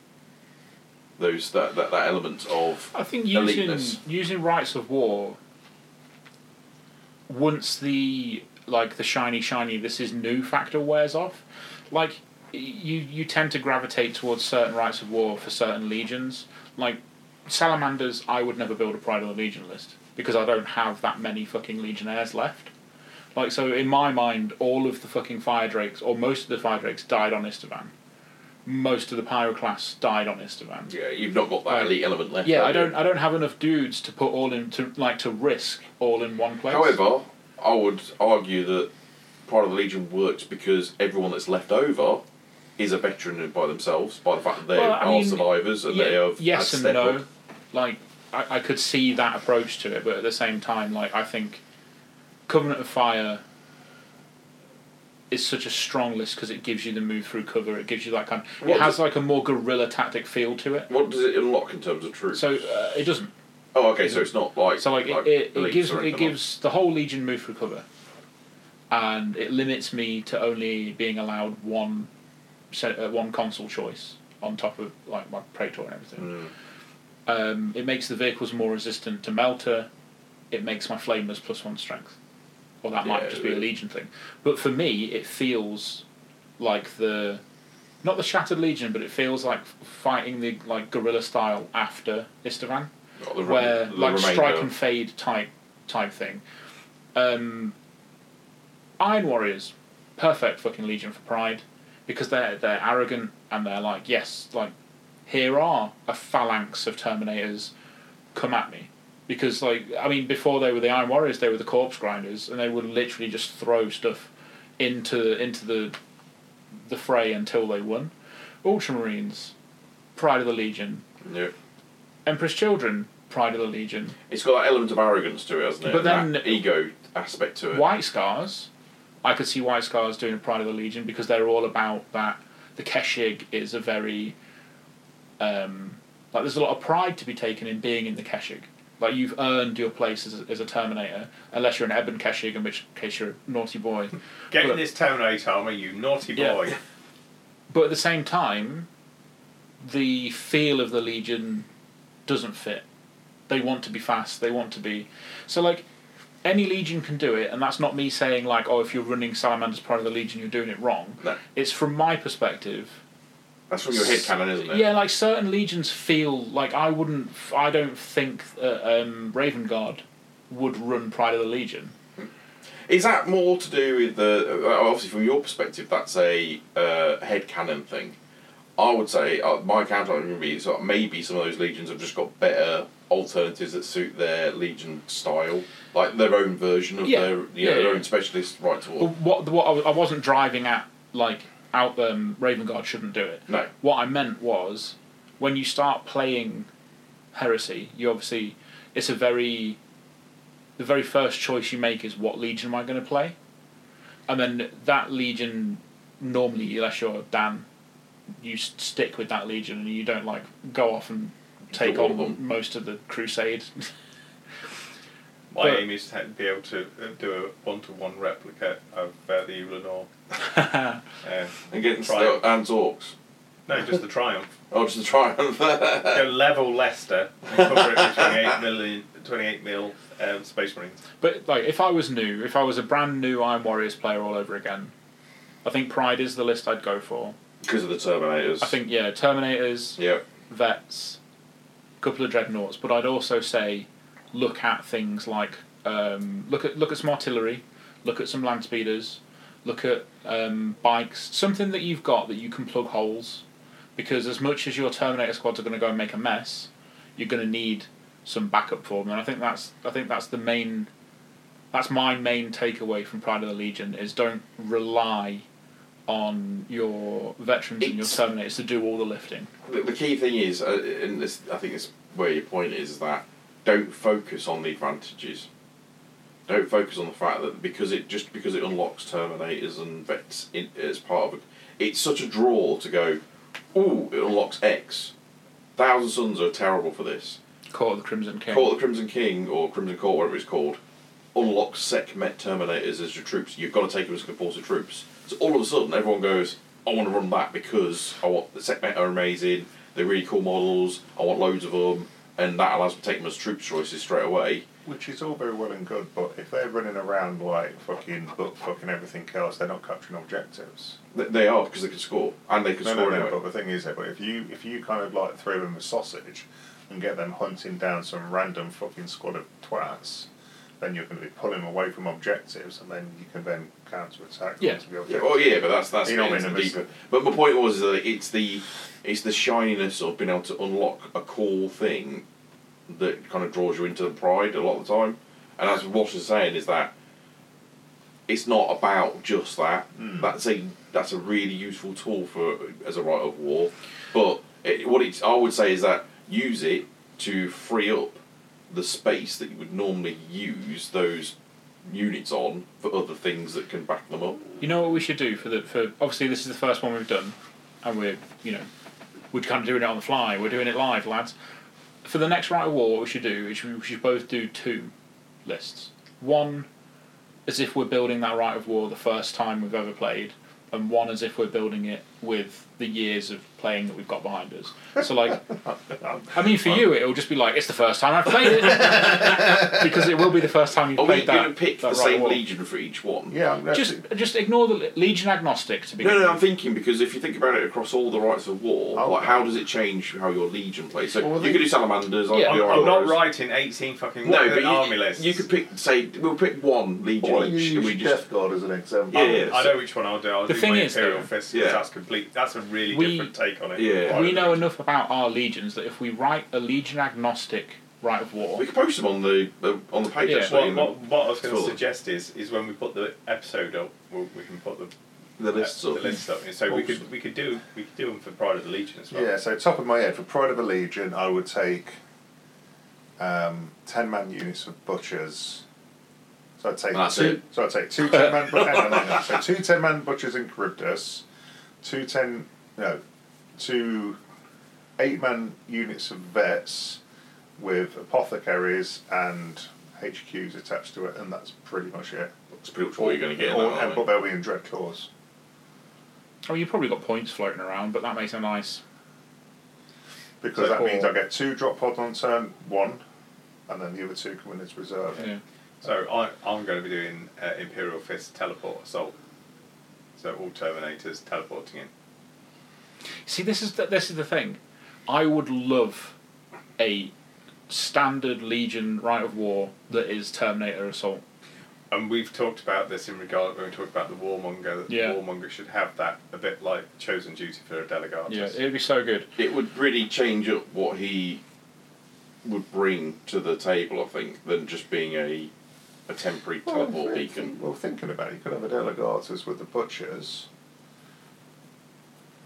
D: Those that that, that element of
B: I think using
D: eliteness.
B: using rights of war. Once the like the shiny shiny this is new factor wears off, like y- you you tend to gravitate towards certain rights of war for certain legions. Like salamanders, I would never build a pride of the legion list because I don't have that many fucking legionnaires left. Like so, in my mind, all of the fucking fire drakes or most of the fire drakes died on Istvan. Most of the pyroclasts died on Istvan.
D: Yeah, you've not got that elite element left.
B: Yeah,
D: have
B: I
D: you?
B: don't. I don't have enough dudes to put all in to like to risk all in one place.
D: However, I would argue that Pride of the Legion works because everyone that's left over is a veteran by themselves, by the fact that they
B: Well, I
D: are
B: mean,
D: survivors and they
B: Ye-
D: have
B: yes
D: had
B: and
D: step
B: no.
D: up.
B: Like I, I could see that approach to it, but at the same time, like I think Covenant of Fire is such a strong list because it gives you the move through cover. It gives you that kind. Of, it
D: What-
B: has like a more guerrilla tactic feel to it.
D: What does it unlock in terms of troops?
B: So uh, it doesn't.
D: oh, okay, so it's not like
B: So like, it, it, it
D: elites
B: gives
D: or
B: it
D: anything like-
B: gives the whole legion move through cover, and it limits me to only being allowed one, se- uh, one console choice on top of like my praetor and
D: Hmm.
B: everything. Um, it makes the vehicles more resistant to melter. It makes my flameless plus one strength, or that might
D: Yeah,
B: just be a
D: it-
B: legion thing. But for me, it feels like the. Not the Shattered Legion, but it feels like fighting the like guerrilla style after Istvan
D: Not the rem-
B: where
D: the
B: like
D: remainder.
B: strike and fade type type thing. Um, Iron Warriors, perfect fucking Legion for Pride because they're they're arrogant and they're like, yes, like here are a phalanx of Terminators, come at me. Because like I mean, before they were the Iron Warriors, they were the Corpse Grinders, and they would literally just throw stuff into into the the fray until they won. Ultramarines, Pride of the Legion,
D: Yeah.
B: Empress Children, Pride of the Legion,
D: It's got that element of arrogance to it, hasn't it?
B: But
D: And
B: then-
D: that ego aspect to it.
B: White Scars. I could see White Scars doing a Pride of the Legion because they're all about that. The Keshig is a very um, like there's a lot of pride to be taken in being in the Keshig. Like you've earned your place as a, as a Terminator, unless you're an Ebon Keshig, in which case you're a naughty boy.
A: Get
B: Look.
A: in this Terminator armor, you naughty
B: Yeah.
A: boy.
B: But at the same time, the feel of the Legion doesn't fit. They want to be fast. They want to be so like any Legion can do it, and that's not me saying like oh if you're running Salamander's Pride of the Legion you're doing it wrong.
D: No.
B: It's from my perspective.
D: That's from your head cannon, isn't it?
B: Yeah, like certain legions feel like I wouldn't. I don't think uh, um, Raven Guard would run Pride of the Legion.
D: Is that more to do with the uh, obviously from your perspective? That's a uh, head cannon thing. I would say uh, my counter would be sort of maybe some of those legions have just got better alternatives that suit their legion style, like their own version of
B: Yeah.
D: their you
B: Yeah,
D: know, their
B: yeah.
D: own specialist right to
B: Well,
D: war.
B: what what I, was- I wasn't driving at like out um, Raven Guard shouldn't do it.
D: No,
B: What I meant was, when you start playing Heresy, you obviously it's a very the very first choice you make is what legion am I going to play, and then that legion normally, unless you're Dan, you s- stick with that legion and you don't like go off and take
D: Do all
B: on
D: of them.
B: most of the crusade.
A: My
B: But-
A: aim is to be able to uh, do a one-to-one replica of uh, the Ulanor. Uh,
D: and getting
A: Triumph.
D: still and orcs.
A: no, just the Triumph.
D: Oh, just the triumph. Uh,
A: Go level Leicester and cover it with 28 million, 28 mil um, Space Marines.
B: But like, if I was new, if I was a brand new Iron Warriors player all over again, I think Pride is the list I'd go for.
D: because of the Terminators.
B: I think yeah, Terminators,
D: Yeah.
B: vets, a couple of dreadnoughts, but I'd also say look at things like um, look at look at some artillery, look at some land speeders, look at um, bikes, something that you've got that you can plug holes, because as much as your Terminator squads are going to go and make a mess, you're going to need some backup for them, and I think that's I think that's the main. That's my main takeaway from Pride of the Legion is don't rely on your veterans and your
D: It's-
B: terminators to do all the lifting.
D: the, the key thing is, uh, and this, I think this where your point is, is that don't focus on the advantages. Don't focus on the fact that because it just because it unlocks Terminators and Vets in, as part of it, it's such a draw to go. Ooh, it unlocks X. Thousand Sons are terrible for this.
B: Court of the Crimson King.
D: Court of the Crimson King or Crimson Court, whatever it's called, unlocks Sec Met Terminators as your troops. You've got to take them as compulsory troops. So all of a sudden, everyone goes, I want to run that because I want the Sec Met are amazing. They're really cool models. I want loads of them, and that allows me to take them as troop choices straight away.
C: Which is all very well and good, but if they're running around like fucking book fucking everything else, they're not capturing objectives.
D: Th- They are because they can score and they can
C: No, no,
D: score
C: no.
D: anyway.
C: But the thing is, that if you if you kind of like throw them a sausage and get them hunting down some random fucking squad of twats, then you're going to be pulling away from objectives, and then you can then counter attack.
B: Yeah.
D: Yeah, oh yeah, but that's that's
C: You know what
D: getting
C: I
D: into
C: mean,
D: deeper. But my point was that it's the it's the shininess of being able to unlock a cool thing that kind of draws you into the pride a lot of the time. And as what is saying is that it's not about just that. That's a that's a really useful tool for as a right of war. But it, what it's I would say is that use it to free up the space that you would normally use those units on for other things that can back them up.
B: You know what we should do for the for obviously this is the first one we've done, and we're you know, we're kind of doing it on the fly. We're doing it live, lads. For the next right of war, what we should do is we should both do two lists. One, as if we're building that right of war the first time we've ever played, and one as if we're building it with the years of playing that we've got behind us. So like, I mean, for you, it'll just be like it's the first time I've played it because it will be the first time you've
D: Are we
B: played that.
D: going to pick
B: that
D: the
B: Right
D: same
B: War.
D: legion for each one?
C: Yeah, I'm- that's
B: Just
C: it.
B: just ignore the le- Legion agnostic to begin.
D: No, no, I'm
B: with.
D: thinking because if you think about it across all the rights of war,
C: Oh.
D: like how does it change how your legion plays? So
C: Well,
D: you
C: they-
D: could do salamanders. I
B: Yeah.
D: could
A: I'm,
D: do
A: I'm not
D: Iroquois.
A: writing 18 fucking
D: No, but you,
A: army lists.
D: you could pick say we'll pick one legion
C: Or you
D: each, and
C: use
D: we just
C: Death Guard as an example.
D: Yeah, yeah.
A: I know which one I'll do. I'll
B: The
A: do
B: thing
A: my
B: is,
A: Imperial
B: though-
A: Fist 'cause
D: Yeah.
A: that's complete. That's a really
B: We-
A: different take on it.
D: Yeah.
A: Quite a
B: We know
A: bit.
B: enough about our legions that if we write a Legion agnostic right of war,
D: we could post them on the uh, on the page
B: Yeah.
D: actually.
A: What,
D: and
A: what, what I was going to
D: Sort of.
A: suggest is, is when we put the episode up, we, we can put the, uh,
D: the lists
A: the
D: up.
A: list up. So we could
D: Awesome.
A: we could do we could do them for Pride of the Legion as well.
C: Yeah, so top of my head, for Pride of the Legion, I would take um, 10 man units of butchers. So I'd take
D: That's
C: two,
D: it.
C: So I'd take two 10 man butchers. So two 10 man butchers in Charybdis, two 10, no, two 8 man units of vets with apothecaries and HQs attached to it, and that's pretty much it.
D: That's pretty much what you're going to get. in
C: Or-
D: that,
C: and- but
D: aren't
C: they'll be in Dread Claws.
B: I mean, oh, you've probably got points floating around, but that makes a nice.
C: Because
B: So
C: that
B: four.
C: means I get two drop pods on turn one, and then the other two come in as reserve.
B: Yeah.
A: So I, I'm going to be doing uh, Imperial Fist teleport assault. So all Terminators teleporting in.
B: See, this is the, this is the thing. I would love a standard Legion right of war that is Terminator assault.
A: And we've talked about this in regard when we talked about the Warmonger. That
B: Yeah.
A: The Warmonger should have that a bit like Chosen Duty for a Delegatus.
B: Yeah, it'd be so good.
D: it would really change up what he would bring to the table, I think, than just being a a temporary
C: Well,
D: teleport
C: think-
D: beacon.
C: well, thinking about it, you could have a delegatus with the butchers.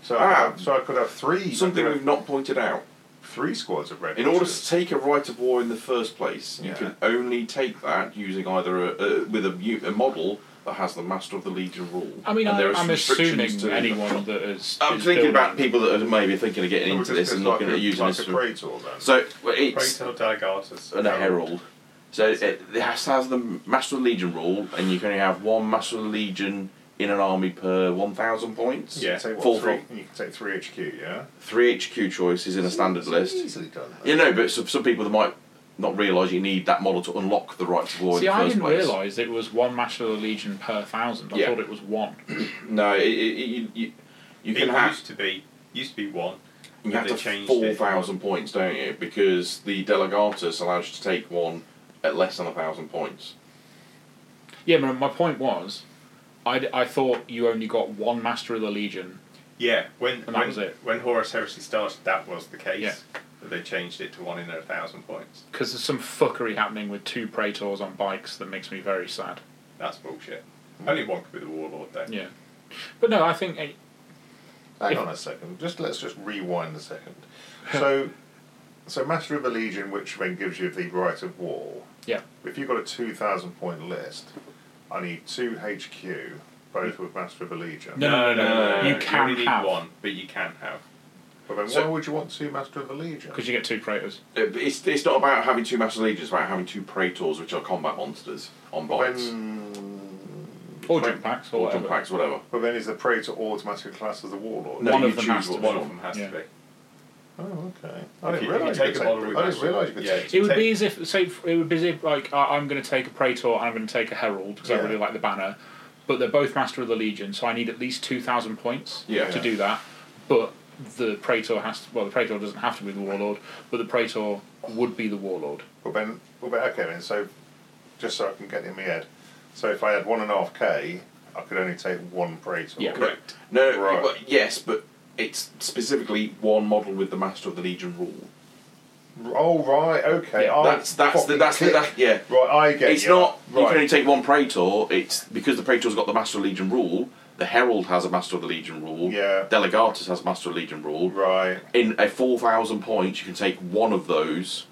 C: So, I,
D: Ah.
C: could have- so I could have three.
D: Something
C: I could have
D: we've not pointed out.
C: three squads of red.
D: In order to
C: butchers.
D: take a right of war in the first place, you
C: Yeah.
D: can only take that using either a, a with a, mu- a model that has the Master of the Legion rule.
B: I mean,
D: And
B: I,
D: there are some
B: I'm
D: restrictions
B: assuming
D: to-
B: anyone that is.
D: I'm
B: is
D: thinking
B: building-
D: about people that are maybe thinking of getting
C: So we're
D: into
C: just
D: this and
C: gonna
D: looking at
C: like a-
D: using
C: like
D: this
C: a
D: for.
C: praetor then.
D: So well, it's
A: Praetor Delegatus.
D: an herald. So it, it has to have the Master of the Legion rule, and you can only have one Master of the Legion in an army per 1,000 points.
A: Yeah.
C: You can take,
D: Full
C: what, three,
D: full.
C: and you can take three HQ, yeah.
D: Three HQ choices in a standard list.
C: Easily done.
D: You know, but some, some people that might not realise you need that model to unlock the right to war
B: See,
D: in the
B: I
D: first
B: didn't
D: place.
B: realise it was one Master of the Legion per thousand. I
D: Yeah.
B: thought it was one.
D: No, it, it, it- you, you, you
A: It
D: can have
A: used to be used to be one.
D: You
A: but
D: have
A: they
D: to
A: changed
D: four
A: it.
D: thousand points, don't you? Because the delegatus allows you to take one at less than a thousand points.
B: Yeah, my, my point was, I, I thought you only got one Master of the Legion.
A: Yeah, when
B: that
A: when,
B: was it.
A: when Horus Heresy started, that was the case.
B: Yeah.
A: That they changed it to one in a thousand points.
B: Because there's some fuckery happening with two Praetors on bikes that makes me very sad.
A: That's bullshit. Only one could be the warlord then.
B: Yeah. But no, I think eh,
C: Hang
B: If-
C: on a second. Just let's just rewind a second. So, so Master of the Legion, which then gives you the right of war.
B: Yeah.
C: If you've got a two thousand point list, I need two HQ, both
A: Mm.
C: with Master of the Legion.
B: No, no, no,
D: no, no, no.
A: You, can
D: You
B: can
A: only
B: have.
A: need one, but you can have.
C: But then
D: So-
C: why would you want two Master of the Legion?
B: because you get two Praetors.
D: Uh, but It's, it's not about having two master legions, it's about having two praetors, which are combat monsters on bikes
C: When,
B: Or jump packs, or
D: or jump
B: whatever.
D: packs, whatever.
C: but then is the Praetor automatically classed as the Warlord?
D: No,
B: One
D: you
B: of them
D: choose
B: has to
D: which
B: be.
A: One
D: one.
A: of them has
B: Yeah.
A: to be.
C: Oh, okay. I
A: If you-
C: didn't
A: if you
C: realise you,
A: take
C: could
A: a
C: take.
A: model with
C: I didn't
A: Master-
C: realise you could
A: yeah.
C: take.
B: It would
A: Take-
B: be as if, say, it would be as if, like, I, I'm going to take a Praetor and I'm going to take a Herald because I
C: Yeah.
B: really like the banner, but they're both Master of the Legion, so I need at least 2,000 points
D: Yeah.
B: to do that. But the Praetor has to, well, the Praetor doesn't have to be the Warlord, but the Praetor would be the Warlord.
C: Well, then, well, then, okay, then. So, just so I can get it in my head. So, if I had one and a half K, I could only take one Praetor.
B: Yeah.
D: Correct. No,
C: Right.
D: well, yes, but it's specifically one model with the master of the legion rule.
C: Oh right, okay.
B: Yeah,
C: I
D: that's that's the,
C: fucking
D: that's the,
C: kick.
D: that, yeah.
C: Right, I get
D: It's
C: you.
D: not you can only
C: right.
D: take one praetor. It's because the praetor's got the master of legion rule. The herald has a master of the legion rule.
C: Yeah.
D: Delegatus has master of legion rule.
C: right.
D: in a 4,000 points, you can take one of those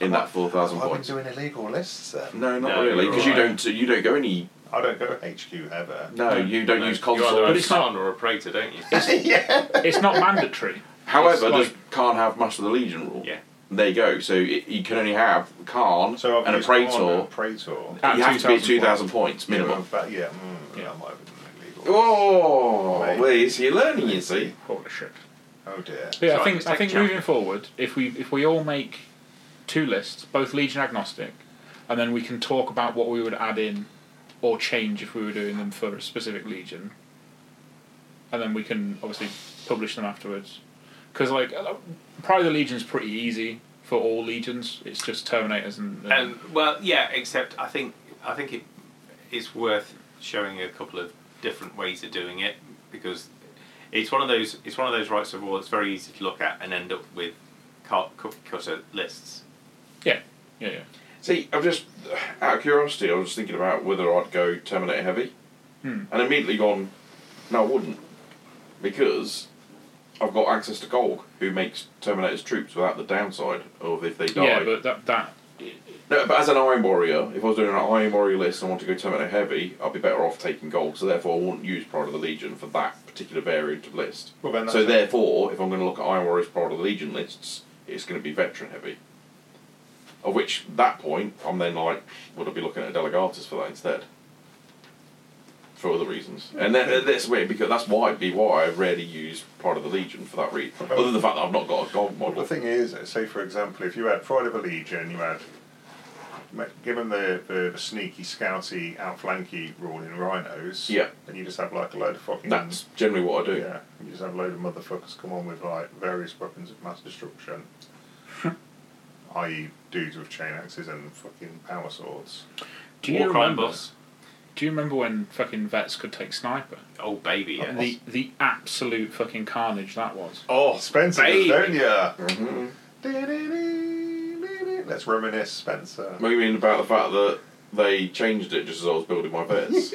D: in that 4,000
C: I've been
D: points.
C: doing illegal lists then.
D: No, not
A: No,
D: really,
A: you're
D: because
A: right.
D: you don't you don't go any.
C: I don't go HQ ever.
D: No,
B: No,
D: you don't
A: No,
D: use
A: You either have
B: But
A: a
B: it's
D: consoles.
B: not-
A: Khan or a Praetor, don't you?
C: yeah.
B: It's not mandatory.
D: However,
B: it's
D: there's
B: like-
D: Khan have Master of the Legion rule.
A: Yeah.
D: There you go. So it, you can only have Khan
C: So I've
D: and a
C: used one
D: Praetor.
C: and Praetor.
B: At
D: you have to be
B: 2,000
D: at 2,000 points
C: Yeah,
D: minimum.
C: but yeah, mm,
B: Yeah.
C: that might have been illegal.
D: Oh,
C: Right.
D: wait, so you're learning, you see.
B: Holy shit.
C: Oh dear.
B: But yeah, I
D: Sorry,
B: think
D: it's
B: I
D: like
B: think
D: junk.
B: moving forward, if we if we all make two lists, both Legion agnostic, and then we can talk about what we would add in or change if we were doing them for a specific Legion, and then we can obviously publish them afterwards. Because like uh, Pride of the Legion's pretty easy for all Legions. It's just Terminators and, and
A: Um, well, yeah, except I think I think it is worth showing a couple of different ways of doing it because it's one of those it's one of those rights of war that's very easy to look at and end up with cut cutter lists.
B: yeah, yeah, yeah.
D: See, I'm just out of curiosity. I was thinking about whether I'd go Terminator Heavy,
B: Hmm.
D: and immediately gone, no, I wouldn't, because I've got access to Golg, who makes Terminator's troops without the downside of if they die.
B: Yeah, but that that
D: no, but as an Iron Warrior, if I was doing an Iron Warrior list and I want to go Terminator Heavy, I'd be better off taking Golg. So therefore, I wouldn't use Pride of the Legion for that particular variant of list.
C: Well, then
D: so
C: that's-
D: therefore, if I'm going to look at Iron Warriors Pride of the Legion lists, it's going to be veteran heavy. Of which, that point, I'm then like, would I be looking at Delegatus for that instead? For other reasons, and that, that's weird because that's why be why I rarely use Pride of the Legion for that reason. Other than the fact that I've not got a gold
C: Well,
D: model.
C: the thing is, say for example, if you had Pride of a Legion, you had ma- give them the, the, the sneaky, scouty, outflanky rule in rhinos.
D: Yeah.
C: And you just have like a load of fucking.
D: That's generally what I do.
C: Yeah. You just have a load of motherfuckers come on with like various weapons of mass destruction, i.e., dudes with chain axes and fucking power swords.
B: do
A: War
B: you
A: crime
B: remember?
A: boss.
B: Do you remember when fucking vets could take sniper?
A: Oh baby, yes.
B: The the absolute fucking carnage that was.
A: oh,
C: Spencer,
A: baby.
C: don't ya? Mm-hmm.
D: hmm
C: Let's reminisce, Spencer.
D: Maybe about the fact that they changed it just as I was building my vets.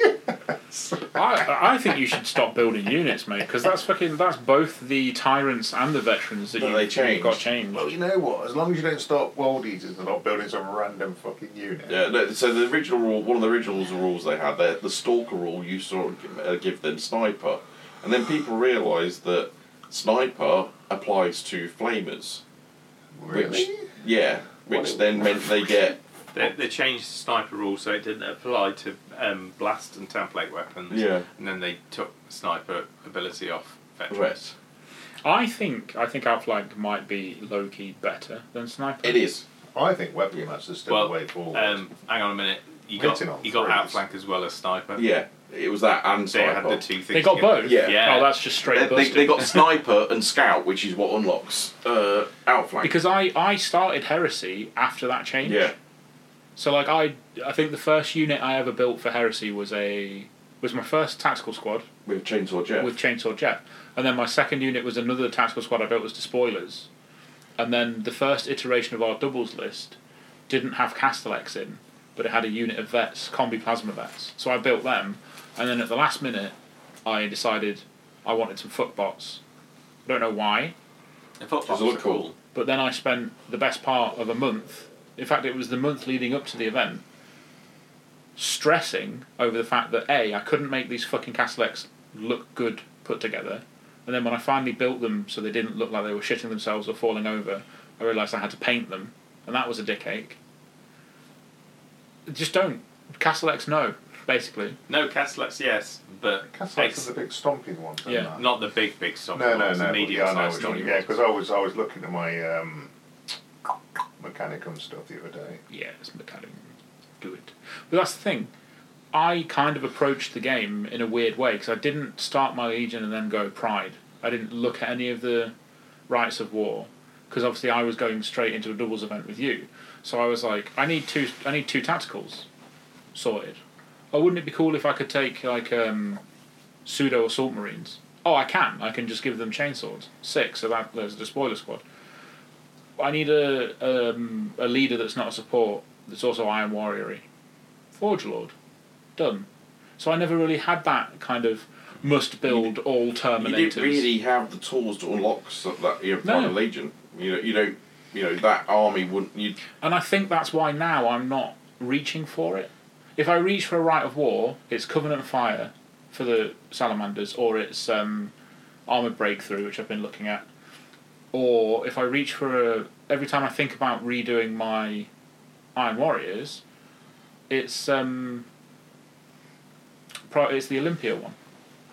B: I, I think you should stop building units, mate, because that's fucking that's both the tyrants and the veterans that
D: No,
B: you
D: they
B: have
D: changed.
B: got changed.
C: Well, you know what? As long as you don't start world eaters and not building some random fucking unit.
D: Yeah, no, so the original rule, one of the original rules they had, the, the stalker rule, you sort of gi- uh, give them sniper, and then people realised that sniper applies to flamers, which
C: Really?
D: yeah, which then meant they get
A: They, they changed the sniper rule so it didn't apply to um, blast and template weapons.
D: Yeah.
A: and then they took sniper ability off veterans.
D: wet.
B: I think I think outflank might be low key better than sniper.
D: It is.
C: I think weapon matches is still
A: Well,
C: the way forward.
A: Um, hang on a minute. You
C: Hitting on
A: got you got
C: threes.
A: outflank as well as sniper.
D: Yeah, it was that and
A: They had
D: sniper.
A: the two things.
B: They got
A: together.
B: both.
D: Yeah.
A: Yeah.
B: Oh, that's just
D: They,
B: straight
D: they,
B: busted.
D: they got sniper and scout, which is what unlocks uh, outflank.
B: because I I started heresy after that change.
D: yeah,
B: So like I I think the first unit I ever built for heresy was a was my first tactical squad
D: with chainsaw jet.
B: with Chainsaw Jeff. And then my second unit was another tactical squad I built was the spoilers. And then the first iteration of our doubles list didn't have Castellex in, but it had a unit of vets, combi plasma vets. So I built them, and then at the last minute, I decided I wanted some footbots. I don't know why,
A: I thought bots
D: Does it look
A: were
D: cool?
A: cool.
B: but then I spent the best part of a month, in fact, it was the month leading up to the event, stressing over the fact that A, I couldn't make these fucking Castellex look good put together, and then when I finally built them so they didn't look like they were shitting themselves or falling over, I realised I had to paint them, and that was a dick ache. Just don't. Castellex, no, basically.
A: No Castellex, yes, but
C: Castellax
A: ex-
C: is a big stomping one. isn't
B: Yeah.
C: it?
A: not the big big stuff.
C: No, no, no.
A: The medium
C: yeah, I know
A: sized
C: which one.
A: stomping
C: Yeah,
A: ones.
C: because I was, I was looking at my um, Mechanicum stuff the other day.
B: yeah, it's mechanic. Do it. But that's the thing. I kind of approached the game in a weird way because I didn't start my Legion and then go Pride. I didn't look at any of the rights of war because obviously I was going straight into a doubles event with you. So I was like, I need two. I need two tacticals sorted. Oh, wouldn't it be cool if I could take like um, pseudo assault marines? Oh, I can. I can just give them chainswords. Sick. So that there's the spoiler squad. I need a um, a leader that's not a support that's also Iron Warriory. Forge Lord, done. So I never really had that kind of must build all
D: You
B: Terminators.
D: didn't really have the tools to unlock so- that you know,
B: No.
D: Prime Legion. You know, you don't. You know that army wouldn't. You
B: And I think that's why now I'm not reaching for it. If I reach for a right of war, it's Covenant Fire for the Salamanders, or it's um, Armored Breakthrough, which I've been looking at. Or if I reach for a. Every time I think about redoing my Iron Warriors, it's. Um, pro, it's the Olympia one.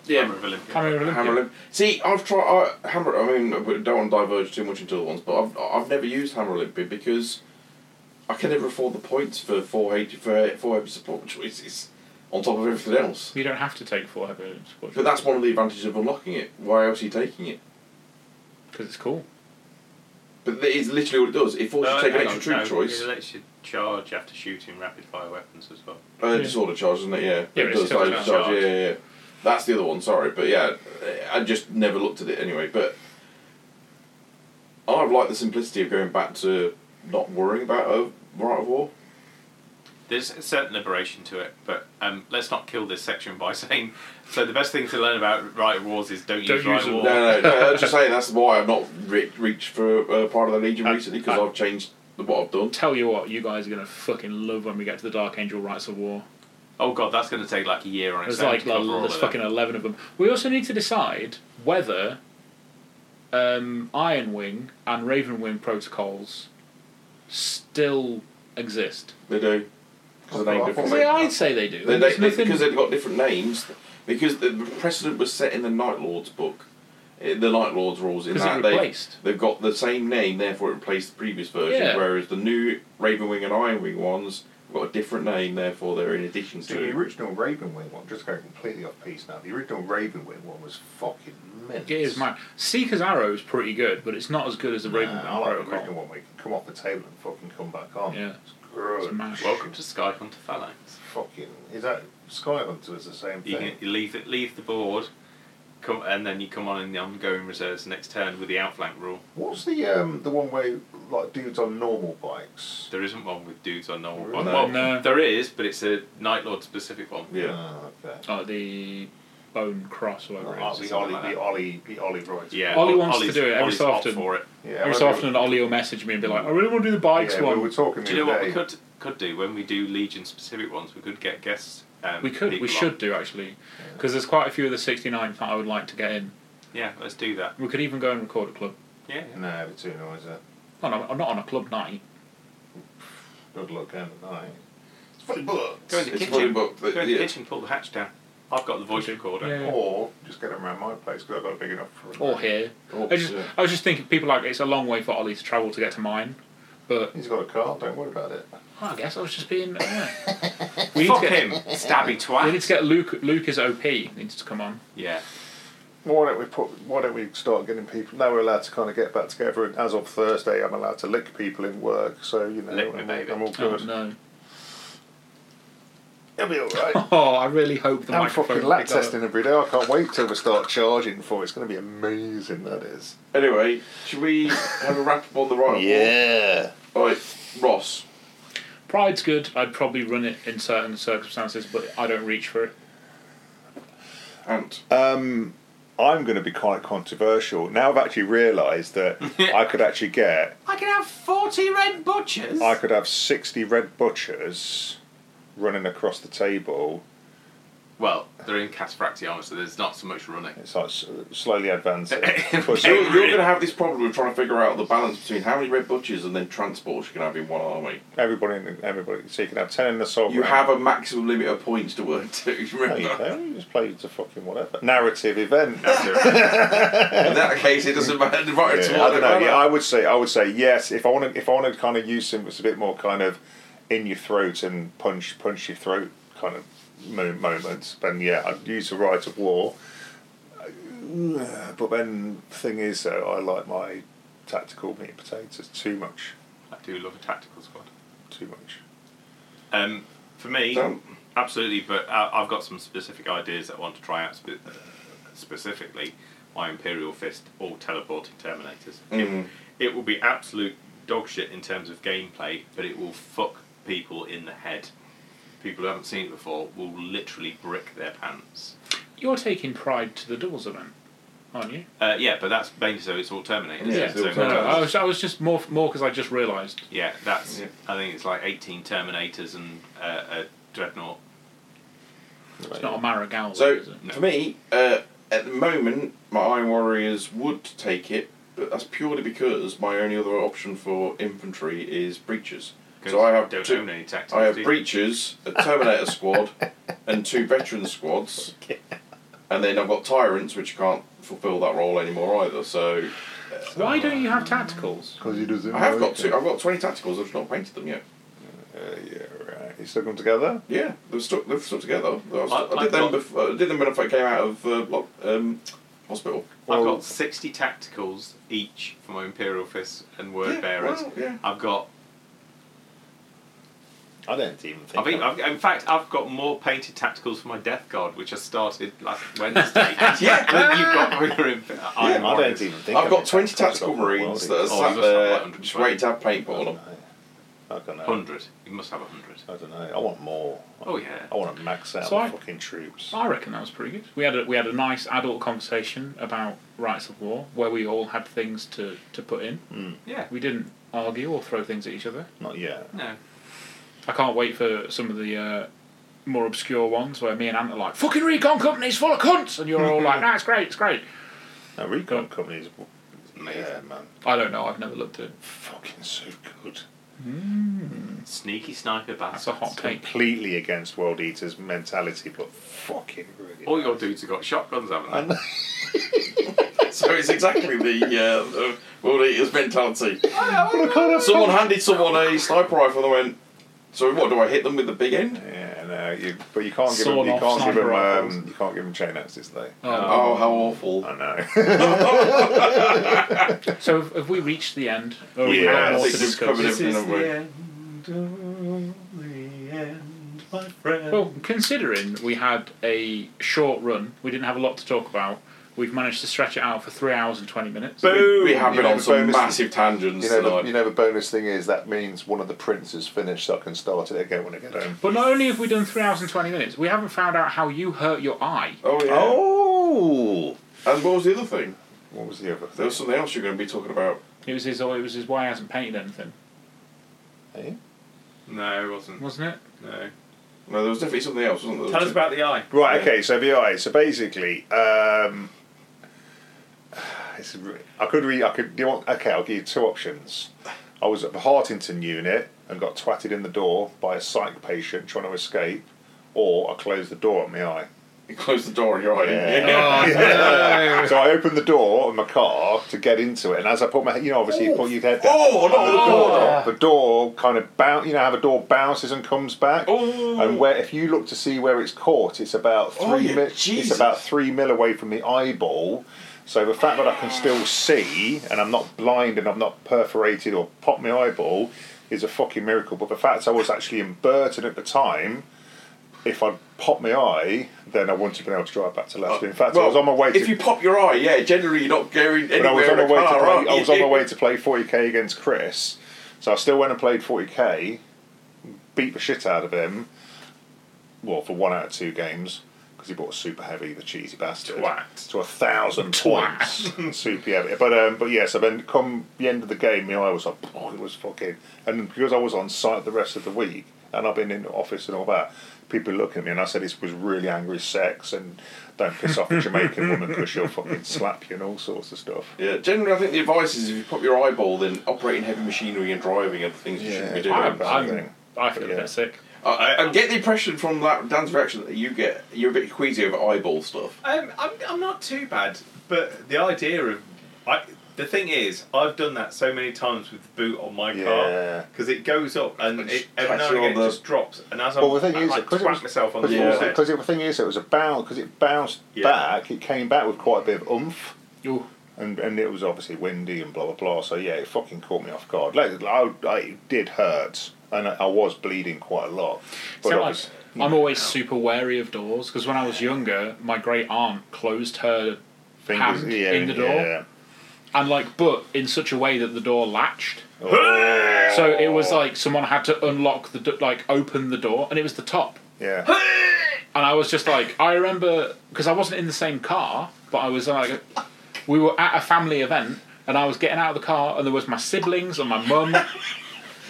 D: Yeah.
A: Hammer of Olympia.
B: Hammer of Olympia.
D: Hammer Olymp- See, I've tried I, Hammer. I mean, we don't want to diverge too much into the ones, but I've I've never used Hammer Olympia because I can never afford the points for four H for four heavy support choices on top of everything else.
B: You don't have to take four heavy Olympic support
D: But that's one of the advantages of unlocking it. Why else are you taking it?
B: because it's cool.
D: But that is literally what it does. It forces you to take an
A: hang
D: extra
A: on,
D: troop
A: no,
D: choice.
A: It lets you charge after shooting rapid fire weapons as well.
D: Uh,
B: Yeah.
D: Disorder charge, isn't it? Yeah.
B: Yeah,
D: it
B: but it's still
D: disorder
B: a
D: charge.
A: charge.
D: Yeah, yeah, yeah. That's the other one. Sorry, but yeah, I just never looked at it anyway. But I've liked the simplicity of going back to not worrying about a right of war.
A: There's a certain liberation to it, but um, let's not kill this section by saying. So the best thing to learn about right of wars is don't,
B: Don't
A: use
B: use
A: right
B: them.
A: of war.
D: No, no, no. I'm just saying that's why I've not re- reached for uh, part of the Legion
B: Uh,
D: recently because
B: uh,
D: I've changed what I've done.
B: Tell you what, you guys are gonna fucking love when we get to the Dark Angel Rites of War.
A: Oh god, that's going to take like a year on its
B: There's
A: own.
B: like
A: to cover all
B: there's
A: of them.
B: fucking eleven of them. We also need to decide whether um, Iron Wing and Raven Wing protocols still exist.
D: They do. Because they
C: I
D: named
C: thought-
D: different.
B: See, I'd say they do.
D: They,
B: There's
D: they,
B: nothing-
D: because they've got different names. Because the precedent was set in the Night Lords book, Uh, the Night Lords rules in
B: 'Cause it
D: that they
B: replaced.
D: they've got the same name, therefore it replaced the previous version.
B: Yeah.
D: Whereas the new Raven Wing and Iron Wing ones have got a different name, therefore they're in addition
C: See, the
D: to.
C: original Raven Wing one, just going completely off piece now, the original Raven Wing one was fucking immense.
B: It is mine. Seeker's Arrow is pretty good, but it's not as good as the
C: Nah,
B: Raven Wing
C: I like the original
B: protocol.
C: one where you can come off the table and fucking come back on.
B: Yeah.
C: It's good.
B: It's mad.
A: Welcome to Sky Hunter Phalanx.
C: Fucking. Is that Sky Hunter is the same
A: You,
C: thing?
A: can, you leave it, leave the board, come and then you come on in the ongoing reserves next turn with the outflank rule.
C: What's the um the one where like dudes on normal bikes?
A: There isn't one with dudes on normal.
C: Really?
A: Well,
B: No.
A: there is, but it's a Night Lord specific one.
D: Yeah.
C: Ah, okay.
B: Oh, the Bone Cross, or
C: Like
B: whatever it is.
C: Ollie,
A: something
C: Ollie,
A: like
C: the
A: that.
C: Ollie, the Ollie Royce.
A: Yeah,
B: Ollie
A: Ol-
B: wants to
A: Ollie's-
B: do it every
A: Ollie's
B: so
A: up
B: often.
A: for it.
C: yeah
B: Every so often, Ollie will message me and be like, I really want to do the bikes
C: yeah,
B: one.
C: We were talking
A: Do
C: the
A: you know what
C: other
A: we
C: day.
A: could could do when we do Legion specific ones? We could get guests. Um,
B: We could,
A: people
B: we
A: on.
B: should do actually, because there's quite a few of the 69 that I would like to get in.
A: Yeah, let's do that.
B: We could even go and record a club.
A: Yeah.
C: No, it'd be too noisy.
B: Oh, no, not on a club night.
C: Good luck going at night. It's fully booked.
A: Go in the
D: It's fully
A: kitchen.
D: booked,
A: Go in
D: but
A: the
D: yeah.
A: kitchen. Pull the hatch down. I've got the voice recorder.
B: Yeah.
C: Or just get them around my place because I've got a big enough for
B: Or here.
D: Oh,
B: I, just,
D: yeah.
B: I was just thinking, people like, it's a long way for Ollie to travel to get to mine. But
C: He's got a car, don't worry about it.
B: I guess I was just being. yeah. we, need
A: Fuck
B: to get,
A: him, stabby twat.
B: we need to get Luke. Luke is OP. Needs to come on.
A: Yeah.
C: Why don't we put? Why don't we start getting people? Now we're allowed to kind of get back together, and as of Thursday, I'm allowed to lick people in work. So you know,
A: Lick me,
C: I'm,
A: baby.
C: I'm all
B: Oh,
C: good.
B: no.
C: It'll be all right.
B: Oh, I really hope the
C: I'm
B: microphone.
C: fucking
B: will pick
C: lab
B: that up.
C: testing every day. I can't wait till we start charging for it. It's going to be amazing. That is.
D: Anyway, should we have a wrap up on the right of
C: Yeah.
D: war? Right, Ross.
B: Pride's good. I'd probably run it in certain circumstances, but I don't reach for it.
D: Ant.
C: Um, I'm going to be quite controversial. Now I've actually realised that I could actually get
A: I can have forty red butchers.
C: I could have 60 red butchers running across the table.
A: Well, they're in Caspracti armor, so there's not so much running.
C: It's like s- slowly advancing. Push
D: So you're,
C: it.
D: you're going to have this problem of trying to figure out the balance between how many red butchers and then transports you can have in one army.
C: everybody, in- everybody. So you can have 10 in the soul.
D: You have a maximum limit of points to earn too,
C: No, you
D: remember?
C: don't. You just play to fucking whatever. Narrative event.
D: In that case, it doesn't matter. The Right, it's
C: Yeah, I
D: one
C: don't
D: of
C: know.
D: the
C: Yeah, I
D: other.
C: would say I would say yes if I want to if I want to kind of use something that's a bit more kind of in your throat and punch punch your throat kind of mo- moments. Then yeah, I'd use the right of war. Uh, But then thing is, though, I like my tactical meat and potatoes too much,
A: I do love a tactical squad.
C: too much.
A: Um, for me,
D: Don't.
A: absolutely, but I, I've got some specific ideas that I want to try out spe- uh, specifically. My Imperial Fist, all teleporting Terminators.
D: Mm.
A: It will be absolute dog shit in terms of gameplay, but it will fuck people in the head. People who haven't seen it before will literally brick their pants.
B: You're taking Pride to the doubles event, aren't you?
A: Uh, yeah, but that's mainly so it's all Terminators.
D: Yeah,
A: so- uh,
D: it's
B: No,
D: all
B: no,
D: Terminators.
B: I was, I was just more more because I just realised.
A: Yeah, that's.
D: Yeah.
A: I think it's like eighteen Terminators and uh, a Dreadnought.
B: It's not a Maragall,
D: So
B: is it?
D: for me, uh, at the moment, my Iron Warriors would take it, but that's purely because my only other option for infantry is breachers.
A: 'cause
D: So I have
A: don't
D: two.
A: own any tactics.
D: I have
A: do you?
D: breachers, a Terminator squad, and two veteran squads. and then I've got Tyrants, which can't fulfil that role anymore either. So
B: Why don't you have tacticals?
E: Because he doesn't.
D: I have
E: know
D: got
E: he
D: two. I've got twenty tacticals. I've just not painted them yet.
E: can- Uh, yeah, right. You stuck them together?
D: Yeah, they've stuck. They've stuck together. I, was-
A: I-
D: I
A: I've
D: did them
A: got-
D: before. I did them when I came out of uh, lo- um, hospital.
A: I've
E: Well-
A: got 60 tacticals each for my Imperial Fists and Word
D: Yeah,
A: Bearers.
D: well, yeah.
A: I've got.
C: I don't even think.
A: I've, even,
C: I-
A: I've, in fact, I've got more painted tacticals for my Death Guard, which I started last Wednesday.
D: Yeah.
A: Than you've got for your Imp-
C: I,
A: Iron
C: don't
A: Warriors.
C: even think.
D: I've got
C: a
D: twenty
C: tactical
D: tactical marines that are
A: Oh,
C: world.
D: sat
A: you must have like
D: there
A: 120.
D: just waiting to have paint put on them.
C: I don't know.
A: 100. You must have 100.
C: I don't know. I want more.
A: Oh, yeah.
C: I want to max out
B: So
C: the
B: I-
C: fucking troops.
B: I reckon that was pretty good. We had a, we had a nice adult conversation about rights of war where we all had things to, to put in.
A: Yeah.
B: We didn't argue or throw things at each other.
C: Not yet.
A: No.
B: I can't wait for some of the uh, more obscure ones where me and Ant are like, "Fucking recon company's full of cunts," and you're all like, "Nah, it's great, it's great."
C: No, recon companies. Yeah, man.
B: I don't know. I've never looked at. it.
C: Fucking so good.
A: Sneaky sniper bastards.
B: That's a hot take.
C: Completely against World Eaters mentality, but fucking brilliant.
A: All your dudes have got shotguns, haven't they?
C: I know.
D: So it's exactly the uh, the World Eaters mentality.
C: Look how that's-
D: Someone handed someone a sniper rifle and they went, so what, do I hit them with the big end?
C: Yeah, no, you, but you can't give them.
B: Sawn
C: You
B: off
C: can't give
B: sniper
C: them.
B: rifles.
C: Um, you can't give them chain axes, though.
B: Oh.
D: Oh, how awful.
C: I know.
B: So have, have we reached the end? Or have we
C: Yeah,
B: got
C: I
B: more
D: think
B: to
D: we've
B: discuss?
D: covered it. everything, haven't we?
A: end, only end, my friend.
B: Well, considering we had a short run, we didn't have a lot to talk about. We've managed to stretch it out for three hours and twenty minutes.
A: Boom!
D: We have
C: You
D: been
C: know,
D: on some
C: bonus-
D: massive tangents
E: You know,
D: tonight.
E: the, you know, the bonus thing is that means one of the prints is finished, so I can start it again when I get home.
B: But not only have we done three hours and twenty minutes, we haven't found out how you hurt your eye.
D: oh, yeah.
C: oh,
D: And what was the other thing?
C: what was the other
D: There
C: thing?
D: was something else you're going to be talking about.
B: It was his. It was his. Why he hasn't painted anything,
C: Eh?
A: No, it wasn't.
B: wasn't it?
A: No.
D: No, there was definitely something else, wasn't there?
A: Tell us about the eye.
C: Right. Okay. So VI. So basically, um, it's, re- I could read. I could. Do you want? Okay. I'll give you two options. I was at the Hartington unit and got twatted in the door by a psych patient trying to escape, or I closed the door on my eye.
D: You closed the door and you're hiding.
C: Yeah.
D: Yeah.
C: so I opened the door of my car to get into it, and as I put my, head, you know, obviously you put your head. Down.
D: Oh, not the door!
C: The door kind of bounce, you know, how the door bounces and comes back.
D: Oh.
C: And where, if you look to see where it's caught, it's about three.
D: Oh, yeah,
C: mi-
D: Jesus.
C: it's about three mil away from the eyeball. So the fact that I can still see and I'm not blind and I'm not perforated or popped my eyeball is a fucking miracle. But the fact I was actually in Burton at the time, if I'd popped my eye, then I wouldn't have been able to drive back to Leicester. In fact, I was on my way to
D: Uh, If you pop your eye, yeah, generally you're not going anywhere
C: but I was on my
D: in a
C: way to
D: car,
C: play.
D: aren't
C: I
D: you?
C: was on my way to play 40k against Chris, so I still went and played 40k, beat the shit out of him. Well, for one out of two games because he bought super heavy, the cheesy bastard,
B: Twat.
C: to a thousand points, super heavy. But um, but yeah, so then come the end of the game, my eye was like, oh, it was fucking, and because I was on site the rest of the week, and I've been in the office and all that. People look at me and I said it was really angry sex and don't piss off a Jamaican woman because she'll fucking slap you and all sorts of stuff.
D: Yeah, generally I think the advice is if you pop your eyeball, then operating heavy machinery and driving are the things you
C: Yeah.
D: shouldn't be
C: I
D: doing.
C: am.
B: I'm, I'm,
C: Thing.
B: I feel a
C: Yeah.
B: bit sick.
D: I, I, I get the impression from that Dan's reaction that you get you're a bit queasy over eyeball stuff.
A: Um, I'm, I'm not too bad, but the idea of. I, the thing is, I've done that so many times with the boot on my
C: Yeah.
A: car because it goes up and
D: It
A: it,
D: just
A: every
D: catches
A: now and
D: you
A: again
D: on
A: it
D: the-
A: just drops. And as
C: Well,
A: I'm,
C: the thing
A: I,
C: is,
A: like,
C: because it
A: twat
C: was-
A: myself on the
C: Because
D: Yeah.
A: forehead.
C: also, the thing is, it was a bounce because it bounced
A: Yeah.
C: back. It came back with quite a bit of oomph,
B: Ooh.
C: and and it was obviously windy and blah blah blah. So yeah, it fucking caught me off guard. Like, I, I it did hurt, and I, I was bleeding quite a lot. But
B: So, like,
C: obviously,
B: I'm always super wary of doors because when I was younger, my great aunt closed her
C: fingers
B: hand
C: yeah,
B: in the door,
C: Yeah.
B: and like, but in such a way that the door latched.
C: Oh,
B: So it was like someone had to unlock the do- like open the door, and it was the top.
C: yeah.
B: And I was just like, I remember because I wasn't in the same car, but I was like, we were at a family event, and I was getting out of the car, and there was my siblings and my mum,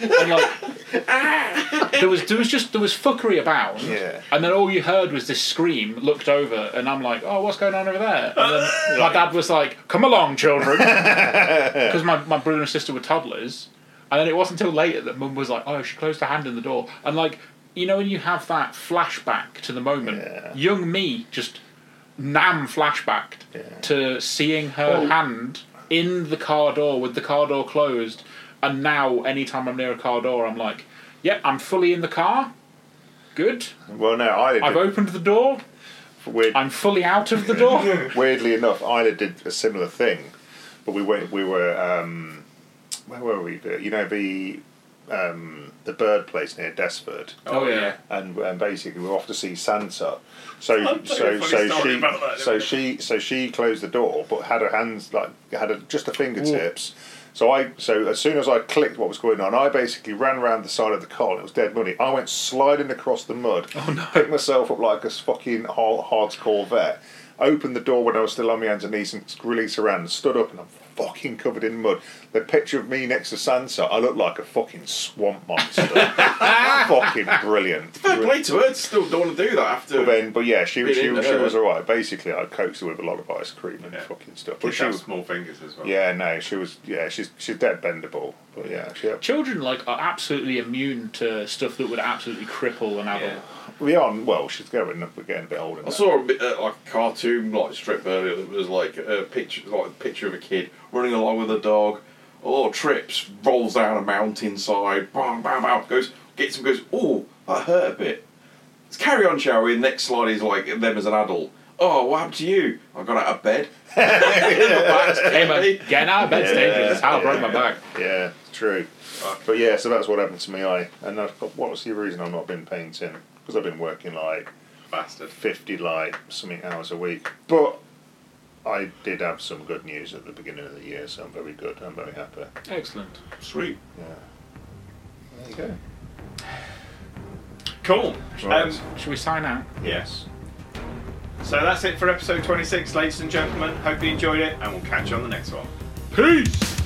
B: and like, there was there was just there was fuckery about,
C: Yeah.
B: and then all you heard was this scream. Looked over, and I'm like, oh, what's going on over there? And then my dad was like, come along, children, because my my brother and sister were toddlers, and then it wasn't until later that mum was like, oh, she closed her hand in the door, and like. You know when you have that flashback to the moment,
C: Yeah.
B: young me just Nam flashbacked to seeing her hand in the car door with the car door closed, and now anytime I'm near a car door, I'm like, "Yep, I'm fully in the car. Good.
C: Well, no, Isla
B: I've
C: did,
B: opened the door.
C: weird,
B: I'm fully out of the door."
C: weirdly enough, Isla did a similar thing, but we went, we were, um, where were we? You know, the um, the bird place near Desford.
B: oh yeah.
C: and, and basically we we're off to see Santa. So
A: I'll tell you a funny
C: so so
A: story
C: she
A: about that in a
C: so
A: minute.
C: she so she closed the door, but had her hands like had her, just her fingertips. So I so as soon as I clicked what was going on, I basically ran round the side of the car. And it was dead money. I went sliding across the mud,
A: Oh,
C: picked myself up like a fucking hard, hardcore vet. Opened the door when I was still on my hands and knees and released her hand, stood up, and I'm fucking covered in mud. The picture of me next to Sansa, I look like a fucking swamp monster.
D: Ah!
C: fucking brilliant.
D: Fair play to her. Still don't want to do that after.
C: But then, but yeah, she
D: Bit
C: she, she
D: into her.
C: was alright. Basically, I coaxed her with a lot of ice cream and
A: Yeah.
C: fucking stuff. But
A: Kids
C: she
A: have
C: was,
A: small fingers as well.
C: yeah, no, she was, yeah, she's she's dead bendable. But yeah, she,
B: Children like are absolutely immune to stuff that would absolutely cripple an adult.
A: Yeah.
C: we are well, she's going, we're getting a bit older.
D: I
C: Now.
D: saw a bit, uh, like a cartoon like strip earlier that was like a picture like a picture of a kid running along with a dog. Oh, trips, rolls down a mountainside, bang, bang, bang, goes, gets him, goes, oh, that hurt a bit. Let's carry on, shall we? Next slide is like them as an adult. Oh, what happened to you? I got out of bed.
B: Hey man, getting out of bed's
C: Yeah,
B: dangerous. I
C: yeah.
B: broke my back.
C: Yeah, true.
A: Fuck.
C: But yeah, so that's what happened to me. I and I've got, what was the reason I've not been painting? Because I've been working like
A: Bastard.
C: fifty like something hours a week. But I did have some good news at the beginning of the year, so I'm very good. I'm very happy.
B: Excellent.
D: Sweet.
C: Yeah. There you go.
A: Cool.
C: Right.
A: Um,
B: Should we sign out?
A: yes. So that's it for episode 26, ladies and gentlemen. Hope you enjoyed it, and we'll catch you on the next one.
B: Peace.